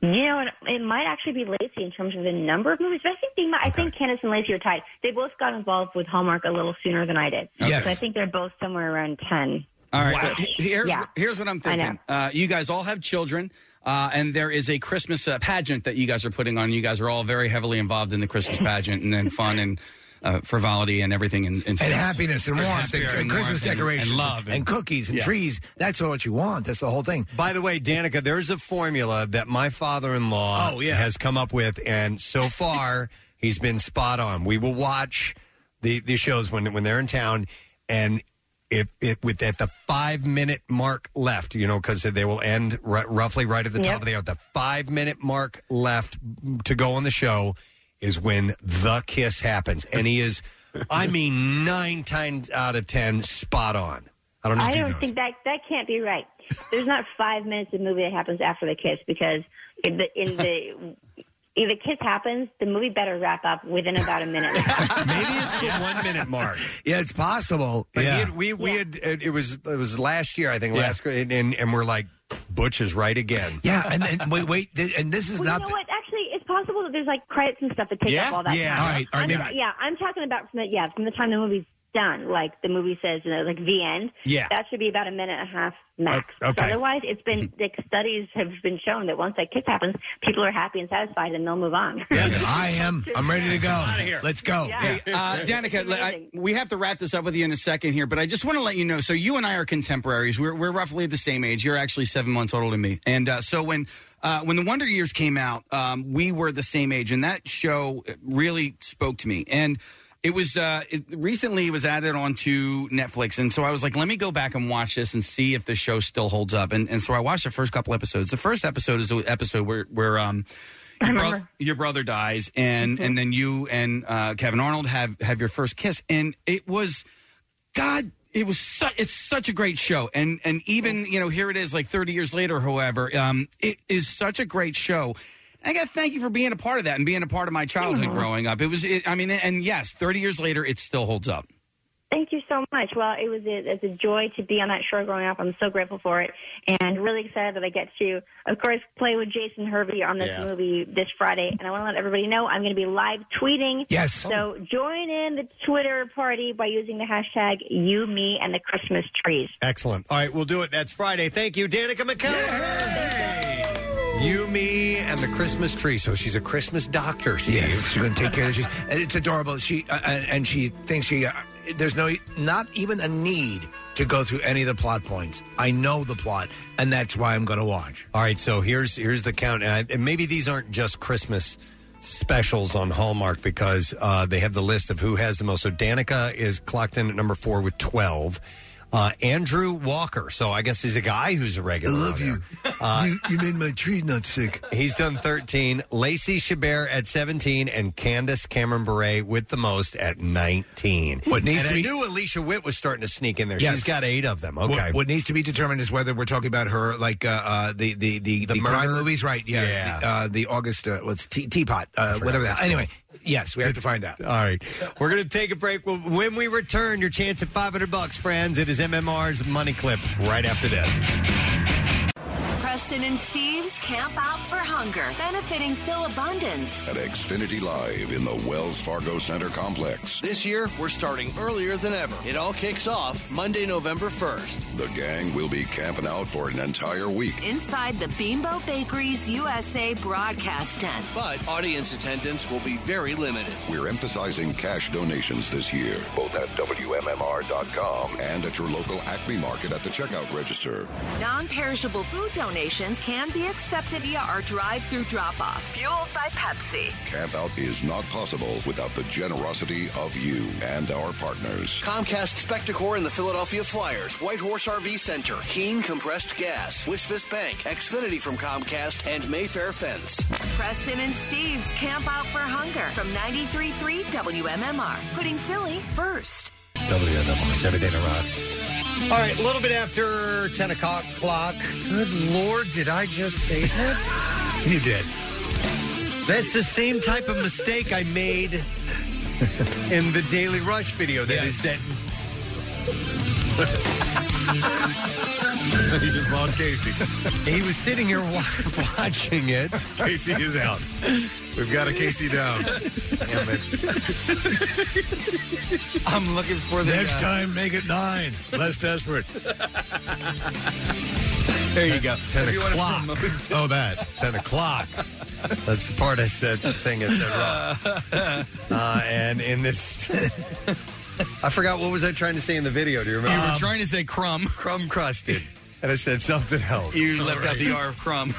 Speaker 1: You know, it, it might actually be Lacey in terms of the number of movies, but I think they might, I think Candace and Lacey are tied. They both got involved with Hallmark a little sooner than I did.
Speaker 5: Yes.
Speaker 1: So I think they're both somewhere around ten.
Speaker 5: All right. uh, he- Here's,
Speaker 1: Yeah.
Speaker 5: here's what I'm
Speaker 1: I know.
Speaker 5: thinking. Uh, you guys all have children, uh, and there is a Christmas uh, pageant that you guys are putting on. You guys are all very heavily involved in the Christmas pageant, and then fun and uh, frivolity and everything, and, and,
Speaker 4: and
Speaker 5: stuff.
Speaker 4: happiness and
Speaker 5: Christmas
Speaker 4: warmth and,
Speaker 5: spirit
Speaker 4: and
Speaker 5: warmth
Speaker 4: Christmas
Speaker 5: and-
Speaker 4: decorations
Speaker 5: and love
Speaker 4: and, cookies and
Speaker 5: Yeah.
Speaker 4: trees. That's what you want. That's the whole thing.
Speaker 2: By the way, Danica, there's a formula that my father-in-law
Speaker 4: Oh, yeah.
Speaker 2: has come up with, and so far he's been spot on. We will watch the the shows when when they're in town, and if it with at the five minute mark left, you know, because they will end r- roughly right at the top of the hour. The five minute mark left to go on the show is when the kiss happens, and he is, I mean, nine times out of ten, spot on. I don't know. if
Speaker 1: I
Speaker 2: you
Speaker 1: don't think that that can't be right. There's not five minutes of movie that happens after the kiss because in the in the if the kiss happens, the movie better wrap up within about a minute.
Speaker 2: Maybe it's the one minute mark.
Speaker 4: Yeah, it's possible.
Speaker 2: But
Speaker 4: yeah.
Speaker 2: he had, we we had uh, it it was it was last year I think
Speaker 4: Yeah.
Speaker 2: last and, and and we're like Butch is right again.
Speaker 4: yeah, and, and wait, wait, th- and this is
Speaker 1: well,
Speaker 4: not.
Speaker 1: you know what? Actually, it's possible that there's like credits and stuff that take
Speaker 4: Yeah?
Speaker 1: up all that
Speaker 4: Yeah.
Speaker 1: time.
Speaker 4: All right, all right,
Speaker 1: I'm,
Speaker 4: now-
Speaker 1: yeah, I'm talking about from the yeah from the time the movie's done, like the movie says, you know, like the end.
Speaker 2: Yeah.
Speaker 1: that should be about a minute and a half max.
Speaker 2: O- okay. Mm-hmm.
Speaker 1: Otherwise, it's been like studies have been shown that once that kiss happens, people are happy and satisfied, and they'll move on.
Speaker 4: I am. I'm ready to go. Let's go.
Speaker 5: Hey, uh, Danica, le- I- we have to wrap this up with you in a second here, but I just want to let you know. So you and I are contemporaries. We're, we're roughly the same age. You're actually seven months older than me. And uh, so when uh, when the Wonder Years came out, um, we were the same age, and that show uh, really spoke to me. And it was uh, it, recently it was added onto Netflix, and so I was like, let me go back and watch this and see if the show still holds up. And and so I watched the first couple episodes. The first episode is the episode where where um, your, bro- your brother dies, and and then you and uh, Kevin Arnold have have your first kiss, and it was, God, it was su- it's such a great show, and and even you know here it is like thirty years later, however, um, it is such a great show. I got to thank you for being a part of that and being a part of my childhood growing up. It was, it, I mean, and yes, thirty years later, it still holds up.
Speaker 1: Thank you so much. Well, it was a, it's a joy to be on that show growing up. I'm so grateful for it and really excited that I get to, of course, play with Jason Hervey on this
Speaker 4: Yeah.
Speaker 1: movie this Friday. And I want to let everybody know I'm going to be live tweeting.
Speaker 4: Yes.
Speaker 1: So join in the Twitter party by using the hashtag you, me, and the Christmas trees.
Speaker 2: Excellent. All right, we'll do it. That's Friday. Thank you, Danica McCallum. You, me, and the Christmas tree. So she's a Christmas doctor. Steve.
Speaker 4: Yes, she's going to take care of this. And It's adorable. She uh, and and she thinks she uh, there's no not even a need to go through any of the plot points. I know the plot, and that's why I'm going to watch.
Speaker 2: All right, so here's here's the count, and, I, and maybe these aren't just Christmas specials on Hallmark because uh, they have the list of who has the most. So Danica is clocked in at number four with twelve. Uh, Andrew Walker, so I guess he's a guy who's a regular. I love you. you. You made my tree nut sick. He's done thirteen. Lacey Chabert at seventeen, and Candace Cameron Bure with the most at nineteen.
Speaker 4: What needs
Speaker 2: and
Speaker 4: to
Speaker 2: I
Speaker 4: be-
Speaker 2: knew Alicia Witt was starting to sneak in there.
Speaker 4: Yes.
Speaker 2: She's got eight of them. Okay.
Speaker 4: What, what needs to be determined is whether we're talking about her, like uh, uh, the the the, the,
Speaker 2: murder?
Speaker 4: crime movies, right? Yeah.
Speaker 2: Yeah.
Speaker 4: The, uh, the August uh, what's tea, teapot, uh, whatever that.
Speaker 2: what's
Speaker 4: Anyway, yes, we have to find out.
Speaker 2: All right. We're going to take a break. When we return, your chance at 500 bucks, friends. It is MMR's Money Clip right after this.
Speaker 16: Preston and Steve's Camp Out for Hunger, benefiting Phil Abundance.
Speaker 10: At Xfinity Live in the Wells Fargo Center Complex.
Speaker 9: This year, we're starting earlier than ever. It all kicks off Monday, November 1st.
Speaker 10: The gang will be camping out for an entire week.
Speaker 16: Inside the Beambo Bakeries USA broadcast tent.
Speaker 9: But audience attendance will be very limited.
Speaker 10: We're emphasizing cash donations this year, both at WMMR.com and at your local Acme Market at the checkout register.
Speaker 16: Non perishable food donations can be accepted via our drive through drop off, fueled by Pepsi.
Speaker 10: Camp out is not possible without the generosity of you and our partners.
Speaker 9: Comcast Spectacor and the Philadelphia Flyers, Whitehorse RV Center, Keen Compressed Gas, Wishfist Bank, Xfinity from Comcast, and Mayfair Fence.
Speaker 16: Preston and Steve's Camp Out for Hunger from 93.3 WMMR, putting Philly first.
Speaker 2: WMMR, it's everything that rocks. All right, a little bit after 10 o'clock clock. Good Lord, did I just say that? you did. That's the same type of mistake I made in the Daily Rush video. That is that.
Speaker 8: you just lost Casey.
Speaker 2: He was sitting here wa- watching it.
Speaker 8: Casey is out. We've got a Casey down.
Speaker 2: Damn
Speaker 4: it.
Speaker 2: I'm looking for
Speaker 4: the uh, next time. Make it nine. Less desperate.
Speaker 2: There you go. 10
Speaker 4: If you wanna
Speaker 2: o'clock.
Speaker 8: Oh, that.
Speaker 2: 10 o'clock. That's the part I said, the thing I said wrong. Uh, and in this. I forgot what was I trying to say in the video. Do you remember?
Speaker 5: You were trying to say crumb.
Speaker 2: Um, Crumb crusted. And I said something else.
Speaker 5: You left out the R of crumb.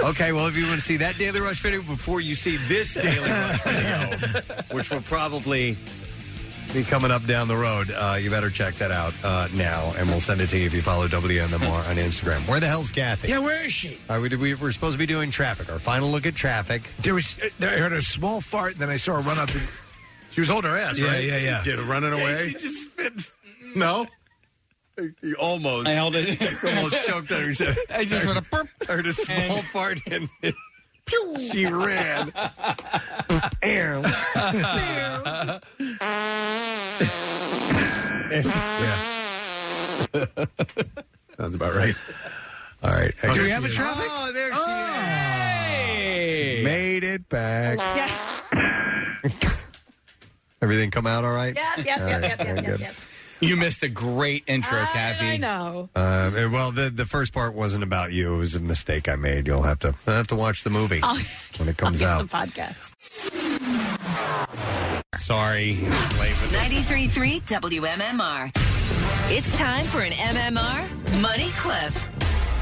Speaker 2: Okay, well, if you want to see that Daily Rush video before you see this Daily Rush video, which will probably be coming up down the road, uh, you better check that out uh, now. And we'll send it to you if you follow WMMR on Instagram. Where the hell's Kathy?
Speaker 4: Yeah, where is she?
Speaker 2: All right, we, did- we, we're supposed to be doing traffic. Our final look at traffic.
Speaker 4: There was. uh, I heard a small fart, and then I saw her run up. And...
Speaker 8: She was holding her ass,
Speaker 4: yeah,
Speaker 8: right?
Speaker 4: Yeah, yeah,
Speaker 8: Did it running away?
Speaker 4: She
Speaker 8: just spit. No.
Speaker 2: You almost.
Speaker 5: I held it.
Speaker 2: almost choked on herself.
Speaker 5: I just heard a burp.
Speaker 2: Heard a small
Speaker 5: And-
Speaker 2: fart and she ran.
Speaker 8: Sounds about right.
Speaker 2: All right.
Speaker 4: Do we have a traffic?
Speaker 2: Oh, there she She made it back.
Speaker 3: Yes.
Speaker 2: Everything come out all right?
Speaker 3: Yep, yep,
Speaker 2: All
Speaker 3: yep,
Speaker 2: right,
Speaker 3: yep,
Speaker 2: very
Speaker 3: yep,
Speaker 2: good.
Speaker 3: yep, yep.
Speaker 5: You missed a great intro, Kathy.
Speaker 3: I know.
Speaker 2: Uh, eh, well, the the first part wasn't about you. It was a mistake I made. You'll have to I'll have to watch the movie
Speaker 3: I'll-
Speaker 2: when it comes
Speaker 3: I'll
Speaker 2: out.
Speaker 3: get the podcast.
Speaker 2: Sorry, I'm late with this.
Speaker 16: 93.3 WMMR. It's time for an MMR money clip.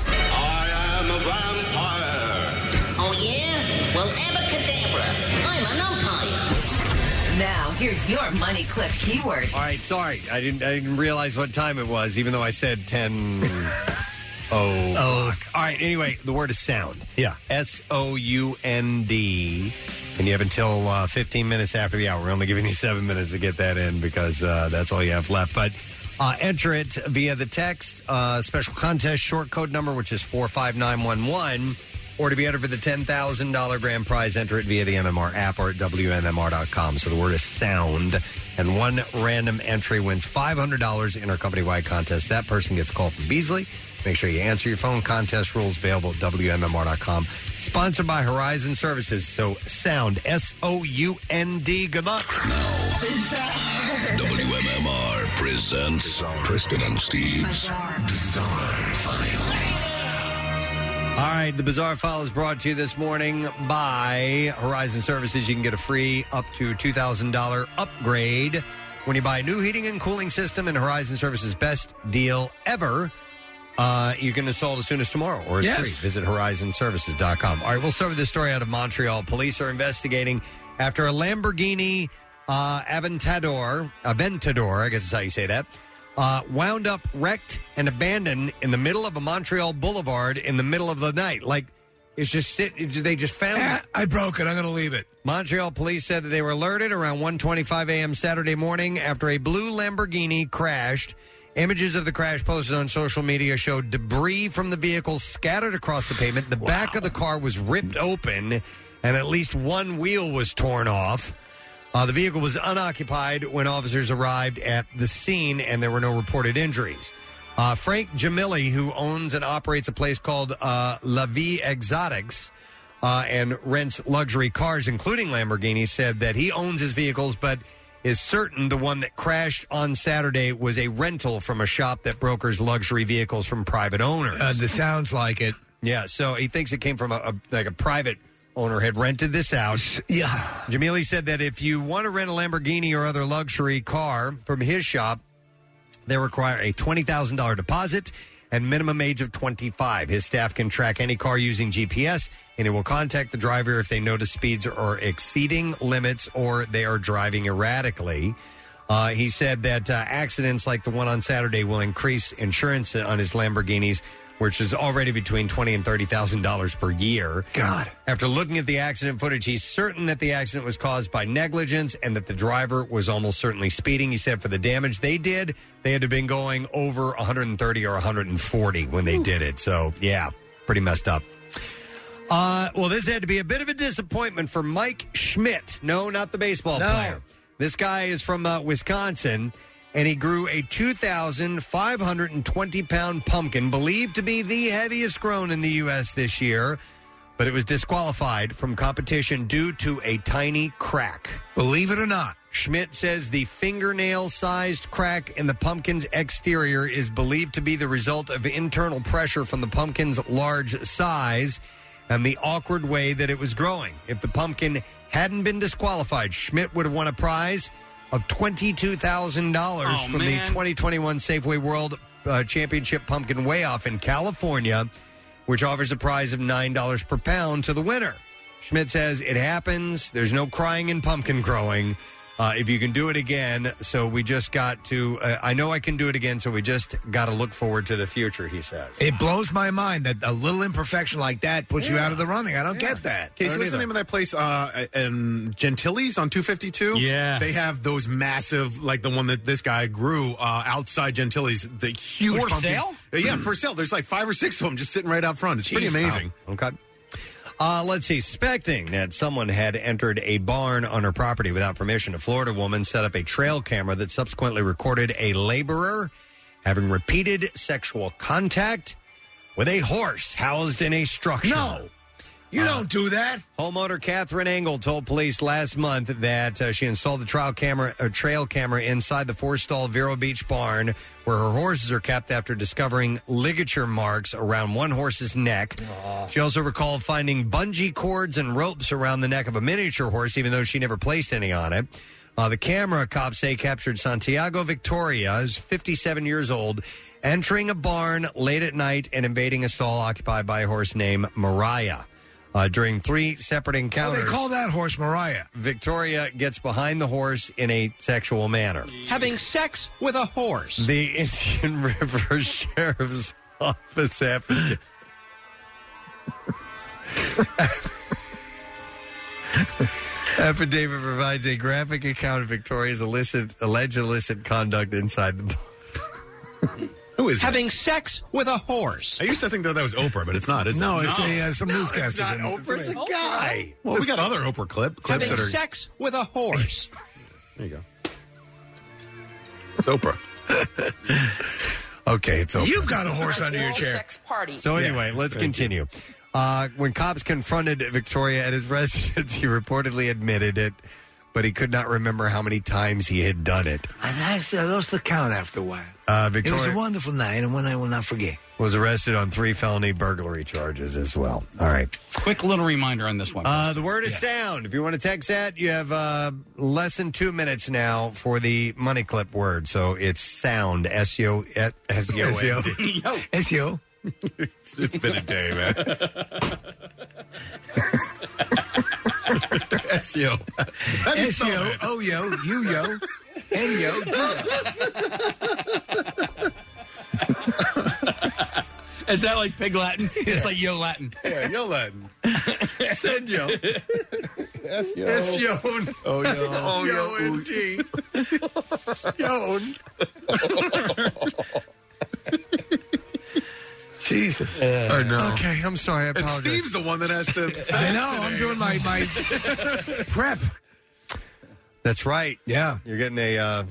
Speaker 10: I am a vampire.
Speaker 6: Oh, yeah? Well, abracadabra. I'm an umpire.
Speaker 16: Now, here's your money clip keyword.
Speaker 2: All right, sorry. I didn't I didn't realize what time it was, even though I said ten. Oh, all right. Anyway, the word is sound. Yeah, S O U N D, and you have until uh, fifteen minutes after the hour. We're only giving you seven minutes to get that in because uh, that's all you have left. But uh, enter it via the text uh, special contest short code number, which is four five nine one one. Or to be entered for the $10,000 grand prize, enter it via the MMR app or at WMMR.com. So the word is sound. And one random entry wins $500 in our company wide contest. That person gets called from Beasley. Make sure you answer your phone. Contest rules available at WMMR.com. Sponsored by Horizon Services. So sound, S O U N D. Good luck.
Speaker 10: WMMR presents Kristen and Steve's Bizarre, File.
Speaker 2: All right, the Bizarre File is brought to you this morning by Horizon Services. You can get a free up to $2,000 upgrade When you buy a new heating and cooling system in Horizon Services' best deal ever, uh, you can install it as soon as tomorrow or it's
Speaker 4: Yes.
Speaker 2: free. Visit horizonservices.com. All right, we'll start with this story out of Montreal. Police are investigating after a Lamborghini uh, Aventador, Aventador, I guess is how you say that, uh, wound up wrecked and abandoned in the middle of a Montreal boulevard in the middle of the night. Like, it's just sit. They just found it.
Speaker 4: Eh, I broke it. I'm going to leave it.
Speaker 2: Montreal police said that they were alerted around 1:25 a.m. Saturday morning after a blue Lamborghini crashed. Images of the crash posted on social media showed debris from the vehicle scattered across the pavement. The back of the car was ripped open, and at least one wheel was torn off. Uh, the vehicle was unoccupied when officers arrived at the scene, and there were no reported injuries. Uh, Frank Jamili, who owns and operates a place called uh, La Vie Exotics uh, and rents luxury cars, including Lamborghinis, said that he owns his vehicles, but is certain the one that crashed on Saturday was a rental from a shop that brokers luxury vehicles from private owners.
Speaker 4: Uh, this sounds like it.
Speaker 2: Yeah, so he thinks it came from a, a like a private owner had rented this out.
Speaker 4: Yeah.
Speaker 2: Jamili said that if you want to rent a Lamborghini or other luxury car from his shop, they require a $20,000 deposit and minimum age of 25. His staff can track any car using GPS and it will contact the driver if they notice speeds are exceeding limits or they are driving erratically. Uh, he said that uh, accidents like the one on Saturday will increase insurance on his Lamborghinis, which is already between twenty and thirty thousand dollars per year. God! After looking at the accident footage, he's certain that the accident was caused by negligence and that the driver was almost certainly speeding. He said for the damage they did, they had to been going over one hundred and thirty or one hundred and forty when they did it. So yeah, pretty messed up. Uh, well, this had to be a bit of a disappointment for Mike Schmidt. No, not the baseball player. This guy is from uh, Wisconsin, and he grew a 2,520 pound pumpkin, believed to be the heaviest grown in the U.S. this year, but it was disqualified from competition due to a tiny crack.
Speaker 4: Believe it or not.
Speaker 2: Schmidt says the fingernail sized crack in the pumpkin's exterior is believed to be the result of internal pressure from the pumpkin's large size and the awkward way that it was growing. If the pumpkin hadn't been disqualified, Schmidt would have won a prize of $22,000
Speaker 7: Oh,
Speaker 2: from the
Speaker 7: man.
Speaker 2: 2021 Safeway World uh, Championship Pumpkin Way Off in California, which offers a prize of $9 per pound to the winner. Schmidt says, It happens. There's no crying in pumpkin growing. Uh, if you can do it again, so we just got to, uh, I know I can do it again, so we just got to look forward to the future, he says.
Speaker 4: It blows my mind that a little imperfection like that puts you
Speaker 8: Yeah.
Speaker 4: out of the running. I don't get that.
Speaker 8: Okay, so what's the name of that place? Uh, in Gentili's on 252?
Speaker 4: Yeah.
Speaker 8: They have those massive, like the one that this guy grew uh, outside Gentili's, the huge
Speaker 2: For
Speaker 8: pumpkin-
Speaker 2: sale?
Speaker 8: Uh, Yeah, for sale. There's like five or six of them just sitting right out front. It's pretty
Speaker 2: Jeez.
Speaker 8: amazing.
Speaker 2: Wow. Okay. Uh, let's see. Suspecting that someone had entered a barn on her property without permission, a Florida woman set up a trail camera that subsequently recorded a laborer having repeated sexual contact with a horse housed in a structure. No.
Speaker 4: You don't do that.
Speaker 2: Homeowner Catherine Engel told police last month that uh, she installed the trial camera, uh, trail camera inside the four-stall Vero Beach barn where her horses are kept after discovering ligature marks around one horse's neck. She also recalled finding bungee cords and ropes around the neck of a miniature horse, even though she never placed any on it. Uh, the camera, cops say, captured Santiago Victoria, who's 57 years old, entering a barn late at night and invading a stall occupied by a horse named Mariah. Uh, during three separate
Speaker 4: Oh,
Speaker 2: encounters,
Speaker 4: they call that horse Mariah.
Speaker 2: Victoria gets behind the horse in a sexual manner.
Speaker 11: Having sex with a horse.
Speaker 2: The Indian River Sheriff's Office affidavit. affidavit provides a graphic account of Victoria's illicit, alleged illicit conduct inside the bar.
Speaker 8: Who is
Speaker 11: having sex with a horse?
Speaker 8: I used to think that that was Oprah, but it's not, is
Speaker 4: No,
Speaker 8: it?
Speaker 4: it's a, uh, some
Speaker 8: No,
Speaker 4: newscaster.
Speaker 8: It's not
Speaker 11: Oh,
Speaker 4: didn't-
Speaker 8: Oprah, it's a
Speaker 11: Oprah.
Speaker 8: guy. Well, we
Speaker 11: This-
Speaker 8: got other Oprah clip, clips
Speaker 11: Having
Speaker 8: that are.
Speaker 11: sex with a horse.
Speaker 8: There you go. It's Oprah.
Speaker 2: okay, it's
Speaker 4: You've got a horse under your chair.
Speaker 2: So anyway, let's continue. Uh, when cops confronted Victoria at his residence, he reportedly admitted it. but he could not remember how many times he had done it.
Speaker 4: I actually I lost the count after a while.
Speaker 2: Uh,
Speaker 4: It was
Speaker 2: Victoria
Speaker 4: a wonderful night and one I will not forget.
Speaker 2: was arrested on three felony burglary charges as well. All right.
Speaker 5: Quick little reminder on this one.
Speaker 2: Uh, the word is sound. If you want to text that, you have uh, less than two minutes now for the money clip word. So it's sound. S O S O N D.
Speaker 4: SEO. SEO.
Speaker 8: It's been a day, man. SEO.
Speaker 4: SEO. Oh, yo. You, yo. And yo.
Speaker 5: Is that like pig Latin? It's like yo Latin.
Speaker 8: Yeah, yo Latin. Send yo. SEO.
Speaker 2: SEO.
Speaker 8: Oh, yo. Oh, yo.
Speaker 2: O-N-T. Yo.
Speaker 4: Jesus.
Speaker 8: Or no.
Speaker 2: Okay, I'm sorry. I
Speaker 8: And
Speaker 2: apologize.
Speaker 8: Steve's the one that has to.
Speaker 4: I know. I'm doing my, my prep.
Speaker 2: That's right.
Speaker 4: Yeah.
Speaker 2: You're getting a uh,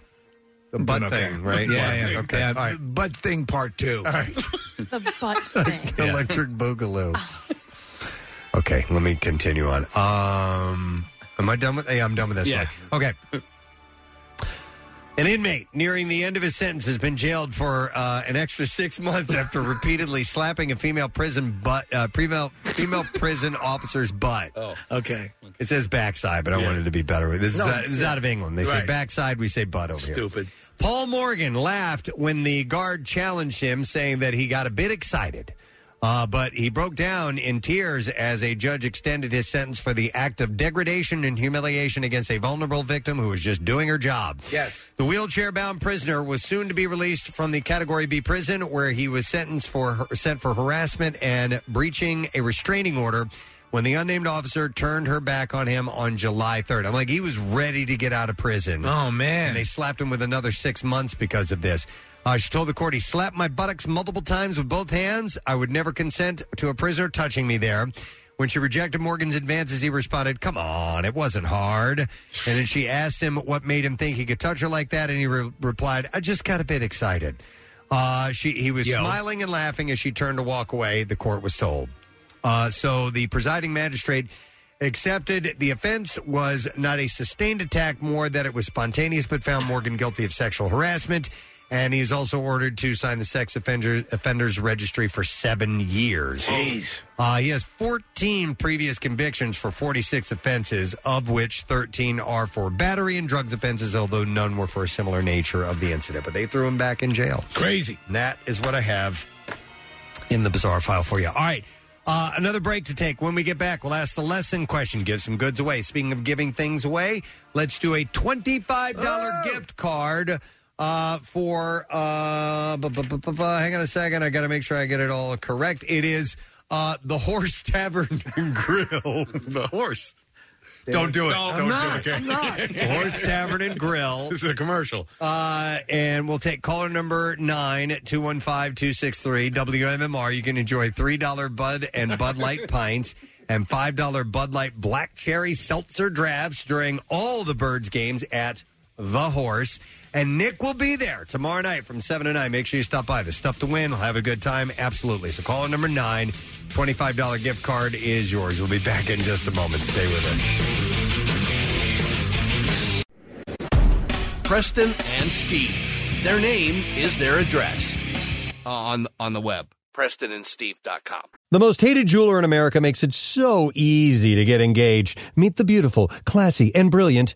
Speaker 2: the butt thing, right?
Speaker 4: Yeah,
Speaker 2: Butt
Speaker 4: yeah.
Speaker 2: thing. Okay.
Speaker 4: yeah.
Speaker 2: All right.
Speaker 4: Butt thing part two. All
Speaker 2: right.
Speaker 3: The butt thing.
Speaker 2: Electric boogaloo. okay, let me continue on. Um, am I done with? Yeah, I'm done with this
Speaker 5: Yeah.
Speaker 2: one. Okay. An inmate nearing the end of his sentence has been jailed for uh, an extra six months after repeatedly slapping a female prison butt, uh, female female prison officer's butt.
Speaker 4: Oh. Okay.
Speaker 2: It says backside, but I wanted to be better. This is,
Speaker 4: No,
Speaker 2: out, this is
Speaker 4: yeah.
Speaker 2: out of England. They say
Speaker 4: Right.
Speaker 2: backside, we say butt over here.
Speaker 4: Stupid.
Speaker 2: Paul Morgan laughed when the guard challenged him, saying that he got a bit excited. Uh, but he broke down in tears as a judge extended his sentence for the act of degradation and humiliation against a vulnerable victim who was just doing her job.
Speaker 4: Yes.
Speaker 2: The wheelchair bound prisoner was soon to be released from the Category B prison, where he was sentenced for sent for harassment and breaching a restraining order when the unnamed officer turned her back on him on July 3rd. I'm like, he was ready to get out of prison.
Speaker 4: Oh, man.
Speaker 2: And they slapped him with another six months because of this. Uh, she told the court, he slapped my buttocks multiple times with both hands. I would never consent to a prisoner touching me there. When she rejected Morgan's advances, he responded, Come on, it wasn't hard. And then she asked him what made him think he could touch her like that, and he re- replied, I just got a bit excited. Uh, she, he was
Speaker 4: Yo.
Speaker 2: smiling and laughing as she turned to walk away, the court was told. Uh, so the presiding magistrate accepted the offense was not a sustained attack, more that it was spontaneous, but found Morgan guilty of sexual harassment. And he's also ordered to sign the sex offender, offenders registry for seven years. Jeez. Uh, he has 14 previous convictions for 46 offenses, of which 13 are for battery and drugs offenses, although none were for a similar nature of the incident. But they threw him back in jail.
Speaker 4: Crazy.
Speaker 2: And that is what I have in the bizarre file for you. All right. Uh, another break to take. When we get back, we'll ask the lesson question. Give some goods away. Speaking of giving things away, let's do a twenty-five dollar
Speaker 8: Oh.
Speaker 2: gift card uh, for. Uh, bu- bu- bu- bu- bu- hang on a second. I got to make sure I get it all correct. It is uh, the Horse Tavern and Grill.
Speaker 8: the horse.
Speaker 2: Don't do it.
Speaker 8: No,
Speaker 2: Don't
Speaker 8: I'm
Speaker 2: do it.
Speaker 8: not. I'm
Speaker 2: The
Speaker 8: not.
Speaker 2: Horse Tavern and Grill.
Speaker 8: This is a commercial.
Speaker 2: Uh, and we'll take caller number 9 at 215-263 WMMR. You can enjoy $3 Bud and Bud Light pints and $5 Bud Light Black Cherry Seltzer drafts during all the Birds games at The Horse. And Nick will be there tomorrow night from 7 to 9. Make sure you stop by. There's stuff to win. We'll have a good time. Absolutely. So caller number 9, $25 gift card is yours. We'll be back in just a moment. Stay with us.
Speaker 9: Preston and Steve. Their name is their address Uh, on on the web. PrestonandSteve.com.
Speaker 2: The most hated jeweler in America makes it so easy to get engaged. Meet the beautiful, classy, and brilliant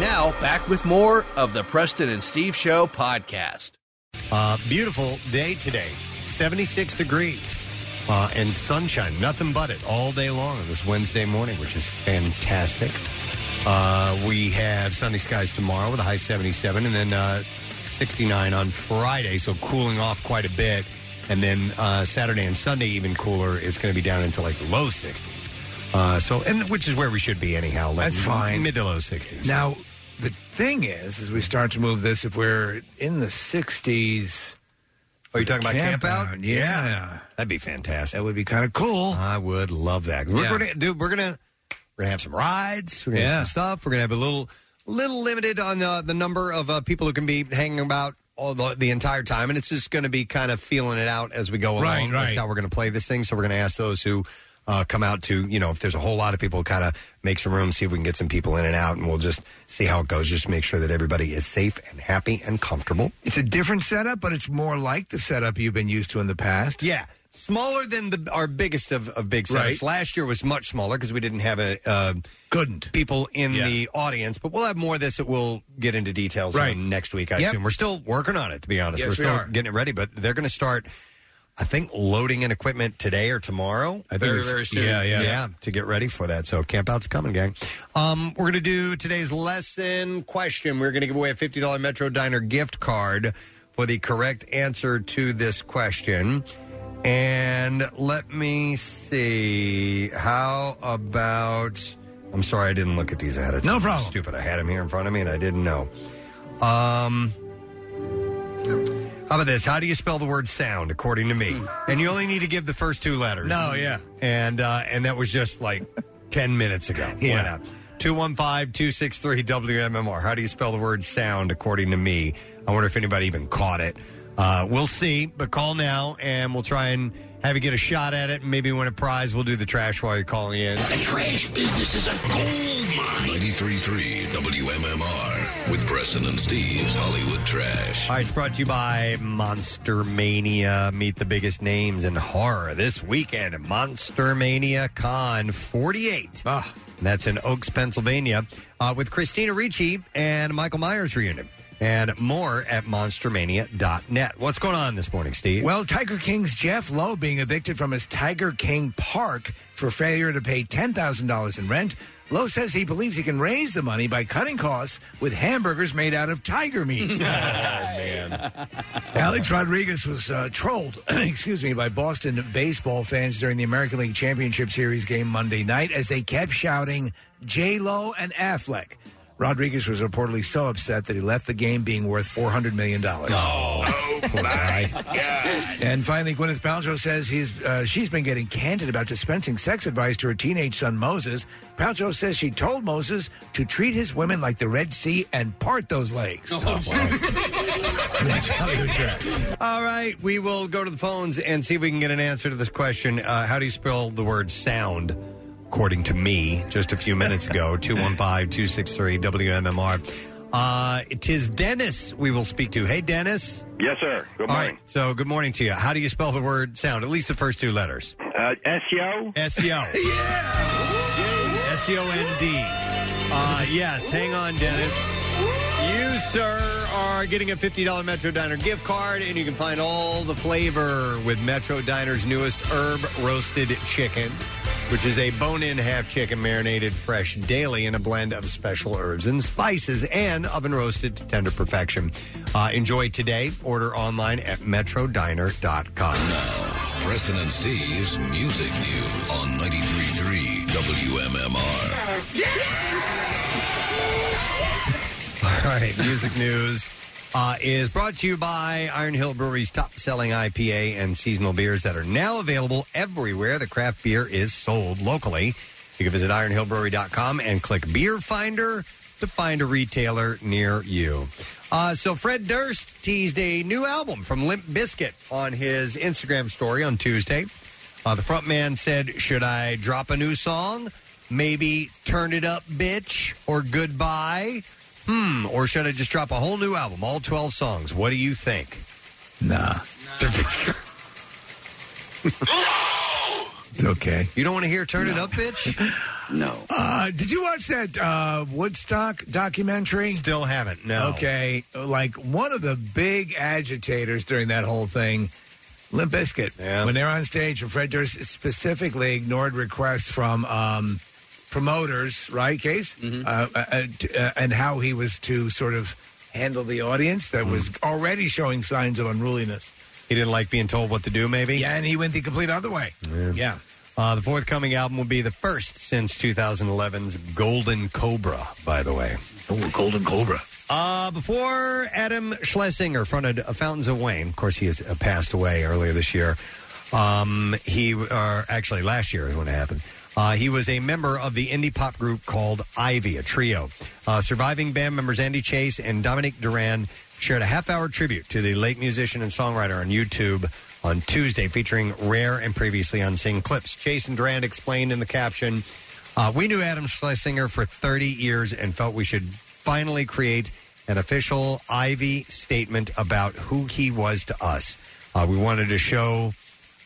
Speaker 9: Now back with more of the Preston and Steve Show podcast.
Speaker 2: Uh, beautiful day today, 76 degrees uh, and sunshine, nothing but it all day long on this Wednesday morning, which is fantastic. Uh, we have sunny skies tomorrow with a high 77 and then uh, 69 on Friday, so cooling off quite a bit. And then uh, Saturday and Sunday, even cooler. It's going to be down into like low 60s. Uh, so, and which is where we should be anyhow. Like
Speaker 4: That's fine.
Speaker 2: Mid to low 60s.
Speaker 4: Now, the thing is, is we start to move this if we're in the 60s.
Speaker 2: Are you talking about camp, out?
Speaker 4: Yeah.
Speaker 2: that'd be fantastic. That
Speaker 4: would be kind of cool.
Speaker 2: I would love that. We're
Speaker 4: Yeah.
Speaker 2: gonna, dude, we're gonna we're gonna have some rides. We're gonna
Speaker 4: Yeah.
Speaker 2: have some stuff. We're gonna have a little little limited on uh, the number of uh, people who can be hanging about all the, the entire time, and it's just gonna be kind of feeling it out as we go along.
Speaker 4: Right,
Speaker 2: That's
Speaker 4: right.
Speaker 2: how we're gonna play this thing. So we're gonna ask those who. Uh, come out to you know if there's a whole lot of people kind of make some room see if we can get some people in and out and we'll just see how it goes just make sure that everybody is safe and happy and comfortable
Speaker 4: It's a different setup, but it's more like the setup you've been used to in the past.
Speaker 2: Yeah. Smaller than the, our biggest of, of big setups.
Speaker 4: Right.
Speaker 2: Last year was much smaller because we didn't have a uh,
Speaker 4: couldn't
Speaker 2: people in the audience. But we'll have more of this that we'll get into details
Speaker 4: Right.
Speaker 2: on next week. I
Speaker 4: Yep.
Speaker 2: assume we're still working on it. To be honest,
Speaker 4: Yes,
Speaker 2: we're
Speaker 4: we
Speaker 2: still
Speaker 4: are.
Speaker 2: getting it ready. But they're going to start, I think, loading in equipment today or tomorrow.
Speaker 4: I think Very, it's- very soon. yeah, yeah.
Speaker 2: yeah, to get ready for that. So campout's coming, gang. Um, we're going to do today's lesson question. We're going to give away a $50 Metro Diner gift card for the correct answer to this question. And let me see. How about. I'm sorry I didn't look at these ahead of time. No problem. Stupid. I had them here in front of me and I didn't know. Um. How about this? How do you spell the word sound according to me? And you only need to give the first two letters.
Speaker 4: No, yeah.
Speaker 2: And uh, and that was just like 10 minutes ago.
Speaker 4: Yeah.
Speaker 2: 215 263 WMMR. How do you spell the word sound according to me? I wonder if anybody even caught it. Uh, we'll see, but call now and we'll try and have you get a shot at it and maybe win a prize. We'll do the trash while you're calling in.
Speaker 10: The trash business is a gold mine. 93.3 WMMR with Preston and Steve's Hollywood Trash.
Speaker 2: All right, it's brought to you by Monster Mania. Meet the biggest names in horror this weekend at Monster Mania Con 48.
Speaker 4: Ah.
Speaker 2: And That's in Oaks, Pennsylvania, uh, with Christina Ricci and Michael Myers reunion. And more at monstermania.net. What's going on this morning, Steve?
Speaker 4: Well, Tiger King's Jeff Lowe being evicted from his Tiger King Park for failure to pay $10,000 in rent. Lowe says he believes he can raise the money by cutting costs with hamburgers made out of tiger meat. Alex Rodriguez was uh, trolled, excuse me, by Boston baseball fans during the American League Championship Series game Monday night as they kept shouting J Lo and Affleck. Rodriguez was reportedly so upset that he left the game being worth four hundred million dollars. Oh, my And finally, Gwyneth Paltrow says he's uh, she's been getting candid about dispensing sex advice to her teenage son Moses. Paltrow says she told Moses to treat his women like the Red Sea and part those legs.
Speaker 2: All right, we will go to the phones and see if we can get an answer to this question. Uh, how do you spell the word sound? According to me, just a few minutes ago, 215 263 WMMR. Uh, it is Dennis we will speak to. Hey, Dennis.
Speaker 7: Yes, sir. Good
Speaker 2: All
Speaker 7: morning.
Speaker 2: right, so good morning to you. How do you spell the word sound? At least the first two letters. E
Speaker 7: Uh, SEO?
Speaker 2: SEO. yeah. S E O N D. Uh, yes, hang on, Dennis. You, sir, are getting a $50 Metro Diner gift card, and you can find all the flavor with Metro Diner's newest herb roasted chicken, which is a bone in half chicken marinated fresh daily in a blend of special herbs and spices and oven roasted to tender perfection. Uh, enjoy today. Order online at metrodiner.com.
Speaker 10: Preston and Steve's Music News on 93.3 WMMR.
Speaker 2: All right, music news uh, is brought to you by Iron Hill Brewery's top selling IPA and seasonal beers that are now available everywhere the craft beer is sold locally. You can visit ironhillbrewery.com and click Beer Finder to find a retailer near you. Uh, so, Fred Durst teased a new album from Limp Bizkit on his Instagram story on Tuesday. Uh, the frontman said, Should I drop a new song? Maybe Turn It Up, Bitch, or Goodbye? Hmm, or should I just drop a whole new album, all 12 songs? What do you think?
Speaker 4: Nah. it's okay.
Speaker 2: You don't want to hear Turn It Up, Bitch?
Speaker 4: No. Uh, did you watch that uh, Woodstock documentary?
Speaker 2: Still haven't. No.
Speaker 4: Okay. Like one of the big agitators during that whole thing, Limp Bizkit. When they're on stage, and Fred Durst specifically ignored requests from um, promoters, right, Case,
Speaker 2: Mm-hmm.
Speaker 4: uh, uh, uh, t- uh, and how he was to sort of handle the audience that was
Speaker 2: Mm-hmm.
Speaker 4: already showing signs of unruliness.
Speaker 2: He didn't like being told what to do, maybe.
Speaker 4: Yeah, and he went the complete other way. Yeah.
Speaker 2: Uh, the forthcoming album will be the first since 2011's Golden Cobra, by the way.
Speaker 4: Oh, Golden Cobra.
Speaker 2: Uh, before Adam Schlesinger fronted uh, Fountains of Wayne, of course, he has uh, passed away earlier this year. Um, he, or actually, last year is when it happened. Uh, he was a member of the indie pop group called Ivy, a trio. Uh, surviving band members Andy Chase and Dominic Duran shared a half hour tribute to the late musician and songwriter on YouTube on Tuesday, featuring rare and previously unseen clips. Chase and Duran explained in the caption uh, We knew Adam Schlesinger for 30 years and felt we should finally create an official Ivy statement about who he was to us. Uh, we wanted to show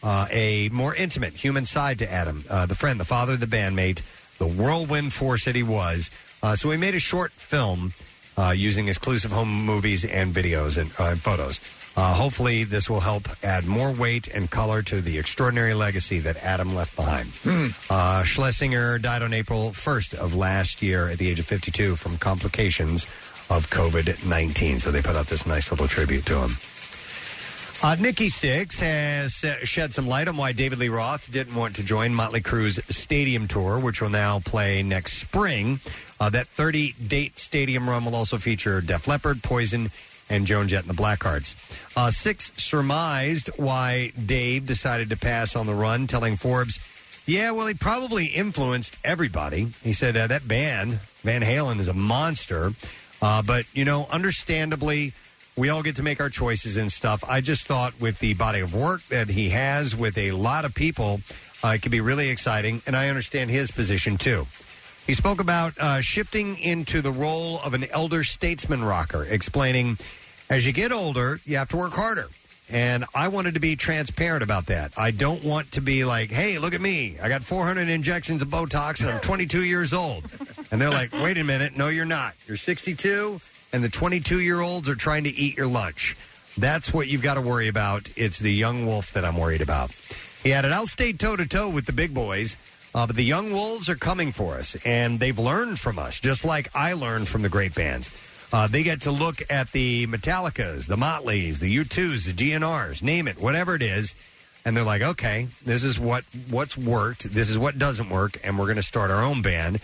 Speaker 2: uh, a more intimate human side to Adam, uh, the friend, the father, the bandmate, the whirlwind force that he was. Uh, so we made a short film uh, using exclusive home movies and videos and, uh, and photos. Uh, hopefully, this will help add more weight and color to the extraordinary legacy that Adam left behind.
Speaker 7: Hmm.
Speaker 2: Uh, Schlesinger died on April 1st of last year at the age of 52 from complications of COVID 19. So they put out this nice little tribute to him. Uh, Nikki Six has uh, shed some light on why David Lee Roth didn't want to join Motley Crue's stadium tour, which will now play next spring. Uh, that 30 date stadium run will also feature Def Leppard, Poison, and Joan Jett and the Blackhearts. Uh, Six surmised why Dave decided to pass on the run, telling Forbes, Yeah, well, he probably influenced everybody. He said, uh, That band, Van Halen, is a monster. Uh, but, you know, understandably, we all get to make our choices and stuff. I just thought with the body of work that he has with a lot of people, uh, it could be really exciting, and I understand his position too. He spoke about uh, shifting into the role of an elder statesman rocker, explaining, as you get older, you have to work harder. And I wanted to be transparent about that. I don't want to be like, hey, look at me. I got 400 injections of Botox and I'm 22 years old. And they're like, wait a minute. No, you're not. You're 62, and the 22 year olds are trying to eat your lunch. That's what you've got to worry about. It's the young wolf that I'm worried about. He added, I'll stay toe to toe with the big boys, uh, but the young wolves are coming for us, and they've learned from us, just like I learned from the great bands. Uh, they get to look at the Metallicas, the Motleys, the U2s, the GNRs, name it, whatever it is, and they're like, okay, this is what what's worked, this is what doesn't work, and we're going to start our own band.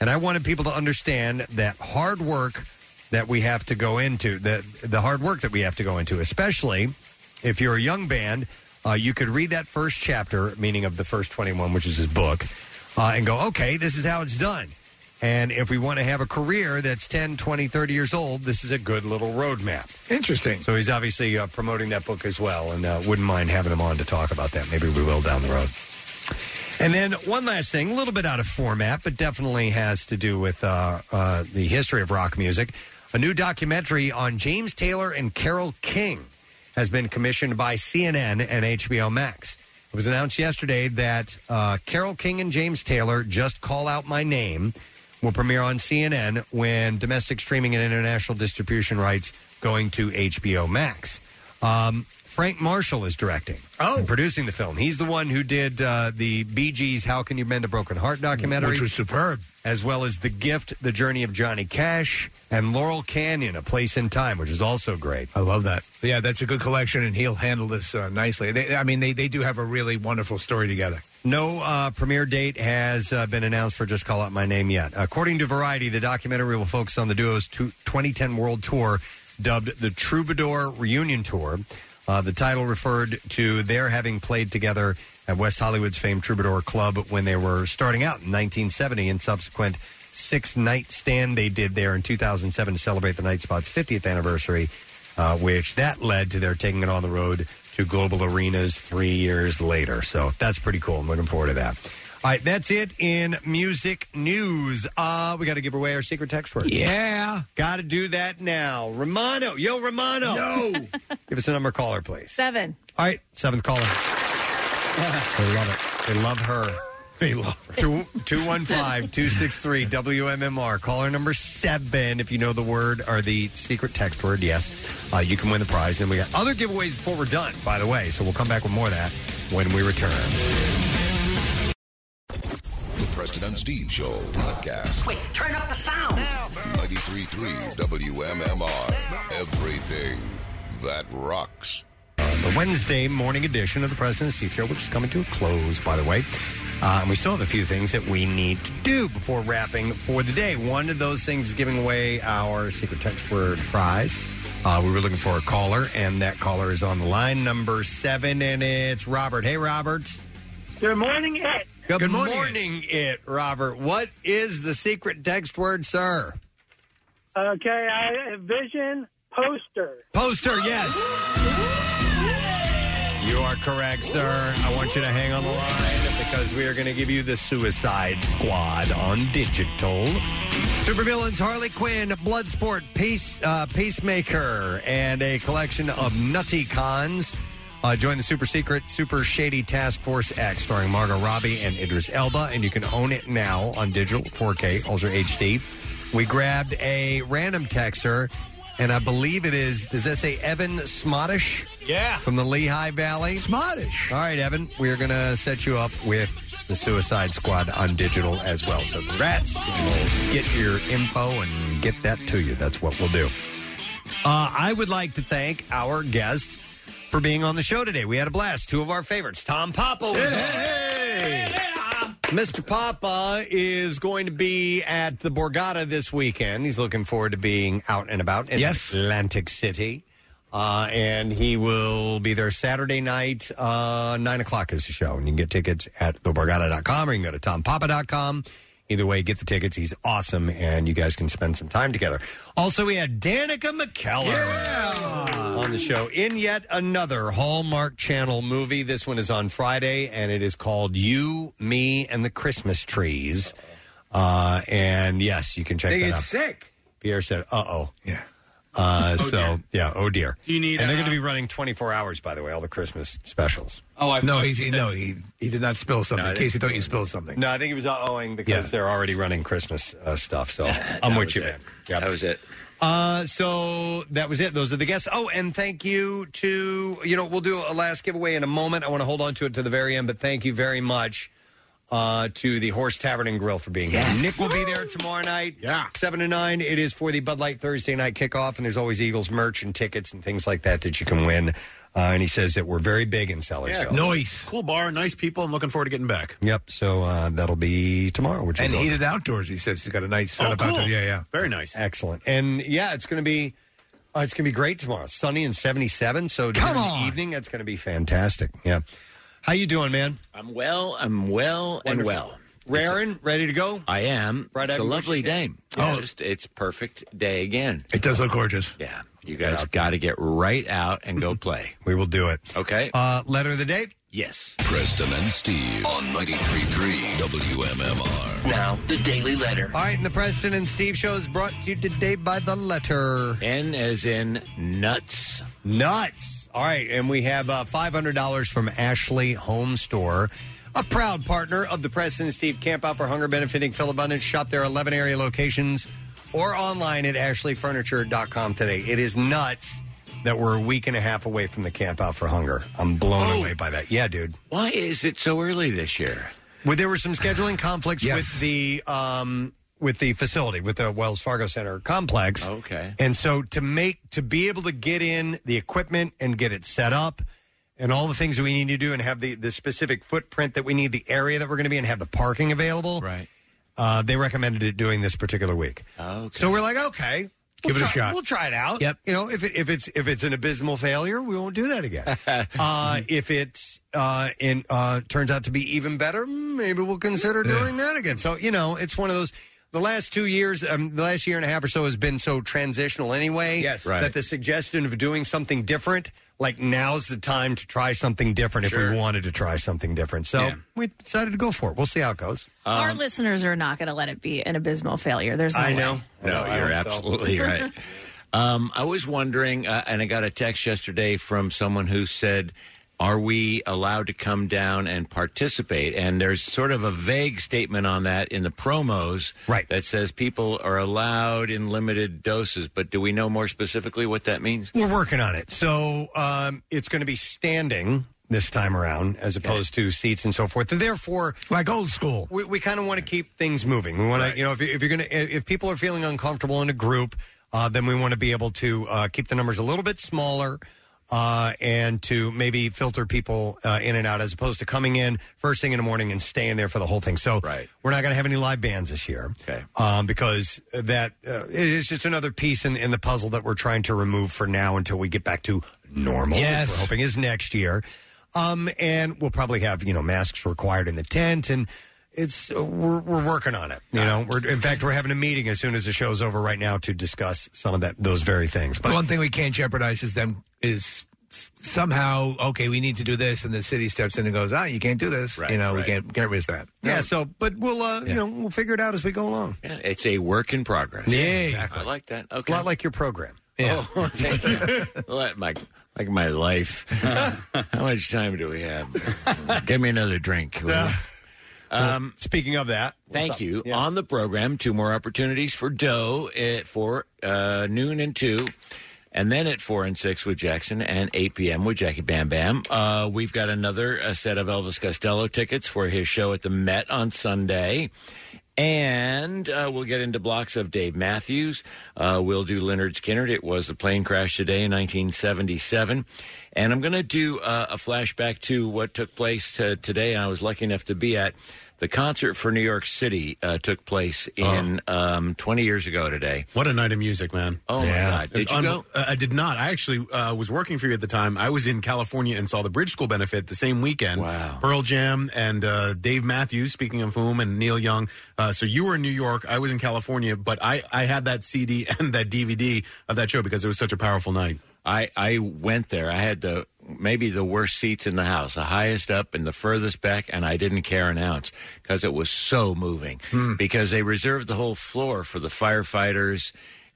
Speaker 2: And I wanted people to understand that hard work that we have to go into, the the hard work that we have to go into, especially if you're a young band, uh, you could read that first chapter, meaning of the first 21, which is his book, uh, and go, okay, this is how it's done. And if we want to have a career that's 10, 20, 30 years old, this is a good little roadmap.
Speaker 4: Interesting.
Speaker 2: So he's obviously uh, promoting that book as well, and uh, wouldn't mind having him on to talk about that. Maybe we will down the road. And then one last thing, a little bit out of format, but definitely has to do with uh, uh, the history of rock music. A new documentary on James Taylor and Carol King has been commissioned by CNN and HBO Max. It was announced yesterday that uh, Carol King and James Taylor just call out my name will premiere on CNN when domestic streaming and international distribution rights going to HBO Max. Um, Frank Marshall is directing oh. and producing the film. He's the one who did uh, the Bee Gees' "How Can You Mend a Broken Heart" documentary,
Speaker 4: Which was superb,
Speaker 2: as well as "The Gift: The Journey of Johnny Cash" and "Laurel Canyon: A Place in Time," which is also great.
Speaker 4: I love that. Yeah, that's a good collection, and he'll handle this uh, nicely. They, I mean, they, they do have a really wonderful story together.
Speaker 2: No uh, premiere date has uh, been announced for Just Call Out My Name yet. According to Variety, the documentary will focus on the duo's two- 2010 world tour, dubbed the Troubadour Reunion Tour. Uh, the title referred to their having played together at West Hollywood's famed Troubadour Club when they were starting out in 1970 and subsequent six night stand they did there in 2007 to celebrate the Night Spot's 50th anniversary, uh, which that led to their taking it on the road to global arenas three years later. So that's pretty cool. I'm looking forward to that. All right, that's it in music news. Uh, we got to give away our secret text word.
Speaker 4: Yeah.
Speaker 2: Got to do that now. Romano. Yo, Romano.
Speaker 4: No.
Speaker 2: give us a number caller, please.
Speaker 3: Seven.
Speaker 2: All right, seventh caller. they love it. They love her.
Speaker 4: They love her.
Speaker 2: 215-263-WMMR. Caller number seven, if you know the word or the secret text word, yes, uh, you can win the prize. And we got other giveaways before we're done, by the way. So we'll come back with more of that when we return.
Speaker 10: The Preston and Steve Show podcast.
Speaker 6: Wait, turn up the sound.
Speaker 10: 93.3 WMMR. Everything that rocks.
Speaker 2: The Wednesday morning edition of the President Steve Show, which is coming to a close, by the way. Uh, and we still have a few things that we need to do before wrapping for the day. One of those things is giving away our secret text word prize. Uh, we were looking for a caller, and that caller is on the line, number seven, and it's Robert. Hey, Robert.
Speaker 7: Good morning, Ed.
Speaker 2: Good,
Speaker 7: Good
Speaker 2: morning,
Speaker 7: morning,
Speaker 2: it, Robert. What is the secret text word, sir?
Speaker 7: Okay, I vision poster.
Speaker 2: Poster, yes. You are correct, sir. I want you to hang on the line because we are going to give you the Suicide Squad on digital. Supervillains Harley Quinn, Bloodsport, Peace, uh, Peacemaker, and a collection of nutty cons. Uh, join the super secret, super shady Task Force X, starring Margot Robbie and Idris Elba, and you can own it now on digital 4K Ultra HD. We grabbed a random texter, and I believe it is. Does that say Evan Smottish?
Speaker 4: Yeah.
Speaker 2: From the Lehigh Valley. Smottish. All right, Evan, we are going to set you up with the Suicide Squad on digital as well. So congrats. And We'll get your info and get that to you. That's what we'll do. Uh, I would like to thank our guests for being on the show today. We had a blast. Two of our favorites, Tom Papa was on. Mr. Papa is going to be at the Borgata this weekend. He's looking forward to being out and about in Atlantic City. Uh, and he will be there Saturday night, uh, 9 o'clock is the show. And you can get tickets at theborgata.com or you can go to tompapa.com. Either way, get the tickets. He's awesome, and you guys can spend some time together. Also, we had Danica McKellar on the show in yet another Hallmark Channel movie. This one is on Friday, and it is called You, Me, and the Christmas Trees. Uh, and yes, you can check
Speaker 4: They
Speaker 2: that
Speaker 4: get
Speaker 2: out.
Speaker 4: sick.
Speaker 2: Pierre said, "Uh oh, yeah." Uh, so yeah, oh dear.
Speaker 4: Do you need,
Speaker 2: And they're
Speaker 4: uh,
Speaker 2: going to be running 24 hours, by the way, all the Christmas specials.
Speaker 4: Oh, I no, he's, he, no, he he did not spill something. Casey thought you spilled something.
Speaker 2: No, I think he was owing because they're already running Christmas uh, stuff. So I'm with you, man. Yeah, that was it. Uh, so that was it. Those are the guests. Oh, and thank you to you know we'll do a last giveaway in a moment. I want to hold on to it to the very end, but thank you very much uh, to the Horse Tavern and Grill for being here. Nick will be there tomorrow night. Yeah, seven to nine. It is for the Bud Light Thursday night kickoff, and there's always Eagles merch and tickets and things like that that you can win. Uh, and he says that we're very big in Sellersville.
Speaker 8: Nice. Cool bar, nice people. I'm looking forward to getting back.
Speaker 2: Yep. So uh, that'll be tomorrow, which
Speaker 4: and
Speaker 2: is
Speaker 4: eat it outdoors. He says he's got a nice
Speaker 2: Oh,
Speaker 4: setup
Speaker 2: cool.
Speaker 4: out there. Yeah, yeah,
Speaker 8: very nice.
Speaker 2: Excellent. And yeah, it's going to be uh, it's going to be great tomorrow. Sunny and 77. So during the evening, it's going to be fantastic. Yeah. How you doing, man?
Speaker 22: I'm well. I'm well and well.
Speaker 2: Rarin, ready to go?
Speaker 22: I am.
Speaker 2: Right
Speaker 22: it's
Speaker 2: out
Speaker 22: a
Speaker 2: of
Speaker 22: lovely day.
Speaker 2: Michigan.
Speaker 22: Oh,
Speaker 2: Yeah.
Speaker 22: just it's perfect day again.
Speaker 4: It does look gorgeous.
Speaker 22: Yeah, you guys got to get right out and go play.
Speaker 2: we will do it.
Speaker 22: Okay.
Speaker 2: Uh, letter of the day.
Speaker 22: yes.
Speaker 9: Preston and Steve on 93.3 WMMR.
Speaker 22: Now, the Daily Letter.
Speaker 2: All right, and the Preston and Steve show is brought to you today by the letter
Speaker 22: N as in nuts.
Speaker 2: Nuts. All right, and we have uh, $500 from Ashley Home Store, a proud partner of the Preston and Steve Camp Out for Hunger benefiting Phil Abundance. Shop their 11 area locations or online at ashleyfurniture.com today. It is nuts that we're a week and a half away from the Camp Out for Hunger. I'm blown away by that. Yeah, dude.
Speaker 22: Oh. Why is it so early this year?
Speaker 2: Well, there were some scheduling conflicts with the um, with the facility, with the Wells Fargo Center complex.
Speaker 22: Okay.
Speaker 2: And so to make to be able to get in the equipment and get it set up and all the things that we need to do and have the the specific footprint that we need, the area that we're going to be in, have the parking available. Right. Uh, they recommended it doing this particular week. Okay. So we're like, okay, we'll
Speaker 4: Give it a
Speaker 2: try-
Speaker 4: shot.
Speaker 2: We'll try it out.
Speaker 4: Yep.
Speaker 2: You know, if it, if it's if it's an abysmal failure, we won't do that again. uh, if it's uh, in uh, turns out to be even better, maybe we'll consider doing that again. So you know, it's one of those. The last two years, um, the last year and a half or so has been so transitional anyway.
Speaker 4: Yes. Right.
Speaker 2: That the suggestion of doing something different, like now's the time to try something different if
Speaker 22: Sure.
Speaker 2: we wanted to try something different. So we decided to go for it. We'll see how it goes.
Speaker 3: Our listeners are not going to let it be an abysmal failure. There's no
Speaker 22: I know.
Speaker 3: way.
Speaker 22: No, you're absolutely right. Um, I was wondering, uh, and I got a text yesterday from someone who said, "Are we allowed to come down and participate?" And there's sort of a vague statement on that in the promos, right? That says people are allowed in limited doses, but do we know more specifically what that means?
Speaker 2: We're working on it. So um, it's going to be standing this time around as opposed to seats and so forth. And therefore,
Speaker 4: like old school.
Speaker 2: we, we kind of want to keep things moving. We want to, you know, if, you- if you're going to, if people are feeling uncomfortable in a group, uh, then we want to be able to uh, keep the numbers a little bit smaller. uh, and to maybe filter people uh, in and out as opposed to coming in first thing in the morning and staying there for the whole thing. So we're not going to have any live bands this year um, because that uh, it is just another piece in, in the puzzle that we're trying to remove for now until we get back to normal,
Speaker 4: Yes.
Speaker 2: which we're hoping is next year. Um, and we'll probably have you know masks required in the tent and. It's we're, we're working on it, you know. We're in fact we're having a meeting as soon as the show's over right now to discuss some of that those very things.
Speaker 4: But one thing we can't jeopardize is them is s- somehow okay. We need to do this, and the city steps in and goes, "Ah, you can't do this." you know, we can't can't risk that.
Speaker 2: Yeah. So, but we'll uh, you know we'll figure it out as we go along.
Speaker 22: Yeah, it's a work in progress.
Speaker 2: Yeah, exactly.
Speaker 22: I like that. Okay.
Speaker 2: It's a lot like your program.
Speaker 22: Oh, thank you. Like my, like my life. How much time do we have? Give me another drink. will you? Um,
Speaker 2: Speaking of that,
Speaker 22: thank you. On the program, two more opportunities for Doe at four uh, noon and two, and then at four and six with Jackson, and eight p.m. with Jackie Bam Bam. Uh, we've got another uh set of Elvis Costello tickets for his show at the Met on Sunday. And uh, we'll get into blocks of Dave Matthews. Uh, we'll do Leonard Skinner. It was the plane crash today in 1977. And I'm going to do uh, a flashback to what took place uh, today. I was lucky enough to be at the concert for New York City. Uh, took place in um, 20 years ago today.
Speaker 8: Oh. What a night of music, man!
Speaker 22: Oh my God! Did
Speaker 8: It's
Speaker 22: you
Speaker 8: unbe-
Speaker 22: go?
Speaker 8: Uh, I did not. I actually uh, was working for you at the time. I was in California and saw the Bridge School benefit the same weekend. Wow. Pearl Jam and uh, Dave Matthews, speaking of whom, and Neil Young. Uh, so you were in New York. I was in California, but I, I had that CD and that DVD of that show because it was such a powerful night.
Speaker 22: I I went there. I had the maybe the worst seats in the house, the highest up and the furthest back, and I didn't care an ounce because it was so moving.
Speaker 8: Hmm.
Speaker 22: Because they reserved the whole floor for the firefighters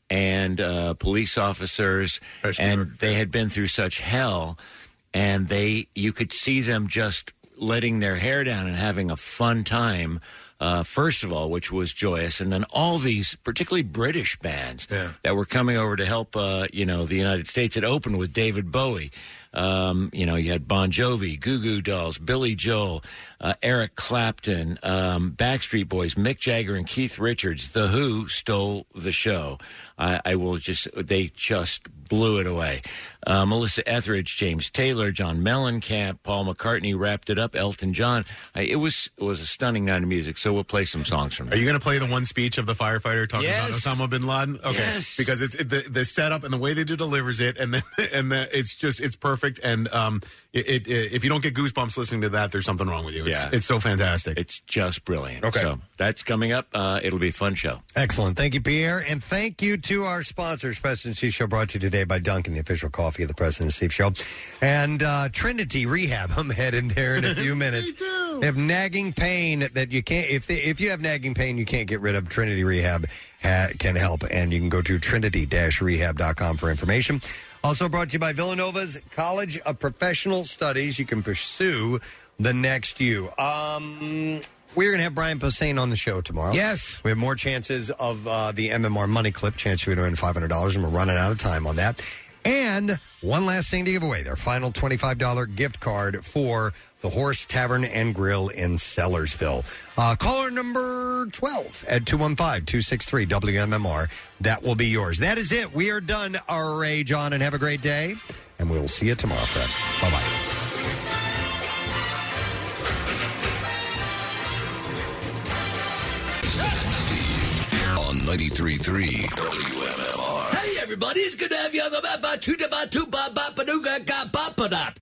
Speaker 22: and uh, police officers, and they had been through such hell, and they you could see them just letting their hair down and having a fun time. Uh, first of all, which was joyous, and then all these, particularly British bands, that were coming over to help, uh, you know, the United States. It opened with David Bowie. Um, you know, you had Bon Jovi, Goo Goo Dolls, Billy Joel, uh, Eric Clapton, um, Backstreet Boys, Mick Jagger, and Keith Richards. The Who stole the show. I, I will just, they just blew it away. Uh, Melissa Etheridge, James Taylor, John Mellencamp, Paul McCartney wrapped it up. Elton John. I, it was it was a stunning night of music. So we'll play some songs from.
Speaker 8: Are you going to play the one speech of the firefighter talking
Speaker 22: Yes.
Speaker 8: about Osama bin Laden? Okay,
Speaker 22: Yes.
Speaker 8: because it's it, the the setup and the way they delivers it, and then and the, it's just it's perfect. And um, it, it, if you don't get goosebumps listening to that, there's something wrong with you. It's,
Speaker 22: Yeah.
Speaker 8: it's so fantastic.
Speaker 22: It's just brilliant.
Speaker 8: Okay.
Speaker 22: So that's coming up. Uh, it'll be a fun show.
Speaker 2: Excellent. Thank you, Pierre. And thank you to our sponsors, President Steve Show, brought to you today by Dunkin', the official coffee of the President Steve Show. And uh, Trinity Rehab. I'm heading there in a few minutes. They have nagging pain that you can't, if, they, if you have nagging pain you can't get rid of, Trinity Rehab ha- can help. And you can go to trinity rehab.com for information. Also brought to you by Villanova's College of Professional Studies. You can pursue the next you. Um, we're going to have Brian Posehn on the show tomorrow.
Speaker 4: Yes.
Speaker 2: We have more chances of uh, the MMR money clip chance we to win $500, and we're running out of time on that. And one last thing to give away their final $25 gift card for the Horse Tavern and Grill in Sellersville. Uh, caller number 12 at 215 263 WMMR. That will be yours. That is it. We are done. All right, John, and have a great day. And we'll see you tomorrow, Fred. Bye bye.
Speaker 9: On 93.3 WMMR.
Speaker 11: Hey, everybody, it's good to have you on the map. Ba- Tuda ba- tu- ba- ba- ba- doo- ga- ga- ba- ba- da.